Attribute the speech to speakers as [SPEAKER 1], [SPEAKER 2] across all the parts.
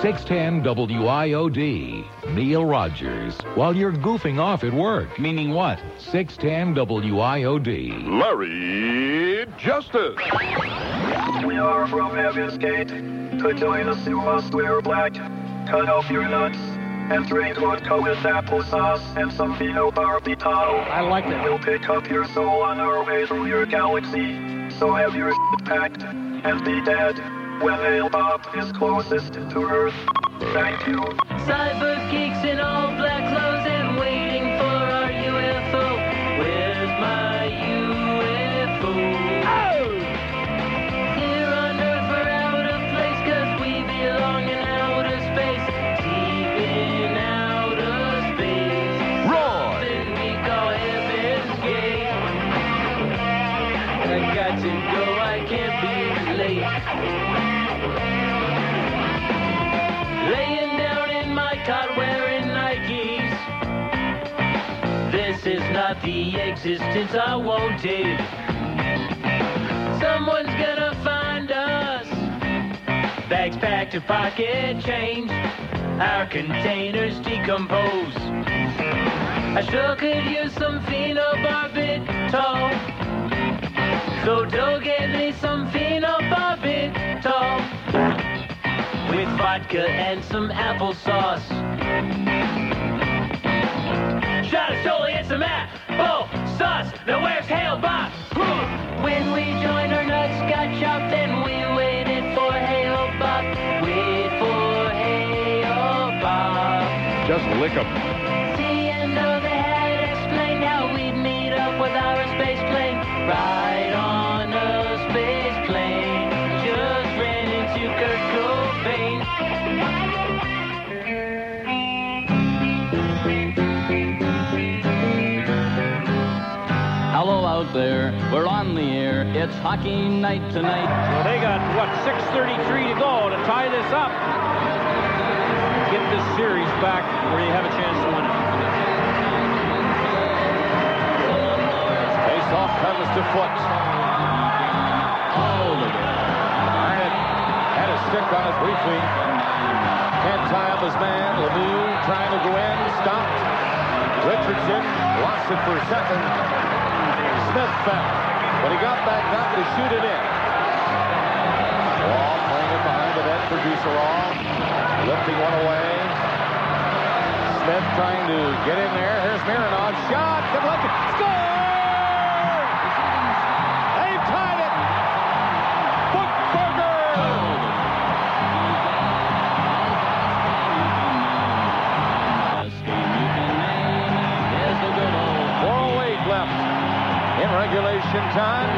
[SPEAKER 1] 610 WIOD. Neil Rogers. While you're goofing off at work.
[SPEAKER 2] Meaning what?
[SPEAKER 1] 610 WIOD.
[SPEAKER 3] Larry Justice.
[SPEAKER 4] We are from Heaven's Gate. To join us, you must wear black. Cut off your nuts and drink vodka with applesauce and some phenobarbital.
[SPEAKER 2] I like that.
[SPEAKER 4] We'll pick up your soul on our way through your galaxy. So have your shit packed and be dead when Ale Bob is closest to Earth. Thank you.
[SPEAKER 5] Cyber geeks in all black clothes and waiting for our UFO. Where's my UFO? Here on Earth we're out of place 'cause we belong in outer space. Deep in outer space.
[SPEAKER 3] Roy.
[SPEAKER 5] Something we call heaven's gate. I got to go, I can't be late. Laying down in my cot wearing Nikes. This is not the existence I wanted. Someone's gonna find us. Bags packed to pocket change. Our containers decompose. I sure could use some phenobarbital. So Joe gave me some phenobarbital with vodka and some applesauce. Shot of Soli and some apple sauce. Now where's Hale Bob? When we joined our nuts got chopped, then we waited for Hale Bob. Wait for Hale Bob.
[SPEAKER 3] Just lick 'em.
[SPEAKER 5] See, and though they had explained how we'd meet up with our space plane, right on a space plane, just ran into Kurt Cobain.
[SPEAKER 2] Hello out there. We're on the air. It's hockey night tonight.
[SPEAKER 6] Well, they got, what, 6.33 to go to tie this up. Get this series back where you have a chance to win it.
[SPEAKER 7] Face off comes to foot. Oh, look at that. Had, had a stick on it briefly. Can't tie up his man. Lemieux trying to go in. Stopped. Richardson lost it for a second. Smith fell. But he got back not to shoot it in. Law playing it behind the net for Dusserall. Lifting one away. Smith trying to get in there. Here's Mironov. Shot. Good luck. Score! They've tied it. Bookburger.
[SPEAKER 2] There's the good
[SPEAKER 7] 408
[SPEAKER 2] old
[SPEAKER 7] left in regulation time.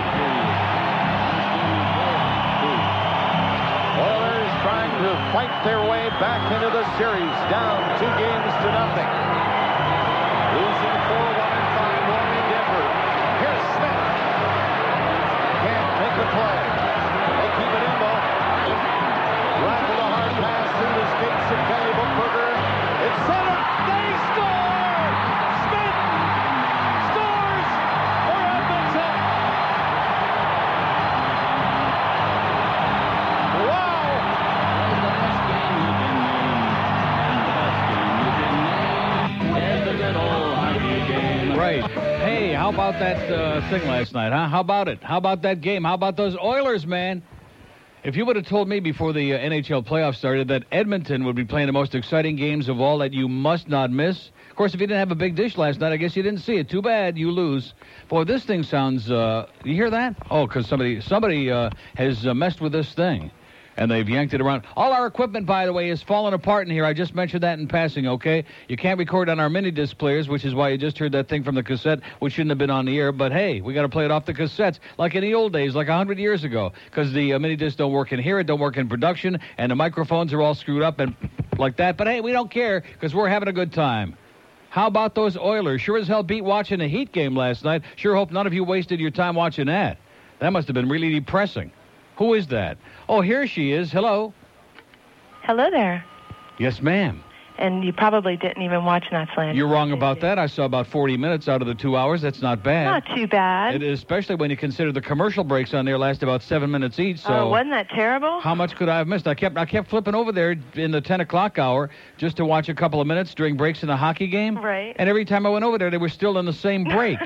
[SPEAKER 7] Oilers trying to fight their way back into the series, down two games to nothing. Losing 4-1 and 5-1 in Denver. Here's Smith. Can't make the play. They keep it in, though. Rattled a hard pass through the skates of Kelly Bookberger. It's center. They score! Smith scores for Edmonton. Wow!
[SPEAKER 6] Right. Hey, how about that uh, thing last night, huh? How about it? How about that game? How about those Oilers, man? If you would have told me before the uh, NHL playoffs started that Edmonton would be playing the most exciting games of all that you must not miss. Of course, if you didn't have a big dish last night, I guess you didn't see it. Too bad you lose. Boy, this thing sounds. Uh, you hear that? Oh, because somebody somebody uh, has uh, messed with this thing, and they've yanked it around. All our equipment, by the way, is falling apart in here. I just mentioned that in passing. Okay, you can't record on our mini disc players, which is why you just heard that thing from the cassette, which shouldn't have been on the air. But hey, we got to play it off the cassettes, like in the old days, like hundred years ago, because the uh, mini discs don't work in here, it don't work in production, and the microphones are all screwed up and like that. But hey, we don't care because we're having a good time. How about those Oilers? Sure as hell beat watching the Heat game last night. Sure hope none of you wasted your time watching that. That must have been really depressing. Who is that? Oh, here she is. Hello.
[SPEAKER 8] Hello there.
[SPEAKER 6] Yes, ma'am.
[SPEAKER 8] and you probably didn't even watch Knots Landing.
[SPEAKER 6] You're wrong about that. I saw about 40 minutes out of the two hours. That's not bad.
[SPEAKER 8] Not too bad.
[SPEAKER 6] It, especially when you consider the commercial breaks on there last about seven minutes each. So
[SPEAKER 8] Oh, wasn't that terrible?
[SPEAKER 6] How much could I have missed? I kept I kept flipping over there in the ten o'clock hour just to watch a couple of minutes during breaks in the hockey game.
[SPEAKER 8] Right.
[SPEAKER 6] And every time I went over there, they were still in the same break.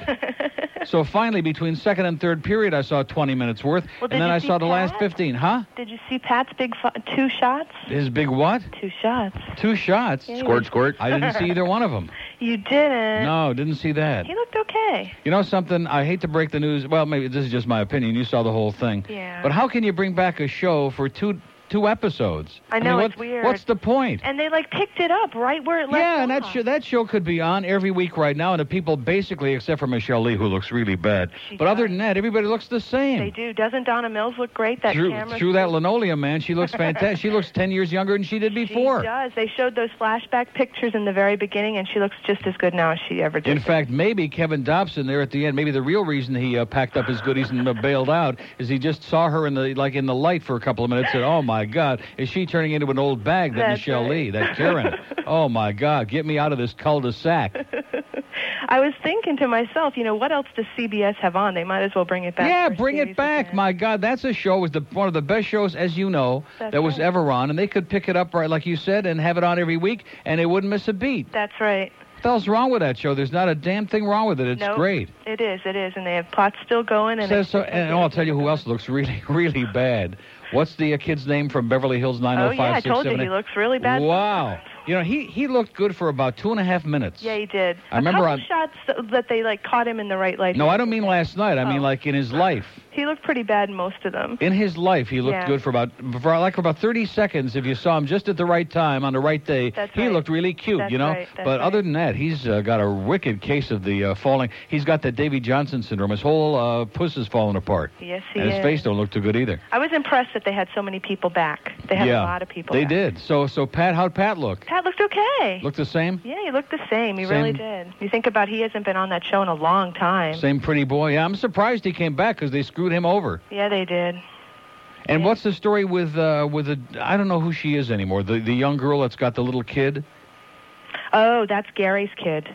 [SPEAKER 6] so finally, between second and third period, I saw 20 minutes worth,
[SPEAKER 8] Well, did
[SPEAKER 6] and then
[SPEAKER 8] you
[SPEAKER 6] I
[SPEAKER 8] see
[SPEAKER 6] saw the last
[SPEAKER 8] Pat?
[SPEAKER 6] 15. Huh?
[SPEAKER 8] Did you see Pat's big fu- two shots?
[SPEAKER 6] His big what?
[SPEAKER 8] Two shots.
[SPEAKER 6] Two shots.
[SPEAKER 8] Yeah.
[SPEAKER 6] Squirt, squirt. I didn't see either one of them.
[SPEAKER 8] You didn't.
[SPEAKER 6] No, didn't see that.
[SPEAKER 8] He looked okay.
[SPEAKER 6] You know something? I hate to break the news. Well, maybe this is just my opinion. You saw the whole thing.
[SPEAKER 8] Yeah.
[SPEAKER 6] But how can you bring back a show for two two episodes?
[SPEAKER 8] I know,
[SPEAKER 6] mean,
[SPEAKER 8] it's weird.
[SPEAKER 6] What's the point?
[SPEAKER 8] And they like picked it up right where it left
[SPEAKER 6] yeah, and that
[SPEAKER 8] off.
[SPEAKER 6] show that show could be on every week right now, and the people basically, except for Michelle Lee, who looks really bad.
[SPEAKER 8] She
[SPEAKER 6] but other than that, everybody looks the same.
[SPEAKER 8] They do. Doesn't Donna Mills look great? That
[SPEAKER 6] through
[SPEAKER 8] camera.
[SPEAKER 6] through that linoleum, man, she looks fantastic. she looks ten years younger than she did
[SPEAKER 8] She
[SPEAKER 6] before.
[SPEAKER 8] does. They showed those flashback pictures in the very beginning, and she looks just as good now as she ever did.
[SPEAKER 6] In fact, maybe Kevin Dobson there at the end, maybe the real reason he uh, packed up his goodies and uh, bailed out is he just saw her in the like in the light for a couple of minutes. Said, "Oh my God, is she turning into an old bag?" That
[SPEAKER 8] That's
[SPEAKER 6] Michelle
[SPEAKER 8] right.
[SPEAKER 6] Lee, that Karen. oh my God, get me out of this cul-de-sac.
[SPEAKER 8] I was thinking to myself, you know, what else does CBS have on? They might as well bring it back.
[SPEAKER 6] yeah,
[SPEAKER 8] for a
[SPEAKER 6] bring
[SPEAKER 8] series
[SPEAKER 6] it back.
[SPEAKER 8] again.
[SPEAKER 6] My God, that's a show was the one of the best shows, as you know,
[SPEAKER 8] That's
[SPEAKER 6] that was
[SPEAKER 8] right.
[SPEAKER 6] ever on, and they could pick it up right like you said and have it on every week, and they wouldn't miss a beat.
[SPEAKER 8] That's right.
[SPEAKER 6] What the hell's wrong with that show? There's not a damn thing wrong with it. It's
[SPEAKER 8] Nope.
[SPEAKER 6] great.
[SPEAKER 8] It is. It is, and they have plots still going. And
[SPEAKER 6] Says so,
[SPEAKER 8] it's-
[SPEAKER 6] and I'll tell you who else looks really, really bad. What's the uh, kid's name from Beverly Hills
[SPEAKER 8] Oh yeah, I
[SPEAKER 6] 905?
[SPEAKER 8] told you he looks really bad.
[SPEAKER 6] Wow. You know, he, he looked good for about two and a half minutes.
[SPEAKER 8] Yeah, he did.
[SPEAKER 6] I remember
[SPEAKER 8] a couple shots that they like caught him in the right light.
[SPEAKER 6] No, I don't mean last night. I mean
[SPEAKER 8] Oh.
[SPEAKER 6] like in his life.
[SPEAKER 8] He looked pretty bad in most of them.
[SPEAKER 6] In his life, he looked
[SPEAKER 8] Yeah.
[SPEAKER 6] good for about for like for about 30 seconds. If you saw him just at the right time on the right day,
[SPEAKER 8] That's
[SPEAKER 6] he
[SPEAKER 8] right.
[SPEAKER 6] looked really cute.
[SPEAKER 8] That's
[SPEAKER 6] you know.
[SPEAKER 8] right, that's
[SPEAKER 6] but
[SPEAKER 8] right.
[SPEAKER 6] other than that, he's uh, got a wicked case of the uh, falling. He's got that Davy Johnson syndrome. His whole uh, puss is falling apart.
[SPEAKER 8] Yes, he
[SPEAKER 6] and his
[SPEAKER 8] is.
[SPEAKER 6] face don't look too good either.
[SPEAKER 8] I was impressed that they had so many people back. They had a lot of people.
[SPEAKER 6] They
[SPEAKER 8] back.
[SPEAKER 6] did. So so Pat, how'd Pat look?
[SPEAKER 8] Pat looked okay.
[SPEAKER 6] Looked the same?
[SPEAKER 8] Yeah, he looked the same. He really
[SPEAKER 6] Same-
[SPEAKER 8] did. You think about he hasn't been on that show in a long time.
[SPEAKER 6] Same pretty boy. Yeah, I'm surprised he came back because they screwed him over.
[SPEAKER 8] Yeah, they did.
[SPEAKER 6] And what's the story with uh with the I don't know who she is anymore. The the young girl that's got the little kid.
[SPEAKER 8] Oh, that's Gary's kid.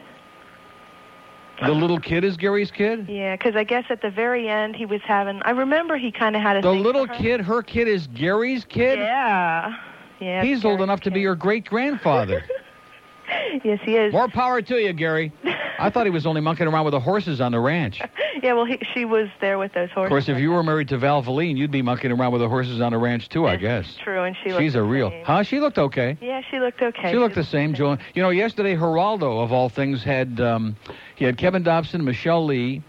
[SPEAKER 6] The little kid is Gary's kid.
[SPEAKER 8] Yeah, 'cause I guess at the very end he was having. I remember he kind of had a.
[SPEAKER 6] The
[SPEAKER 8] thing for
[SPEAKER 6] little
[SPEAKER 8] her.
[SPEAKER 6] kid, her kid is Gary's kid.
[SPEAKER 8] Yeah. Yeah. it's
[SPEAKER 6] He's old
[SPEAKER 8] Gary's
[SPEAKER 6] enough to be
[SPEAKER 8] kid.
[SPEAKER 6] your great grandfather.
[SPEAKER 8] Yes, he is.
[SPEAKER 6] More power to you, Gary. I thought he was only monkeying around with the horses on the ranch.
[SPEAKER 8] Yeah, well, he, she was there with those horses.
[SPEAKER 6] Of course, if you were married to Val Valine, you'd be monkeying around with the horses on the ranch too, I
[SPEAKER 8] This
[SPEAKER 6] guess.
[SPEAKER 8] is True, and she. looked
[SPEAKER 6] She's a
[SPEAKER 8] the
[SPEAKER 6] real.
[SPEAKER 8] same.
[SPEAKER 6] Huh? She looked okay.
[SPEAKER 8] Yeah, she looked okay.
[SPEAKER 6] She looked the same, Joan. You know, yesterday Geraldo of all things had um, he had Kevin Dobson, Michelle Lee,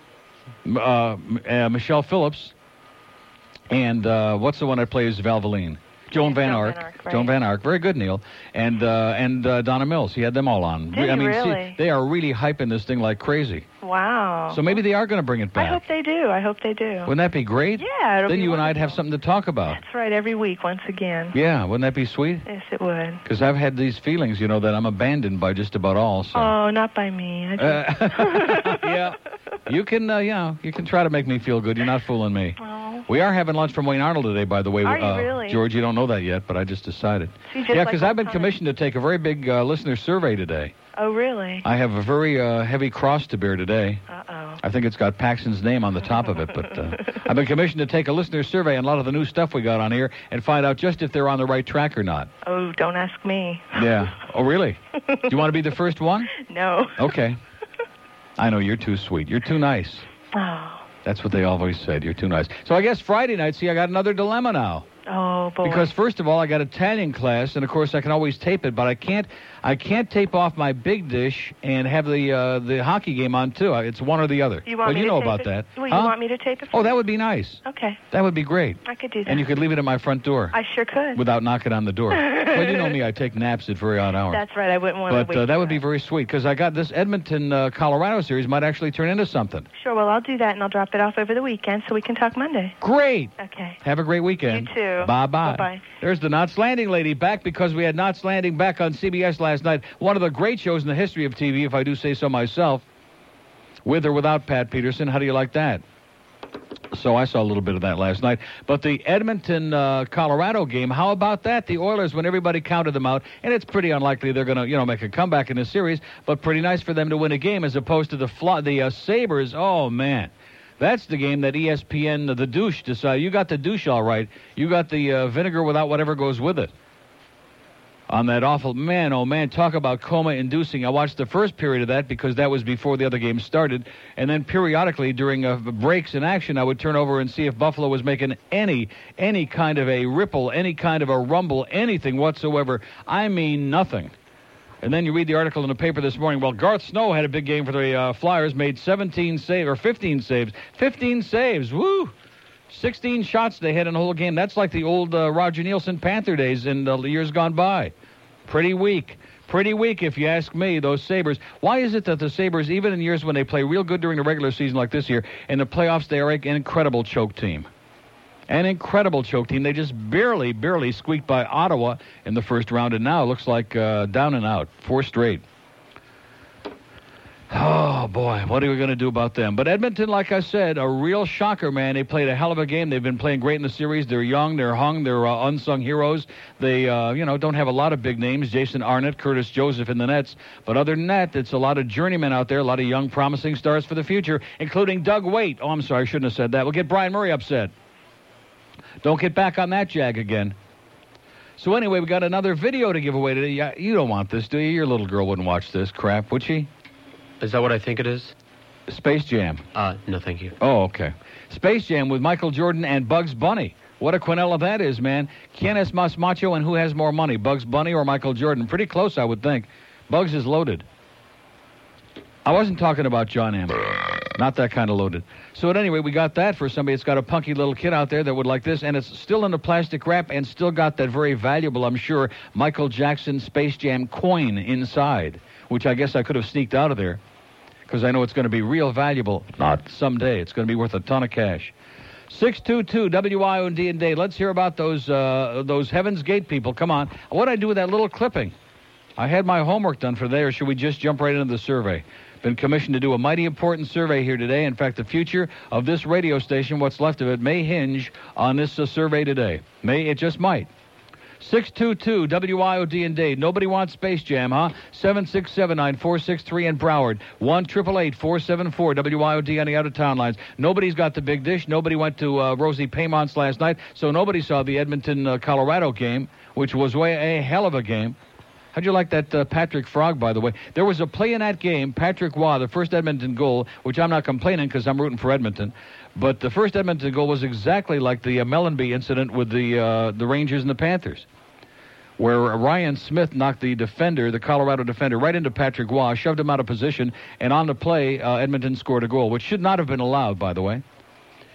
[SPEAKER 6] m- uh, m- uh, Michelle Phillips, and uh, what's the one that plays Valvoline? Joan Van
[SPEAKER 8] Joan
[SPEAKER 6] Ark.
[SPEAKER 8] Van Ark, right.
[SPEAKER 6] Joan Van Ark. Very good, Neil. And uh, and uh, Donna Mills. He had them all on.
[SPEAKER 8] Did
[SPEAKER 6] I
[SPEAKER 8] he
[SPEAKER 6] mean, see,
[SPEAKER 8] really?
[SPEAKER 6] they are really hyping this thing like crazy.
[SPEAKER 8] Wow.
[SPEAKER 6] So maybe they are going to bring it
[SPEAKER 8] I
[SPEAKER 6] back.
[SPEAKER 8] hope they do. I hope they do.
[SPEAKER 6] Wouldn't that be great?
[SPEAKER 8] Yeah, it'll
[SPEAKER 6] Then
[SPEAKER 8] be
[SPEAKER 6] you and I'd have
[SPEAKER 8] wonderful.
[SPEAKER 6] something to talk about.
[SPEAKER 8] That's right. Every week, once again.
[SPEAKER 6] Yeah, wouldn't that be sweet?
[SPEAKER 8] Yes, it would.
[SPEAKER 6] Because I've had these feelings, you know, that I'm abandoned by just about all. So.
[SPEAKER 8] Oh, not by me. I just,
[SPEAKER 6] Uh, yeah. You can, uh, yeah, you can try to make me feel good. You're not fooling me.
[SPEAKER 8] oh,
[SPEAKER 6] We are having lunch from Wayne Arnold today, by the way.
[SPEAKER 8] Are you
[SPEAKER 6] uh,
[SPEAKER 8] really?
[SPEAKER 6] George, you don't know that yet, but I just decided.
[SPEAKER 8] she just
[SPEAKER 6] Yeah,
[SPEAKER 8] like
[SPEAKER 6] because
[SPEAKER 8] all
[SPEAKER 6] I've been
[SPEAKER 8] time.
[SPEAKER 6] commissioned to take a very big uh, listener survey today.
[SPEAKER 8] Oh, really?
[SPEAKER 6] I have a very uh, heavy cross to bear today.
[SPEAKER 8] Uh oh.
[SPEAKER 6] I think it's got Paxton's name on the top of it, but uh, I've been commissioned to take a listener survey on a lot of the new stuff we got on here and find out just if they're on the right track or not.
[SPEAKER 8] Oh, don't ask me.
[SPEAKER 6] Yeah. Oh, really? Do you want to be the first one?
[SPEAKER 8] No.
[SPEAKER 6] Okay. I know you're too sweet. You're too nice.
[SPEAKER 8] Oh.
[SPEAKER 6] That's what they always said. You're too nice. So I guess Friday night, see, I got another dilemma now.
[SPEAKER 8] Oh boy.
[SPEAKER 6] Because first of all, I got Italian class, and of course I can always tape it, but I can't. I can't tape off my big dish and have the uh, the hockey game on too. I- It's one or the other.
[SPEAKER 8] you want
[SPEAKER 6] well,
[SPEAKER 8] me
[SPEAKER 6] you
[SPEAKER 8] to
[SPEAKER 6] know
[SPEAKER 8] tape
[SPEAKER 6] about
[SPEAKER 8] it?
[SPEAKER 6] that.
[SPEAKER 8] Well, you
[SPEAKER 6] huh?
[SPEAKER 8] want me to tape it?
[SPEAKER 6] oh, that would be nice.
[SPEAKER 8] Okay,
[SPEAKER 6] That would be great.
[SPEAKER 8] I could do that.
[SPEAKER 6] And you could leave it at my front door
[SPEAKER 8] I sure could.
[SPEAKER 6] without knocking on the door. well, you know me. I take naps at very odd hours.
[SPEAKER 8] That's right. I wouldn't want to
[SPEAKER 6] but
[SPEAKER 8] wait.
[SPEAKER 6] uh, that
[SPEAKER 8] for
[SPEAKER 6] would be very sweet because I got this Edmonton, uh, Colorado series might actually turn into something.
[SPEAKER 8] Sure. Well, I'll do that, and I'll drop it off over the weekend, so we can talk Monday.
[SPEAKER 6] Great.
[SPEAKER 8] Okay.
[SPEAKER 6] Have a great weekend.
[SPEAKER 8] You too.
[SPEAKER 6] Bye bye.
[SPEAKER 8] Bye-bye.
[SPEAKER 6] There's the Knots Landing lady back because we had Knots Landing back on CBS last night. One of the great shows in the history of TV, if I do say so myself. With or without Pat Peterson, how do you like that? So I saw a little bit of that last night. But the Edmonton uh, Colorado game, how about that? The Oilers, when everybody counted them out, and it's pretty unlikely they're going to you know make a comeback in this series, but pretty nice for them to win a game as opposed to the flo- the uh, Sabers. Oh man. That's the game that ESPN, uh, the douche, decided. You got the douche all right. You got the uh, vinegar without whatever goes with it on that awful man oh man talk about coma inducing i watched the first period of that because that was before the other game started and then periodically during uh, breaks in action i would turn over and see if buffalo was making any any kind of a ripple any kind of a rumble anything whatsoever i mean nothing and then you read the article in the paper this morning. Well, Garth Snow had a big game for the uh, Flyers, made 17 save or 15 saves, 15 saves. Woo! 16 shots they had in the whole game. That's like the old uh, Roger Nielsen Panther days in the years gone by. Pretty weak. Pretty weak, if you ask me, those Sabres. Why is it that the Sabres, even in years when they play real good during the regular season like this year, in the playoffs, they are an incredible choke team? An incredible choke team. They just barely, barely squeaked by Ottawa in the first round, and now it looks like uh, down and out, four straight. Oh boy, what are we going to do about them? But Edmonton, like I said, a real shocker, man. They played a hell of a game. They've been playing great in the series. They're young, they're hung, they're uh, unsung heroes. They, uh, you know, don't have a lot of big names: Jason Arnett, Curtis Joseph in the Nets. But other than that, it's a lot of journeymen out there, a lot of young, promising stars for the future, including Doug Waite. Oh, I'm sorry, I shouldn't have said that. We'll get Brian Murray upset. Don't get back on that jag again. So anyway, we got another video to give away today. Yeah, You don't want this, do you? Your little girl wouldn't watch this crap, would she?
[SPEAKER 9] Is that what I think it is?
[SPEAKER 6] Space Jam.
[SPEAKER 9] Uh, no, thank you.
[SPEAKER 6] Oh, okay. Space Jam with Michael Jordan and Bugs Bunny. What a quinella that is, man. ¿Quién es más macho and who has more money, Bugs Bunny or Michael Jordan? Pretty close, I would think. Bugs is loaded. I wasn't talking about John Hammond. Not that kind of loaded. So, at any rate, we got that for somebody that's got a punky little kid out there that would like this, and it's still in a plastic wrap and still got that very valuable, I'm sure, Michael Jackson Space Jam coin inside, which I guess I could have sneaked out of there because I know it's going to be real valuable. Not someday. It's going to be worth a ton of cash. 622 WIOD and Day. Let's hear about those uh, those Heaven's Gate people. Come on. What would I do with that little clipping? I had my homework done for today, or should we just jump right into the survey? Been commissioned to do a mighty important survey here today. In fact, the future of this radio station, what's left of it, may hinge on this uh, survey today. May it just might. 622 WIOD and Dade. Nobody wants Space Jam, huh? 767 9463 in Broward. 1 474 WIOD on the out of town lines. Nobody's got the big dish. Nobody went to uh, Rosie Paymont's last night, so nobody saw the Edmonton uh, Colorado game, which was way a hell of a game. How'd you like that uh, Patrick Frog, by the way? There was a play in that game, Patrick Waugh, the first Edmonton goal, which I'm not complaining because I'm rooting for Edmonton. But the first Edmonton goal was exactly like the uh, Mellonby incident with the, uh, the Rangers and the Panthers, where Ryan Smith knocked the defender, the Colorado defender, right into Patrick Waugh, shoved him out of position, and on the play, uh, Edmonton scored a goal, which should not have been allowed, by the way.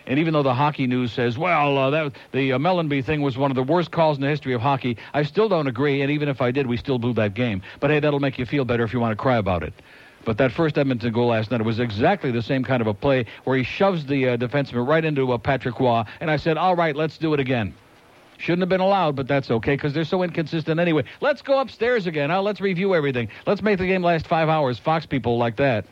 [SPEAKER 6] And even though the hockey news says, well, uh, that, the uh, Mellonby thing was one of the worst calls in the history of hockey, I still don't agree. And even if I did, we still blew that game. But hey, that'll make you feel better if you want to cry about it. But that first Edmonton goal last night was exactly the same kind of a play where he shoves the uh, defenseman right into uh, Patrick Waugh. And I said, all right, let's do it again. Shouldn't have been allowed, but that's okay because they're so inconsistent anyway. Let's go upstairs again. Now let's review everything. Let's make the game last five hours. Fox people like that.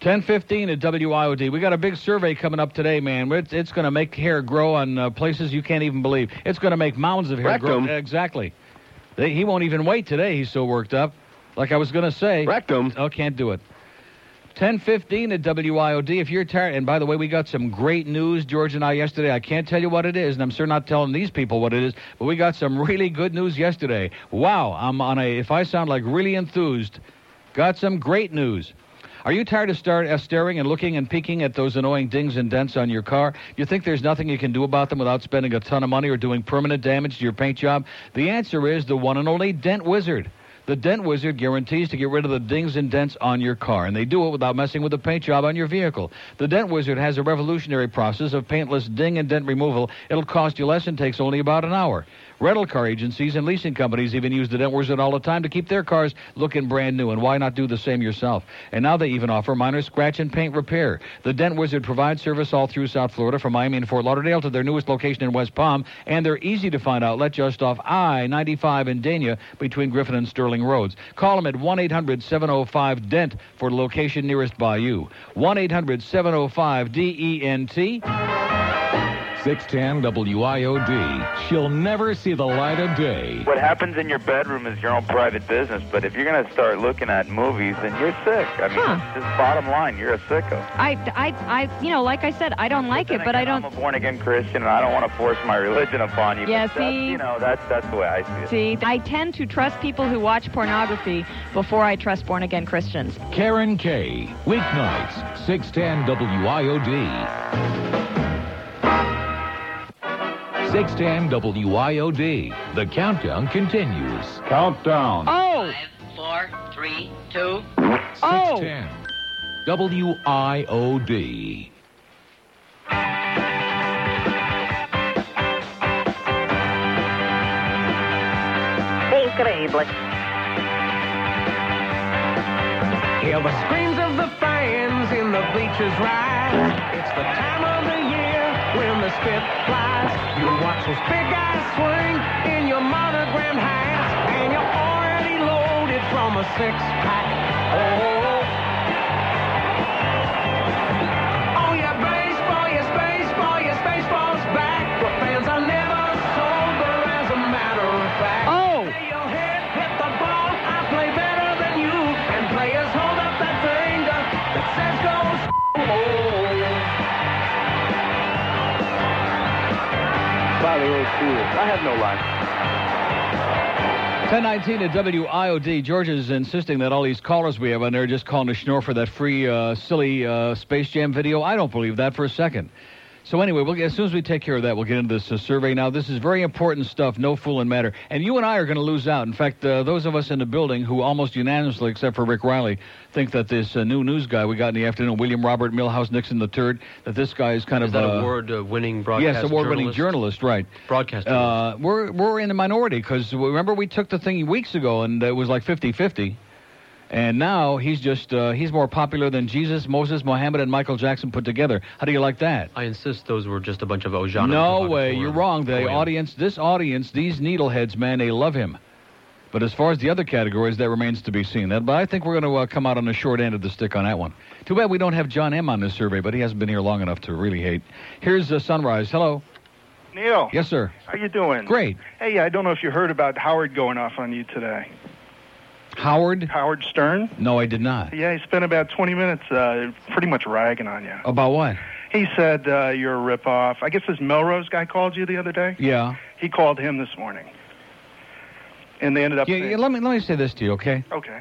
[SPEAKER 6] 1015 at WIOD. We got a big survey coming up today, man. It's, it's going to make hair grow on uh, places you can't even believe. It's going to make mounds of hair
[SPEAKER 10] Rectum.
[SPEAKER 6] grow. Exactly. They, he won't even wait today. He's so worked up. Like I was going to say.
[SPEAKER 10] Rectum.
[SPEAKER 6] Oh, can't do it. 1015 at WIOD. If you're tired, and by the way, we got some great news, George and I, yesterday. I can't tell you what it is, and I'm sure not telling these people what it is, but we got some really good news yesterday. Wow, I'm on a, if I sound like really enthused, got some great news. Are you tired of star- uh, staring and looking and peeking at those annoying dings and dents on your car? You think there's nothing you can do about them without spending a ton of money or doing permanent damage to your paint job? The answer is the one and only Dent Wizard. The Dent Wizard guarantees to get rid of the dings and dents on your car, and they do it without messing with the paint job on your vehicle. The Dent Wizard has a revolutionary process of paintless ding and dent removal. It'll cost you less and takes only about an hour. Rental car agencies and leasing companies even use the dentworks all the time to keep their cars looking brand new, and why not do the same yourself? And now they even offer minor scratch and paint repair. The Dent Wizard provides service all through South Florida, from Miami and Fort Lauderdale to their newest location in West Palm, and their easy to find outlet just off I 95 in Dania between Griffin and Sterling Roads. Call them at 1 800 705 DENT E for the location nearest by you. 1 800 705 DENT.
[SPEAKER 7] 610 WIOD. She'll never see the light of day.
[SPEAKER 11] What happens in your bedroom is your own private business, but if you're going to start looking at movies, then you're sick. I mean,
[SPEAKER 12] Huh.
[SPEAKER 11] it's just bottom line, you're a sicko.
[SPEAKER 12] I, I, I, you know, like I said, I don't like it, but I
[SPEAKER 11] I'm
[SPEAKER 12] don't.
[SPEAKER 11] a born again Christian, and I don't want to force my religion upon you.
[SPEAKER 12] Yeah,
[SPEAKER 11] but that's,
[SPEAKER 12] see?
[SPEAKER 11] you know, that's that's the way I see it.
[SPEAKER 12] See, I tend to trust people who watch pornography before I trust born again Christians.
[SPEAKER 7] Karen K. Weeknights, 610 WIOD. 610 WIOD. The countdown continues. Countdown.
[SPEAKER 12] Oh!
[SPEAKER 13] Five, four, three, two.
[SPEAKER 7] 610 WIOD.
[SPEAKER 13] Incredible. Hear the screams of the fans in the bleachers rise. It's the time of the year when the spit flies. You watch those big guys swing in your monogram hats, and you're already loaded from a six pack. Oh. Oh, yeah, baseball, yes, baseball, yes, baseball's back. But fans are never sober, as a matter of fact. Oh! your head, hit the ball, I play better than you. And players hold up that finger that says go. s-
[SPEAKER 14] By the old school. I have no line.
[SPEAKER 6] 1019 at WIOD. George is insisting that all these callers we have on there are just calling to snore for that free, uh, silly uh, Space Jam video. I don't believe that for a second. So anyway, we'll, as soon as we take care of that, we'll get into this uh, survey now. This is very important stuff, no fooling matter. And you and I are going to lose out. In fact, uh, those of us in the building who almost unanimously, except for Rick Riley, think that this uh, new news guy we got in the afternoon, William Robert Milhouse Nixon III, that this guy is kind
[SPEAKER 15] Is
[SPEAKER 6] of
[SPEAKER 15] that
[SPEAKER 6] uh,
[SPEAKER 15] award-winning broadcast
[SPEAKER 6] Yes, award-winning
[SPEAKER 15] journalist?
[SPEAKER 6] journalist, right?
[SPEAKER 15] Broadcast
[SPEAKER 6] Uh, we're we're in the minority because remember we took the thing weeks ago and it was like 50-50. and now he's just uh, he's more popular than Jesus, Moses, Mohammed, and Michael Jackson put together. How do you like that?
[SPEAKER 15] I insist those were just a bunch of Ojana.
[SPEAKER 6] no way, you're wrong. The audience, this audience, these needleheads, man, they love him. But as far as the other categories, that remains to be seen. That, but I think we're going to uh, come out on the short end of the stick on that one. Too bad we don't have John M on this survey, but he hasn't been here long enough to really hate. Here's uh, Sunrise. Hello.
[SPEAKER 16] Neil,
[SPEAKER 6] Yes, sir.
[SPEAKER 16] how you doing?
[SPEAKER 6] Great.
[SPEAKER 16] Hey, I don't know if you heard about Howard going off on you today.
[SPEAKER 6] Howard?
[SPEAKER 16] Howard Stern?
[SPEAKER 6] No, I did not.
[SPEAKER 16] Yeah, he spent about 20 minutes uh, pretty much ragging on you.
[SPEAKER 6] About what?
[SPEAKER 16] He said uh, you're a ripoff. I guess this Melrose guy called you the other day.
[SPEAKER 6] Yeah.
[SPEAKER 16] He called him this morning. And they ended up
[SPEAKER 6] Yeah,
[SPEAKER 16] saying-
[SPEAKER 6] yeah, let me let me say this to you, okay?
[SPEAKER 16] Okay.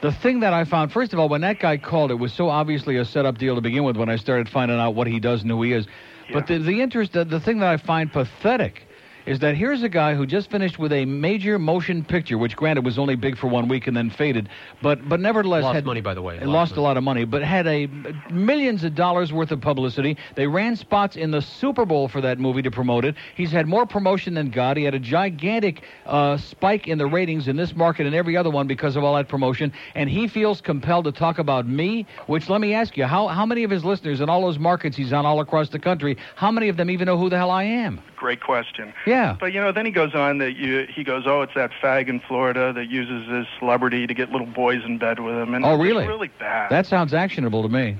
[SPEAKER 6] The thing that I found, first of all, when that guy called, it was so obviously a setup deal to begin with. When I started finding out what he does and who he is, but the the interest, the, the thing that I find pathetic, is that here's a guy who just finished with a major motion picture, which granted was only big for one week and then faded, but but nevertheless
[SPEAKER 15] Lost
[SPEAKER 6] had
[SPEAKER 15] money, by the way.
[SPEAKER 6] It lost a lot of money, but had a millions of dollars worth of publicity. They ran spots in the Super Bowl for that movie to promote it. He's had more promotion than God. He had a gigantic uh, spike in the ratings in this market and every other one because of all that promotion. And he feels compelled to talk about me. Which let me ask you, how how many of his listeners in all those markets he's on all across the country, how many of them even know who the hell I am?
[SPEAKER 16] Great question.
[SPEAKER 6] Yeah.
[SPEAKER 16] But you know, then he goes on that you. He goes, oh, it's that fag in Florida that uses his celebrity to get little boys in bed with him. And
[SPEAKER 6] Oh,
[SPEAKER 16] it's
[SPEAKER 6] really?
[SPEAKER 16] Really bad.
[SPEAKER 6] That sounds actionable to me.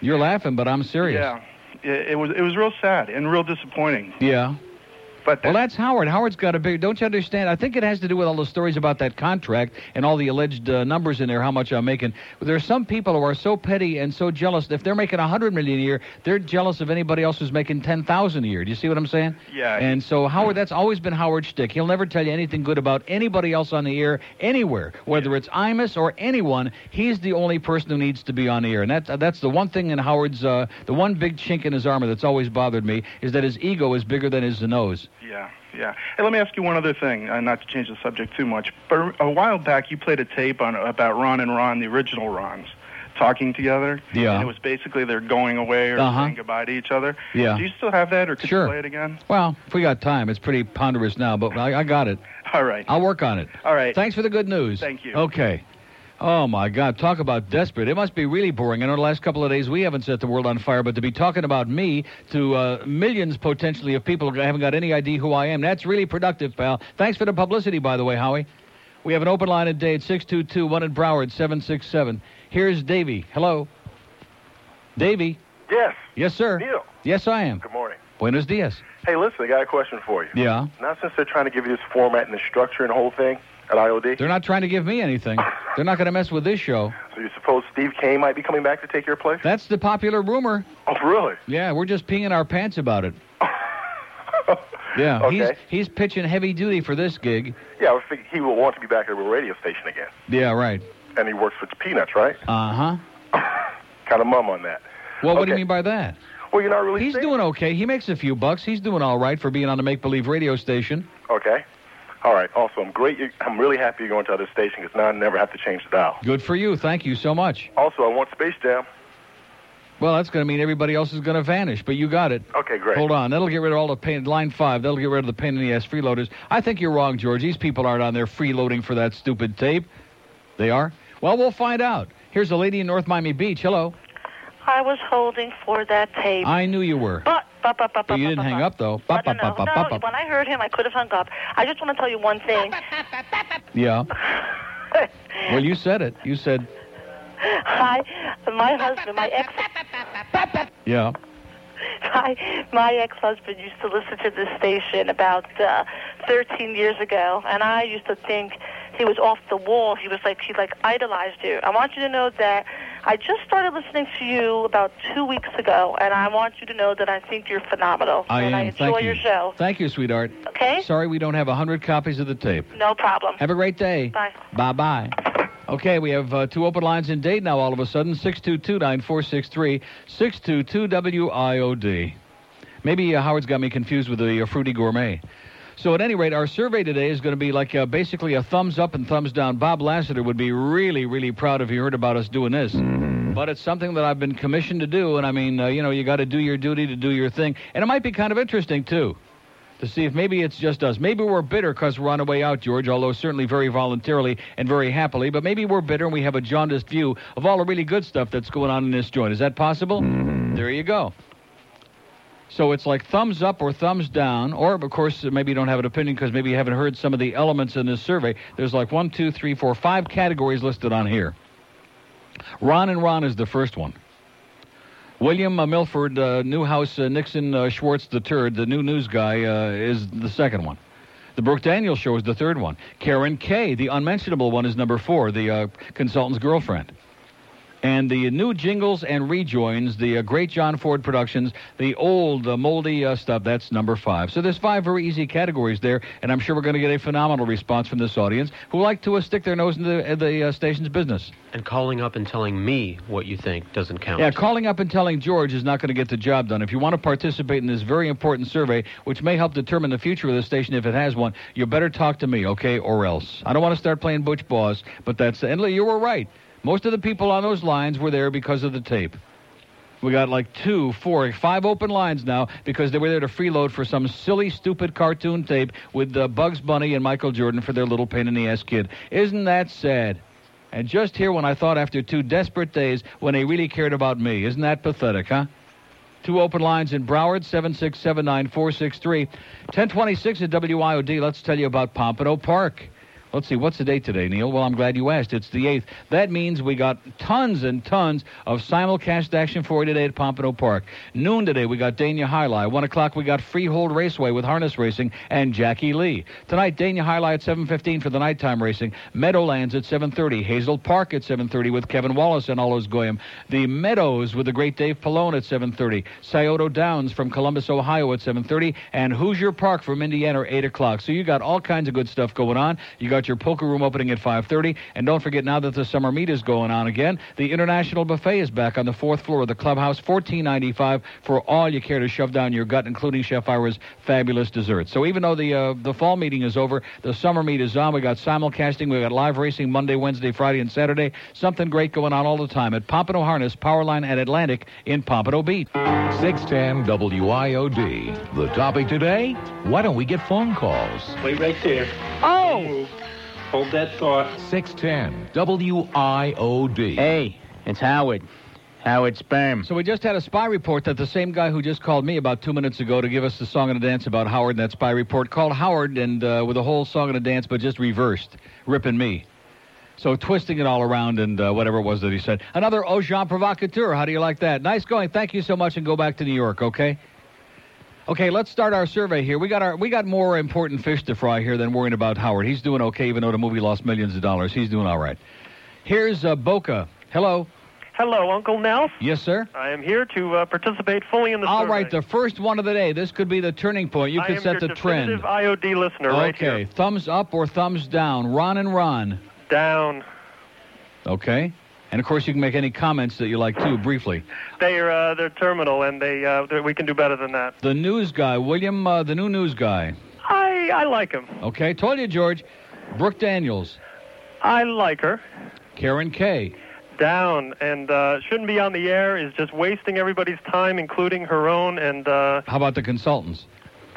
[SPEAKER 6] You're laughing, but I'm serious.
[SPEAKER 16] Yeah. It, it was it was real sad and real disappointing.
[SPEAKER 6] Yeah.
[SPEAKER 16] But
[SPEAKER 6] well, that's Howard. Howard's got a big. Don't you understand? I think it has to do with all the stories about that contract and all the alleged uh, numbers in there, how much I'm making. There are some people who are so petty and so jealous. If they're making a hundred million a year, they're jealous of anybody else who's making ten thousand a year. Do you see what I'm saying?
[SPEAKER 16] Yeah.
[SPEAKER 6] And so Howard, that's always been Howard's shtick. He'll never tell you anything good about anybody else on the air anywhere, whether it's Imus or anyone. He's the only person who needs to be on the air, and that, uh, that's the one thing in Howard's uh, the one big chink in his armor that's always bothered me is that his ego is bigger than his nose.
[SPEAKER 16] Yeah, yeah. Hey, let me ask you one other thing, uh, not to change the subject too much. But a while back, you played a tape on about Ron and Ron, the original Rons,
[SPEAKER 17] talking together.
[SPEAKER 6] Yeah.
[SPEAKER 17] And it was basically they're going away or
[SPEAKER 6] Uh-huh.
[SPEAKER 17] saying goodbye to each other.
[SPEAKER 6] Yeah.
[SPEAKER 17] Do you still have that, or could
[SPEAKER 6] Sure.
[SPEAKER 17] you play it again?
[SPEAKER 6] Well, if we got time, it's pretty ponderous now, but I, I got it.
[SPEAKER 17] All right.
[SPEAKER 6] I'll work on it.
[SPEAKER 17] All right.
[SPEAKER 6] Thanks for the good news.
[SPEAKER 17] Thank you.
[SPEAKER 6] Okay. Oh my God! Talk about desperate. It must be really boring. I know the last couple of days we haven't set the world on fire, but to be talking about me to uh, millions potentially of people who haven't got any idea who I am—that's really productive, pal. Thanks for the publicity, by the way, Howie. We have an open line at Dade six two two one at Broward seven six seven. Here's Davey. Hello, Davey.
[SPEAKER 2] Yes.
[SPEAKER 6] Yes, sir.
[SPEAKER 2] Neil.
[SPEAKER 6] Yes, I am.
[SPEAKER 2] Good morning.
[SPEAKER 6] Buenos dias.
[SPEAKER 2] Hey, listen, I got a question for you.
[SPEAKER 6] Yeah.
[SPEAKER 2] Now, since they're trying to give you this format and the structure and the whole thing at IOD,
[SPEAKER 6] They're not trying to give me anything. They're not going to mess with this show.
[SPEAKER 2] so you suppose Steve Kane might be coming back to take your place?
[SPEAKER 6] That's the popular rumor.
[SPEAKER 2] Oh, really?
[SPEAKER 6] Yeah, we're just peeing our pants about it. yeah, he's he's pitching heavy duty for this gig.
[SPEAKER 2] Yeah, I would think he will want to be back at a radio station again.
[SPEAKER 6] Yeah, right.
[SPEAKER 2] And he works for Peanuts, right?
[SPEAKER 6] Uh huh.
[SPEAKER 2] Kind of mum on that.
[SPEAKER 6] Well, what do you
[SPEAKER 2] Okay.
[SPEAKER 6] mean by that?
[SPEAKER 2] Well, you're not really.
[SPEAKER 6] He's doing okay. He makes a few bucks. He's doing all right for being on a make believe radio station.
[SPEAKER 2] Okay. All right. Also, I'm great. You, I'm really happy you're going to other station because now I never have to change the dial.
[SPEAKER 6] Good for you. Thank you so much.
[SPEAKER 2] Also, I want Space Jam.
[SPEAKER 6] Well, that's going to mean everybody else is going to vanish, but you got it.
[SPEAKER 2] Okay, great.
[SPEAKER 6] Hold on. That'll get rid of all the pain. Line five. That'll get rid of the pain in the ass freeloaders. I think you're wrong, George. These people aren't on there freeloading for that stupid tape. They are. Well, we'll find out. Here's a lady in North Miami Beach. Hello.
[SPEAKER 18] I was holding for that tape.
[SPEAKER 6] I knew you were.
[SPEAKER 18] But, but, but, but,
[SPEAKER 6] But you didn't hang up though. Bop, bop, bop, bop,
[SPEAKER 18] no,
[SPEAKER 6] bop, bop.
[SPEAKER 18] when I heard him, I could have hung up. I just want to tell you one thing.
[SPEAKER 6] Yeah. Well, you said it. You said
[SPEAKER 18] I, my husband, my ex,
[SPEAKER 6] yeah.
[SPEAKER 18] my, my ex-husband used to listen to this station about uh, 13 years ago, and I used to think he was off the wall. He was like he like idolized you. I want you to know that I just started listening to you about two weeks ago, and I want you to know that I think you're phenomenal.
[SPEAKER 6] I
[SPEAKER 18] and
[SPEAKER 6] am.
[SPEAKER 18] I enjoy
[SPEAKER 6] Thank you.
[SPEAKER 18] your show.
[SPEAKER 6] Thank you, sweetheart.
[SPEAKER 18] Okay.
[SPEAKER 6] Sorry we don't have a hundred copies of the tape.
[SPEAKER 18] No problem.
[SPEAKER 6] Have a great day.
[SPEAKER 18] Bye.
[SPEAKER 6] Bye bye. Okay, we have uh, two open lines in date now all of a sudden. 622-9463, 622-WIOD. Maybe uh, Howard's got me confused with the uh, Fruity Gourmet. So at any rate, our survey today is going to be like uh, basically a thumbs up and thumbs down. Bob Lassiter would be really, really proud if he heard about us doing this. But it's something that I've been commissioned to do, and I mean, uh, you know, you got to do your duty to do your thing. And it might be kind of interesting, too to see if maybe it's just us. Maybe we're bitter because we're on our way out, George, although certainly very voluntarily and very happily. But maybe we're bitter and we have a jaundiced view of all the really good stuff that's going on in this joint. Is that possible? There you go. So it's like thumbs up or thumbs down, or of course maybe you don't have an opinion because maybe you haven't heard some of the elements in this survey. There's like one, two, three, four, five categories listed on here. Ron and Ron is the first one. William uh, Milford uh, Newhouse uh, Nixon uh, Schwartz the third, the new news guy, uh, is the second one. The Brooke Daniels show is the third one. Karen Kay, the unmentionable one, is number four, the uh, consultant's girlfriend. And the new jingles and rejoins, the uh, great John Ford Productions, the old uh, moldy uh, stuff, that's number five. So there's five very easy categories there, and I'm sure we're going to get a phenomenal response from this audience who like to uh, stick their nose into the, the uh, station's business.
[SPEAKER 9] And calling up and telling me what you think doesn't count.
[SPEAKER 6] Yeah, calling up and telling George is not going to get the job done. If you want to participate in this very important survey, which may help determine the future of the station if it has one, you better talk to me, okay, or else. I don't want to start playing Butch Boss, but that's and you were right. Most of the people on those lines were there because of the tape. We got like two, four, five open lines now because they were there to freeload for some silly, stupid cartoon tape with uh, Bugs Bunny and Michael Jordan for their little pain in the ass kid. Isn't that sad? And just here when I thought after two desperate days when they really cared about me. Isn't that pathetic, huh? Two open lines in Broward, 7679463. 1026 at WIOD. Let's tell you about Pompano Park. Let's see, what's the date today, Neil? Well, I'm glad you asked. It's the 8th. That means we got tons and tons of simulcast action for you today at Pompano Park. Noon today, we got Dania Highlight. 1 o'clock, we got Freehold Raceway with harness racing and Jackie Lee. Tonight, Dania Highlight at 7.15 for the nighttime racing. Meadowlands at 7.30. Hazel Park at 7.30 with Kevin Wallace and all those goyim. The Meadows with the great Dave Pallone at 7.30. Scioto Downs from Columbus, Ohio at 7.30. And Hoosier Park from Indiana at 8 o'clock. So you got all kinds of good stuff going on. You got got your poker room opening at 5:30, and don't forget now that the summer meet is going on again, the International Buffet is back on the fourth floor of the clubhouse, 14.95 for all you care to shove down your gut, including Chef Ira's fabulous desserts. So even though the uh, the fall meeting is over, the summer meet is on. We got simulcasting, we got live racing Monday, Wednesday, Friday, and Saturday. Something great going on all the time at Pompano Harness Powerline at Atlantic in Pompano Beach.
[SPEAKER 7] 610 WIOD. The topic today? Why don't we get phone calls?
[SPEAKER 19] Wait right there.
[SPEAKER 6] Oh!
[SPEAKER 19] Hold that thought.
[SPEAKER 7] 610 WIOD.
[SPEAKER 20] Hey, it's Howard. Howard Sperm.
[SPEAKER 6] So we just had a spy report that the same guy who just called me about two minutes ago to give us the song and a dance about Howard and that spy report called Howard and uh, with a whole song and a dance, but just reversed, ripping me. So twisting it all around and uh, whatever it was that he said. Another Jean provocateur. How do you like that? Nice going. Thank you so much, and go back to New York, okay? Okay, let's start our survey here. We got our we got more important fish to fry here than worrying about Howard. He's doing okay, even though the movie lost millions of dollars. He's doing all right. Here's uh, Boca. Hello.
[SPEAKER 21] Hello, Uncle Nels.
[SPEAKER 6] Yes, sir.
[SPEAKER 21] I am here to uh, participate fully in the
[SPEAKER 6] All
[SPEAKER 21] survey.
[SPEAKER 6] right, the first one of the day. This could be the turning point. You
[SPEAKER 21] I
[SPEAKER 6] could
[SPEAKER 21] am
[SPEAKER 6] set
[SPEAKER 21] your
[SPEAKER 6] the trend.
[SPEAKER 21] definitive IOD listener right
[SPEAKER 6] okay,
[SPEAKER 21] here.
[SPEAKER 6] thumbs up or thumbs down. Ron and Ron.
[SPEAKER 21] Down.
[SPEAKER 6] Okay. And of course, you can make any comments that you like too, briefly.
[SPEAKER 21] They're uh, they're terminal, and they uh, they're- we can do better than that.
[SPEAKER 6] The news guy, William, uh, the new news guy.
[SPEAKER 21] I I like him.
[SPEAKER 6] Okay, told you, George. Brooke Daniels,
[SPEAKER 21] I like her.
[SPEAKER 6] Karen Kay.
[SPEAKER 21] Down and uh, shouldn't be on the air is just wasting everybody's time, including her own. And uh,
[SPEAKER 6] How about the consultants?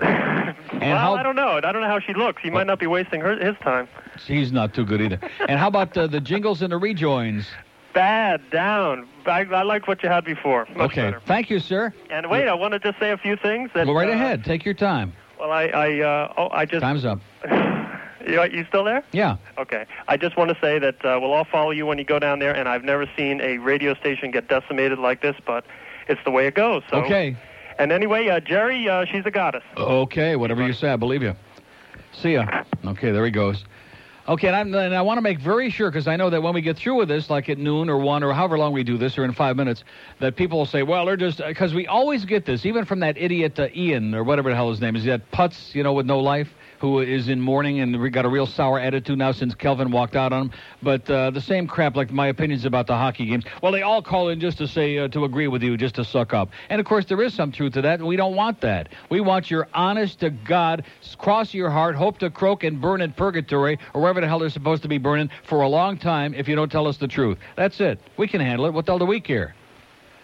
[SPEAKER 6] and
[SPEAKER 21] well,
[SPEAKER 6] how
[SPEAKER 21] I don't know. I don't know how she looks. He might not be wasting her his time.
[SPEAKER 6] he's not too good either. and how about uh, the, the jingles and the rejoins?
[SPEAKER 21] Bad down. I, I like what you had before. Much
[SPEAKER 6] okay,
[SPEAKER 21] better.
[SPEAKER 6] thank you, sir.
[SPEAKER 21] And wait, I want to just say a few things. That
[SPEAKER 6] Go right
[SPEAKER 21] uh,
[SPEAKER 6] ahead. Take your time.
[SPEAKER 21] Well, I I uh, oh I just
[SPEAKER 6] Time's up.
[SPEAKER 21] you, you still there?
[SPEAKER 6] Yeah.
[SPEAKER 21] Okay. I just want to say that uh, we'll all follow you when you go down there, and I've never seen a radio station get decimated like this, but it's the way it goes. So.
[SPEAKER 6] Okay.
[SPEAKER 21] And anyway, uh, Jerry, uh, she's a goddess.
[SPEAKER 6] Okay, whatever you say, I believe you. See ya. Okay, there he goes. Okay, and, I'm, and I want to make very sure because I know that when we get through with this, like at noon or one or however long we do this, or in five minutes, that people will say, "Well, they're just," because we always get this, even from that idiot uh, Ian or whatever the hell his name is, that putz, you know, with no life, who is in mourning and we got a real sour attitude now since Kelvin walked out on him. But uh, the same crap, like my opinions about the hockey games. Well, they all call in just to say uh, to agree with you, just to suck up. And of course, there is some truth to that. and We don't want that. We want your honest to God, s- cross your heart, hope to croak and burn in purgatory or wherever the hell they're supposed to be burning for a long time. If you don't tell us the truth, that's it. We can handle it. What the hell do we care?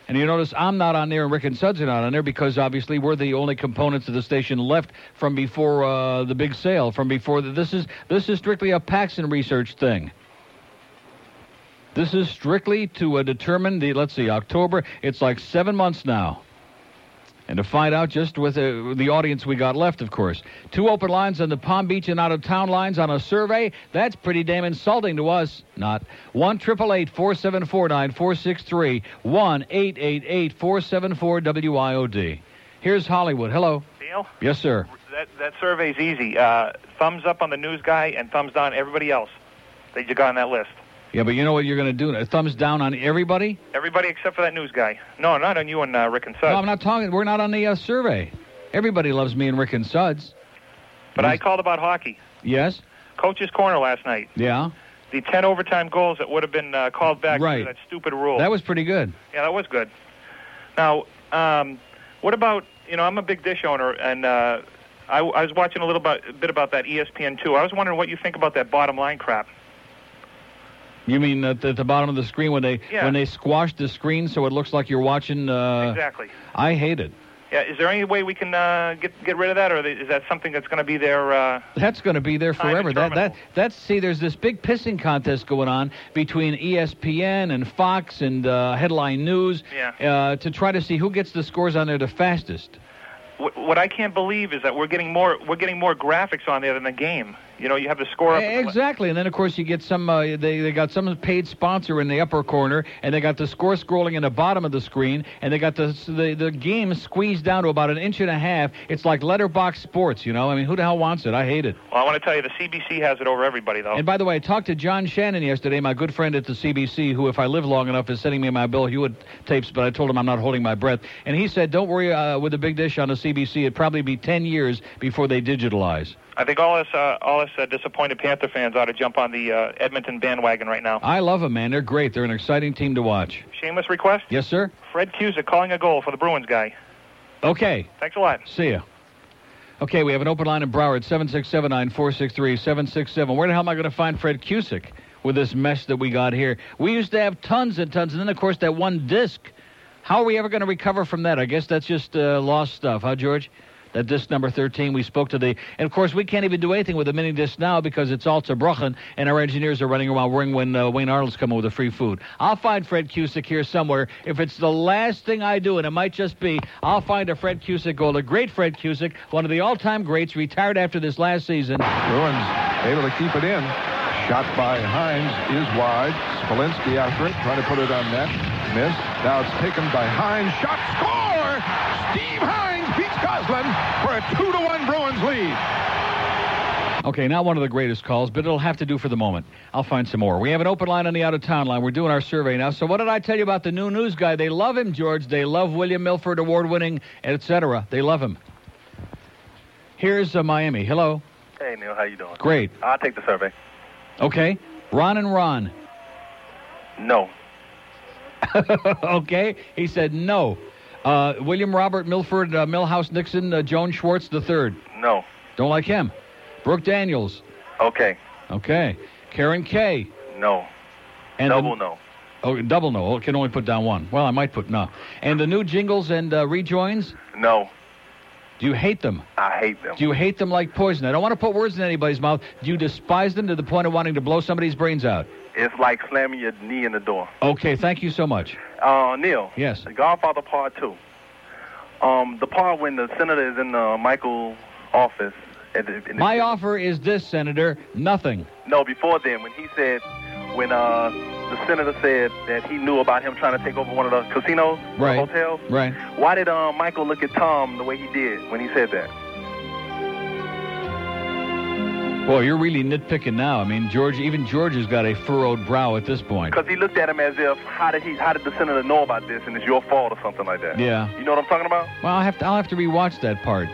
[SPEAKER 6] And you notice I'm not on there, and Rick and Suds are not on there because obviously we're the only components of the station left from before uh, the big sale, from before the, this is this is strictly a Paxson research thing. This is strictly to uh, determine the let's see October. It's like seven months now. And to find out just with uh, the audience we got left, of course. Two open lines on the Palm Beach and out of town lines on a survey. That's pretty damn insulting to us. Not. 1 888 474 9463. 1 888 474 WIOD. Here's Hollywood. Hello.
[SPEAKER 22] Neil?
[SPEAKER 6] Yes, sir.
[SPEAKER 22] That, that survey's easy. Uh, thumbs up on the news guy and thumbs down everybody else that you got on that list.
[SPEAKER 6] Yeah, but you know what you're going to do? A thumbs down on everybody?
[SPEAKER 22] Everybody except for that news guy. No, not on you and uh, Rick and Sud.
[SPEAKER 6] No, I'm not talking. We're not on the uh, survey. Everybody loves me and Rick and Suds.
[SPEAKER 22] but I called about hockey.
[SPEAKER 6] Yes?
[SPEAKER 22] Coach's corner last night.
[SPEAKER 6] Yeah?
[SPEAKER 22] The 10 overtime goals that would have been uh, called back
[SPEAKER 6] Right.
[SPEAKER 22] due to that stupid rule.
[SPEAKER 6] That was pretty good.
[SPEAKER 22] Yeah, that was good. Now, um, what about you know? I'm a big dish owner, and uh, I, I was watching a little bit, bit about that E ESPN too. I was wondering what you think about that bottom line crap.
[SPEAKER 6] You mean at the, at the bottom of the screen when they
[SPEAKER 22] Yeah.
[SPEAKER 6] when they squash the screen so it looks like you're watching? Uh,
[SPEAKER 22] exactly.
[SPEAKER 6] I hate it.
[SPEAKER 22] Yeah, is there any way we can uh, get get rid of that, or is that something that's going to be there? Uh,
[SPEAKER 6] That's going to be there forever. That that that's see. There's this big pissing contest going on between E ESPN and Fox and uh, Headline News uh, to try to see who gets the scores on there the fastest.
[SPEAKER 22] what, what I can't believe is that we're getting more we're getting more graphics on there than the game. You know, you have the score up.
[SPEAKER 6] Eh, Exactly, and then of course you get some. Uh, they they got some paid sponsor in the upper corner, and they got the score scrolling in the bottom of the screen, and they got the the, the game squeezed down to about an inch and a half. It's like letterbox sports, you know. I mean, who the hell wants it? I hate it.
[SPEAKER 22] Well, I want to tell you, the CBC has it over everybody, though.
[SPEAKER 6] And by the way, I talked to John Shannon yesterday, my good friend at the CBC, who, if I live long enough, is sending me my Bill Hewitt tapes, but I told him I'm not holding my breath. And he said, don't worry, uh, with the big dish on the CBC, it'd probably be 10 years before they digitalize.
[SPEAKER 22] I think all us, uh, all us uh, disappointed Panther fans ought to jump on the uh, Edmonton bandwagon right now.
[SPEAKER 6] I love them, man. They're great. They're an exciting team to watch.
[SPEAKER 22] Shameless request.
[SPEAKER 6] Yes, sir.
[SPEAKER 22] Fred Cusick calling a goal for the Bruins guy.
[SPEAKER 6] Okay.
[SPEAKER 22] Thanks a lot.
[SPEAKER 6] See ya. Okay, we have an open line in Broward, 767-9463-767. Where the hell am I going to find Fred Cusick with this mess that we got here? We used to have tons and tons, and then, of course, that one disc. How are we ever going to recover from that? I guess that's just uh, lost stuff, huh, George? That disc number 13, we spoke to the... And, of course, we can't even do anything with the mini disc now because it's all zerbrochen, and our engineers are running around worrying when uh, Wayne Arnold's coming with the free food. I'll find Fred Cusick here somewhere. If it's the last thing I do, and it might just be, I'll find a Fred Cusick goal, a great Fred Cusick, one of the all-time greats, retired after this last season.
[SPEAKER 23] Bruins able to keep it in. Shot by Hines is wide. Smolinski after it, trying to put it on net. Missed. Now it's taken by Hines. Shot score! Steve Hines beats Goslin for a 2 to 1 Bruins lead.
[SPEAKER 6] Okay, not one of the greatest calls, but it'll have to do for the moment. I'll find some more. We have an open line on the out-of-town line. We're doing our survey now. So what did I tell you about the new news guy? They love him, George. They love William Milford, award-winning, et cetera. They love him. Here's uh, Miami. Hello.
[SPEAKER 24] Hey Neil, how you doing?
[SPEAKER 6] Great.
[SPEAKER 24] I'll take the survey.
[SPEAKER 6] Okay. Ron and Ron.
[SPEAKER 24] No.
[SPEAKER 6] okay. He said no. Uh, William Robert Milford, uh, Milhouse Nixon, uh, Joan Schwartz the third.
[SPEAKER 24] No.
[SPEAKER 6] Don't like him. Brooke Daniels.
[SPEAKER 24] Okay.
[SPEAKER 6] Okay. Karen Kay.
[SPEAKER 24] No.
[SPEAKER 6] And
[SPEAKER 24] Double
[SPEAKER 6] the,
[SPEAKER 24] no.
[SPEAKER 6] Oh, double no. Oh, it can only put down one. Well, I might put no. And the new jingles and uh, rejoins.
[SPEAKER 24] No.
[SPEAKER 6] Do you hate them?
[SPEAKER 24] I hate them.
[SPEAKER 6] Do you hate them like poison? I don't want to put words in anybody's mouth. Do you despise them to the point of wanting to blow somebody's brains out?
[SPEAKER 24] It's like slamming your knee in the door.
[SPEAKER 6] Okay, thank you so much.
[SPEAKER 24] Uh, Neil.
[SPEAKER 6] Yes.
[SPEAKER 24] The Godfather Part Two. Um, the part when the senator is in uh, Michael's office. At the, in the,
[SPEAKER 6] My offer is this, Senator nothing.
[SPEAKER 24] no, before then, when he said, when uh, the senator said that he knew about him trying to take over one of the casinos,
[SPEAKER 6] Right.
[SPEAKER 24] the hotels.
[SPEAKER 6] Right.
[SPEAKER 24] Why did uh, Michael look at Tom the way he did when he said that?
[SPEAKER 6] Boy, you're really nitpicking now. I mean, George, even George has got a furrowed brow at this point.
[SPEAKER 24] Because he looked at him as if, how did he, how did the senator know about this, and it's your fault or something like that.
[SPEAKER 6] Yeah.
[SPEAKER 24] You know what I'm talking about?
[SPEAKER 6] Well, I'll have to, I'll have to rewatch that part.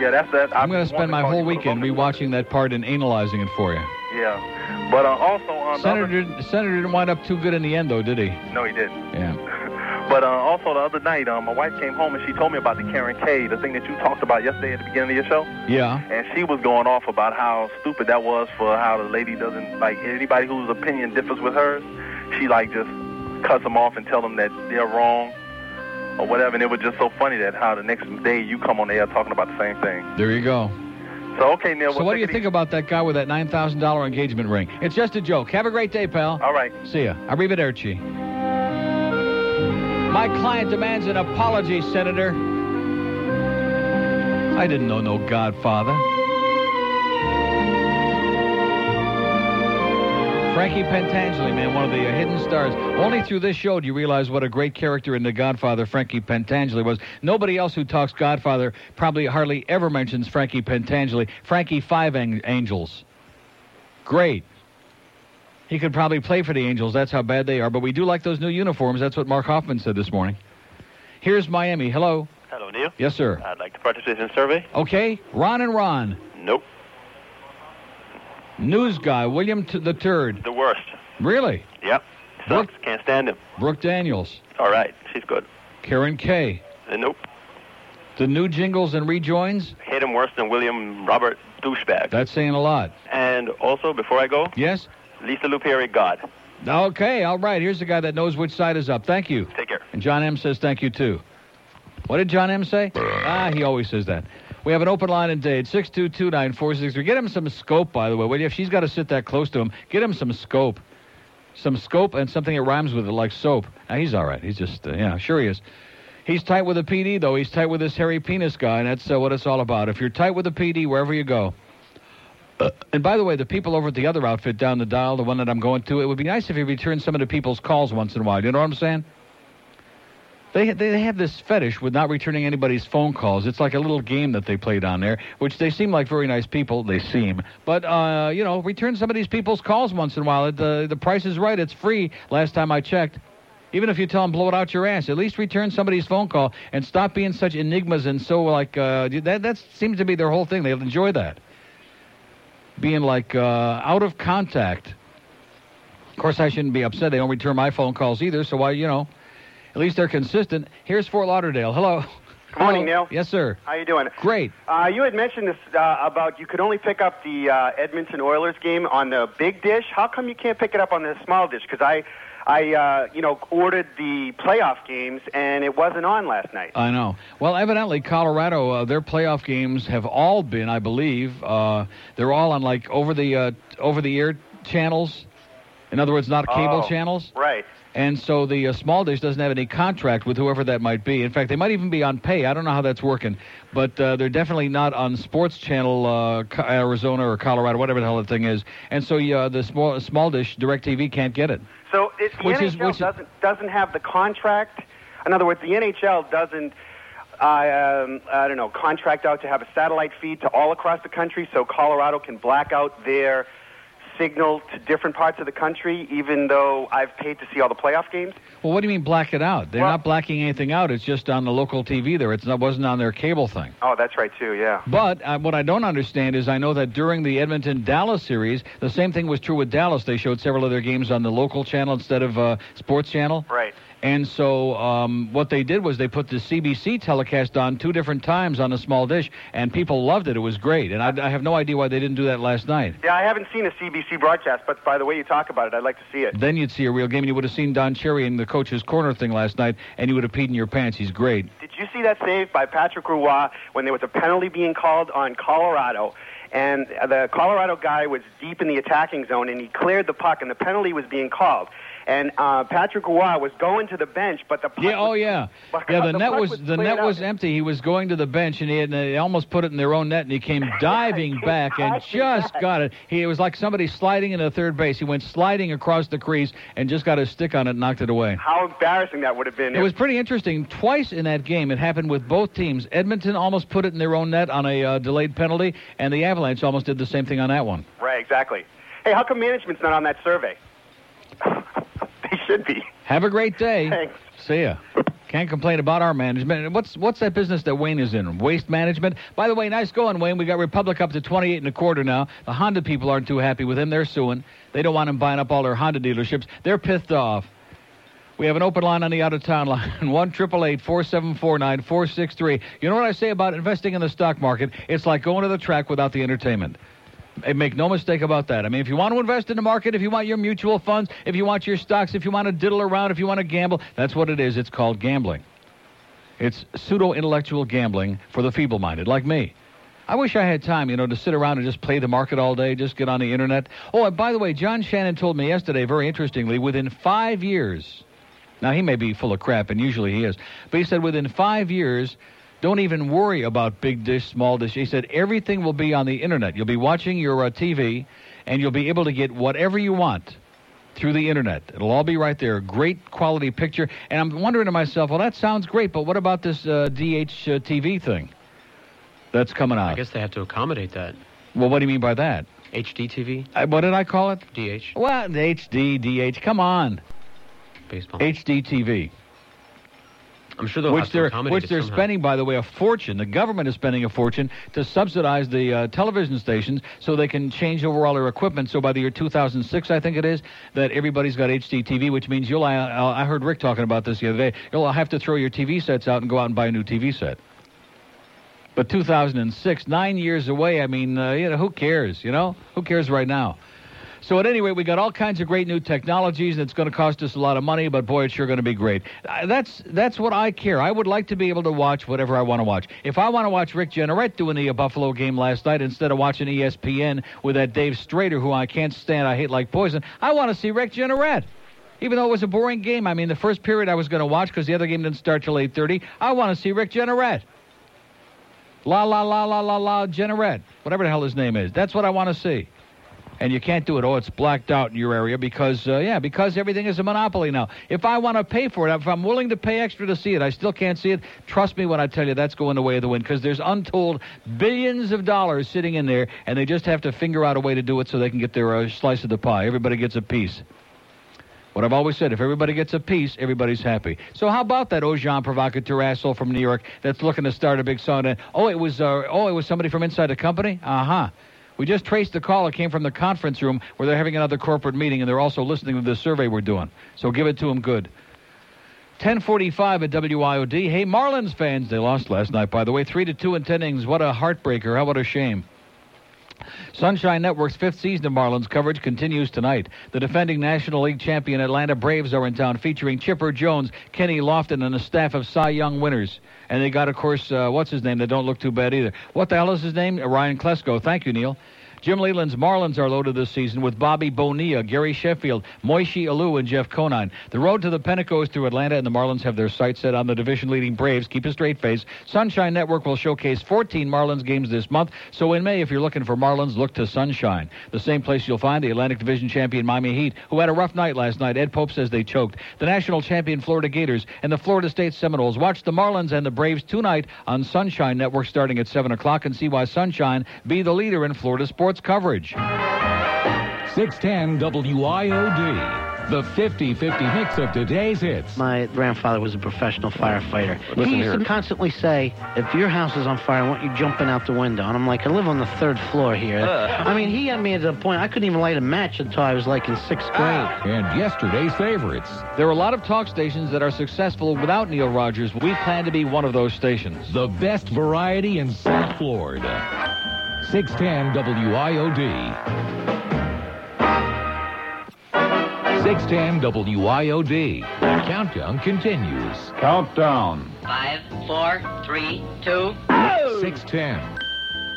[SPEAKER 24] Yeah, that's that.
[SPEAKER 6] I'm going to spend my whole weekend rewatching that part and analyzing it for you.
[SPEAKER 24] Yeah. But uh, also on
[SPEAKER 6] Senator, Senator didn't wind up too good in the end, though, did he?
[SPEAKER 24] the other, no, he didn't.
[SPEAKER 6] Yeah.
[SPEAKER 24] But uh, also the other night, um, my wife came home and she told me about the Karen K, the thing that you talked about yesterday at the beginning of your show.
[SPEAKER 6] Yeah.
[SPEAKER 24] And she was going off about how stupid that was for how the lady doesn't like anybody whose opinion differs with hers. She like just cuts them off and tell them that they're wrong or whatever. And it was just so funny that how the next day you come on the air talking about the same thing.
[SPEAKER 6] There you go.
[SPEAKER 24] So okay, Neil.
[SPEAKER 6] So,
[SPEAKER 24] well,
[SPEAKER 6] what do
[SPEAKER 24] take
[SPEAKER 6] you
[SPEAKER 24] it
[SPEAKER 6] think about that guy with that $9,000 engagement ring? It's just a joke. Have a great day, pal.
[SPEAKER 24] All right.
[SPEAKER 6] See ya. Arrivederci. My client demands an apology, Senator. I didn't know no godfather. Frankie Pentangeli, man, one of the uh, hidden stars. Only through this show do you realize what a great character in The Godfather Frankie Pentangeli was. Nobody else who talks Godfather probably hardly ever mentions Frankie Pentangeli. Frankie Five Ang- Angels. Great. He could probably play for the Angels. That's how bad they are. But we do like those new uniforms. That's what Mark Hoffman said this morning. Here's Miami. Hello.
[SPEAKER 25] Hello, Neil.
[SPEAKER 6] Yes, sir.
[SPEAKER 25] I'd like to participate in the survey.
[SPEAKER 6] Okay. Ron and Ron.
[SPEAKER 25] Nope.
[SPEAKER 6] News guy, William t- the Third.
[SPEAKER 25] The worst.
[SPEAKER 6] Really?
[SPEAKER 25] Yep. Sucks. Can't stand him.
[SPEAKER 6] Brooke Daniels.
[SPEAKER 25] All right. She's good.
[SPEAKER 6] Karen Kay.
[SPEAKER 25] Uh, nope.
[SPEAKER 6] The new jingles and rejoins.
[SPEAKER 25] Hate him worse than William Robert douchebag.
[SPEAKER 6] That's saying a lot.
[SPEAKER 25] And also, before I go,
[SPEAKER 6] Yes?
[SPEAKER 25] Lisa Lupieri, God.
[SPEAKER 6] Okay, all right. Here's the guy that knows which side is up. Thank you.
[SPEAKER 25] Take care.
[SPEAKER 6] And John M says thank you too. What did John M say? ah, he always says that. We have an open line in Dade, 6229463. Get him some scope, by the way, will you? If she's got to sit that close to him, get him some scope. Some scope and something that rhymes with it, like soap. Now, he's all right. He's just, uh, yeah, sure he is. He's tight with a PD, though. He's tight with this hairy penis guy, and that's uh, what it's all about. If you're tight with a PD, wherever you go, and by the way, the people over at the other outfit down the dial, the one that I'm going to, it would be nice if you returned some of the people's calls once in a while. You know what I'm saying? They, they have this fetish with not returning anybody's phone calls. It's like a little game that they play down there, which they seem like very nice people. They seem. But, uh, you know, return some of these people's calls once in a while. It, uh, the price is right. It's free last time I checked. Even if you tell them blow it out your ass, at least return somebody's phone call and stop being such enigmas and so like uh, that. That seems to be their whole thing. They'll enjoy that, being like uh, out of contact. Of course, I shouldn't be upset. They don't return my phone calls either. So why, you know, at least they're consistent. Here's Fort Lauderdale. Hello.
[SPEAKER 26] Good morning, Neil.
[SPEAKER 6] Yes, sir.
[SPEAKER 26] How you doing?
[SPEAKER 6] Great.
[SPEAKER 26] Uh, you had mentioned this uh, about you could only pick up the uh, Edmonton Oilers game on the big dish. How come you can't pick it up on the small dish? Because I, I, uh, you know, ordered the playoff games and it wasn't on last night.
[SPEAKER 6] I know. Well, evidently, Colorado, uh, their playoff games have all been, I believe, uh, they're all on like over the uh, over the air channels. In other words, not cable
[SPEAKER 26] Oh,
[SPEAKER 6] channels.
[SPEAKER 26] Right.
[SPEAKER 6] And so the uh, small dish doesn't have any contract with whoever that might be. In fact, they might even be on pay. I don't know how that's working, but uh, they're definitely not on Sports Channel uh, Co- Arizona or Colorado, whatever the hell the thing is. And so uh, the small small dish Directv can't get it.
[SPEAKER 26] So it, the
[SPEAKER 6] Which
[SPEAKER 26] NHL
[SPEAKER 6] is- which-
[SPEAKER 26] doesn't doesn't have the contract. In other words, the NHL doesn't. I um, I don't know. Contract out to have a satellite feed to all across the country, so Colorado can black out their signal to different parts of the country. Even though I've paid to see all the playoff games.
[SPEAKER 6] Well, what do you mean black it out? They're not blacking anything out. It's just on the local TV there. It's not wasn't on their cable thing.
[SPEAKER 26] Oh, that's right too. Yeah.
[SPEAKER 6] But uh, what I don't understand is I know that during the Edmonton Dallas series, the same thing was true with Dallas. They showed several of their games on the local channel instead of uh, Sports Channel.
[SPEAKER 26] Right.
[SPEAKER 6] And so um, what they did was they put the CBC telecast on two different times on a small dish, and people loved it. It was great. And I, I have no idea why they didn't do that last night.
[SPEAKER 26] Yeah, I haven't seen a CBC broadcast, but by the way you talk about it, I'd like to see it.
[SPEAKER 6] Then you'd see a real game, and you would have seen Don Cherry in the coach's corner thing last night, and you would have peed in your pants. He's great.
[SPEAKER 26] Did you see that save by Patrick Roy when there was a penalty being called on Colorado? And the Colorado guy was deep in the attacking zone, and he cleared the puck, and the penalty was being called. And uh, Patrick Roy was going to the bench, but the puck
[SPEAKER 6] Yeah. Oh, yeah.
[SPEAKER 26] But
[SPEAKER 6] Yeah.
[SPEAKER 26] God,
[SPEAKER 6] The
[SPEAKER 26] the
[SPEAKER 6] net
[SPEAKER 26] puck
[SPEAKER 6] was
[SPEAKER 26] was
[SPEAKER 6] the
[SPEAKER 26] cleared
[SPEAKER 6] net
[SPEAKER 26] out.
[SPEAKER 6] was empty. He was going to the bench, and he had, they almost put it in their own net, and he came diving back and just got it. He it was like somebody sliding into third base. He went sliding across the crease and just got his stick on it, and knocked it away.
[SPEAKER 26] How embarrassing that would have been.
[SPEAKER 6] It was pretty interesting. Twice in that game, it happened with both teams. Edmonton almost put it in their own net on a uh, delayed penalty, and the Avalanche almost did the same thing on that one.
[SPEAKER 26] Right, exactly. Hey, how come management's not on that survey? they should be.
[SPEAKER 6] Have a great day.
[SPEAKER 26] Thanks.
[SPEAKER 6] See ya. Can't complain about our management. And What's what's that business that Wayne is in? Waste management. By the way, nice going, Wayne. We got Republic up to twenty eight and a quarter now. The Honda people aren't too happy with him. They're suing. They don't want him buying up all their Honda dealerships. They're pithed off. We have an open line on the out of town line one triple eight four seven four nine four six three. You know what I say about investing in the stock market? It's like going to the track without the entertainment. And Make no mistake about that. I mean, if you want to invest in the market, if you want your mutual funds, if you want your stocks, if you want to diddle around, if you want to gamble, that's what it is. It's called gambling. It's pseudo intellectual gambling for the feeble minded, like me. I wish I had time, you know, to sit around and just play the market all day, just get on the internet. Oh, and by the way, John Shannon told me yesterday, very interestingly, within five years, now he may be full of crap, and usually he is, but he said within five years, don't even worry about big dish, small dish. He said everything will be on the internet. You'll be watching your uh, TV, and you'll be able to get whatever you want through the internet. It'll all be right there. Great quality picture. And I'm wondering to myself, well, that sounds great, but what about this uh, DH uh, TV thing that's coming out?
[SPEAKER 9] I guess they have to accommodate that.
[SPEAKER 6] Well, what do you mean by that?
[SPEAKER 9] HDTV,
[SPEAKER 6] Uh, what did I call it?
[SPEAKER 9] DH.
[SPEAKER 6] Well, HD, DH. Come on.
[SPEAKER 9] Baseball.
[SPEAKER 6] HDTV.
[SPEAKER 9] I'm sure they'll
[SPEAKER 6] which
[SPEAKER 9] have to
[SPEAKER 6] they're
[SPEAKER 9] accommodate
[SPEAKER 6] which
[SPEAKER 9] it
[SPEAKER 6] they're
[SPEAKER 9] somehow.
[SPEAKER 6] spending, by the way, a fortune. The government is spending a fortune to subsidize the uh, television stations so they can change over all their equipment. So by the year 2006, I think it is that everybody's got HDTV, which means you'll. I, uh, I heard Rick talking about this the other day. You'll have to throw your TV sets out and go out and buy a new TV set. But 2006, nine years away. I mean, uh, you know, who cares? You know, who cares right now? So at any rate, we got all kinds of great new technologies, and it's going to cost us a lot of money, but boy, it's sure going to be great. Uh, That's that's what I care. I would like to be able to watch whatever I want to watch. If I want to watch Rick Jenneret doing the uh, Buffalo game last night instead of watching E ESPN with that Dave Strader, who I can't stand, I hate like poison, I want to see Rick Jenneret. Even though it was a boring game, I mean, the first period I was going to watch because the other game didn't start till 8.30, I want to see Rick Jenneret. La, la, la, la, la, la, Jenneret, whatever the hell his name is. That's what I want to see and you can't do it. Oh, it's blacked out in your area because, uh, yeah, because everything is a monopoly now. If I want to pay for it, if I'm willing to pay extra to see it, I still can't see it. Trust me when I tell you that's going the way of the wind because there's untold billions of dollars sitting in there, and they just have to figure out a way to do it so they can get their uh, slice of the pie. Everybody gets a piece. What I've always said, if everybody gets a piece, everybody's happy. So how about that Ojan provocateur asshole from New York that's looking to start a big sauna? Oh, it was uh, oh, it was somebody from inside the company? Uh-huh. We just traced the call. It came from the conference room where they're having another corporate meeting and they're also listening to the survey we're doing. So give it to them good. 1045 at WIOD. Hey, Marlins fans, they lost last night, by the way. 3 to 2 in 10 innings. What a heartbreaker. How about a shame? Sunshine Network's fifth season of Marlins coverage continues tonight. The defending National League champion Atlanta Braves are in town, featuring Chipper Jones, Kenny Lofton, and a staff of Cy Young winners. And they got, of course, uh, what's his name? They don't look too bad either. What the hell is his name? Uh, Ryan Klesko. Thank you, Neil. Jim Leland's Marlins are loaded this season with Bobby Bonilla, Gary Sheffield, Moishi Alou, and Jeff Conine. The road to the Pentacoast through Atlanta, and the Marlins have their sights set on the division-leading Braves. Keep a straight face. Sunshine Network will showcase 14 Marlins games this month, so in May, if you're looking for Marlins, look to Sunshine. The same place you'll find the Atlantic Division champion Miami Heat, who had a rough night last night. Ed Pope says they choked. The national champion Florida Gators and the Florida State Seminoles. Watch the Marlins and the Braves tonight on Sunshine Network starting at 7 o'clock and see why Sunshine be the leader in Florida sports coverage.
[SPEAKER 7] 610 WIOD, the 50 50 mix of today's hits.
[SPEAKER 12] My grandfather was a professional firefighter.
[SPEAKER 7] Listen
[SPEAKER 12] he used
[SPEAKER 7] here.
[SPEAKER 12] to constantly say, if your house is on fire, I want you jumping out the window. And I'm like, I live on the third floor here.
[SPEAKER 6] Uh.
[SPEAKER 12] I mean, he had me at the point I couldn't even light a match until I was like in sixth grade.
[SPEAKER 7] And yesterday's favorites.
[SPEAKER 6] There are a lot of talk stations that are successful without Neil Rogers. We plan to be one of those stations.
[SPEAKER 7] The best variety in South Florida. 610 WIOD. 610 WIOD. The countdown continues. Countdown.
[SPEAKER 5] Five, four, three, two.
[SPEAKER 7] 610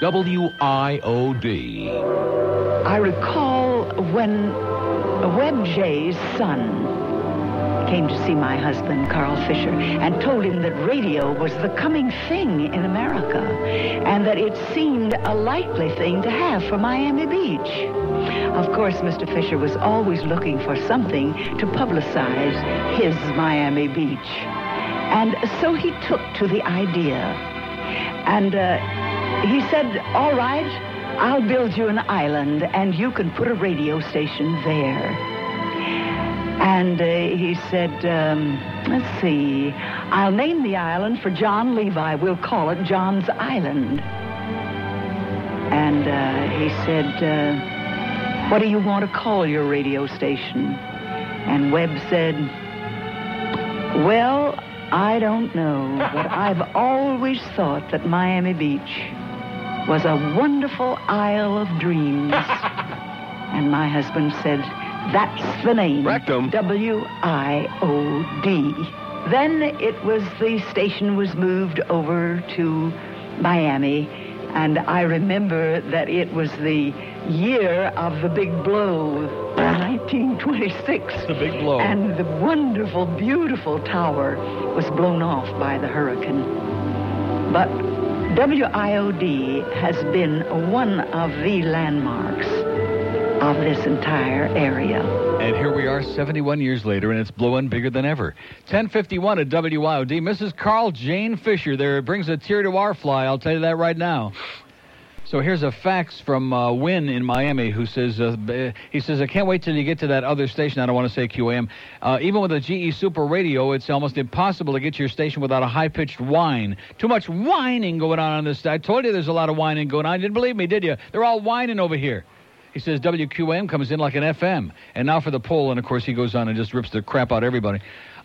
[SPEAKER 7] WIOD.
[SPEAKER 27] I recall when Webb Jay's son came to see my husband, Carl Fisher, and told him that radio was the coming thing in America and that it seemed a likely thing to have for Miami Beach. Of course, Mr. Fisher was always looking for something to publicize his Miami Beach. And so he took to the idea. And uh, he said, All right, I'll build you an island and you can put a radio station there. And uh, he said, um, Let's see, I'll name the island for John Levi. We'll call it John's Island. And uh, he said, uh, What do you want to call your radio station? And Webb said, Well, I don't know, but I've always thought that Miami Beach was a wonderful isle of dreams. and my husband said, That's the name. Rectum. W I O D. Then it was the station was moved over to Miami, and I remember that it was the year of the big blow, 1926.
[SPEAKER 6] The big blow.
[SPEAKER 27] And the wonderful, beautiful tower was blown off by the hurricane. But WIOD has been one of the landmarks of this entire area.
[SPEAKER 6] And here we are 71 years later, and it's blowing bigger than ever. 1051 at WYOD. Mrs. Carl Jane Fisher there brings a tear to our fly. I'll tell you that right now. So here's a fax from uh, Wynn in Miami who says, uh, b- he says, I can't wait till you get to that other station. I don't want to say QAM. Uh, even with a GE Super Radio, it's almost impossible to get to your station without a high-pitched whine. Too much whining going on on this. I told you there's a lot of whining going on. You didn't believe me, did you? They're all whining over here. He says WQAM comes in like an FM. And now for the poll, and of course he goes on and just rips the crap out of everybody.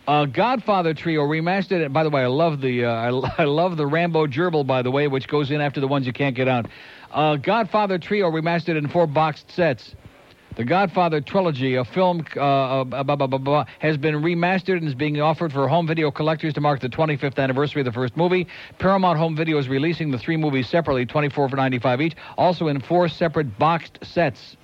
[SPEAKER 6] Uh, Godfather Trio remastered it. By the way, I love the uh, I, lo- I love the Rambo gerbil. By the way, which goes in after the ones you can't get out. Uh, Godfather Trio remastered in four boxed sets. The Godfather trilogy, a film uh, uh, blah, blah, blah, blah, has been remastered and is being offered for home video collectors to mark the 25th anniversary of the first movie. Paramount Home Video is releasing the three movies separately, 24 for 95 each, also in four separate boxed sets.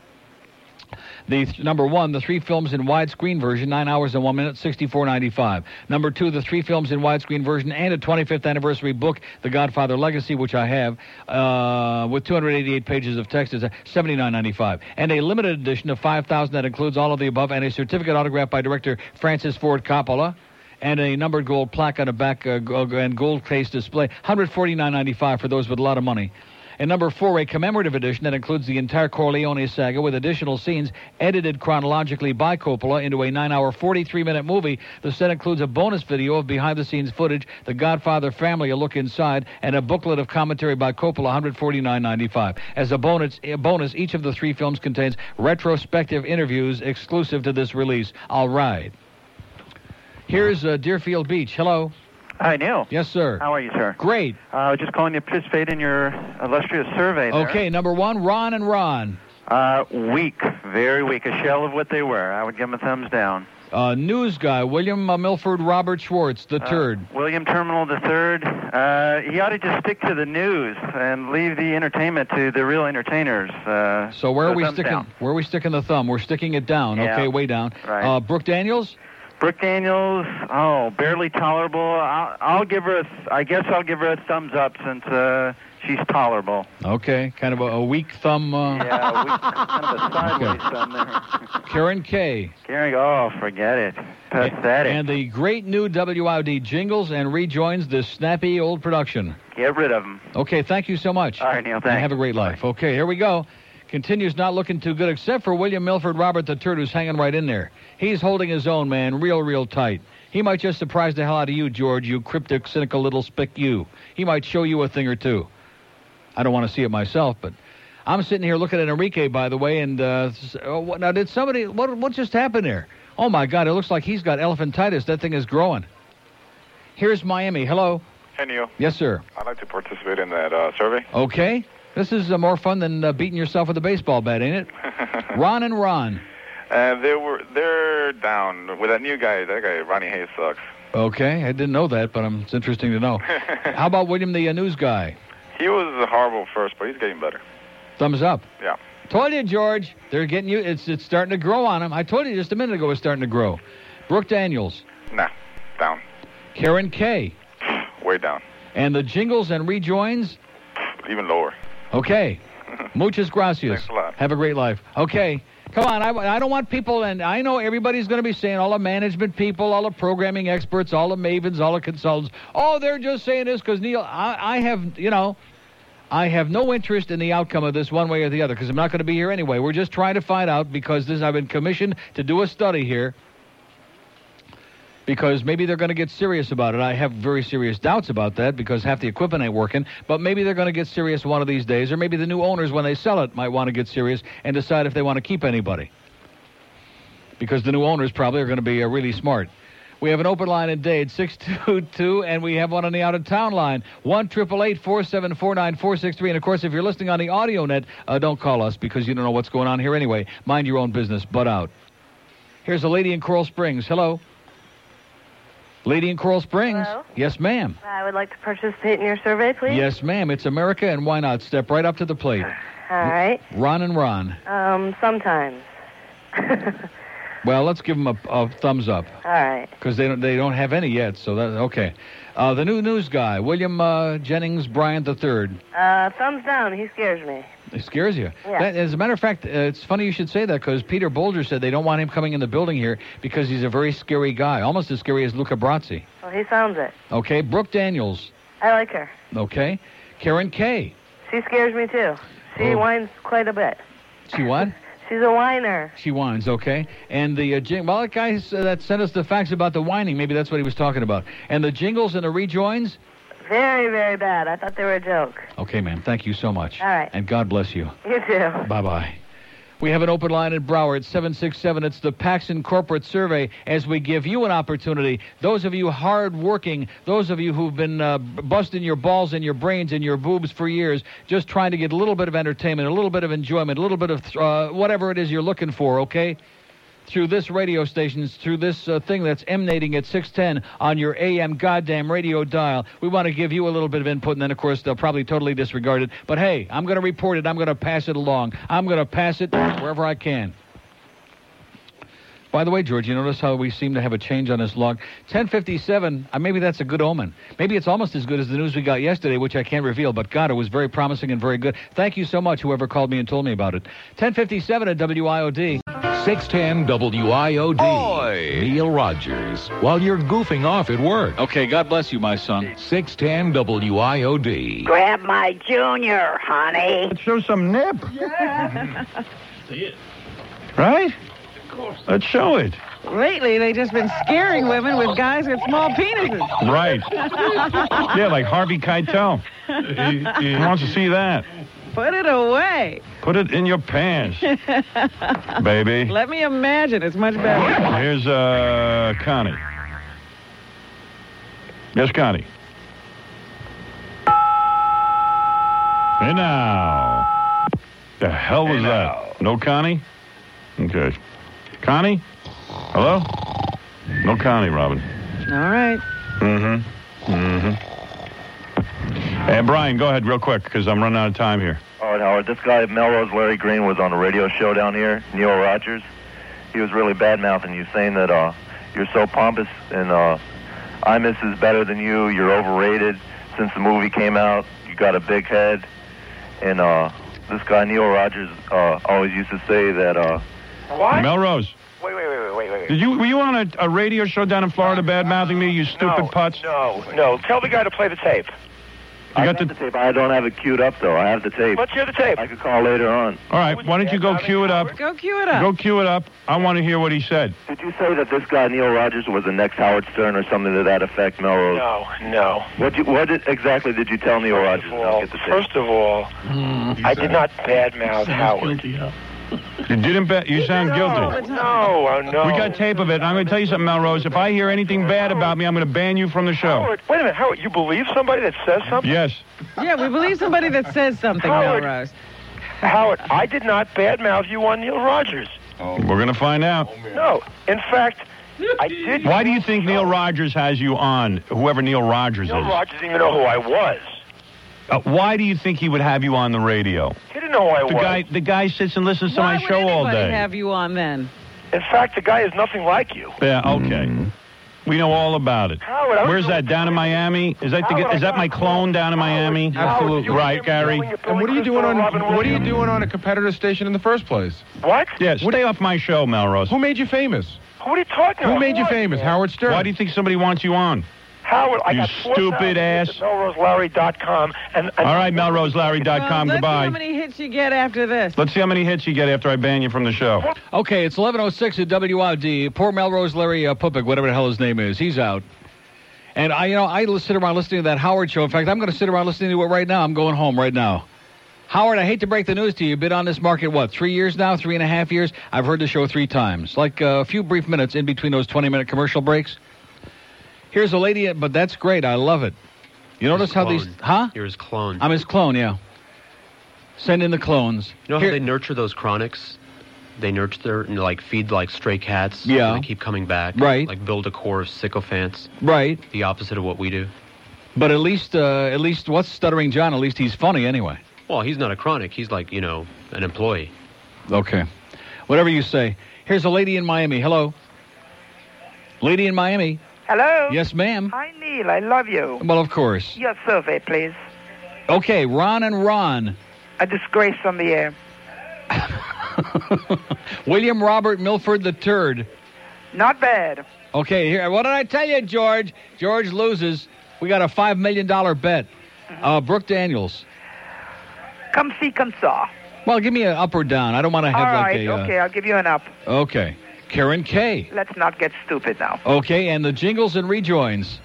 [SPEAKER 6] The th- number one, the three films in widescreen version, nine hours and one minute, sixty-four ninety-five. Number two, the three films in widescreen version, and a 25th anniversary book, The Godfather Legacy, which I have, uh, with 288 pages of text, is seventy-nine ninety-five, and a limited edition of five thousand that includes all of the above, and a certificate autographed by director Francis Ford Coppola. And a numbered uh, gold plaque on a back uh, g- and gold case display, 149.95 for those with a lot of money. And number four, a commemorative edition that includes the entire Corleone saga with additional scenes edited chronologically by Coppola into a nine hour, 43 minute movie. The set includes a bonus video of behind the scenes footage, The Godfather family, a look inside, and a booklet of commentary by Coppola, $149.95. As a bonus, a bonus each of the three films contains retrospective interviews exclusive to this release. All right. Here's uh, Deerfield Beach. Hello.
[SPEAKER 10] Hi, Neil.
[SPEAKER 6] Yes, sir.
[SPEAKER 10] How are you, sir?
[SPEAKER 6] Great.
[SPEAKER 10] Uh, I was just calling to participate in your illustrious survey. there.
[SPEAKER 6] Okay, number one, Ron and Ron.
[SPEAKER 10] Uh, weak, very weak, a shell of what they were. I would give them a thumbs down.
[SPEAKER 6] Uh, news guy, William uh, Milford Robert Schwartz,
[SPEAKER 10] Uh,
[SPEAKER 6] the turd.
[SPEAKER 10] William Terminal the Third. Uh, he ought to just stick to the news and leave the entertainment to the real entertainers. Uh,
[SPEAKER 6] So where are
[SPEAKER 10] so
[SPEAKER 6] we
[SPEAKER 10] thumbs
[SPEAKER 6] sticking?
[SPEAKER 10] down.
[SPEAKER 6] Where are we sticking the thumb? We're sticking it down.
[SPEAKER 10] Yeah.
[SPEAKER 6] Okay, way down.
[SPEAKER 10] Right.
[SPEAKER 6] Uh, Brooke Daniels.
[SPEAKER 10] Brooke Daniels, oh, barely tolerable. I'll, I'll give her. A th- I guess I'll give her a thumbs up since uh, she's tolerable.
[SPEAKER 6] Okay, kind of a, a weak thumb. Uh,
[SPEAKER 10] Yeah, we, kind of a sideways thumb there.
[SPEAKER 6] Karen Kay.
[SPEAKER 10] Karen, oh, forget it. Pathetic.
[SPEAKER 6] And the great new WID jingles and rejoins this snappy old production.
[SPEAKER 10] Get rid of them.
[SPEAKER 6] Okay, thank you so much.
[SPEAKER 10] All right, Neil.
[SPEAKER 6] And
[SPEAKER 10] Thanks.
[SPEAKER 6] have a great life. Okay, here we go. Continues not looking too good, except for William Milford Robert the Turd, who's hanging right in there. He's holding his own, man, real, real tight. He might just surprise the hell out of you, George, you cryptic, cynical little spick you. He might show you a thing or two. I don't want to see it myself, but I'm sitting here looking at Enrique, by the way, and uh, s- oh, what, now did somebody, what, what just happened there? Oh my God, it looks like he's got elephantitis. That thing is growing. Here's Miami. Hello.
[SPEAKER 8] Hey, Neil.
[SPEAKER 6] Yes, sir.
[SPEAKER 8] I'd like to participate in that uh, survey.
[SPEAKER 6] Okay. This is uh, more fun than uh, beating yourself with a baseball bat, ain't it? Ron and Ron.
[SPEAKER 8] Uh, they were they're down with that new guy. That guy Ronnie Hayes sucks.
[SPEAKER 6] Okay, I didn't know that, but um, it's interesting to know. How about William the uh, news guy?
[SPEAKER 8] He was horrible first, but he's getting better.
[SPEAKER 6] Thumbs up.
[SPEAKER 8] Yeah.
[SPEAKER 6] Told you, George. They're getting you. It's it's starting to grow on them. I told you just a minute ago it's starting to grow. Brooke Daniels,
[SPEAKER 8] Nah, down,
[SPEAKER 6] Karen Kay,
[SPEAKER 8] way down,
[SPEAKER 6] and the jingles and rejoins.
[SPEAKER 8] even lower.
[SPEAKER 6] Okay. Muchas gracias.
[SPEAKER 8] Thanks a lot.
[SPEAKER 6] Have a great life. Okay. Come on, I, I don't want people, and I know everybody's going to be saying, all the management people, all the programming experts, all the mavens, all the consultants, oh, they're just saying this because, Neil, I, I have, you know, I have no interest in the outcome of this one way or the other because I'm not going to be here anyway. We're just trying to find out because this I've been commissioned to do a study here because maybe they're going to get serious about it. I have very serious doubts about that because half the equipment ain't working, but maybe they're going to get serious one of these days or maybe the new owners when they sell it might want to get serious and decide if they want to keep anybody. Because the new owners probably are going to be uh, really smart. We have an open line in Dade, 622, and we have one on the out of town line, 1 474 9463. And of course, if you're listening on the audio net, uh, don't call us because you don't know what's going on here anyway. Mind your own business, butt out. Here's a lady in Coral Springs. Hello. Lady in Coral Springs.
[SPEAKER 28] Hello?
[SPEAKER 6] Yes, ma'am.
[SPEAKER 28] I would like to participate in your survey, please.
[SPEAKER 6] Yes, ma'am. It's America, and why not? Step right up to the plate.
[SPEAKER 28] All right.
[SPEAKER 6] Ron and Ron.
[SPEAKER 28] Um, sometimes.
[SPEAKER 6] Well, let's give them a, a thumbs up
[SPEAKER 28] All right.
[SPEAKER 6] because they don't, they don't have any yet, so that okay. Uh, the new news guy, William uh, Jennings Bryant III.
[SPEAKER 28] Uh, thumbs down. He scares me.
[SPEAKER 6] It scares you.
[SPEAKER 28] Yeah.
[SPEAKER 6] That, as a matter of fact, uh, it's funny you should say that because Peter Bolger said they don't want him coming in the building here because he's a very scary guy, almost as scary as Luca Brazzi.
[SPEAKER 28] Well, he sounds it.
[SPEAKER 6] Okay, Brooke Daniels.
[SPEAKER 28] I like her.
[SPEAKER 6] Okay, Karen Kay.
[SPEAKER 28] She scares me too. She
[SPEAKER 6] Oh.
[SPEAKER 28] whines quite a bit.
[SPEAKER 6] She what?
[SPEAKER 28] She's a whiner.
[SPEAKER 6] She whines, okay? And the uh, jing- well, that guy s- that sent us the facts about the whining, maybe that's what he was talking about. And the jingles and the rejoins.
[SPEAKER 28] Very, very bad. I thought they were a joke.
[SPEAKER 6] Okay, ma'am. Thank you so much.
[SPEAKER 28] All right.
[SPEAKER 6] And God bless you.
[SPEAKER 28] You too.
[SPEAKER 6] Bye bye. We have an open line at Broward, 767. It's the Paxson Corporate Survey as we give you an opportunity. Those of you hardworking, those of you who've been uh, b- busting your balls and your brains and your boobs for years, just trying to get a little bit of entertainment, a little bit of enjoyment, a little bit of uh, whatever it is you're looking for, okay? Through this radio station, through this uh, thing that's emanating at 610 on your AM goddamn radio dial. We want to give you a little bit of input, and then, of course, they'll probably totally disregard it. But hey, I'm going to report it. I'm going to pass it along. I'm going to pass it wherever I can. By the way, George, you notice how we seem to have a change on this log. 1057, uh, maybe that's a good omen. Maybe it's almost as good as the news we got yesterday, which I can't reveal, but God, it was very promising and very good. Thank you so much, whoever called me and told me about it. 1057 at WIOD.
[SPEAKER 7] 610 WIOD. Neil Rogers. While you're goofing off at work.
[SPEAKER 6] Okay, God bless you, my son.
[SPEAKER 7] 610 WIOD.
[SPEAKER 28] Grab my junior, honey.
[SPEAKER 29] Show some nip,
[SPEAKER 28] Yeah.
[SPEAKER 29] right? Of course. Let's show it.
[SPEAKER 13] Lately, they've just been scaring women with guys with small penises.
[SPEAKER 29] Right. Yeah, like Harvey Keitel. Who wants to see that?
[SPEAKER 13] Put it away.
[SPEAKER 29] Put it in your pants, baby.
[SPEAKER 13] Let me imagine. It's much better.
[SPEAKER 29] Here's uh, Connie. Yes, Connie. Hey now. The hell was that? No Connie? Okay. Connie? Hello? No Connie, Robin.
[SPEAKER 13] All right.
[SPEAKER 29] Mm-hmm. Mm-hmm. And Brian, go ahead real quick because I'm running out of time here.
[SPEAKER 30] All right, Howard. This guy Melrose Larry Green was on a radio show down here, Neil Rogers. He was really bad mouthing you, saying that uh, you're so pompous and uh, I miss is better than you. You're overrated. Since the movie came out, you got a big head. And uh, this guy Neil Rogers uh, always used to say that. Uh,
[SPEAKER 29] What? Melrose.
[SPEAKER 30] Wait, wait, wait, wait, wait.
[SPEAKER 29] Did you were you on a, a radio show down in Florida bad mouthing me, you stupid putz?
[SPEAKER 30] No, no. Tell the guy to play the tape.
[SPEAKER 29] You
[SPEAKER 30] got
[SPEAKER 29] the-
[SPEAKER 30] tape. I don't have it queued up though. I have the tape. Let's hear the tape. I could call later on.
[SPEAKER 29] All right, why don't you go cue it up?
[SPEAKER 13] Go cue it
[SPEAKER 29] Go cue it up. I want to hear what he said.
[SPEAKER 30] Did you say that this guy Neil Rogers was the next Howard Stern or something to that effect, Melrose?
[SPEAKER 31] No, no.
[SPEAKER 30] What you, what did, exactly did you tell Neil Rogers? I'll get the tape.
[SPEAKER 31] First of all, Mm, I did not badmouth Howard.
[SPEAKER 29] You didn't bet. You sound guilty.
[SPEAKER 31] No, oh, no.
[SPEAKER 29] We got tape of it. I'm going to tell you something, Melrose. If I hear anything bad about me, I'm going to ban you from the show.
[SPEAKER 31] Howard, wait a minute, Howard. You believe somebody that says something?
[SPEAKER 29] Yes.
[SPEAKER 13] Yeah, we believe somebody that says something,
[SPEAKER 31] Howard.
[SPEAKER 13] Melrose.
[SPEAKER 31] Howard, I did not badmouth you on Neil Rogers.
[SPEAKER 29] We're going to find out.
[SPEAKER 31] No, in fact, I did.
[SPEAKER 29] Why do you think Neil Rogers has you on, whoever Neil Rogers is?
[SPEAKER 31] Neil Rogers didn't even know who I was.
[SPEAKER 29] Uh, why do you think he would have you on the radio?
[SPEAKER 31] He didn't know who I
[SPEAKER 29] The
[SPEAKER 31] was.
[SPEAKER 29] guy, the guy sits and listens to
[SPEAKER 13] Why
[SPEAKER 29] my
[SPEAKER 13] would
[SPEAKER 29] show all
[SPEAKER 13] anybody
[SPEAKER 29] day.
[SPEAKER 13] have you on then?
[SPEAKER 31] In fact, the guy is nothing like you.
[SPEAKER 29] yeah, okay. We know all about it.
[SPEAKER 31] Howard, I was
[SPEAKER 29] Where's that down in Miami? Is that the,
[SPEAKER 31] Howard,
[SPEAKER 29] g-
[SPEAKER 31] I
[SPEAKER 29] is that my clone down in Miami?
[SPEAKER 31] Absolutely. you
[SPEAKER 29] right,
[SPEAKER 31] were
[SPEAKER 29] Gary.
[SPEAKER 31] And what are you doing on- Robin what are you Williams. doing
[SPEAKER 29] on a competitor station in the first place?
[SPEAKER 31] What?
[SPEAKER 29] Yeah, stay off my show, Melrose. Who made you famous?
[SPEAKER 31] What are you talking about? What?
[SPEAKER 29] Howard Stern. Why do you think somebody wants you on?
[SPEAKER 31] Howard, I
[SPEAKER 29] You
[SPEAKER 31] got four
[SPEAKER 29] stupid ass.
[SPEAKER 31] MelroseLarry.com and,
[SPEAKER 29] All right, MelroseLarry.com.
[SPEAKER 13] Well, Let's see how
[SPEAKER 29] Goodbye.
[SPEAKER 13] many hits you get after this.
[SPEAKER 29] Let's see how many hits you get after I ban you from the show.
[SPEAKER 6] Okay, it's 11.06 at WID. Poor Melrose Larry uh, Pupik, whatever the hell his name is, he's out. And I, you know, I sit around listening to that Howard show. In fact, I'm going to sit around listening to it right now. I'm going home right now. Howard, I hate to break the news to you. You've been on this market, what, three years now, three and a half years? I've heard the show three times, like uh, a few brief minutes in between those 20 minute commercial breaks. Here's a lady, but that's great. I love it. You notice how these, huh?
[SPEAKER 15] You're his clone.
[SPEAKER 6] I'm his clone, yeah. Send in the clones.
[SPEAKER 15] You know how
[SPEAKER 6] Here-
[SPEAKER 15] they nurture those chronics? They nurture their, and, like, feed, like, stray cats. and
[SPEAKER 6] Yeah.
[SPEAKER 15] they keep coming back.
[SPEAKER 6] Right.
[SPEAKER 15] Like, build a core of sycophants.
[SPEAKER 6] right.
[SPEAKER 15] The opposite of what we do.
[SPEAKER 6] But at least, uh, at least, what's stuttering John? At least he's funny anyway.
[SPEAKER 15] Well, he's not a chronic. He's, like, you know, an employee.
[SPEAKER 6] Okay. Whatever you say. Here's a lady in Miami. Hello. Lady in Miami.
[SPEAKER 32] Hello.
[SPEAKER 6] Yes, ma'am.
[SPEAKER 32] Hi, Neil. I love you.
[SPEAKER 6] Well, of course.
[SPEAKER 32] Your survey, please.
[SPEAKER 6] Okay, Ron and Ron.
[SPEAKER 32] A disgrace on the air.
[SPEAKER 6] William Robert Milford the Turd.
[SPEAKER 32] Not bad.
[SPEAKER 6] Okay, here. What did I tell you, George? George loses. We got a five million dollar bet. Uh, Brooke Daniels.
[SPEAKER 32] Come see, come saw.
[SPEAKER 6] Well, give me an up or down. I don't want to have
[SPEAKER 32] All
[SPEAKER 6] like
[SPEAKER 32] right.
[SPEAKER 6] a. uh,
[SPEAKER 32] okay, I'll give you an up.
[SPEAKER 6] okay. Karen K.
[SPEAKER 32] Let's not get stupid now.
[SPEAKER 6] Okay, and the jingles and rejoins.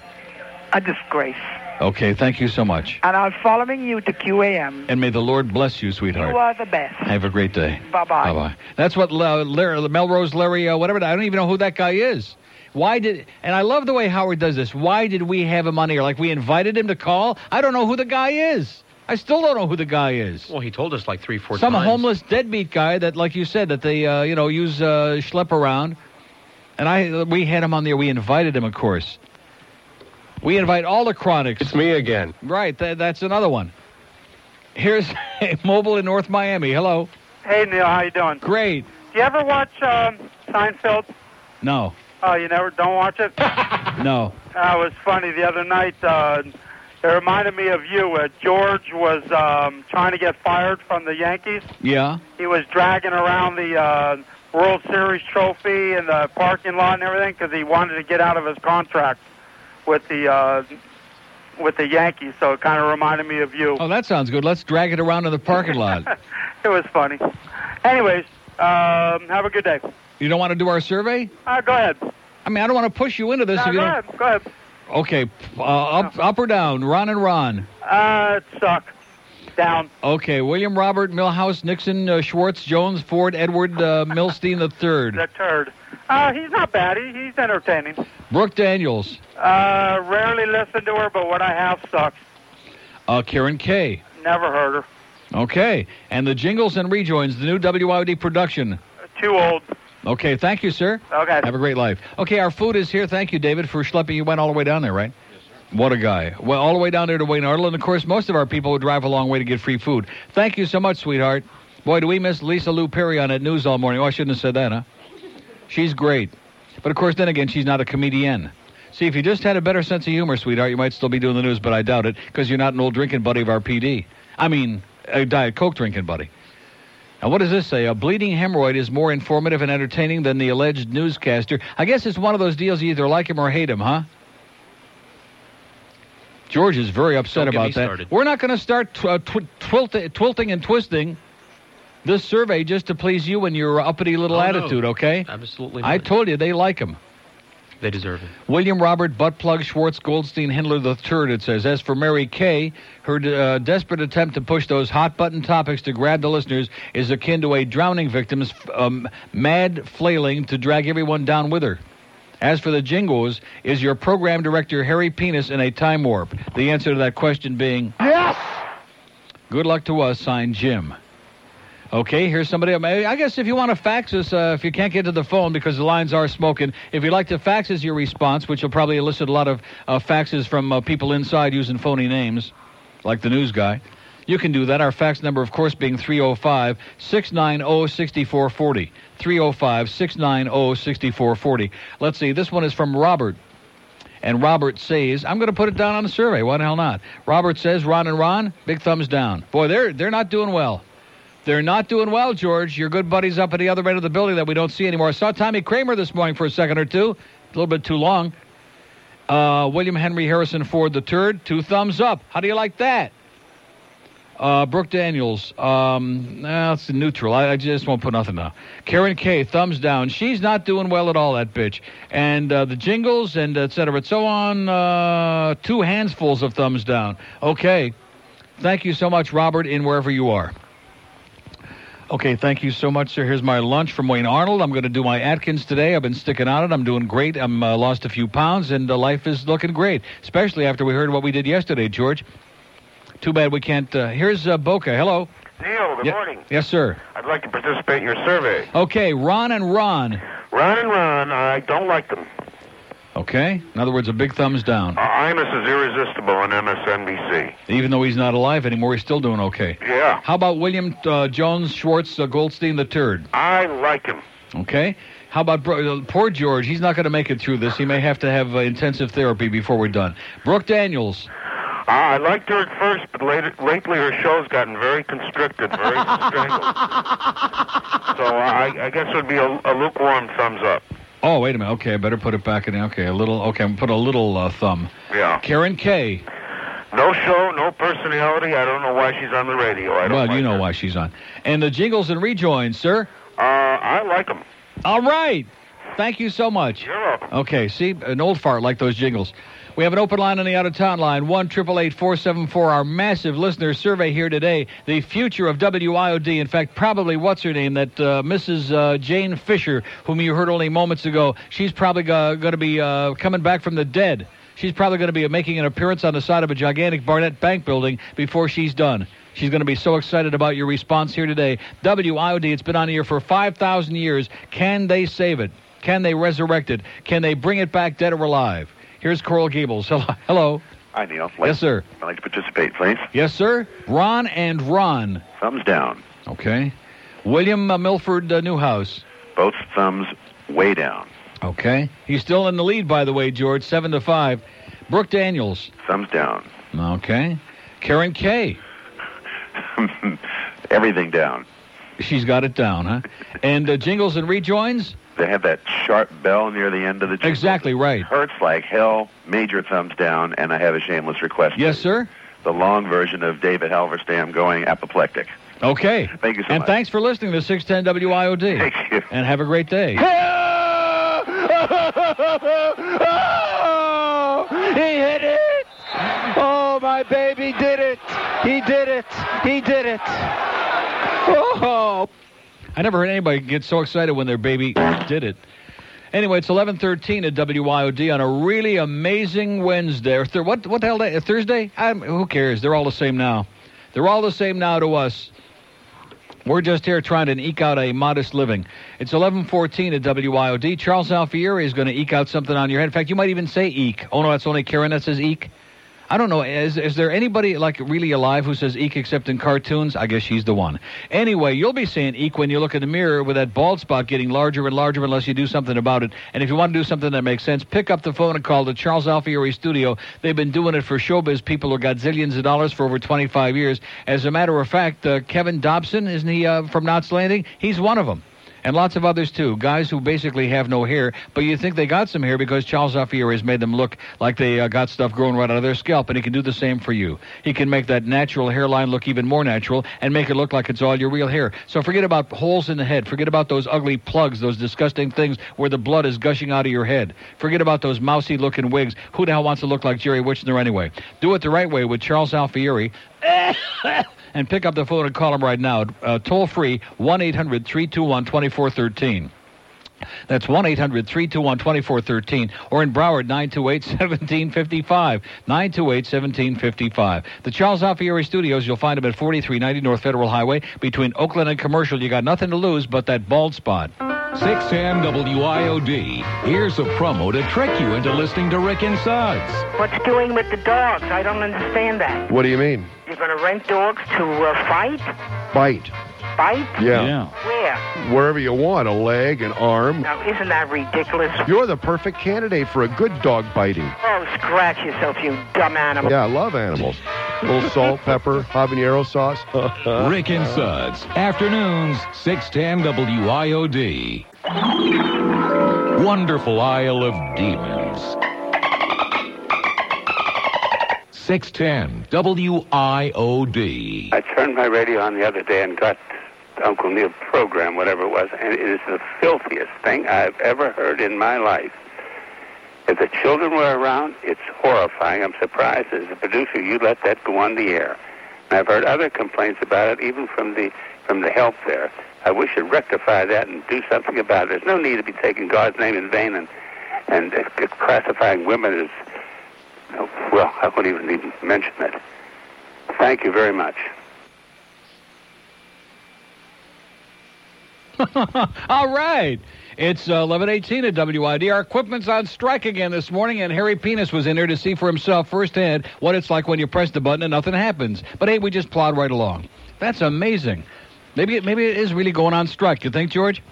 [SPEAKER 32] A disgrace.
[SPEAKER 6] Okay, thank you so much.
[SPEAKER 32] And I'm following you to QAM.
[SPEAKER 6] And may the Lord bless you, sweetheart.
[SPEAKER 32] You are the best.
[SPEAKER 6] Have a great day.
[SPEAKER 32] Bye bye.
[SPEAKER 6] Bye. That's what uh, Larry, Melrose Larry, uh, whatever. I don't even know who that guy is. Why did? And I love the way Howard does this. Why did we have him on here? Like we invited him to call. I don't know who the guy is. I still don't know who the guy is.
[SPEAKER 15] Well, he told us, like, three, four
[SPEAKER 6] Some
[SPEAKER 15] times.
[SPEAKER 6] homeless deadbeat guy that, like you said, that they uh, you know use uh, schlep around. And I we had him on there. We invited him, of course. We invite all the chronics. It's me again. Right. Th- that's another one. Here's mobile in North Miami. Hello.
[SPEAKER 11] Hey Neil, how you doing?
[SPEAKER 6] Great.
[SPEAKER 11] Do you ever watch um, Seinfeld?
[SPEAKER 6] No.
[SPEAKER 11] Oh, you never don't watch it. that
[SPEAKER 6] No.
[SPEAKER 11] was funny the other night. Uh, it reminded me of you, where George was um, trying to get fired from the Yankees.
[SPEAKER 6] Yeah.
[SPEAKER 11] He was dragging around the uh, World Series trophy and the parking lot and everything because he wanted to get out of his contract with the uh, with the Yankees. So it kind of reminded me of you.
[SPEAKER 6] Oh, that sounds good. Let's drag it around in the parking lot.
[SPEAKER 11] It was funny. Anyways, um, have a good day.
[SPEAKER 6] You don't want to do our survey?
[SPEAKER 11] Uh, go ahead.
[SPEAKER 6] I mean, I don't want to push you into this
[SPEAKER 11] No,
[SPEAKER 6] if you
[SPEAKER 11] go
[SPEAKER 6] don't.
[SPEAKER 11] ahead. Go ahead.
[SPEAKER 6] Okay, uh, up, up or down? Ron and Ron.
[SPEAKER 11] Uh, it sucked. Down.
[SPEAKER 6] Okay, William Robert Milhouse Nixon uh, Schwartz Jones Ford Edward uh, Milstein the third.
[SPEAKER 11] The turd. Uh, he's not bad. He, he's entertaining.
[SPEAKER 6] Brooke Daniels.
[SPEAKER 11] Uh, rarely listen to her, but what I have sucks.
[SPEAKER 6] Uh, Karen Kay.
[SPEAKER 11] Never heard her.
[SPEAKER 6] Okay, and the jingles and rejoins the new WIOD production.
[SPEAKER 11] Too old.
[SPEAKER 6] Okay, thank you, sir.
[SPEAKER 11] Okay.
[SPEAKER 6] Have a great life. Okay, our food is here. Thank you, David, for schlepping. You went all the way down there, right? Yes, sir. What a guy. Well, all the way down there to Wayne Arnold. And of course, most of our people who drive a long way to get free food. Thank you so much, sweetheart. Boy, do we miss Lisa Lou Perry on that news all morning. Oh, I shouldn't have said that, huh? She's great. But of course, then again, she's not a comedienne. See, if you just had a better sense of humor, sweetheart, you might still be doing the news, but I doubt it because you're not an old drinking buddy of our PD. I mean, a Diet Coke drinking buddy. Now, what does this say? A bleeding hemorrhoid is more informative and entertaining than the alleged newscaster. I guess it's one of those deals you either like him or hate him, huh? George is very
[SPEAKER 9] Don't
[SPEAKER 6] upset
[SPEAKER 9] get me
[SPEAKER 6] about that.
[SPEAKER 9] started.
[SPEAKER 6] We're not going to start tw- uh, tw- twilt- twilting and twisting this survey just to please you and your uppity little
[SPEAKER 9] Oh, no.
[SPEAKER 6] attitude, okay?
[SPEAKER 9] Absolutely.
[SPEAKER 6] I told you they like him.
[SPEAKER 9] They deserve it.
[SPEAKER 6] William Robert Buttplug Schwartz Goldstein Hindler III, it says. As for Mary Kay, her uh, desperate attempt to push those hot button topics to grab the listeners is akin to a drowning victim's um, mad flailing to drag everyone down with her. As for the jingles, is your program director Harry Penis in a time warp? The answer to that question being
[SPEAKER 5] Yes!
[SPEAKER 6] Good luck to us, signed Jim. Okay, here's somebody. I guess if you want to fax us, uh, if you can't get to the phone because the lines are smoking, if you'd like to fax us your response, which will probably elicit a lot of uh, faxes from uh, people inside using phony names, like the news guy, you can do that. Our fax number, of course, being 305 690 6440. 305 690 6440. oh. Let's see, this one is from Robert. And Robert says, I'm going to put it down on the survey. Why the hell not? Robert says, Ron and Ron, big thumbs down. Boy, they're, they're not doing well. They're not doing well, George. Your good buddies up at the other end of the building that we don't see anymore. I saw Tommy Kramer this morning for a second or two. A little bit too long. Uh, William Henry Harrison Ford the third, two thumbs up. How do you like that? Uh, Brooke Daniels, um, nah, it's neutral. I, I just won't put nothing down. Karen Kay, thumbs down. She's not doing well at all, that bitch. And uh, the jingles and et cetera and so on. Uh, two handfuls of thumbs down. Okay. Thank you so much, Robert, in wherever you are. Okay, thank you so much, sir. Here's my lunch from Wayne Arnold. I'm going to do my Atkins today. I've been sticking on it. I'm doing great. I'm uh, lost a few pounds, and uh, life is looking great. Especially after we heard what we did yesterday, George. Too bad we can't. Uh, here's uh, Boca. Hello.
[SPEAKER 17] Neil, good
[SPEAKER 6] Ye-
[SPEAKER 17] morning.
[SPEAKER 6] Yes, sir.
[SPEAKER 17] I'd like to participate in your survey.
[SPEAKER 6] Okay, Ron and Ron.
[SPEAKER 17] Ron and Ron, I don't like them.
[SPEAKER 6] Okay. In other words, a big thumbs down.
[SPEAKER 17] Uh, Imus is irresistible on MSNBC.
[SPEAKER 6] Even though he's not alive anymore, he's still doing okay.
[SPEAKER 17] Yeah,
[SPEAKER 6] How about William uh, Jones Schwartz uh, Goldstein the third?
[SPEAKER 17] I like him.
[SPEAKER 6] Okay. How about Bro- uh, poor George? He's not going to make it through this. He may have to have uh, intensive therapy before we're done. Brooke Daniels.
[SPEAKER 17] Uh, I liked her at first, but later, lately her show's gotten very constricted, very strangled. So I, I guess it would be a, a lukewarm thumbs up.
[SPEAKER 6] Oh, wait a minute. Okay, I better put it back in. Okay, a little. Okay, I'm put a little uh, thumb.
[SPEAKER 17] Yeah.
[SPEAKER 6] Karen Kay.
[SPEAKER 17] No show, no personality. I don't know why she's on the radio. I don't
[SPEAKER 6] Well,
[SPEAKER 17] like
[SPEAKER 6] you know why she's on. And the jingles and rejoins, sir.
[SPEAKER 17] Uh, I like them.
[SPEAKER 6] All right. Thank you so much.
[SPEAKER 17] You're welcome.
[SPEAKER 6] Okay, see, an old fart like those jingles. We have an open line on the out of town line, 1 474 our massive listener survey here today. The future of WIOD, in fact, probably what's her name, that uh, Mrs. Uh, Jane Fisher, whom you heard only moments ago, she's probably going to be uh, coming back from the dead. She's probably going to be making an appearance on the side of a gigantic Barnett Bank building before she's done. She's going to be so excited about your response here today. WIOD, it's been on here for 5,000 years. Can they save it? Can they resurrect it? Can they bring it back dead or alive? Here's Coral Gables. Hello. Hello.
[SPEAKER 2] Hi, Neil. Like,
[SPEAKER 6] Yes, sir.
[SPEAKER 2] I'd like to participate, please.
[SPEAKER 6] Yes, sir. Ron and Ron.
[SPEAKER 2] Thumbs down.
[SPEAKER 6] Okay. William uh, Milford uh, Newhouse.
[SPEAKER 2] Both thumbs way down.
[SPEAKER 6] Okay. He's still in the lead, by the way, George, 7 to 5. Brooke Daniels.
[SPEAKER 2] Thumbs down.
[SPEAKER 6] Okay. Karen Kay.
[SPEAKER 2] Everything down.
[SPEAKER 6] She's got it down, huh? And uh, jingles and rejoins?
[SPEAKER 2] They have that sharp bell near the end of the.
[SPEAKER 6] Exactly right.
[SPEAKER 2] Hurts like hell. Major thumbs down, and I have a shameless request.
[SPEAKER 6] Yes, sir.
[SPEAKER 2] The long version of David Halberstam going apoplectic.
[SPEAKER 6] Okay.
[SPEAKER 2] Thank you so
[SPEAKER 6] and
[SPEAKER 2] much.
[SPEAKER 6] thanks for listening to 610 WIOD.
[SPEAKER 2] Thank you.
[SPEAKER 6] And have a great day.
[SPEAKER 5] oh, he hit it! Oh, my baby did it! He did it! He did it!
[SPEAKER 6] Oh. I never heard anybody get so excited when their baby did it. Anyway, it's 11:13 at WIOD on a really amazing Wednesday. Or th- what what the hell day? Thursday? i who cares? They're all the same now. They're all the same now to us. We're just here trying to eke out a modest living. It's 11:14 at WIOD. Charles Alfieri is going to eke out something on your head. In fact, you might even say eke. Oh no, that's only Karen that says eke. I don't know. Is, is there anybody like really alive who says eek except in cartoons? I guess she's the one. Anyway, you'll be saying eek when you look in the mirror with that bald spot getting larger and larger unless you do something about it. And if you want to do something that makes sense, pick up the phone and call the Charles Alfieri Studio. They've been doing it for showbiz people who got zillions of dollars for over 25 years. As a matter of fact, uh, Kevin Dobson, isn't he uh, from Knott's Landing? He's one of them and lots of others too. Guys who basically have no hair, but you think they got some hair because Charles Alfieri has made them look like they uh, got stuff growing right out of their scalp, and he can do the same for you. He can make that natural hairline look even more natural and make it look like it's all your real hair. So forget about holes in the head. Forget about those ugly plugs, those disgusting things where the blood is gushing out of your head. Forget about those mousy looking wigs. Who the hell wants to look like Jerry Wichner anyway? Do it the right way with Charles Alfieri and pick up the phone and call them right now. Uh, toll free 1 800 321 2413. That's 1 800 321 2413 or in Broward 928 1755. 928 1755. The Charles Alfieri Studios, you'll find them at 4390 North Federal Highway between Oakland and Commercial. You got nothing to lose but that bald spot.
[SPEAKER 7] 610 WIOD. Here's a promo to trick you into listening to Rick and Suds.
[SPEAKER 28] What's doing with the dogs? I don't understand that.
[SPEAKER 18] What do you mean?
[SPEAKER 28] You're going to rent dogs to uh, fight?
[SPEAKER 18] Bite.
[SPEAKER 28] Fight?
[SPEAKER 18] Yeah.
[SPEAKER 28] Where?
[SPEAKER 18] Wherever you want, a leg, an arm.
[SPEAKER 28] Now, isn't that ridiculous?
[SPEAKER 18] You're the perfect candidate for a good dog biting.
[SPEAKER 28] Oh, scratch yourself, you dumb animal.
[SPEAKER 18] Yeah, I love animals. little salt, pepper, habanero sauce.
[SPEAKER 7] Rick and Suds. Afternoons, 610 WIOD. Wonderful Isle of Demons. 610 WIOD.
[SPEAKER 19] I turned my radio on the other day and got Uncle Neil program, whatever it was, and it is the filthiest thing I've ever heard in my life. If the children were around, it's horrifying. I'm surprised as a producer you let that go on the air. And I've heard other complaints about it, even from the from the help there. I wish you'd rectify that and do something about it. There's no need to be taking God's name in vain and and uh, classifying women as well. I wouldn't even even mention it. Thank you very much.
[SPEAKER 6] All right. It's uh, 1118 at WID. Our equipment's on strike again this morning, and Harry Penis was in here to see for himself firsthand what it's like when you press the button and nothing happens. But hey, we just plod right along. That's amazing. Maybe it, maybe it is really going on strike. You think, George?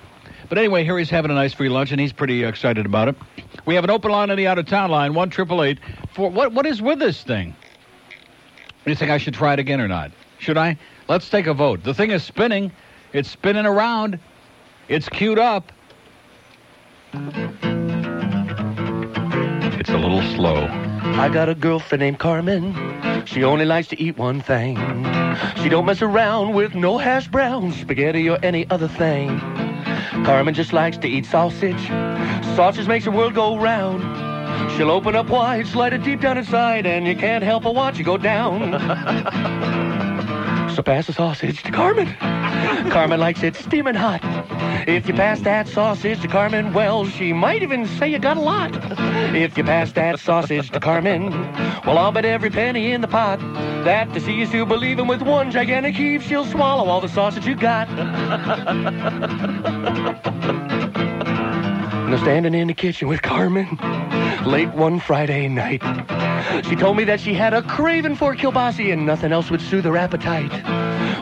[SPEAKER 6] But anyway, Harry's having a nice free lunch, and he's pretty excited about it. We have an open line on the out of town line, one triple eight. For what what is with this thing? You think I should try it again or not? Should I? Let's take a vote. The thing is spinning. It's spinning around. It's queued up.
[SPEAKER 20] It's a little slow. I got a girlfriend named Carmen. She only likes to eat one thing. She don't mess around with no hash browns, spaghetti, or any other thing. Carmen just likes to eat sausage. Sausage makes the world go round. She'll open up wide, slide it deep down inside, and you can't help but watch it go down. so pass the sausage to Carmen. Carmen likes it steaming hot. If you pass that sausage to Carmen, well, she might even say you got a lot. If you pass that sausage to Carmen, well, I'll bet every penny in the pot that to see you still believing with one gigantic heave, she'll swallow all the sausage you got. Now standing in the kitchen with Carmen late one Friday night. She told me that she had a craving for kielbasa and nothing else would soothe her appetite.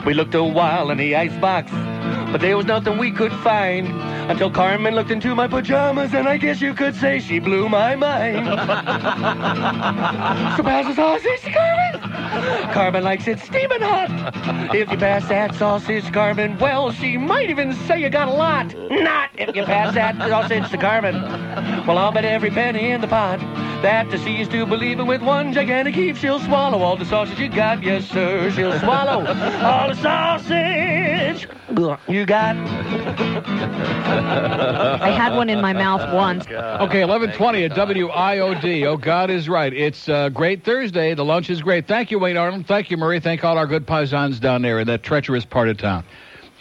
[SPEAKER 20] We looked a while in the icebox, but there was nothing we could find until Carmen looked into my pajamas and I guess you could say she blew my mind. so pass the sausage, Carmen. Carmen likes it steaming hot. If you pass that sausage, Carmen, well, she might even say you got a lot. Not if you pass that sausage to Carmen. Well, I'll bet every penny in the pot that the she's do believing with one gigantic heave. She'll swallow all the sausage you got, yes, sir. She'll swallow all the sausage you got.
[SPEAKER 12] I had one in my mouth once.
[SPEAKER 6] Okay, 1120 at WIOD. Oh, God is right. It's uh, great Thursday. The lunch is great. Thank you, Wayne Arnold. Thank you, Murray. Thank all our good paisans down there in that treacherous part of town.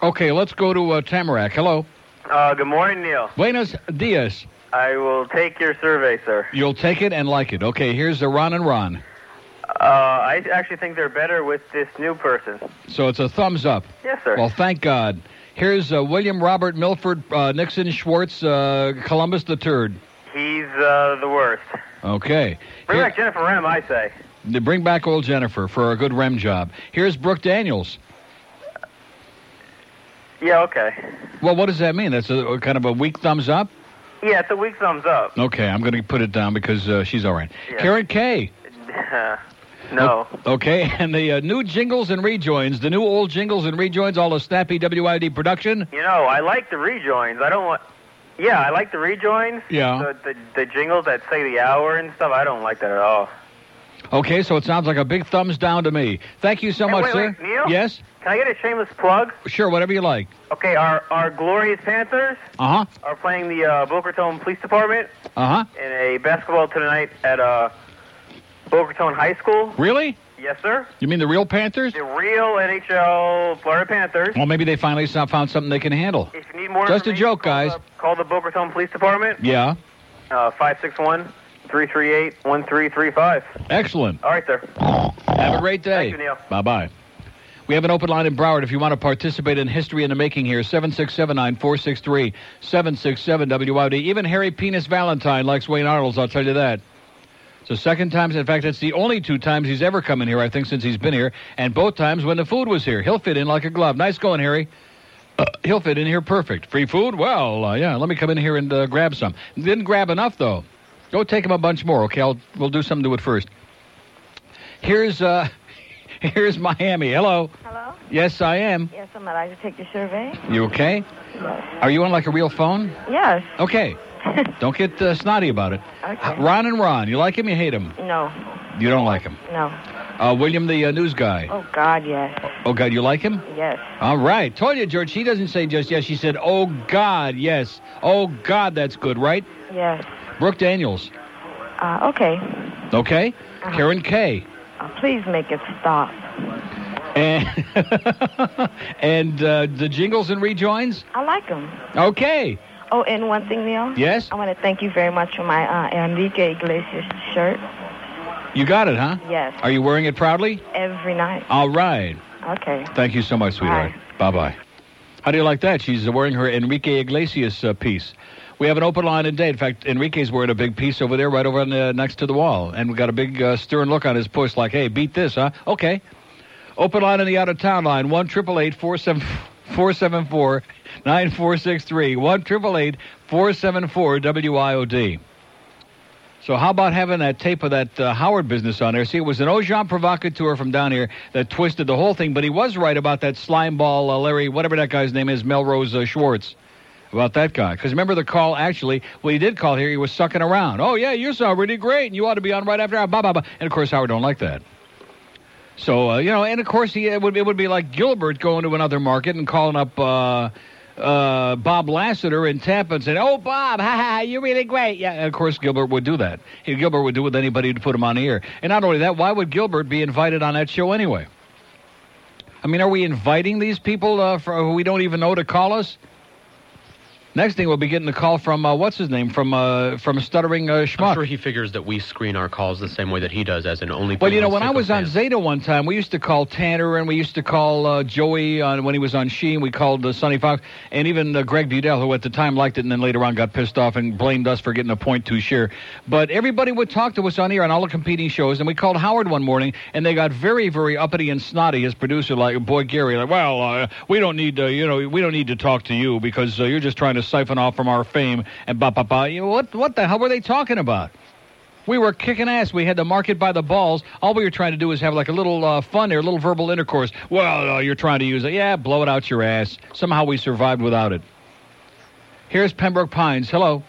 [SPEAKER 6] Okay, let's go to uh, Tamarack. Hello.
[SPEAKER 9] Uh, good morning, Neil.
[SPEAKER 6] Buenos dias.
[SPEAKER 9] I will take your survey, sir.
[SPEAKER 6] You'll take it and like it. Okay, here's the Ron and Ron.
[SPEAKER 9] Uh, I actually think they're better with this new person.
[SPEAKER 6] So it's a thumbs up.
[SPEAKER 9] Yes, sir.
[SPEAKER 6] Well, thank God. Here's uh, William Robert Milford uh, Nixon Schwartz, uh, Columbus the Third.
[SPEAKER 9] He's uh, the worst.
[SPEAKER 6] Okay.
[SPEAKER 9] Bring back Jennifer Rem, I say.
[SPEAKER 6] They Bring back old Jennifer for a good REM job. Here's Brooke Daniels.
[SPEAKER 9] Yeah, okay.
[SPEAKER 6] Well, what does that mean? That's a, kind of a weak thumbs up?
[SPEAKER 9] Yeah, it's a weak thumbs up.
[SPEAKER 6] Okay, I'm going to put it down because uh, she's all right. Karen Kay.
[SPEAKER 9] no.
[SPEAKER 6] Okay, and the uh, new jingles and rejoins, the new old jingles and rejoins, all the snappy WID production.
[SPEAKER 9] You know, I like the rejoins. I don't want. Yeah, I like the rejoins.
[SPEAKER 6] Yeah.
[SPEAKER 9] The, the, the jingles that say the hour and stuff, I don't like that at all.
[SPEAKER 6] Okay, so it sounds like a big thumbs down to me. Thank you so
[SPEAKER 9] Hey,
[SPEAKER 6] much,
[SPEAKER 9] wait,
[SPEAKER 6] sir.
[SPEAKER 9] wait, Neil?
[SPEAKER 6] Yes?
[SPEAKER 9] Can I get a shameless plug?
[SPEAKER 6] Sure, whatever you like.
[SPEAKER 9] Okay, our, our glorious Panthers
[SPEAKER 6] Uh huh.
[SPEAKER 9] are playing the uh, Boca Raton Police Department
[SPEAKER 6] Uh huh.
[SPEAKER 9] in a basketball tonight at uh, Boca Raton High School.
[SPEAKER 6] Really?
[SPEAKER 9] Yes, sir.
[SPEAKER 6] You mean the real Panthers?
[SPEAKER 9] The real NHL Florida Panthers.
[SPEAKER 6] Well, maybe they finally so- found something they can handle.
[SPEAKER 9] If you need more
[SPEAKER 6] Just a
[SPEAKER 9] information, uh,
[SPEAKER 6] joke, guys.
[SPEAKER 9] call the Boca Raton Police Department,
[SPEAKER 6] Yeah.
[SPEAKER 9] uh, 561-338-1335.
[SPEAKER 6] Excellent.
[SPEAKER 9] All right, sir.
[SPEAKER 6] Have a great day.
[SPEAKER 9] Thank you, Neil.
[SPEAKER 6] Bye bye. We have an open line in Broward if you want to participate in history in the making here. 767 9463 767 WID. Even Harry Penis Valentine likes Wayne Arnold's, I'll tell you that. So, second times, in fact, it's the only two times he's ever come in here, I think, since he's been here, and both times when the food was here. He'll fit in like a glove. Nice going, Harry. Uh, he'll fit in here perfect. Free food? Well, uh, yeah, let me come in here and uh, grab some. Didn't grab enough, though. Go take him a bunch more, okay? I'll, we'll do something to it first. Here's, uh, here's Miami. Hello.
[SPEAKER 33] Hello?
[SPEAKER 6] Yes, I am.
[SPEAKER 33] Yes, I'm allowed to take your survey.
[SPEAKER 6] You okay? Are you on like a real phone?
[SPEAKER 33] Yes.
[SPEAKER 6] Okay. Don't get uh, snotty about it.
[SPEAKER 33] Okay.
[SPEAKER 6] Uh, Ron and Ron, you like him, you hate him?
[SPEAKER 33] No.
[SPEAKER 6] You don't like him.
[SPEAKER 33] No.
[SPEAKER 6] Uh, William, the uh, news guy.
[SPEAKER 33] Oh, God, yes.
[SPEAKER 6] Oh, God, you like him?
[SPEAKER 33] Yes.
[SPEAKER 6] All right. Told you, George, she doesn't say just yes. She said, oh, God, yes. Oh, God, that's good, right?
[SPEAKER 33] Yes.
[SPEAKER 6] Brooke Daniels.
[SPEAKER 33] Uh, okay.
[SPEAKER 6] Okay? Karen Kay.
[SPEAKER 33] Uh, please make it stop.
[SPEAKER 6] And, and uh, the jingles and rejoins?
[SPEAKER 33] I like them.
[SPEAKER 6] Okay.
[SPEAKER 33] Oh, and one thing, Neil?
[SPEAKER 6] Yes?
[SPEAKER 33] I want to thank you very much for my uh, Enrique Iglesias shirt.
[SPEAKER 6] You got it, huh?
[SPEAKER 33] Yes.
[SPEAKER 6] Are you wearing it proudly?
[SPEAKER 33] Every night.
[SPEAKER 6] All right.
[SPEAKER 33] Okay.
[SPEAKER 6] Thank you so much, sweetheart. Bye bye. How do you like that? She's wearing her Enrique Iglesias uh, piece. We have an open line today. In fact, Enrique's wearing a big piece over there, right over on the, next to the wall, and we got a big uh, stern look on his push, like, "Hey, beat this, huh?" Okay. Open line on the out of town line one triple eight four seven four seven four nine four six three one triple eight four seven four WIOD. So how about having that tape of that uh, Howard business on there? See, it was an Ojan provocateur from down here that twisted the whole thing, but he was right about that slime ball uh, Larry, whatever that guy's name is, Melrose uh, Schwartz. About that guy, because remember the call. Actually, well, he did call here. He was sucking around. Oh yeah, you sound really great, and you ought to be on right after. Blah blah blah. And of course, Howard don't like that. So uh, you know, and of course, he it would it would be like Gilbert going to another market and calling up uh, uh, Bob Lassiter in Tampa and saying, "Oh, Bob, ha ha, ha, you're really great." Yeah, and of course, Gilbert would do that. He, Gilbert would do it with anybody to put him on the air. And not only that, why would Gilbert be invited on that show anyway? I mean, are we inviting these people uh, for, who we don't even know to call us? Next thing, we'll be getting a call from uh, what's his name from uh, from stuttering uh, schmuck.
[SPEAKER 15] I'm sure he figures that we screen our calls the same way that he does, as an only.
[SPEAKER 6] Well, you know, when I was on Zeta one time, we used to call Tanner and we used to call uh, Joey on, when he was on Sheen. We called uh, Sonny Fox and even uh, Greg Budell, who at the time liked it and then later on got pissed off and blamed us for getting a point two share. But everybody would talk to us on here on all the competing shows, and we called Howard one morning and they got very, very uppity and snotty. His producer, like boy Gary, like, well, uh, we don't need to, you know, we don't need to talk to you because uh, you're just trying to siphon off from our fame and ba ba ba. You know, What what the hell were they talking about? We were kicking ass. We had the market by the balls. All we were trying to do was have like a little uh, fun there, a little verbal intercourse. Well, uh, you're trying to use it. Yeah, blow it out your ass. Somehow we survived without it. Here's Pembroke Pines. Hello.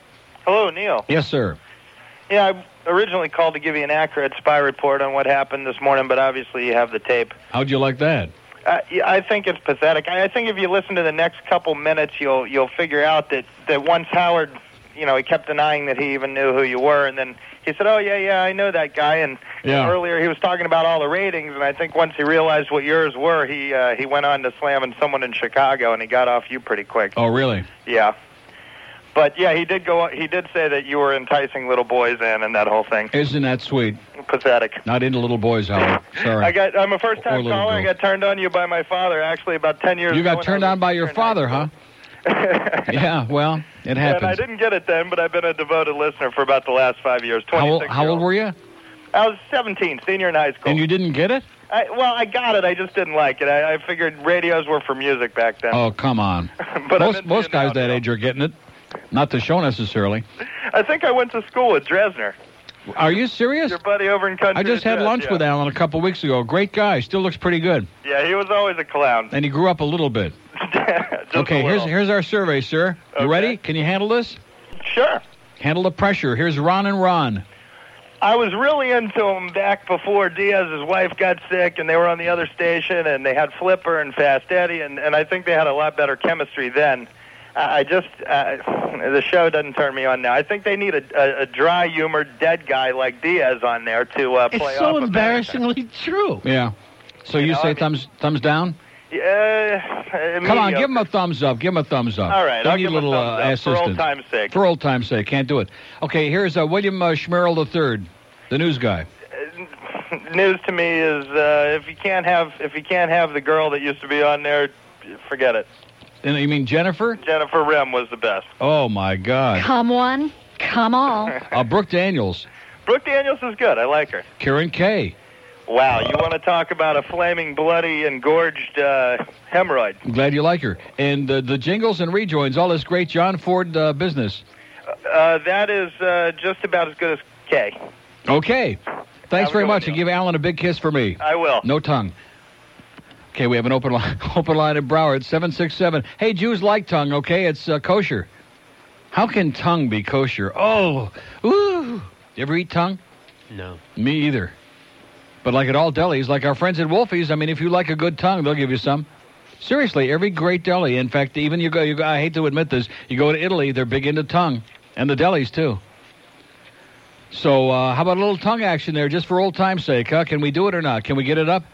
[SPEAKER 10] Hello, Neil.
[SPEAKER 6] Yes, sir.
[SPEAKER 10] Yeah, I originally called to give you an accurate spy report on what happened this morning, but obviously you have the tape.
[SPEAKER 6] How'd you like that?
[SPEAKER 10] Uh, yeah, I think it's pathetic. I, I think if you listen to the next couple minutes, you'll you'll figure out that that once Howard, you know, he kept denying that he even knew who you were, and then he said, "Oh yeah, yeah, I know that guy." And
[SPEAKER 5] Yeah.
[SPEAKER 10] earlier he was talking about all the ratings, and I think once he realized what yours were, he uh, he went on to slamming someone in Chicago, and he got off you pretty quick.
[SPEAKER 6] Oh, really?
[SPEAKER 10] Yeah. But yeah, he did go. He did say that you were enticing little boys in, and that whole thing.
[SPEAKER 6] Isn't that sweet?
[SPEAKER 10] Pathetic.
[SPEAKER 6] Not into little boys, Howard. Sorry.
[SPEAKER 10] I got. I'm a first
[SPEAKER 6] Or
[SPEAKER 10] time
[SPEAKER 6] little
[SPEAKER 10] caller. I
[SPEAKER 6] girls.
[SPEAKER 10] got turned on you by my father. Actually, about ten years.
[SPEAKER 6] you
[SPEAKER 10] ago
[SPEAKER 6] got
[SPEAKER 10] when
[SPEAKER 6] turned on by your father, huh? yeah, well,
[SPEAKER 10] I-
[SPEAKER 6] it
[SPEAKER 10] And I
[SPEAKER 6] happens.
[SPEAKER 10] didn't get it then, but I've been a devoted listener for about the last five years.
[SPEAKER 6] How old,
[SPEAKER 10] 26
[SPEAKER 6] how old were you?
[SPEAKER 10] I was 17, senior in high school.
[SPEAKER 6] And you didn't get it?
[SPEAKER 10] I, well, I got it. I just didn't like it. I, I figured radios were for music back then.
[SPEAKER 6] Oh, come on. most most guys that age are getting it. Not the show necessarily.
[SPEAKER 10] I think I went to school with Dresner.
[SPEAKER 6] Are you serious?
[SPEAKER 10] Your buddy over in country.
[SPEAKER 6] I just had
[SPEAKER 10] Dress,
[SPEAKER 6] lunch
[SPEAKER 10] yeah.
[SPEAKER 6] with Alan a couple weeks ago. Great guy. Still looks pretty good.
[SPEAKER 10] Yeah, he was always a clown.
[SPEAKER 6] And he grew up a little bit. okay, here's here's our survey, sir. You ready? Can you handle this?
[SPEAKER 10] Sure.
[SPEAKER 6] Handle the pressure. Here's Ron and Ron.
[SPEAKER 10] I was really into him back before Diaz's wife got sick, and they were on the other station, and they had Flipper and Fast Eddie, and, and I think they had a lot better chemistry then. I I just uh, the show doesn't turn me on now. I think they need a, a, a dry humored dead guy like Diaz on there to uh, play
[SPEAKER 5] It's so
[SPEAKER 10] off.
[SPEAKER 5] embarrassingly true.
[SPEAKER 6] Yeah. So you,
[SPEAKER 10] You know,
[SPEAKER 6] say
[SPEAKER 10] I mean-
[SPEAKER 6] thumbs thumbs down?
[SPEAKER 10] Uh, uh,
[SPEAKER 6] Come
[SPEAKER 10] mediocre.
[SPEAKER 6] on, give him a thumbs up. Give him a thumbs up.
[SPEAKER 10] All right,
[SPEAKER 6] Don't
[SPEAKER 10] I'll
[SPEAKER 6] need
[SPEAKER 10] give
[SPEAKER 6] a
[SPEAKER 10] 'em a
[SPEAKER 6] little
[SPEAKER 10] thumbs
[SPEAKER 6] uh,
[SPEAKER 10] up for
[SPEAKER 6] assistance.
[SPEAKER 10] old time's sake.
[SPEAKER 6] For old time's sake, can't do it. Okay, here's uh, William uh, Schmerl III, the news guy.
[SPEAKER 10] news to me is uh, if you can't have if you can't have the girl that used to be on there, forget it.
[SPEAKER 6] And you mean Jennifer?
[SPEAKER 10] Jennifer Rim was the best.
[SPEAKER 6] Oh my God.
[SPEAKER 12] Come one, come all.
[SPEAKER 6] Uh, Brooke Daniels,
[SPEAKER 10] Brooke Daniels is good. I like her.
[SPEAKER 6] Karen Kay,
[SPEAKER 10] Wow, you want to talk about a flaming, bloody, engorged uh, hemorrhoid?
[SPEAKER 6] I'm glad you like her, and uh, the jingles and rejoins, all this great John Ford uh, business.
[SPEAKER 10] Uh, that is uh, just about as good as K.
[SPEAKER 6] Okay, thanks very much, and give Alan a big kiss for me.
[SPEAKER 10] I will.
[SPEAKER 6] No tongue. Okay, we have an open line, open line at Broward seven six seven. Hey, Jews like tongue. Okay, it's uh, kosher. How can tongue be kosher? Oh, ooh. You ever eat tongue?
[SPEAKER 9] No.
[SPEAKER 6] Me either. But like at all delis, like our friends at Wolfie's, I mean, if you like a good tongue, they'll give you some. Seriously, every great deli. In fact, even you go, you go. I hate to admit this. You go to Italy, they're big into tongue, and the delis too. So, uh, how about a little tongue action there, just for old time's sake? Huh? Can we do it or not? Can we get it up?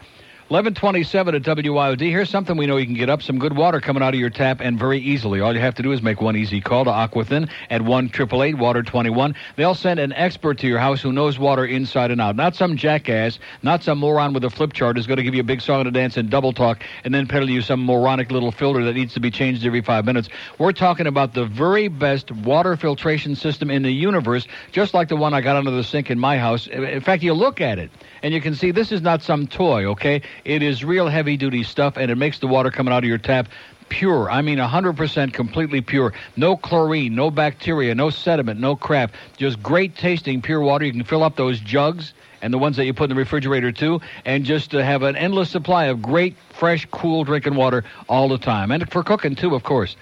[SPEAKER 6] Eleven twenty-seven at WIOD. Here's something we know you can get up: some good water coming out of your tap, and very easily. All you have to do is make one easy call to Aquathin at one triple eight water twenty-one. They'll send an expert to your house who knows water inside and out. Not some jackass, not some moron with a flip chart who's going to give you a big song and a dance and double talk, and then peddle you some moronic little filter that needs to be changed every five minutes. We're talking about the very best water filtration system in the universe, just like the one I got under the sink in my house. In- In fact, you look at it and you can see this is not some toy, okay? It is real heavy duty stuff and it makes the water coming out of your tap pure. I mean 100% completely pure. No chlorine, no bacteria, no sediment, no crap. Just great tasting pure water. You can fill up those jugs and the ones that you put in the refrigerator too, and just to have an endless supply of great, fresh, cool drinking water all the time. And for cooking too, of course.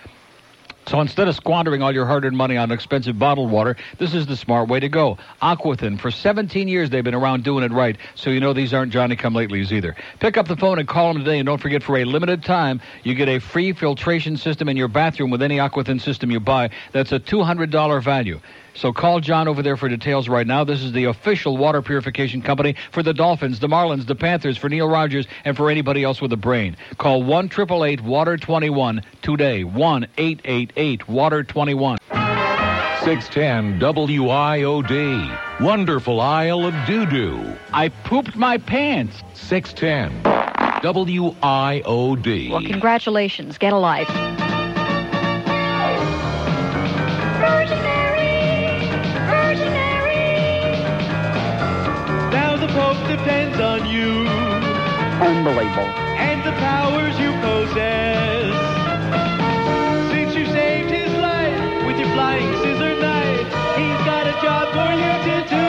[SPEAKER 6] So instead of squandering all your hard-earned money on expensive bottled water, this is the smart way to go. Aquathin, for 17 years they've been around doing it right, so you know these aren't Johnny-come-latelys either. Pick up the phone and call them today, and don't forget for a limited time, you get a free filtration system in your bathroom with any Aquathin system you buy. That's a $200 value. So call John over there for details right now. This is the official water purification company for the Dolphins, the Marlins, the Panthers, for Neil Rogers, and for anybody else with a brain. Call 1 888 Water 21 today. 1 888 Water 21.
[SPEAKER 7] 610 WIOD. Wonderful Isle of Doo Doo.
[SPEAKER 6] I pooped my pants.
[SPEAKER 7] 610 WIOD.
[SPEAKER 12] Well, congratulations. Get a life.
[SPEAKER 5] Now the Pope depends on you
[SPEAKER 8] Unbelievable.
[SPEAKER 5] and the powers you possess. Since you saved his life with your flying scissor knife, he's got a job for you to do.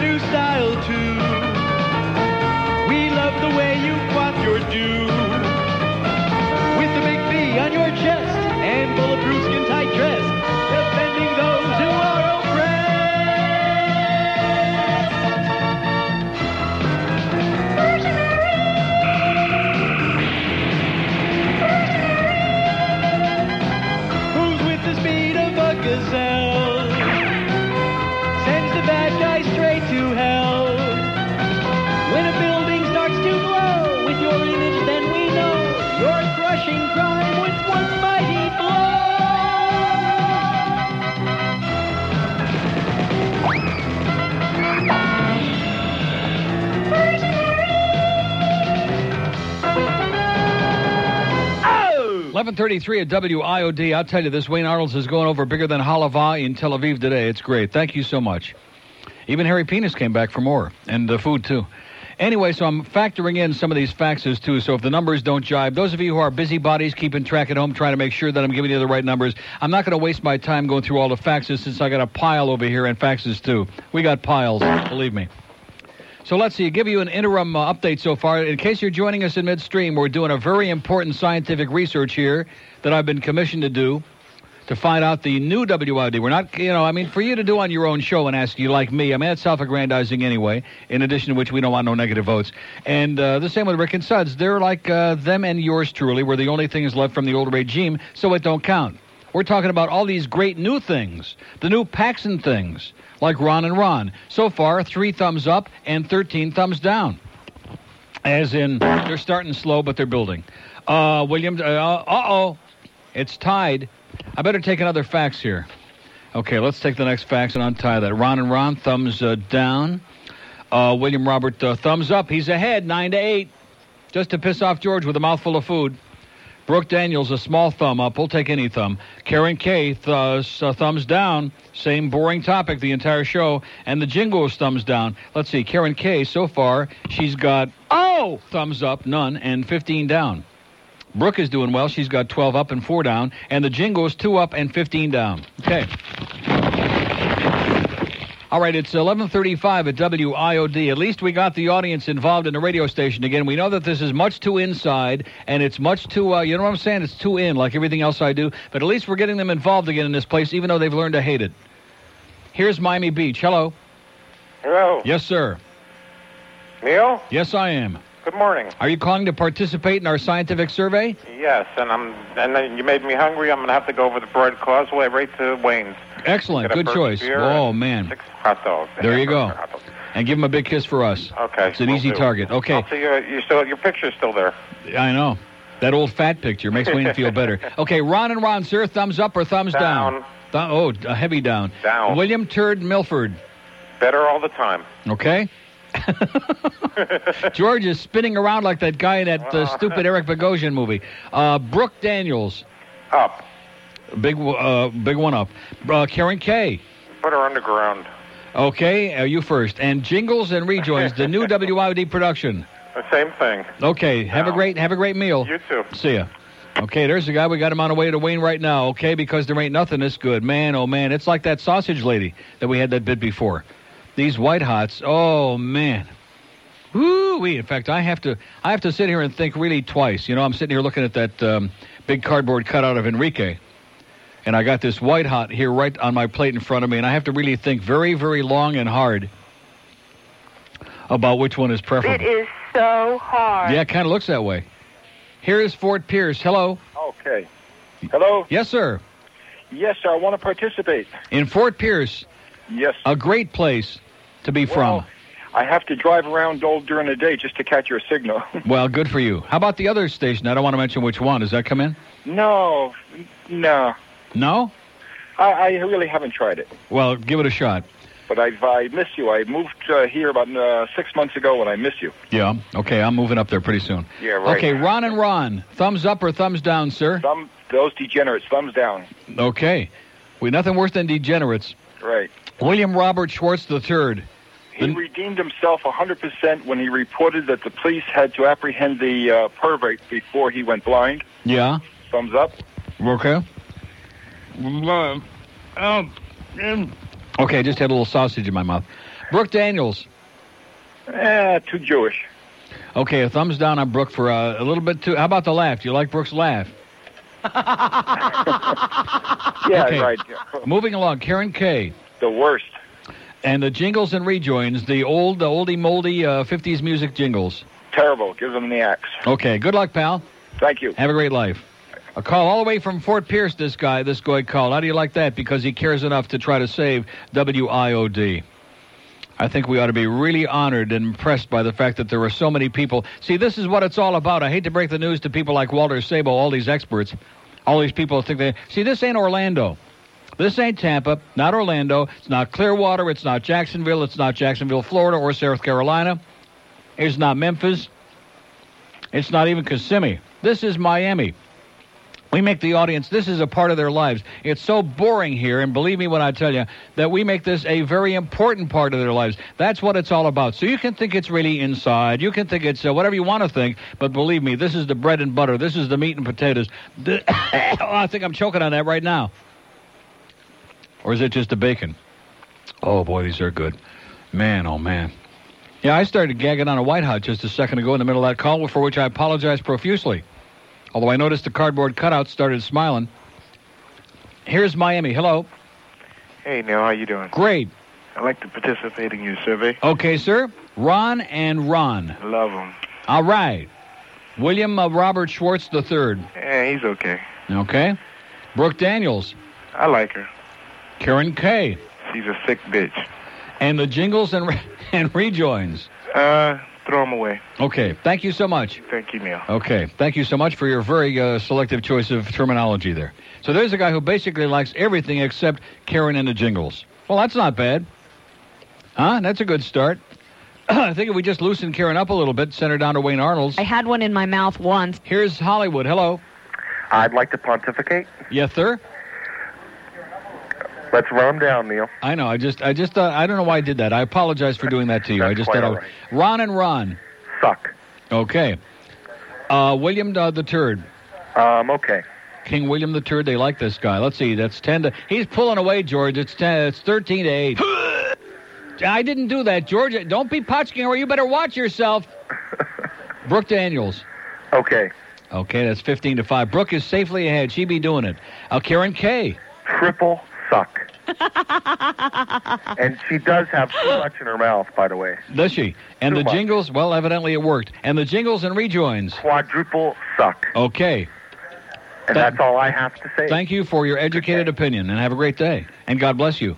[SPEAKER 5] new style too. We love the way you quaff your dew. With the big V on your chest and bulletproof skin tight dress, defending those who are Who's with the speed of a gazelle? Sends the bad guy straight to hell. When a building starts to glow with your image, then we know you're crushing crime with one mighty blow.
[SPEAKER 6] Eleven thirty-three at WIOD. I'll tell you this: Wayne Arnold's is going over bigger than Halava in Tel Aviv today. It's great. Thank you so much. Even Harry Penis came back for more and the food too. Anyway, so I'm factoring in some of these faxes too. So if the numbers don't jibe, those of you who are busybodies keeping track at home, trying to make sure that I'm giving you the right numbers. I'm not going to waste my time going through all the faxes since I got a pile over here and faxes too. We got piles, believe me. So let's see, give you an interim uh, update so far. In case you're joining us in midstream, we're doing a very important scientific research here that I've been commissioned to do to find out the new WID. We're not, you know, I mean, for you to do on your own show and ask you like me, I mean, that's self aggrandizing anyway, in addition to which we don't want no negative votes. And uh, the same with Rick and Suds. They're like uh, them and yours truly. We're the only things left from the old regime, so it don't count. We're talking about all these great new things, the new Paxson things, like Ron and Ron. So far, three thumbs up and 13 thumbs down. As in, they're starting slow, but they're building. Uh, William, uh oh, it's tied. I better take another fax here. Okay, let's take the next fax and untie that. Ron and Ron, thumbs uh, down. Uh, William Robert, uh, thumbs up. He's ahead, nine to eight. Just to piss off George with a mouthful of food. Brooke Daniels, a small thumb up. We'll take any thumb. Karen K, th- uh, s- uh, thumbs down. Same boring topic the entire show. And the jingle is thumbs down. Let's see. Karen K, so far, she's got, oh, thumbs up, none, and 15 down. Brooke is doing well. She's got 12 up and 4 down. And the jingle is 2 up and 15 down. Okay. All right, it's 11:35 at WIOD. At least we got the audience involved in the radio station again. We know that this is much too inside, and it's much too, uh, you know what I'm saying? It's too in, like everything else I do. But at least we're getting them involved again in this place, even though they've learned to hate it. Here's Miami Beach. Hello.
[SPEAKER 13] Hello,
[SPEAKER 6] Yes, sir.
[SPEAKER 13] Neil.
[SPEAKER 6] Yes, I am.
[SPEAKER 13] Good morning.
[SPEAKER 6] Are you calling to participate in our scientific survey?
[SPEAKER 13] Yes, and I'm and then you made me hungry. I'm gonna have to go over the Broad Causeway right to Wayne's.
[SPEAKER 6] Excellent.
[SPEAKER 13] Get a
[SPEAKER 6] Good
[SPEAKER 13] burger,
[SPEAKER 6] choice.
[SPEAKER 13] beer,
[SPEAKER 6] Oh man.
[SPEAKER 13] Hot dog.
[SPEAKER 6] There you go. And give him a big kiss for us.
[SPEAKER 13] Okay.
[SPEAKER 6] It's an
[SPEAKER 13] will
[SPEAKER 6] easy
[SPEAKER 13] do.
[SPEAKER 6] target. Okay.
[SPEAKER 13] I'll see you. You still your picture's still there.
[SPEAKER 6] I know. That old fat picture makes Wayne feel better. Okay, Ron and Ron, sir, thumbs up or thumbs down? Th- oh, a heavy down.
[SPEAKER 13] Down.
[SPEAKER 6] William Turd Milford.
[SPEAKER 13] Better all the time.
[SPEAKER 6] Okay. George is spinning around like that guy in that uh, stupid Eric Bogosian movie. Uh, Brooke Daniels.
[SPEAKER 13] Up.
[SPEAKER 6] Big, w- uh, big one up. Uh, Karen Kay.
[SPEAKER 13] Put her underground.
[SPEAKER 6] Okay, uh, you first. And Jingles and Rejoins, the new WYD production.
[SPEAKER 13] The same thing.
[SPEAKER 6] Okay, have a great have a great meal.
[SPEAKER 13] You too.
[SPEAKER 6] See ya. Okay, there's the guy. We got him on the way to Wayne right now. Okay, because there ain't nothing this good. Man, oh man, it's like that sausage lady that we had that bit before. These white hots. Oh man. Woo wee. In fact, I have to I have to sit here and think really twice. You know, I'm sitting here looking at that um, big cardboard cutout of Enrique, and I got this white hot here right on my plate in front of me, and I have to really think very very long and hard about which one is preferable.
[SPEAKER 28] It is so hard.
[SPEAKER 6] Yeah, it kind of looks that way. Here is Fort Pierce. Hello.
[SPEAKER 23] Okay. Hello.
[SPEAKER 6] Yes, sir.
[SPEAKER 23] Yes, sir. I want to participate.
[SPEAKER 6] In Fort Pierce,
[SPEAKER 23] Yes.
[SPEAKER 6] a great place to be
[SPEAKER 23] Well- I have to drive around all during the day just to catch your signal.
[SPEAKER 6] from. Well, good for you. How about the other station? I don't want to mention which one. Does that come in?
[SPEAKER 23] no, no.
[SPEAKER 6] No?
[SPEAKER 23] I, I really haven't tried it.
[SPEAKER 6] Well, give it a shot.
[SPEAKER 23] But I've I miss you. I moved uh, here about uh, six months ago, and I miss you.
[SPEAKER 6] Yeah. Okay, I'm moving up there pretty soon.
[SPEAKER 23] Yeah, right.
[SPEAKER 6] Okay, Ron and Ron. Thumbs up or thumbs down, sir?
[SPEAKER 23] Thumb, those degenerates. Thumbs down.
[SPEAKER 6] Okay. We nothing worse than degenerates.
[SPEAKER 23] Right.
[SPEAKER 6] William Robert Schwartz III.
[SPEAKER 23] He redeemed himself 100% when he reported that the police had to apprehend the uh, pervert before he went blind.
[SPEAKER 6] Yeah.
[SPEAKER 23] Thumbs up. Mm-hmm.
[SPEAKER 6] Okay.
[SPEAKER 23] Um,
[SPEAKER 6] Oh, Okay, I just had a little sausage in my mouth. Brooke Daniels.
[SPEAKER 23] Eh, too Jewish.
[SPEAKER 6] Okay, a thumbs down on Brooke for uh, a little bit too. How about the laugh? Do you like Brooke's laugh?
[SPEAKER 23] Yeah,
[SPEAKER 6] Okay.
[SPEAKER 23] right.
[SPEAKER 6] Moving along, Karen Kay.
[SPEAKER 23] The worst.
[SPEAKER 6] And the jingles and rejoins, the old, the oldie moldy uh, 50s music jingles.
[SPEAKER 23] Terrible. Give them the axe.
[SPEAKER 6] Okay, good luck, pal.
[SPEAKER 23] Thank you.
[SPEAKER 6] Have a great life. A call all the way from Fort Pierce, this guy, this guy called. How do you like that? Because he cares enough to try to save WIOD. I think we ought to be really honored and impressed by the fact that there are so many people. See, this is what it's all about. I hate to break the news to people like Walter Sabo, all these experts, all these people who think they. See, this ain't Orlando. This ain't Tampa, not Orlando. It's not Clearwater. It's not Jacksonville. It's not Jacksonville, Florida, or South Carolina. It's not Memphis. It's not even Kissimmee. This is Miami. We make the audience, this is a part of their lives. It's so boring here, and believe me when I tell you, that we make this a very important part of their lives. That's what it's all about. So you can think it's really inside, you can think it's uh, whatever you want to think, but believe me, this is the bread and butter, this is the meat and potatoes. The- oh, I think I'm choking on that right now. Or is it just the bacon? Oh boy, these are good. Man, oh man. Yeah, I started gagging on a White Hot just a second ago in the middle of that call, for which I apologize profusely. Although I noticed the cardboard cutout started smiling. Here's Miami. Hello.
[SPEAKER 34] Hey, Neil, how you doing?
[SPEAKER 6] Great.
[SPEAKER 34] I'd like to participate in your survey.
[SPEAKER 6] Okay, sir. Ron and Ron.
[SPEAKER 34] Love him.
[SPEAKER 6] All right. William uh, Robert Schwartz III.
[SPEAKER 34] Yeah, Eh, he's okay.
[SPEAKER 6] Okay. Brooke Daniels.
[SPEAKER 34] I like her.
[SPEAKER 6] Karen Kay.
[SPEAKER 34] She's a sick bitch.
[SPEAKER 6] And the jingles and, re- and rejoins.
[SPEAKER 34] Uh, throw him away.
[SPEAKER 6] Okay. Thank you so much.
[SPEAKER 34] Thank you, Neil.
[SPEAKER 6] Okay. Thank you so much for your very uh, selective choice of terminology there. So there's a guy who basically likes everything except Karen and the Jingles. Well, that's not bad. Huh? That's a good start. I think if we just loosen Karen up a little bit, send her down to Wayne Arnold's.
[SPEAKER 12] I had one in my mouth once.
[SPEAKER 6] Here's Hollywood. Hello.
[SPEAKER 22] I'd like to pontificate.
[SPEAKER 6] Yes, sir.
[SPEAKER 22] Let's run them down, Neil.
[SPEAKER 6] I know. I just, I just, uh, I don't know why I did that. I apologize for doing that to you. I just
[SPEAKER 22] quite
[SPEAKER 6] thought I
[SPEAKER 22] all
[SPEAKER 6] would- Ron and Ron.
[SPEAKER 22] Suck.
[SPEAKER 6] Okay. Uh, William uh, the Third.
[SPEAKER 22] Um, okay.
[SPEAKER 6] King William the Third. They like this guy. Let's see. That's ten to. He's pulling away, George. It's ten. It's thirteen to eight. I didn't do that, George. Don't be potchking, or you better watch yourself. Brooke Daniels.
[SPEAKER 22] Okay.
[SPEAKER 6] Okay, that's fifteen to five. Brooke is safely ahead. She be doing it. Uh, Karen Kay.
[SPEAKER 22] Triple suck. and she does have too much in her mouth, by the way.
[SPEAKER 6] Does she? And
[SPEAKER 22] Too
[SPEAKER 6] the
[SPEAKER 22] much.
[SPEAKER 6] jingles, well, evidently it worked. And the jingles and rejoins.
[SPEAKER 22] Quadruple suck.
[SPEAKER 6] Okay.
[SPEAKER 22] And that's all I have to say.
[SPEAKER 6] Thank you for your educated opinion, and have a great day. And God bless you.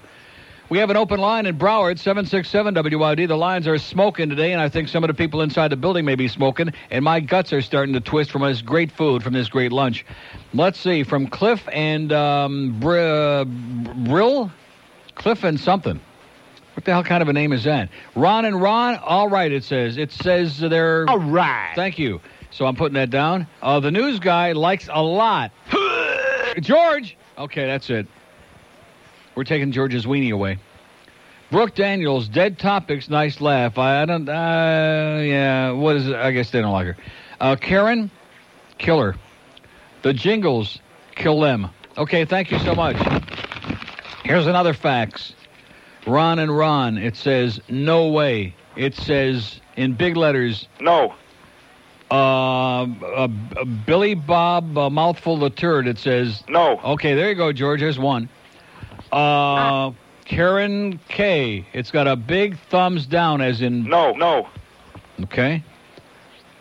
[SPEAKER 6] We have an open line in Broward, 767 WID. The lines are smoking today, and I think some of the people inside the building may be smoking, and my guts are starting to twist from this great food, from this great lunch. Let's see, from Cliff and um, Br- uh, Brill? Cliff and something. What the hell kind of a name is that? Ron and Ron. All right, it says. It says they're. All right. Thank you. So I'm putting that down. Uh, the news guy likes a lot. George. Okay, that's it. We're taking George's weenie away. Brooke Daniels, dead topics, nice laugh. I, I don't. Uh, yeah. What is? It? I guess they don't like her. Uh, Karen, killer. The Jingles, kill them. Okay, thank you so much. Here's another fax. Ron and Ron. It says no way. It says in big letters
[SPEAKER 23] no.
[SPEAKER 6] Uh, uh, Billy Bob uh, mouthful the turd. It says
[SPEAKER 23] no.
[SPEAKER 6] Okay, there you go, George. There's one. Uh, Karen K. It's got a big thumbs down, as in
[SPEAKER 23] no, no.
[SPEAKER 6] Okay.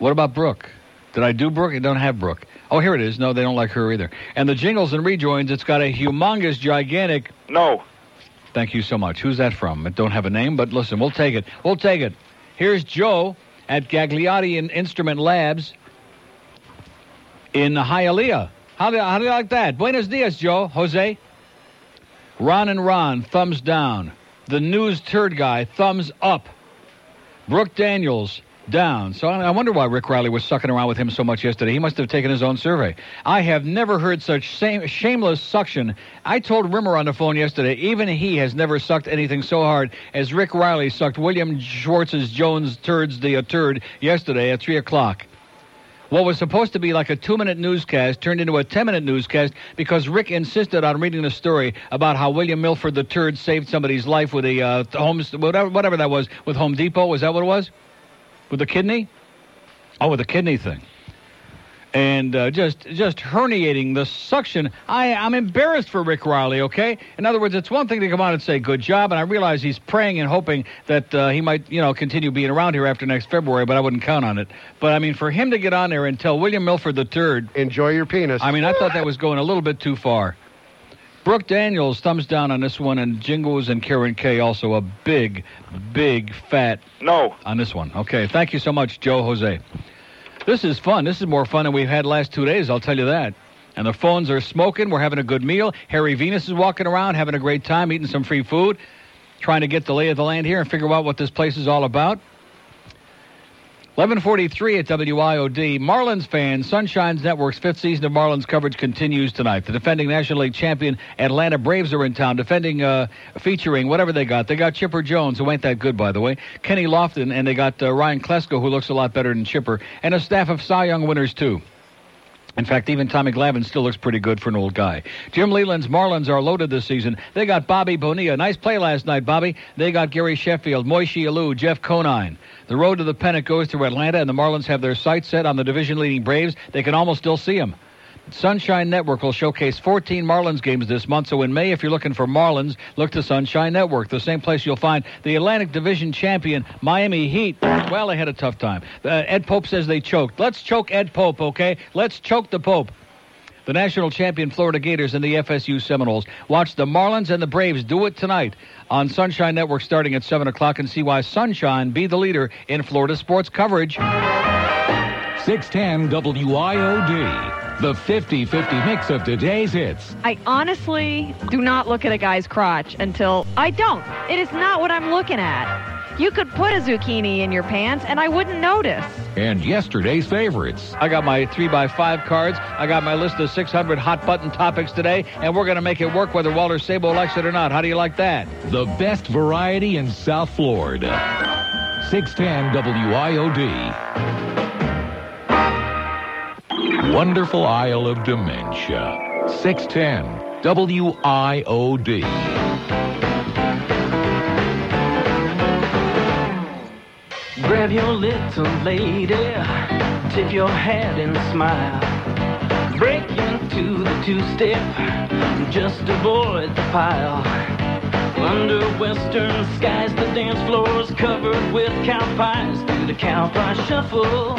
[SPEAKER 6] What about Brooke? Did I do Brooke? I don't have Brooke. Oh, here it is. No, they don't like her either. And the jingles and rejoins. It's got a humongous, gigantic
[SPEAKER 23] no.
[SPEAKER 6] Thank you so much. Who's that from? It don't have a name, but listen, we'll take it. We'll take it. Here's Joe at Gagliotti and Instrument Labs in Hialeah. How do, how do you like that? Buenos dias, Joe. Jose. Ron and Ron, thumbs down. The news turd guy, thumbs up. Brooke Daniels, down. So I I wonder why Rick Riley was sucking around with him so much yesterday. He must have taken his own survey. I have never heard such same, shameless suction. I told Rimmer on the phone yesterday, even he has never sucked anything so hard as Rick Riley sucked William Schwartz's Jones turds the uh, turd yesterday at 3 o'clock. What was supposed to be like a two minute newscast turned into a 10 minute newscast because Rick insisted on reading a story about how William Milford III saved somebody's life with a uh, th- home, whatever, whatever that was, with Home Depot. Was that what it was? With the kidney? Oh, with the kidney thing. And uh, just just herniating the suction. I, I'm embarrassed for Rick Riley, okay? In other words, it's one thing to come out and say good job, and I realize he's praying and hoping that uh, he might, you know, continue being around here after next February, but I wouldn't count on it. But I mean, for him to get on there and tell William Milford III,
[SPEAKER 18] enjoy your penis.
[SPEAKER 6] I mean, I thought that was going a little bit too far. Brooke Daniels thumbs down on this one, and Jingles and Karen K also a big, big fat no on this one. Okay, thank you so much, Joe Jose. This is fun. This is more fun than we've had last two days. I'll tell you that. And the phones are smoking. We're having a good meal. Harry Venus is walking around, having a great time, eating some free food, trying to get the lay of the land here and figure out what this place is all about. 1143 at WIOD. Marlins fans, Sunshine's Network's fifth season of Marlins coverage continues tonight. The defending National League champion Atlanta Braves are in town, defending, uh, featuring whatever they got. They got Chipper Jones, who ain't that good, by the way, Kenny Lofton, and they got uh, Ryan Klesko, who looks a lot better than Chipper, and a staff of Cy Young winners, too. In fact, even Tommy Glavin still looks pretty good for an old guy. Jim Leland's Marlins are loaded this season. They got Bobby Bonilla. Nice play last night, Bobby. They got Gary Sheffield, Moishi Alou, Jeff Conine. The road to the pennant goes through Atlanta, and the Marlins have their sights set on the division-leading Braves. They can almost still see them. Sunshine Network will showcase 14 Marlins games this month. So in May, if you're looking for Marlins, look to Sunshine Network, the same place you'll find the Atlantic Division champion Miami Heat. Well, they had a tough time. Uh, Ed Pope says they choked. Let's choke Ed Pope, okay? Let's choke the Pope. The national champion Florida Gators and the FSU Seminoles. Watch the Marlins and the Braves do it tonight on Sunshine Network starting at 7 o'clock and see why Sunshine be the leader in Florida sports coverage.
[SPEAKER 7] 610 WIOD, the 50 50 mix of today's hits.
[SPEAKER 12] I honestly do not look at a guy's crotch until I don't. It is not what I'm looking at. You could put a zucchini in your pants and I wouldn't notice.
[SPEAKER 7] And yesterday's favorites.
[SPEAKER 6] I got my 3 by 5 cards. I got my list of 600 hot button topics today, and we're going to make it work whether Walter Sabo likes it or not. How do you like that?
[SPEAKER 7] The best variety in South Florida. 610 WIOD. Wonderful Isle of Dementia. 610 WIOD.
[SPEAKER 5] Grab your little lady, tip your hat and smile. Break into the two-step, just avoid the pile. Under western skies, the dance floor's covered with cow pies. Do the cow pie shuffle.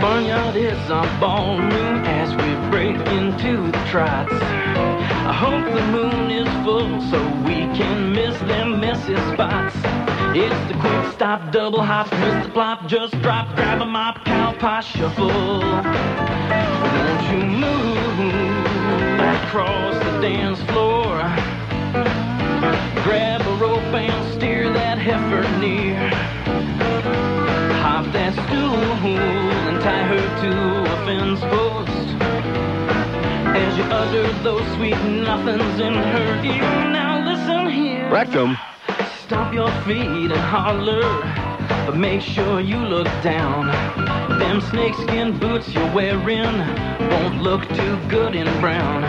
[SPEAKER 5] barnyard is our ballroom as we break into the trots. I hope the moon is full so we can miss them messy spots. It's the quick stop, double hop, twist the plop, just drop, grab a mop, cow pie shuffle. Don't you move across the dance floor. Grab a rope and steer that heifer near hop that stool and tie her to a fence post. As you utter those sweet nothings in her ear, now listen here.
[SPEAKER 18] Rectum.
[SPEAKER 5] Stomp your feet and holler, but make sure you look down. Them snakeskin boots you're wearing won't look too good in brown.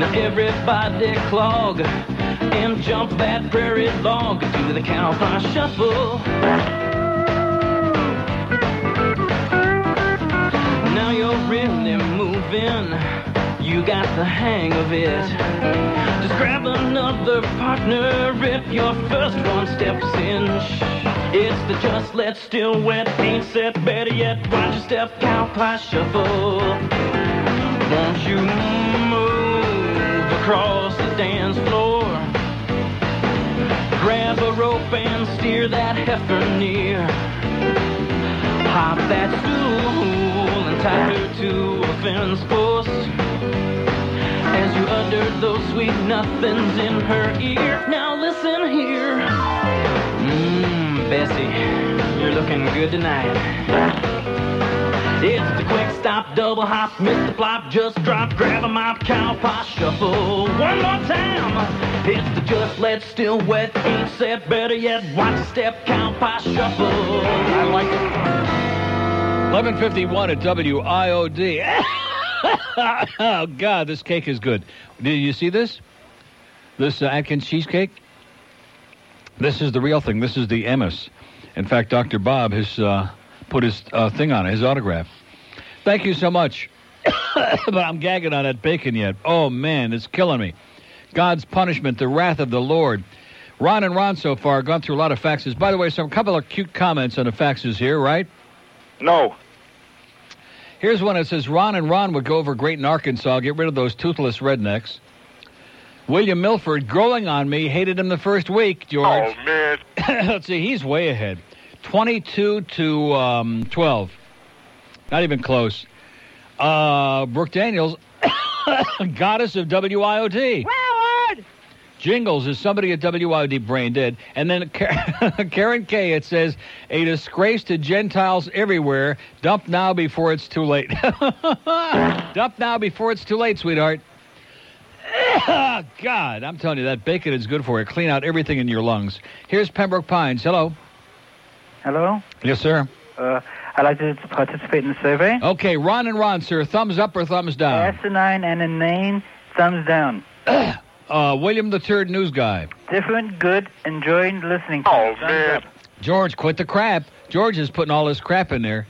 [SPEAKER 5] Now everybody clog and jump that prairie log to the cowpie shuffle. Now you're really moving. You got the hang of it. Just grab another partner if your first one steps in. Shh. It's the just let still wet, ain't set better yet. Watch your step, cow pie shuffle. Won't you move across the dance floor? Grab a rope and steer that heifer near. Hop that stool tied her to a fence post. As you uttered those sweet nothings in her ear. Now listen here. Mmm, Bessie, you're looking good tonight. It's the quick stop, double hop, miss the plop, just drop, grab a mop, cow pie shuffle. One more time. It's the Just let still wet feet set. Better yet, watch step count by shuffle. I like it.
[SPEAKER 6] 1151 at WIOD. oh, God, this cake is good. Did you see this? This uh, Atkins cheesecake? This is the real thing. This is the Emmis. In fact, Dr. Bob has uh, put his uh, thing on it, his autograph. Thank you so much. but I'm gagging on that bacon yet. Oh, man, it's killing me. God's punishment, the wrath of the Lord. Ron and Ron so far gone through a lot of faxes. By the way, some couple of cute comments on the faxes here, right?
[SPEAKER 23] No.
[SPEAKER 6] Here's one that says Ron and Ron would go over great in Arkansas, get rid of those toothless rednecks. William Milford, growing on me, hated him the first week, George.
[SPEAKER 17] Oh, man.
[SPEAKER 6] Let's see, he's way ahead. 22 to um, 12. Not even close. Uh, Brooke Daniels, goddess of WIOT.
[SPEAKER 12] Howard!
[SPEAKER 6] Jingles is somebody at WIOD Brain did. And then Ka- Karen K, it says, a disgrace to Gentiles everywhere. Dump now before it's too late. Dump now before it's too late, sweetheart. God, I'm telling you, that bacon is good for you. Clean out everything in your lungs. Here's Pembroke Pines. Hello.
[SPEAKER 4] Hello.
[SPEAKER 6] Yes, sir.
[SPEAKER 4] Uh, I'd like to participate in the survey.
[SPEAKER 6] Okay, Ron and Ron, sir. Thumbs up or thumbs down?
[SPEAKER 4] Asinine and inane, thumbs down.
[SPEAKER 6] Uh, William the Third News Guy.
[SPEAKER 4] Different, good, enjoying listening.
[SPEAKER 17] Oh,
[SPEAKER 4] man.
[SPEAKER 6] George, quit the crap. George is putting all this crap in there.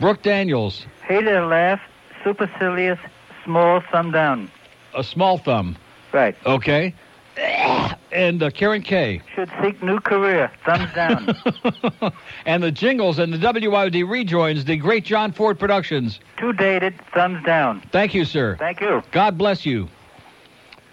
[SPEAKER 6] Brooke Daniels,
[SPEAKER 4] Hated to laugh, supercilious, small, thumb down.
[SPEAKER 6] a small thumb.
[SPEAKER 4] Right.
[SPEAKER 6] Okay. And uh, Karen K.
[SPEAKER 4] Should seek new career, thumbs down.
[SPEAKER 6] and the jingles and the WYD rejoins the great John Ford Productions.
[SPEAKER 4] Too dated, thumbs down.
[SPEAKER 6] Thank you, sir.
[SPEAKER 4] Thank you.
[SPEAKER 6] God bless you.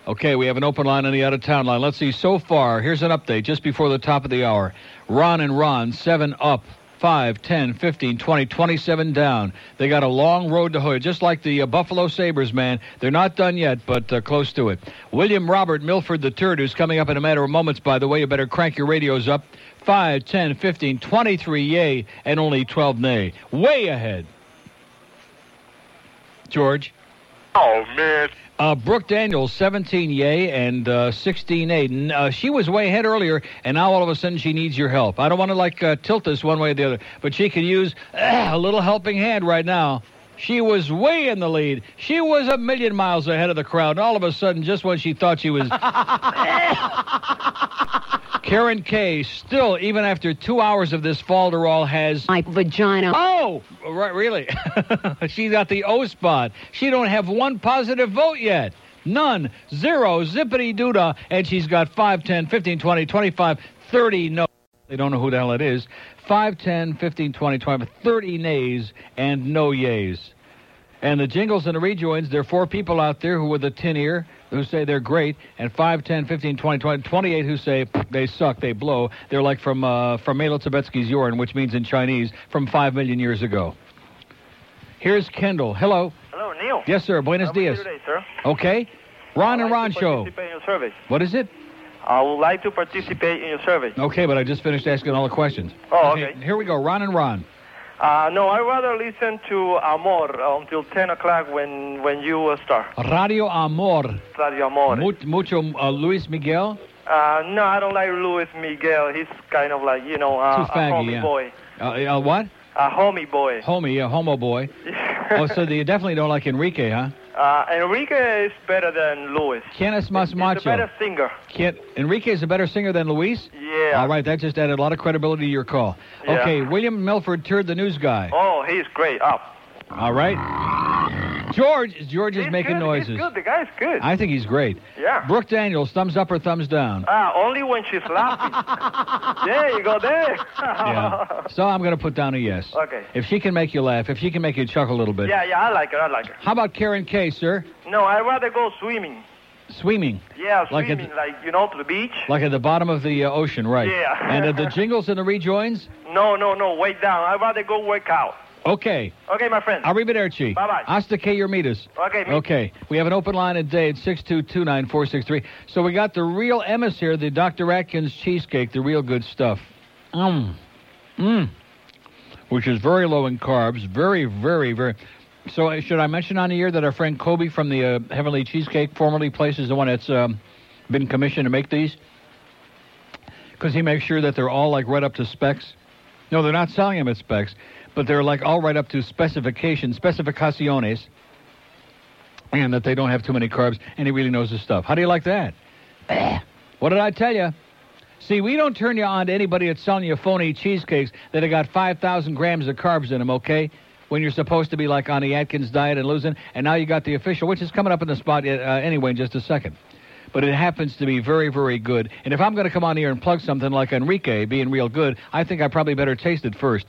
[SPEAKER 6] Okay, we have an open line and the out of town line. Let's see. So far, here's an update just before the top of the hour. Ron and Ron, 7 up, 5, 10, 15, 20, 27 down. They got a long road to hood, just like the uh, Buffalo Sabres, man. They're not done yet, but uh, close to it. William Robert Milford III, who's coming up in a matter of moments, by the way. You better crank your radios up. 5, 10, 15, 23 yay, and only 12 nay. Way ahead. George?
[SPEAKER 17] Oh, man.
[SPEAKER 6] Uh, Brooke Daniels, 17 yay and uh, 16 aid. N- Uh, she was way ahead earlier, and now all of a sudden she needs your help. I don't want to like uh, tilt this one way or the other, but she can use a little helping hand right now. She was way in the lead. She was a million miles ahead of the crowd. And all of a sudden, just when she thought she was Karen Kay still, even after two hours of this falderall, has my vagina. Oh, right, really? she got the O spot. She don't have one positive vote yet. None. Zero. Zippity doodah. And she's got 5, 10, 15, 20, 25, 30 no. They don't know who the hell it is. 5, 10, 15, 20, 25, 30 nays and no yays. And the jingles and the rejoins, there are four people out there who with a tin ear who say they're great, and 5, 10, 15, 20, 20 28 who say "Pff, they suck, they blow. They're like from, uh, from Melo Tibetsky's urine, which means in Chinese, from 5 million years ago. Here's Kendall. Hello.
[SPEAKER 24] Hello, Neil.
[SPEAKER 6] Yes, sir. Buenos
[SPEAKER 24] How are you
[SPEAKER 6] dias.
[SPEAKER 24] today, sir?
[SPEAKER 6] Okay. Ron
[SPEAKER 24] I'd
[SPEAKER 6] and
[SPEAKER 24] like
[SPEAKER 6] Ron
[SPEAKER 24] to
[SPEAKER 6] Show.
[SPEAKER 24] Participate in your survey.
[SPEAKER 6] What is it?
[SPEAKER 24] I would like to participate in your survey.
[SPEAKER 6] Okay, but I just finished asking all the questions.
[SPEAKER 24] Oh, okay.
[SPEAKER 6] Here we go. Ron and Ron.
[SPEAKER 24] Uh, no, I rather listen to Amor until 10 o'clock when when you uh, start.
[SPEAKER 6] Radio Amor.
[SPEAKER 24] Radio Amor.
[SPEAKER 6] Mu- mucho uh, Luis Miguel.
[SPEAKER 24] Uh, no, I don't like Luis Miguel. He's kind of like you know uh,
[SPEAKER 6] Too
[SPEAKER 24] a
[SPEAKER 6] faggy,
[SPEAKER 24] homie
[SPEAKER 6] yeah.
[SPEAKER 24] boy.
[SPEAKER 6] Uh, uh, what?
[SPEAKER 24] A homie boy.
[SPEAKER 6] Homie, yeah, homo boy. oh, so you definitely don't like Enrique, huh?
[SPEAKER 24] Uh, Enrique is better than Luis.
[SPEAKER 6] Quién es más
[SPEAKER 24] He's a
[SPEAKER 6] macho?
[SPEAKER 24] better singer.
[SPEAKER 6] Can't, Enrique is a better singer than Luis?
[SPEAKER 24] Yeah.
[SPEAKER 6] All right, that just added a lot of credibility to your call.
[SPEAKER 24] Yeah.
[SPEAKER 6] Okay, William Milford toured the news guy.
[SPEAKER 24] Oh, he's great. Up.
[SPEAKER 6] All right. George, George is making noises.
[SPEAKER 24] He's good. The guy's good.
[SPEAKER 6] I think he's great.
[SPEAKER 24] Yeah.
[SPEAKER 6] Brooke Daniels, thumbs up or thumbs down?
[SPEAKER 24] Ah, only when she's laughing. there you go. There.
[SPEAKER 6] Yeah. So I'm going to put down a yes.
[SPEAKER 24] Okay.
[SPEAKER 6] If she can make you laugh, if she can make you chuckle a little bit.
[SPEAKER 24] Yeah, yeah, I like her. I like her.
[SPEAKER 6] How about Karen K, sir?
[SPEAKER 24] No, I'd rather go swimming.
[SPEAKER 6] Swimming.
[SPEAKER 24] Yeah,
[SPEAKER 6] Like
[SPEAKER 24] swimming,
[SPEAKER 6] at-
[SPEAKER 24] like, you know, to the beach.
[SPEAKER 6] Like at the bottom of the uh, ocean, right?
[SPEAKER 24] Yeah.
[SPEAKER 6] and uh, the jingles and the rejoins?
[SPEAKER 24] No, no, no, way down. I'd rather go work out.
[SPEAKER 6] Okay.
[SPEAKER 24] Okay, my friend.
[SPEAKER 6] Arrivederci.
[SPEAKER 24] Bye-bye.
[SPEAKER 6] Hasta que your meters.
[SPEAKER 24] Okay, me-
[SPEAKER 6] Okay. We have an open line at day at 6229463. So we got the real Emmis here, the Dr. Atkins cheesecake, the real good stuff. Mmm. Mmm. Which is very low in carbs. Very, very, very. So uh, should I mention on the air that our friend Kobe from the uh, Heavenly Cheesecake formerly places the one that's um, been commissioned to make these? Because he makes sure that they're all like right up to specs. No, they're not selling them at specs, but they're like all right up to specification, specificaciones, and that they don't have too many carbs, and he really knows his stuff. How do you like that? Eh. what did I tell you? See, we don't turn you on to anybody that's selling you phony cheesecakes that have got 5,000 grams of carbs in them, okay? When you're supposed to be like on the Atkins diet and losing, and now you got the official, which is coming up in the spot uh, anyway in just a second. But it happens to be very, very good. And if I'm going to come on here and plug something like Enrique being real good, I think I probably better taste it first.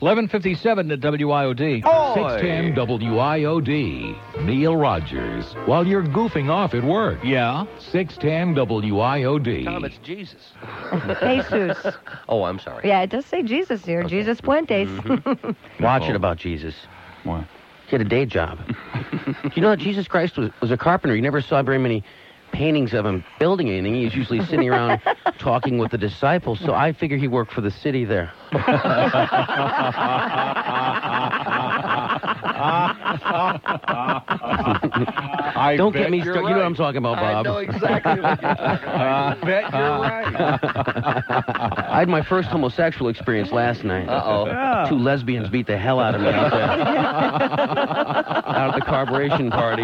[SPEAKER 6] 1157 at WIOD.
[SPEAKER 7] 610 WIOD, Neil Rogers, while you're goofing off at work.
[SPEAKER 6] Yeah?
[SPEAKER 7] 610 WIOD.
[SPEAKER 9] Tom, it's Jesus.
[SPEAKER 12] Jesus.
[SPEAKER 9] Oh, I'm sorry.
[SPEAKER 12] Yeah, it does say Jesus here. Jesus Puentes.
[SPEAKER 9] Watch
[SPEAKER 6] Oh.
[SPEAKER 9] it about Jesus. Why? He had a day job. you know, Jesus Christ was, was a carpenter. You never saw very many paintings of him building anything. He was usually sitting around talking with the disciples. So I figure he worked for the city there. Don't
[SPEAKER 5] bet
[SPEAKER 9] get me started. You
[SPEAKER 5] you're
[SPEAKER 9] know what
[SPEAKER 5] right.
[SPEAKER 9] I'm talking about,
[SPEAKER 5] I
[SPEAKER 9] Bob.
[SPEAKER 5] know exactly what you're talking about. I bet you're
[SPEAKER 9] right. I had my first homosexual experience last night.
[SPEAKER 5] Uh-oh. Yeah.
[SPEAKER 9] Two lesbians beat the hell out of me out there. out at the carburation party.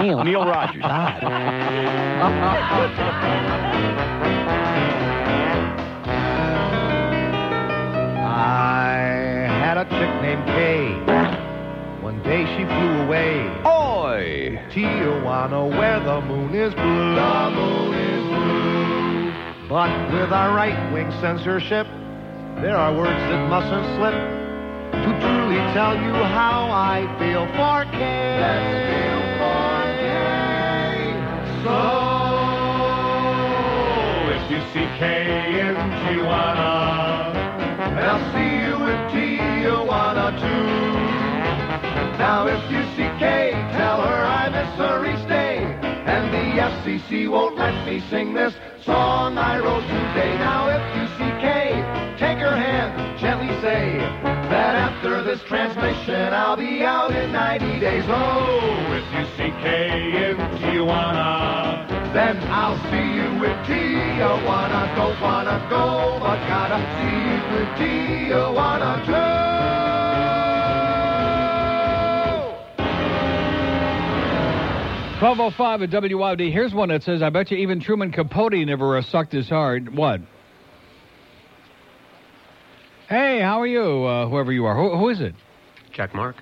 [SPEAKER 9] Neil Rogers.
[SPEAKER 2] I had a chick named Kay. One day she flew away. Oi! Tijuana, where the moon is blue. The moon is blue. But with our right wing censorship, there are words that mustn't slip. To truly tell you how I feel for Kay. So, if you see Kay in Tijuana, I'll see you in Tijuana too. Now if you see Kay, tell her I miss her each day. And the FCC won't let me sing this song I wrote today. Now if you see Kay, take her hand, gently say that after this transmission I'll be out in 90 days. Oh, if you see Kay in Tijuana, then I'll see you with Tijuana. Don't wanna go, but gotta see you with Tijuana too.
[SPEAKER 6] 1205 at WYD. Here's one that says, I bet you even Truman Capote never uh, sucked as hard. What? Hey, how are you, uh, whoever you are? Who, who is it?
[SPEAKER 9] Jack Mark.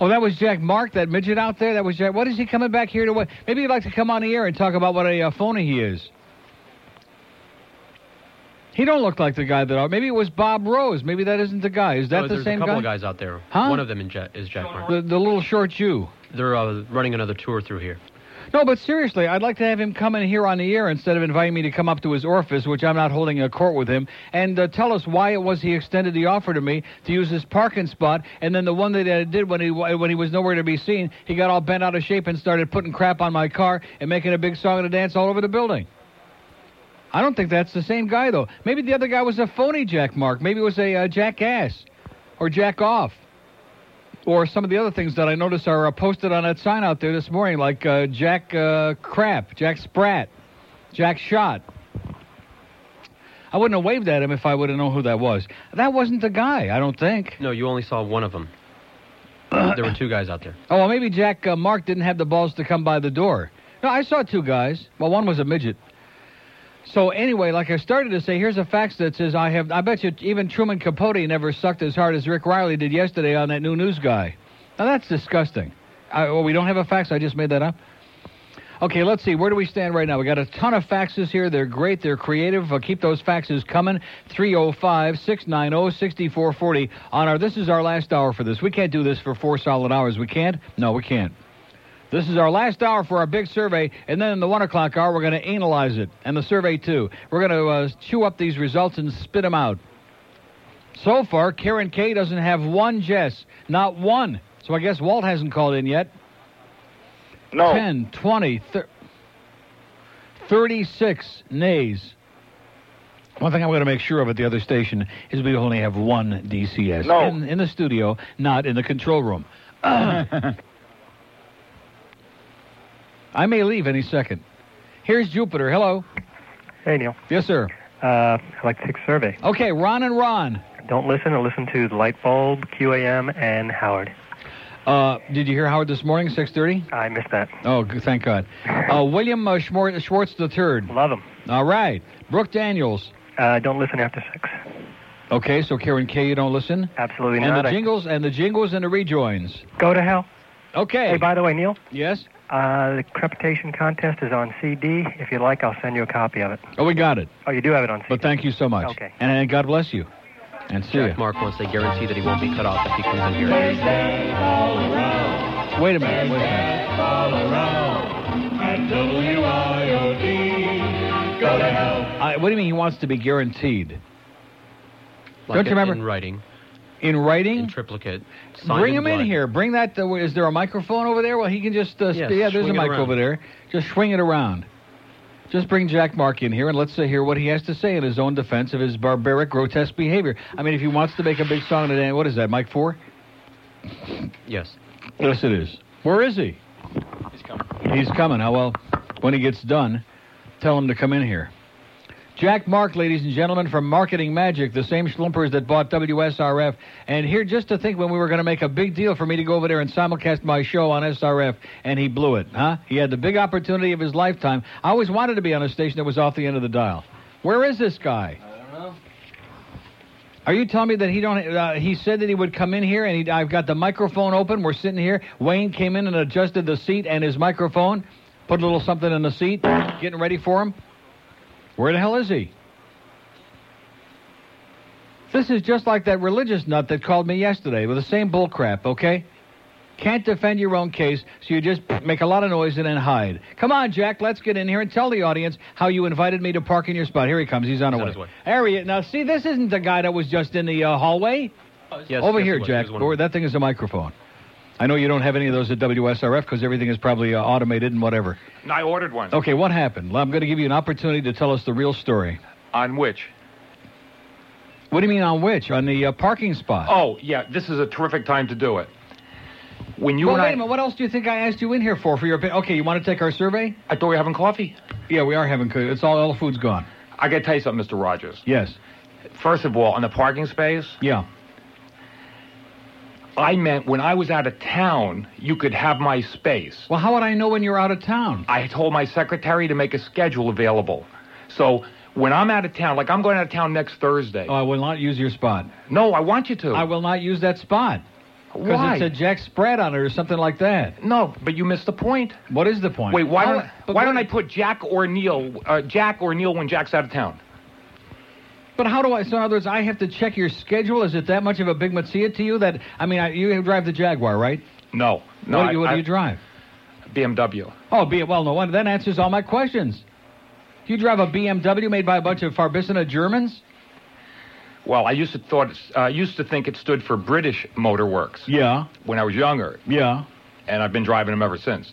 [SPEAKER 6] Oh, that was Jack Mark, that midget out there. That was Jack. What is he coming back here to? What? Maybe he'd like to come on the air and talk about what a uh, phony he is. He don't look like the guy that. Maybe it was Bob Rose. Maybe that isn't the guy. Is that
[SPEAKER 9] No,
[SPEAKER 6] the
[SPEAKER 9] there's
[SPEAKER 6] same
[SPEAKER 9] a couple
[SPEAKER 6] guy?
[SPEAKER 9] of guys out there.
[SPEAKER 6] Huh?
[SPEAKER 9] One of them in Ja is Jack Mark.
[SPEAKER 6] The, the little short Jew.
[SPEAKER 9] They're uh, running another tour through here.
[SPEAKER 6] No, but seriously, I'd like to have him come in here on the air instead of inviting me to come up to his office, which I'm not holding a court with him, and uh, tell us why it was he extended the offer to me to use his parking spot, and then the one that I did when he when he was nowhere to be seen, he got all bent out of shape and started putting crap on my car and making a big song and a dance all over the building. I don't think that's the same guy though. Maybe the other guy was a phony Jack Mark. Maybe it was a uh, jackass, or jack off or some of the other things that I noticed are uh, posted on that sign out there this morning, like uh, Jack uh, Crap, Jack Sprat, Jack Shot. I wouldn't have waved at him if I would have known who that was. That wasn't the guy, I don't think.
[SPEAKER 9] No, you only saw one of them. there were two guys out there.
[SPEAKER 6] Oh, well, maybe Jack uh, Mark didn't have the balls to come by the door. No, I saw two guys. Well, one was a midget. So anyway, like I started to say, here's a fax that says I have. I bet you even Truman Capote never sucked as hard as Rick Riley did yesterday on that new news guy. Now that's disgusting. I, well, we don't have a fax. I just made that up. Okay, let's see. Where do we stand right now? We got a ton of faxes here. They're great. They're creative. Uh, keep those faxes coming. 305 690 6440 on our. This is our last hour for this. We can't do this for four solid hours. We can't? No, we can't. This is our last hour for our big survey, and then in the one o'clock hour, we're going to analyze it, and the survey too. We're going to uh, chew up these results and spit them out. So far, Karen K doesn't have one Jess, not one. So I guess Walt hasn't called in yet. No. 10, 20, thir- 36 nays. One thing I'm going to make sure of at the other station is we only have one DCS
[SPEAKER 5] No.
[SPEAKER 6] in, in the studio, not in the control room. I may leave any second. Here's Jupiter. Hello.
[SPEAKER 19] Hey, Neil.
[SPEAKER 6] Yes, sir.
[SPEAKER 19] Uh, electric survey.
[SPEAKER 6] Okay, Ron and Ron.
[SPEAKER 19] Don't listen or listen to the light bulb, QAM, and Howard.
[SPEAKER 6] Uh, did you hear Howard this morning, 6.30?
[SPEAKER 19] I missed that.
[SPEAKER 6] Oh, g- thank God. Uh, William uh, Schmor- Schwartz III.
[SPEAKER 19] Love him.
[SPEAKER 6] All right. Brooke Daniels.
[SPEAKER 19] Uh, don't listen after six.
[SPEAKER 6] Okay, so Karen K, you don't listen?
[SPEAKER 19] Absolutely
[SPEAKER 6] and
[SPEAKER 19] not.
[SPEAKER 6] the
[SPEAKER 19] I-
[SPEAKER 6] jingles and the jingles and the rejoins.
[SPEAKER 19] Go to hell.
[SPEAKER 6] Okay.
[SPEAKER 19] Hey, by the way, Neil.
[SPEAKER 6] Yes.
[SPEAKER 19] Uh, the crepitation contest is on CD. If you like, I'll send you a copy of it.
[SPEAKER 6] Oh, we got it.
[SPEAKER 19] Oh, you do have it on CD.
[SPEAKER 6] But thank you so much.
[SPEAKER 19] Okay.
[SPEAKER 6] And, and God bless you. And see ya.
[SPEAKER 9] Mark wants they guarantee that he won't be cut off if he comes in here.
[SPEAKER 5] Thursday all around.
[SPEAKER 6] Wait a minute. Wait a minute.
[SPEAKER 5] All around. At WIOD. Go to hell.
[SPEAKER 6] I, what do you mean he wants to be guaranteed?
[SPEAKER 9] Like
[SPEAKER 6] Don't you
[SPEAKER 9] in-
[SPEAKER 6] remember?
[SPEAKER 9] In writing.
[SPEAKER 6] In writing?
[SPEAKER 9] In triplicate.
[SPEAKER 6] Bring him in here. Bring that. Uh, is there a microphone over there? Well, he can just. Uh,
[SPEAKER 9] Yes,
[SPEAKER 6] yeah, there's a
[SPEAKER 9] swing it
[SPEAKER 6] mic
[SPEAKER 9] around.
[SPEAKER 6] over there. Just swing it around. Just bring Jack Mark in here and let's uh, hear what he has to say in his own defense of his barbaric, grotesque behavior. I mean, if he wants to make a big song today, what is that, Mike 4?
[SPEAKER 9] Yes.
[SPEAKER 6] Yes, it is. Where is he? He's coming. He's coming. Oh, well, when he gets done, tell him to come in here. Jack Mark, ladies and gentlemen, from Marketing Magic, the same schlumpers that bought WSRF. And here, just to think when we were going to make a big deal for me to go over there and simulcast my show on SRF, and he blew it, huh? He had the big opportunity of his lifetime. I always wanted to be on a station that was off the end of the dial. Where is this guy? Are you telling me that he don't? Uh, he said that he would come in here, and he, I've got the microphone open. We're sitting here. Wayne came in and adjusted the seat and his microphone, put a little something in the seat, getting ready for him. Where the hell is he? This is just like that religious nut that called me yesterday with the same bull crap. Okay, can't defend your own case, so you just make a lot of noise and then hide. Come on, Jack, let's get in here and tell the audience how you invited me to park in your spot. Here he comes. He's on,
[SPEAKER 9] He's on
[SPEAKER 6] a way.
[SPEAKER 9] his way.
[SPEAKER 6] There he is. Now, see, this isn't the guy that was just in the uh, hallway.
[SPEAKER 25] Oh,
[SPEAKER 9] Yes,
[SPEAKER 6] Over
[SPEAKER 9] yes,
[SPEAKER 6] here,
[SPEAKER 9] it was. It
[SPEAKER 6] Jack.
[SPEAKER 9] was one
[SPEAKER 6] Over- that thing is a microphone. I know you don't have any of those at WSRF because everything is probably uh, automated and whatever.
[SPEAKER 25] And I ordered one.
[SPEAKER 6] Okay, what happened? Well, I'm going to give you an opportunity to tell us the real story.
[SPEAKER 25] On which?
[SPEAKER 6] What do you mean on which? On the uh, parking spot.
[SPEAKER 25] Oh, yeah, this is a terrific time to do it. When you
[SPEAKER 6] well,
[SPEAKER 25] and
[SPEAKER 6] wait
[SPEAKER 25] I-
[SPEAKER 6] a minute. What else do you think I asked you in here for? For your opinion? Okay, you want to take our survey?
[SPEAKER 25] I thought we were having coffee.
[SPEAKER 6] Yeah, we are having coffee. It's all all the food's gone.
[SPEAKER 25] I got to tell you something, Mr. Rogers.
[SPEAKER 6] Yes.
[SPEAKER 25] First of all, on the parking space,
[SPEAKER 6] Yeah.
[SPEAKER 25] I meant when I was out of town, you could have my space.
[SPEAKER 6] Well, how would I know when you're out of town?
[SPEAKER 25] I told my secretary to make a schedule available. So when I'm out of town, like I'm going out of town next Thursday.
[SPEAKER 6] Oh, I will not use your spot.
[SPEAKER 25] No, I want you to.
[SPEAKER 6] I will not use that spot.
[SPEAKER 25] Why?
[SPEAKER 6] Because it's a Jack spread on it or something like that.
[SPEAKER 25] No, but you missed the point.
[SPEAKER 6] What is the point?
[SPEAKER 25] Wait, why
[SPEAKER 6] How-
[SPEAKER 25] don't
[SPEAKER 6] but
[SPEAKER 25] why
[SPEAKER 6] what-
[SPEAKER 25] don't I put Jack or Neil, uh, Jack or Neil when Jack's out of town?
[SPEAKER 6] But how do I? So in other words, I have to check your schedule. Is it that much of a big matzia to you? That I mean, I, you drive the Jaguar, right?
[SPEAKER 25] No, no.
[SPEAKER 6] what
[SPEAKER 25] I-
[SPEAKER 6] do you, what
[SPEAKER 25] I-
[SPEAKER 6] do you drive?
[SPEAKER 25] BMW.
[SPEAKER 6] Oh, be well, no wonder that answers all my questions. You drive a BMW made by a bunch of Farbissina Germans?
[SPEAKER 25] Well, I used to thought it's- uh, I used to think it stood for British Motor Works
[SPEAKER 6] Yeah,
[SPEAKER 25] when I was younger,
[SPEAKER 6] yeah.
[SPEAKER 25] and I've been driving them ever since.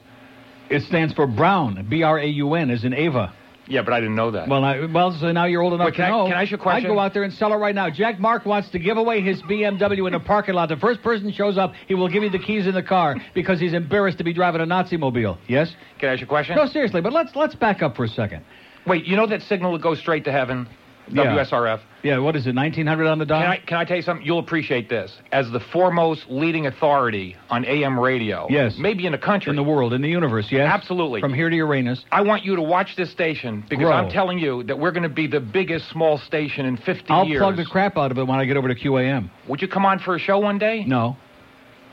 [SPEAKER 6] It stands for Brown, B R A U N, as in Ava.
[SPEAKER 25] Yeah, but I didn't know that.
[SPEAKER 6] Well, I, well, so now you're old enough
[SPEAKER 25] Wait, can
[SPEAKER 6] to
[SPEAKER 25] I-
[SPEAKER 6] know.
[SPEAKER 25] can I ask you a question?
[SPEAKER 6] I'd go out there and sell it right now. Jack Mark wants to give away his BMW in a parking lot. The first person shows up, he will give you the keys in the car because he's embarrassed to be driving a Nazi mobile. Yes?
[SPEAKER 25] Can I ask you a question?
[SPEAKER 6] No, seriously, but let's let's back up for a second.
[SPEAKER 25] Wait, you know that signal that goes straight to heaven?
[SPEAKER 6] Yeah.
[SPEAKER 25] WSRF.
[SPEAKER 6] Yeah, what is it, 1900 on the dot?
[SPEAKER 25] Can I, can I tell you something? You'll appreciate this. As the foremost leading authority on AM radio,
[SPEAKER 6] Yes.
[SPEAKER 25] Oh, maybe in the country,
[SPEAKER 6] in the world, in the universe, yes?
[SPEAKER 25] Absolutely.
[SPEAKER 6] From here to Uranus.
[SPEAKER 25] I want you to watch this station because
[SPEAKER 6] Grow.
[SPEAKER 25] I'm telling you that we're going to be the biggest small station in 50
[SPEAKER 6] I'll
[SPEAKER 25] years.
[SPEAKER 6] plug the crap out of it when I get over to QAM.
[SPEAKER 25] Would you come on for a show one day?
[SPEAKER 6] No.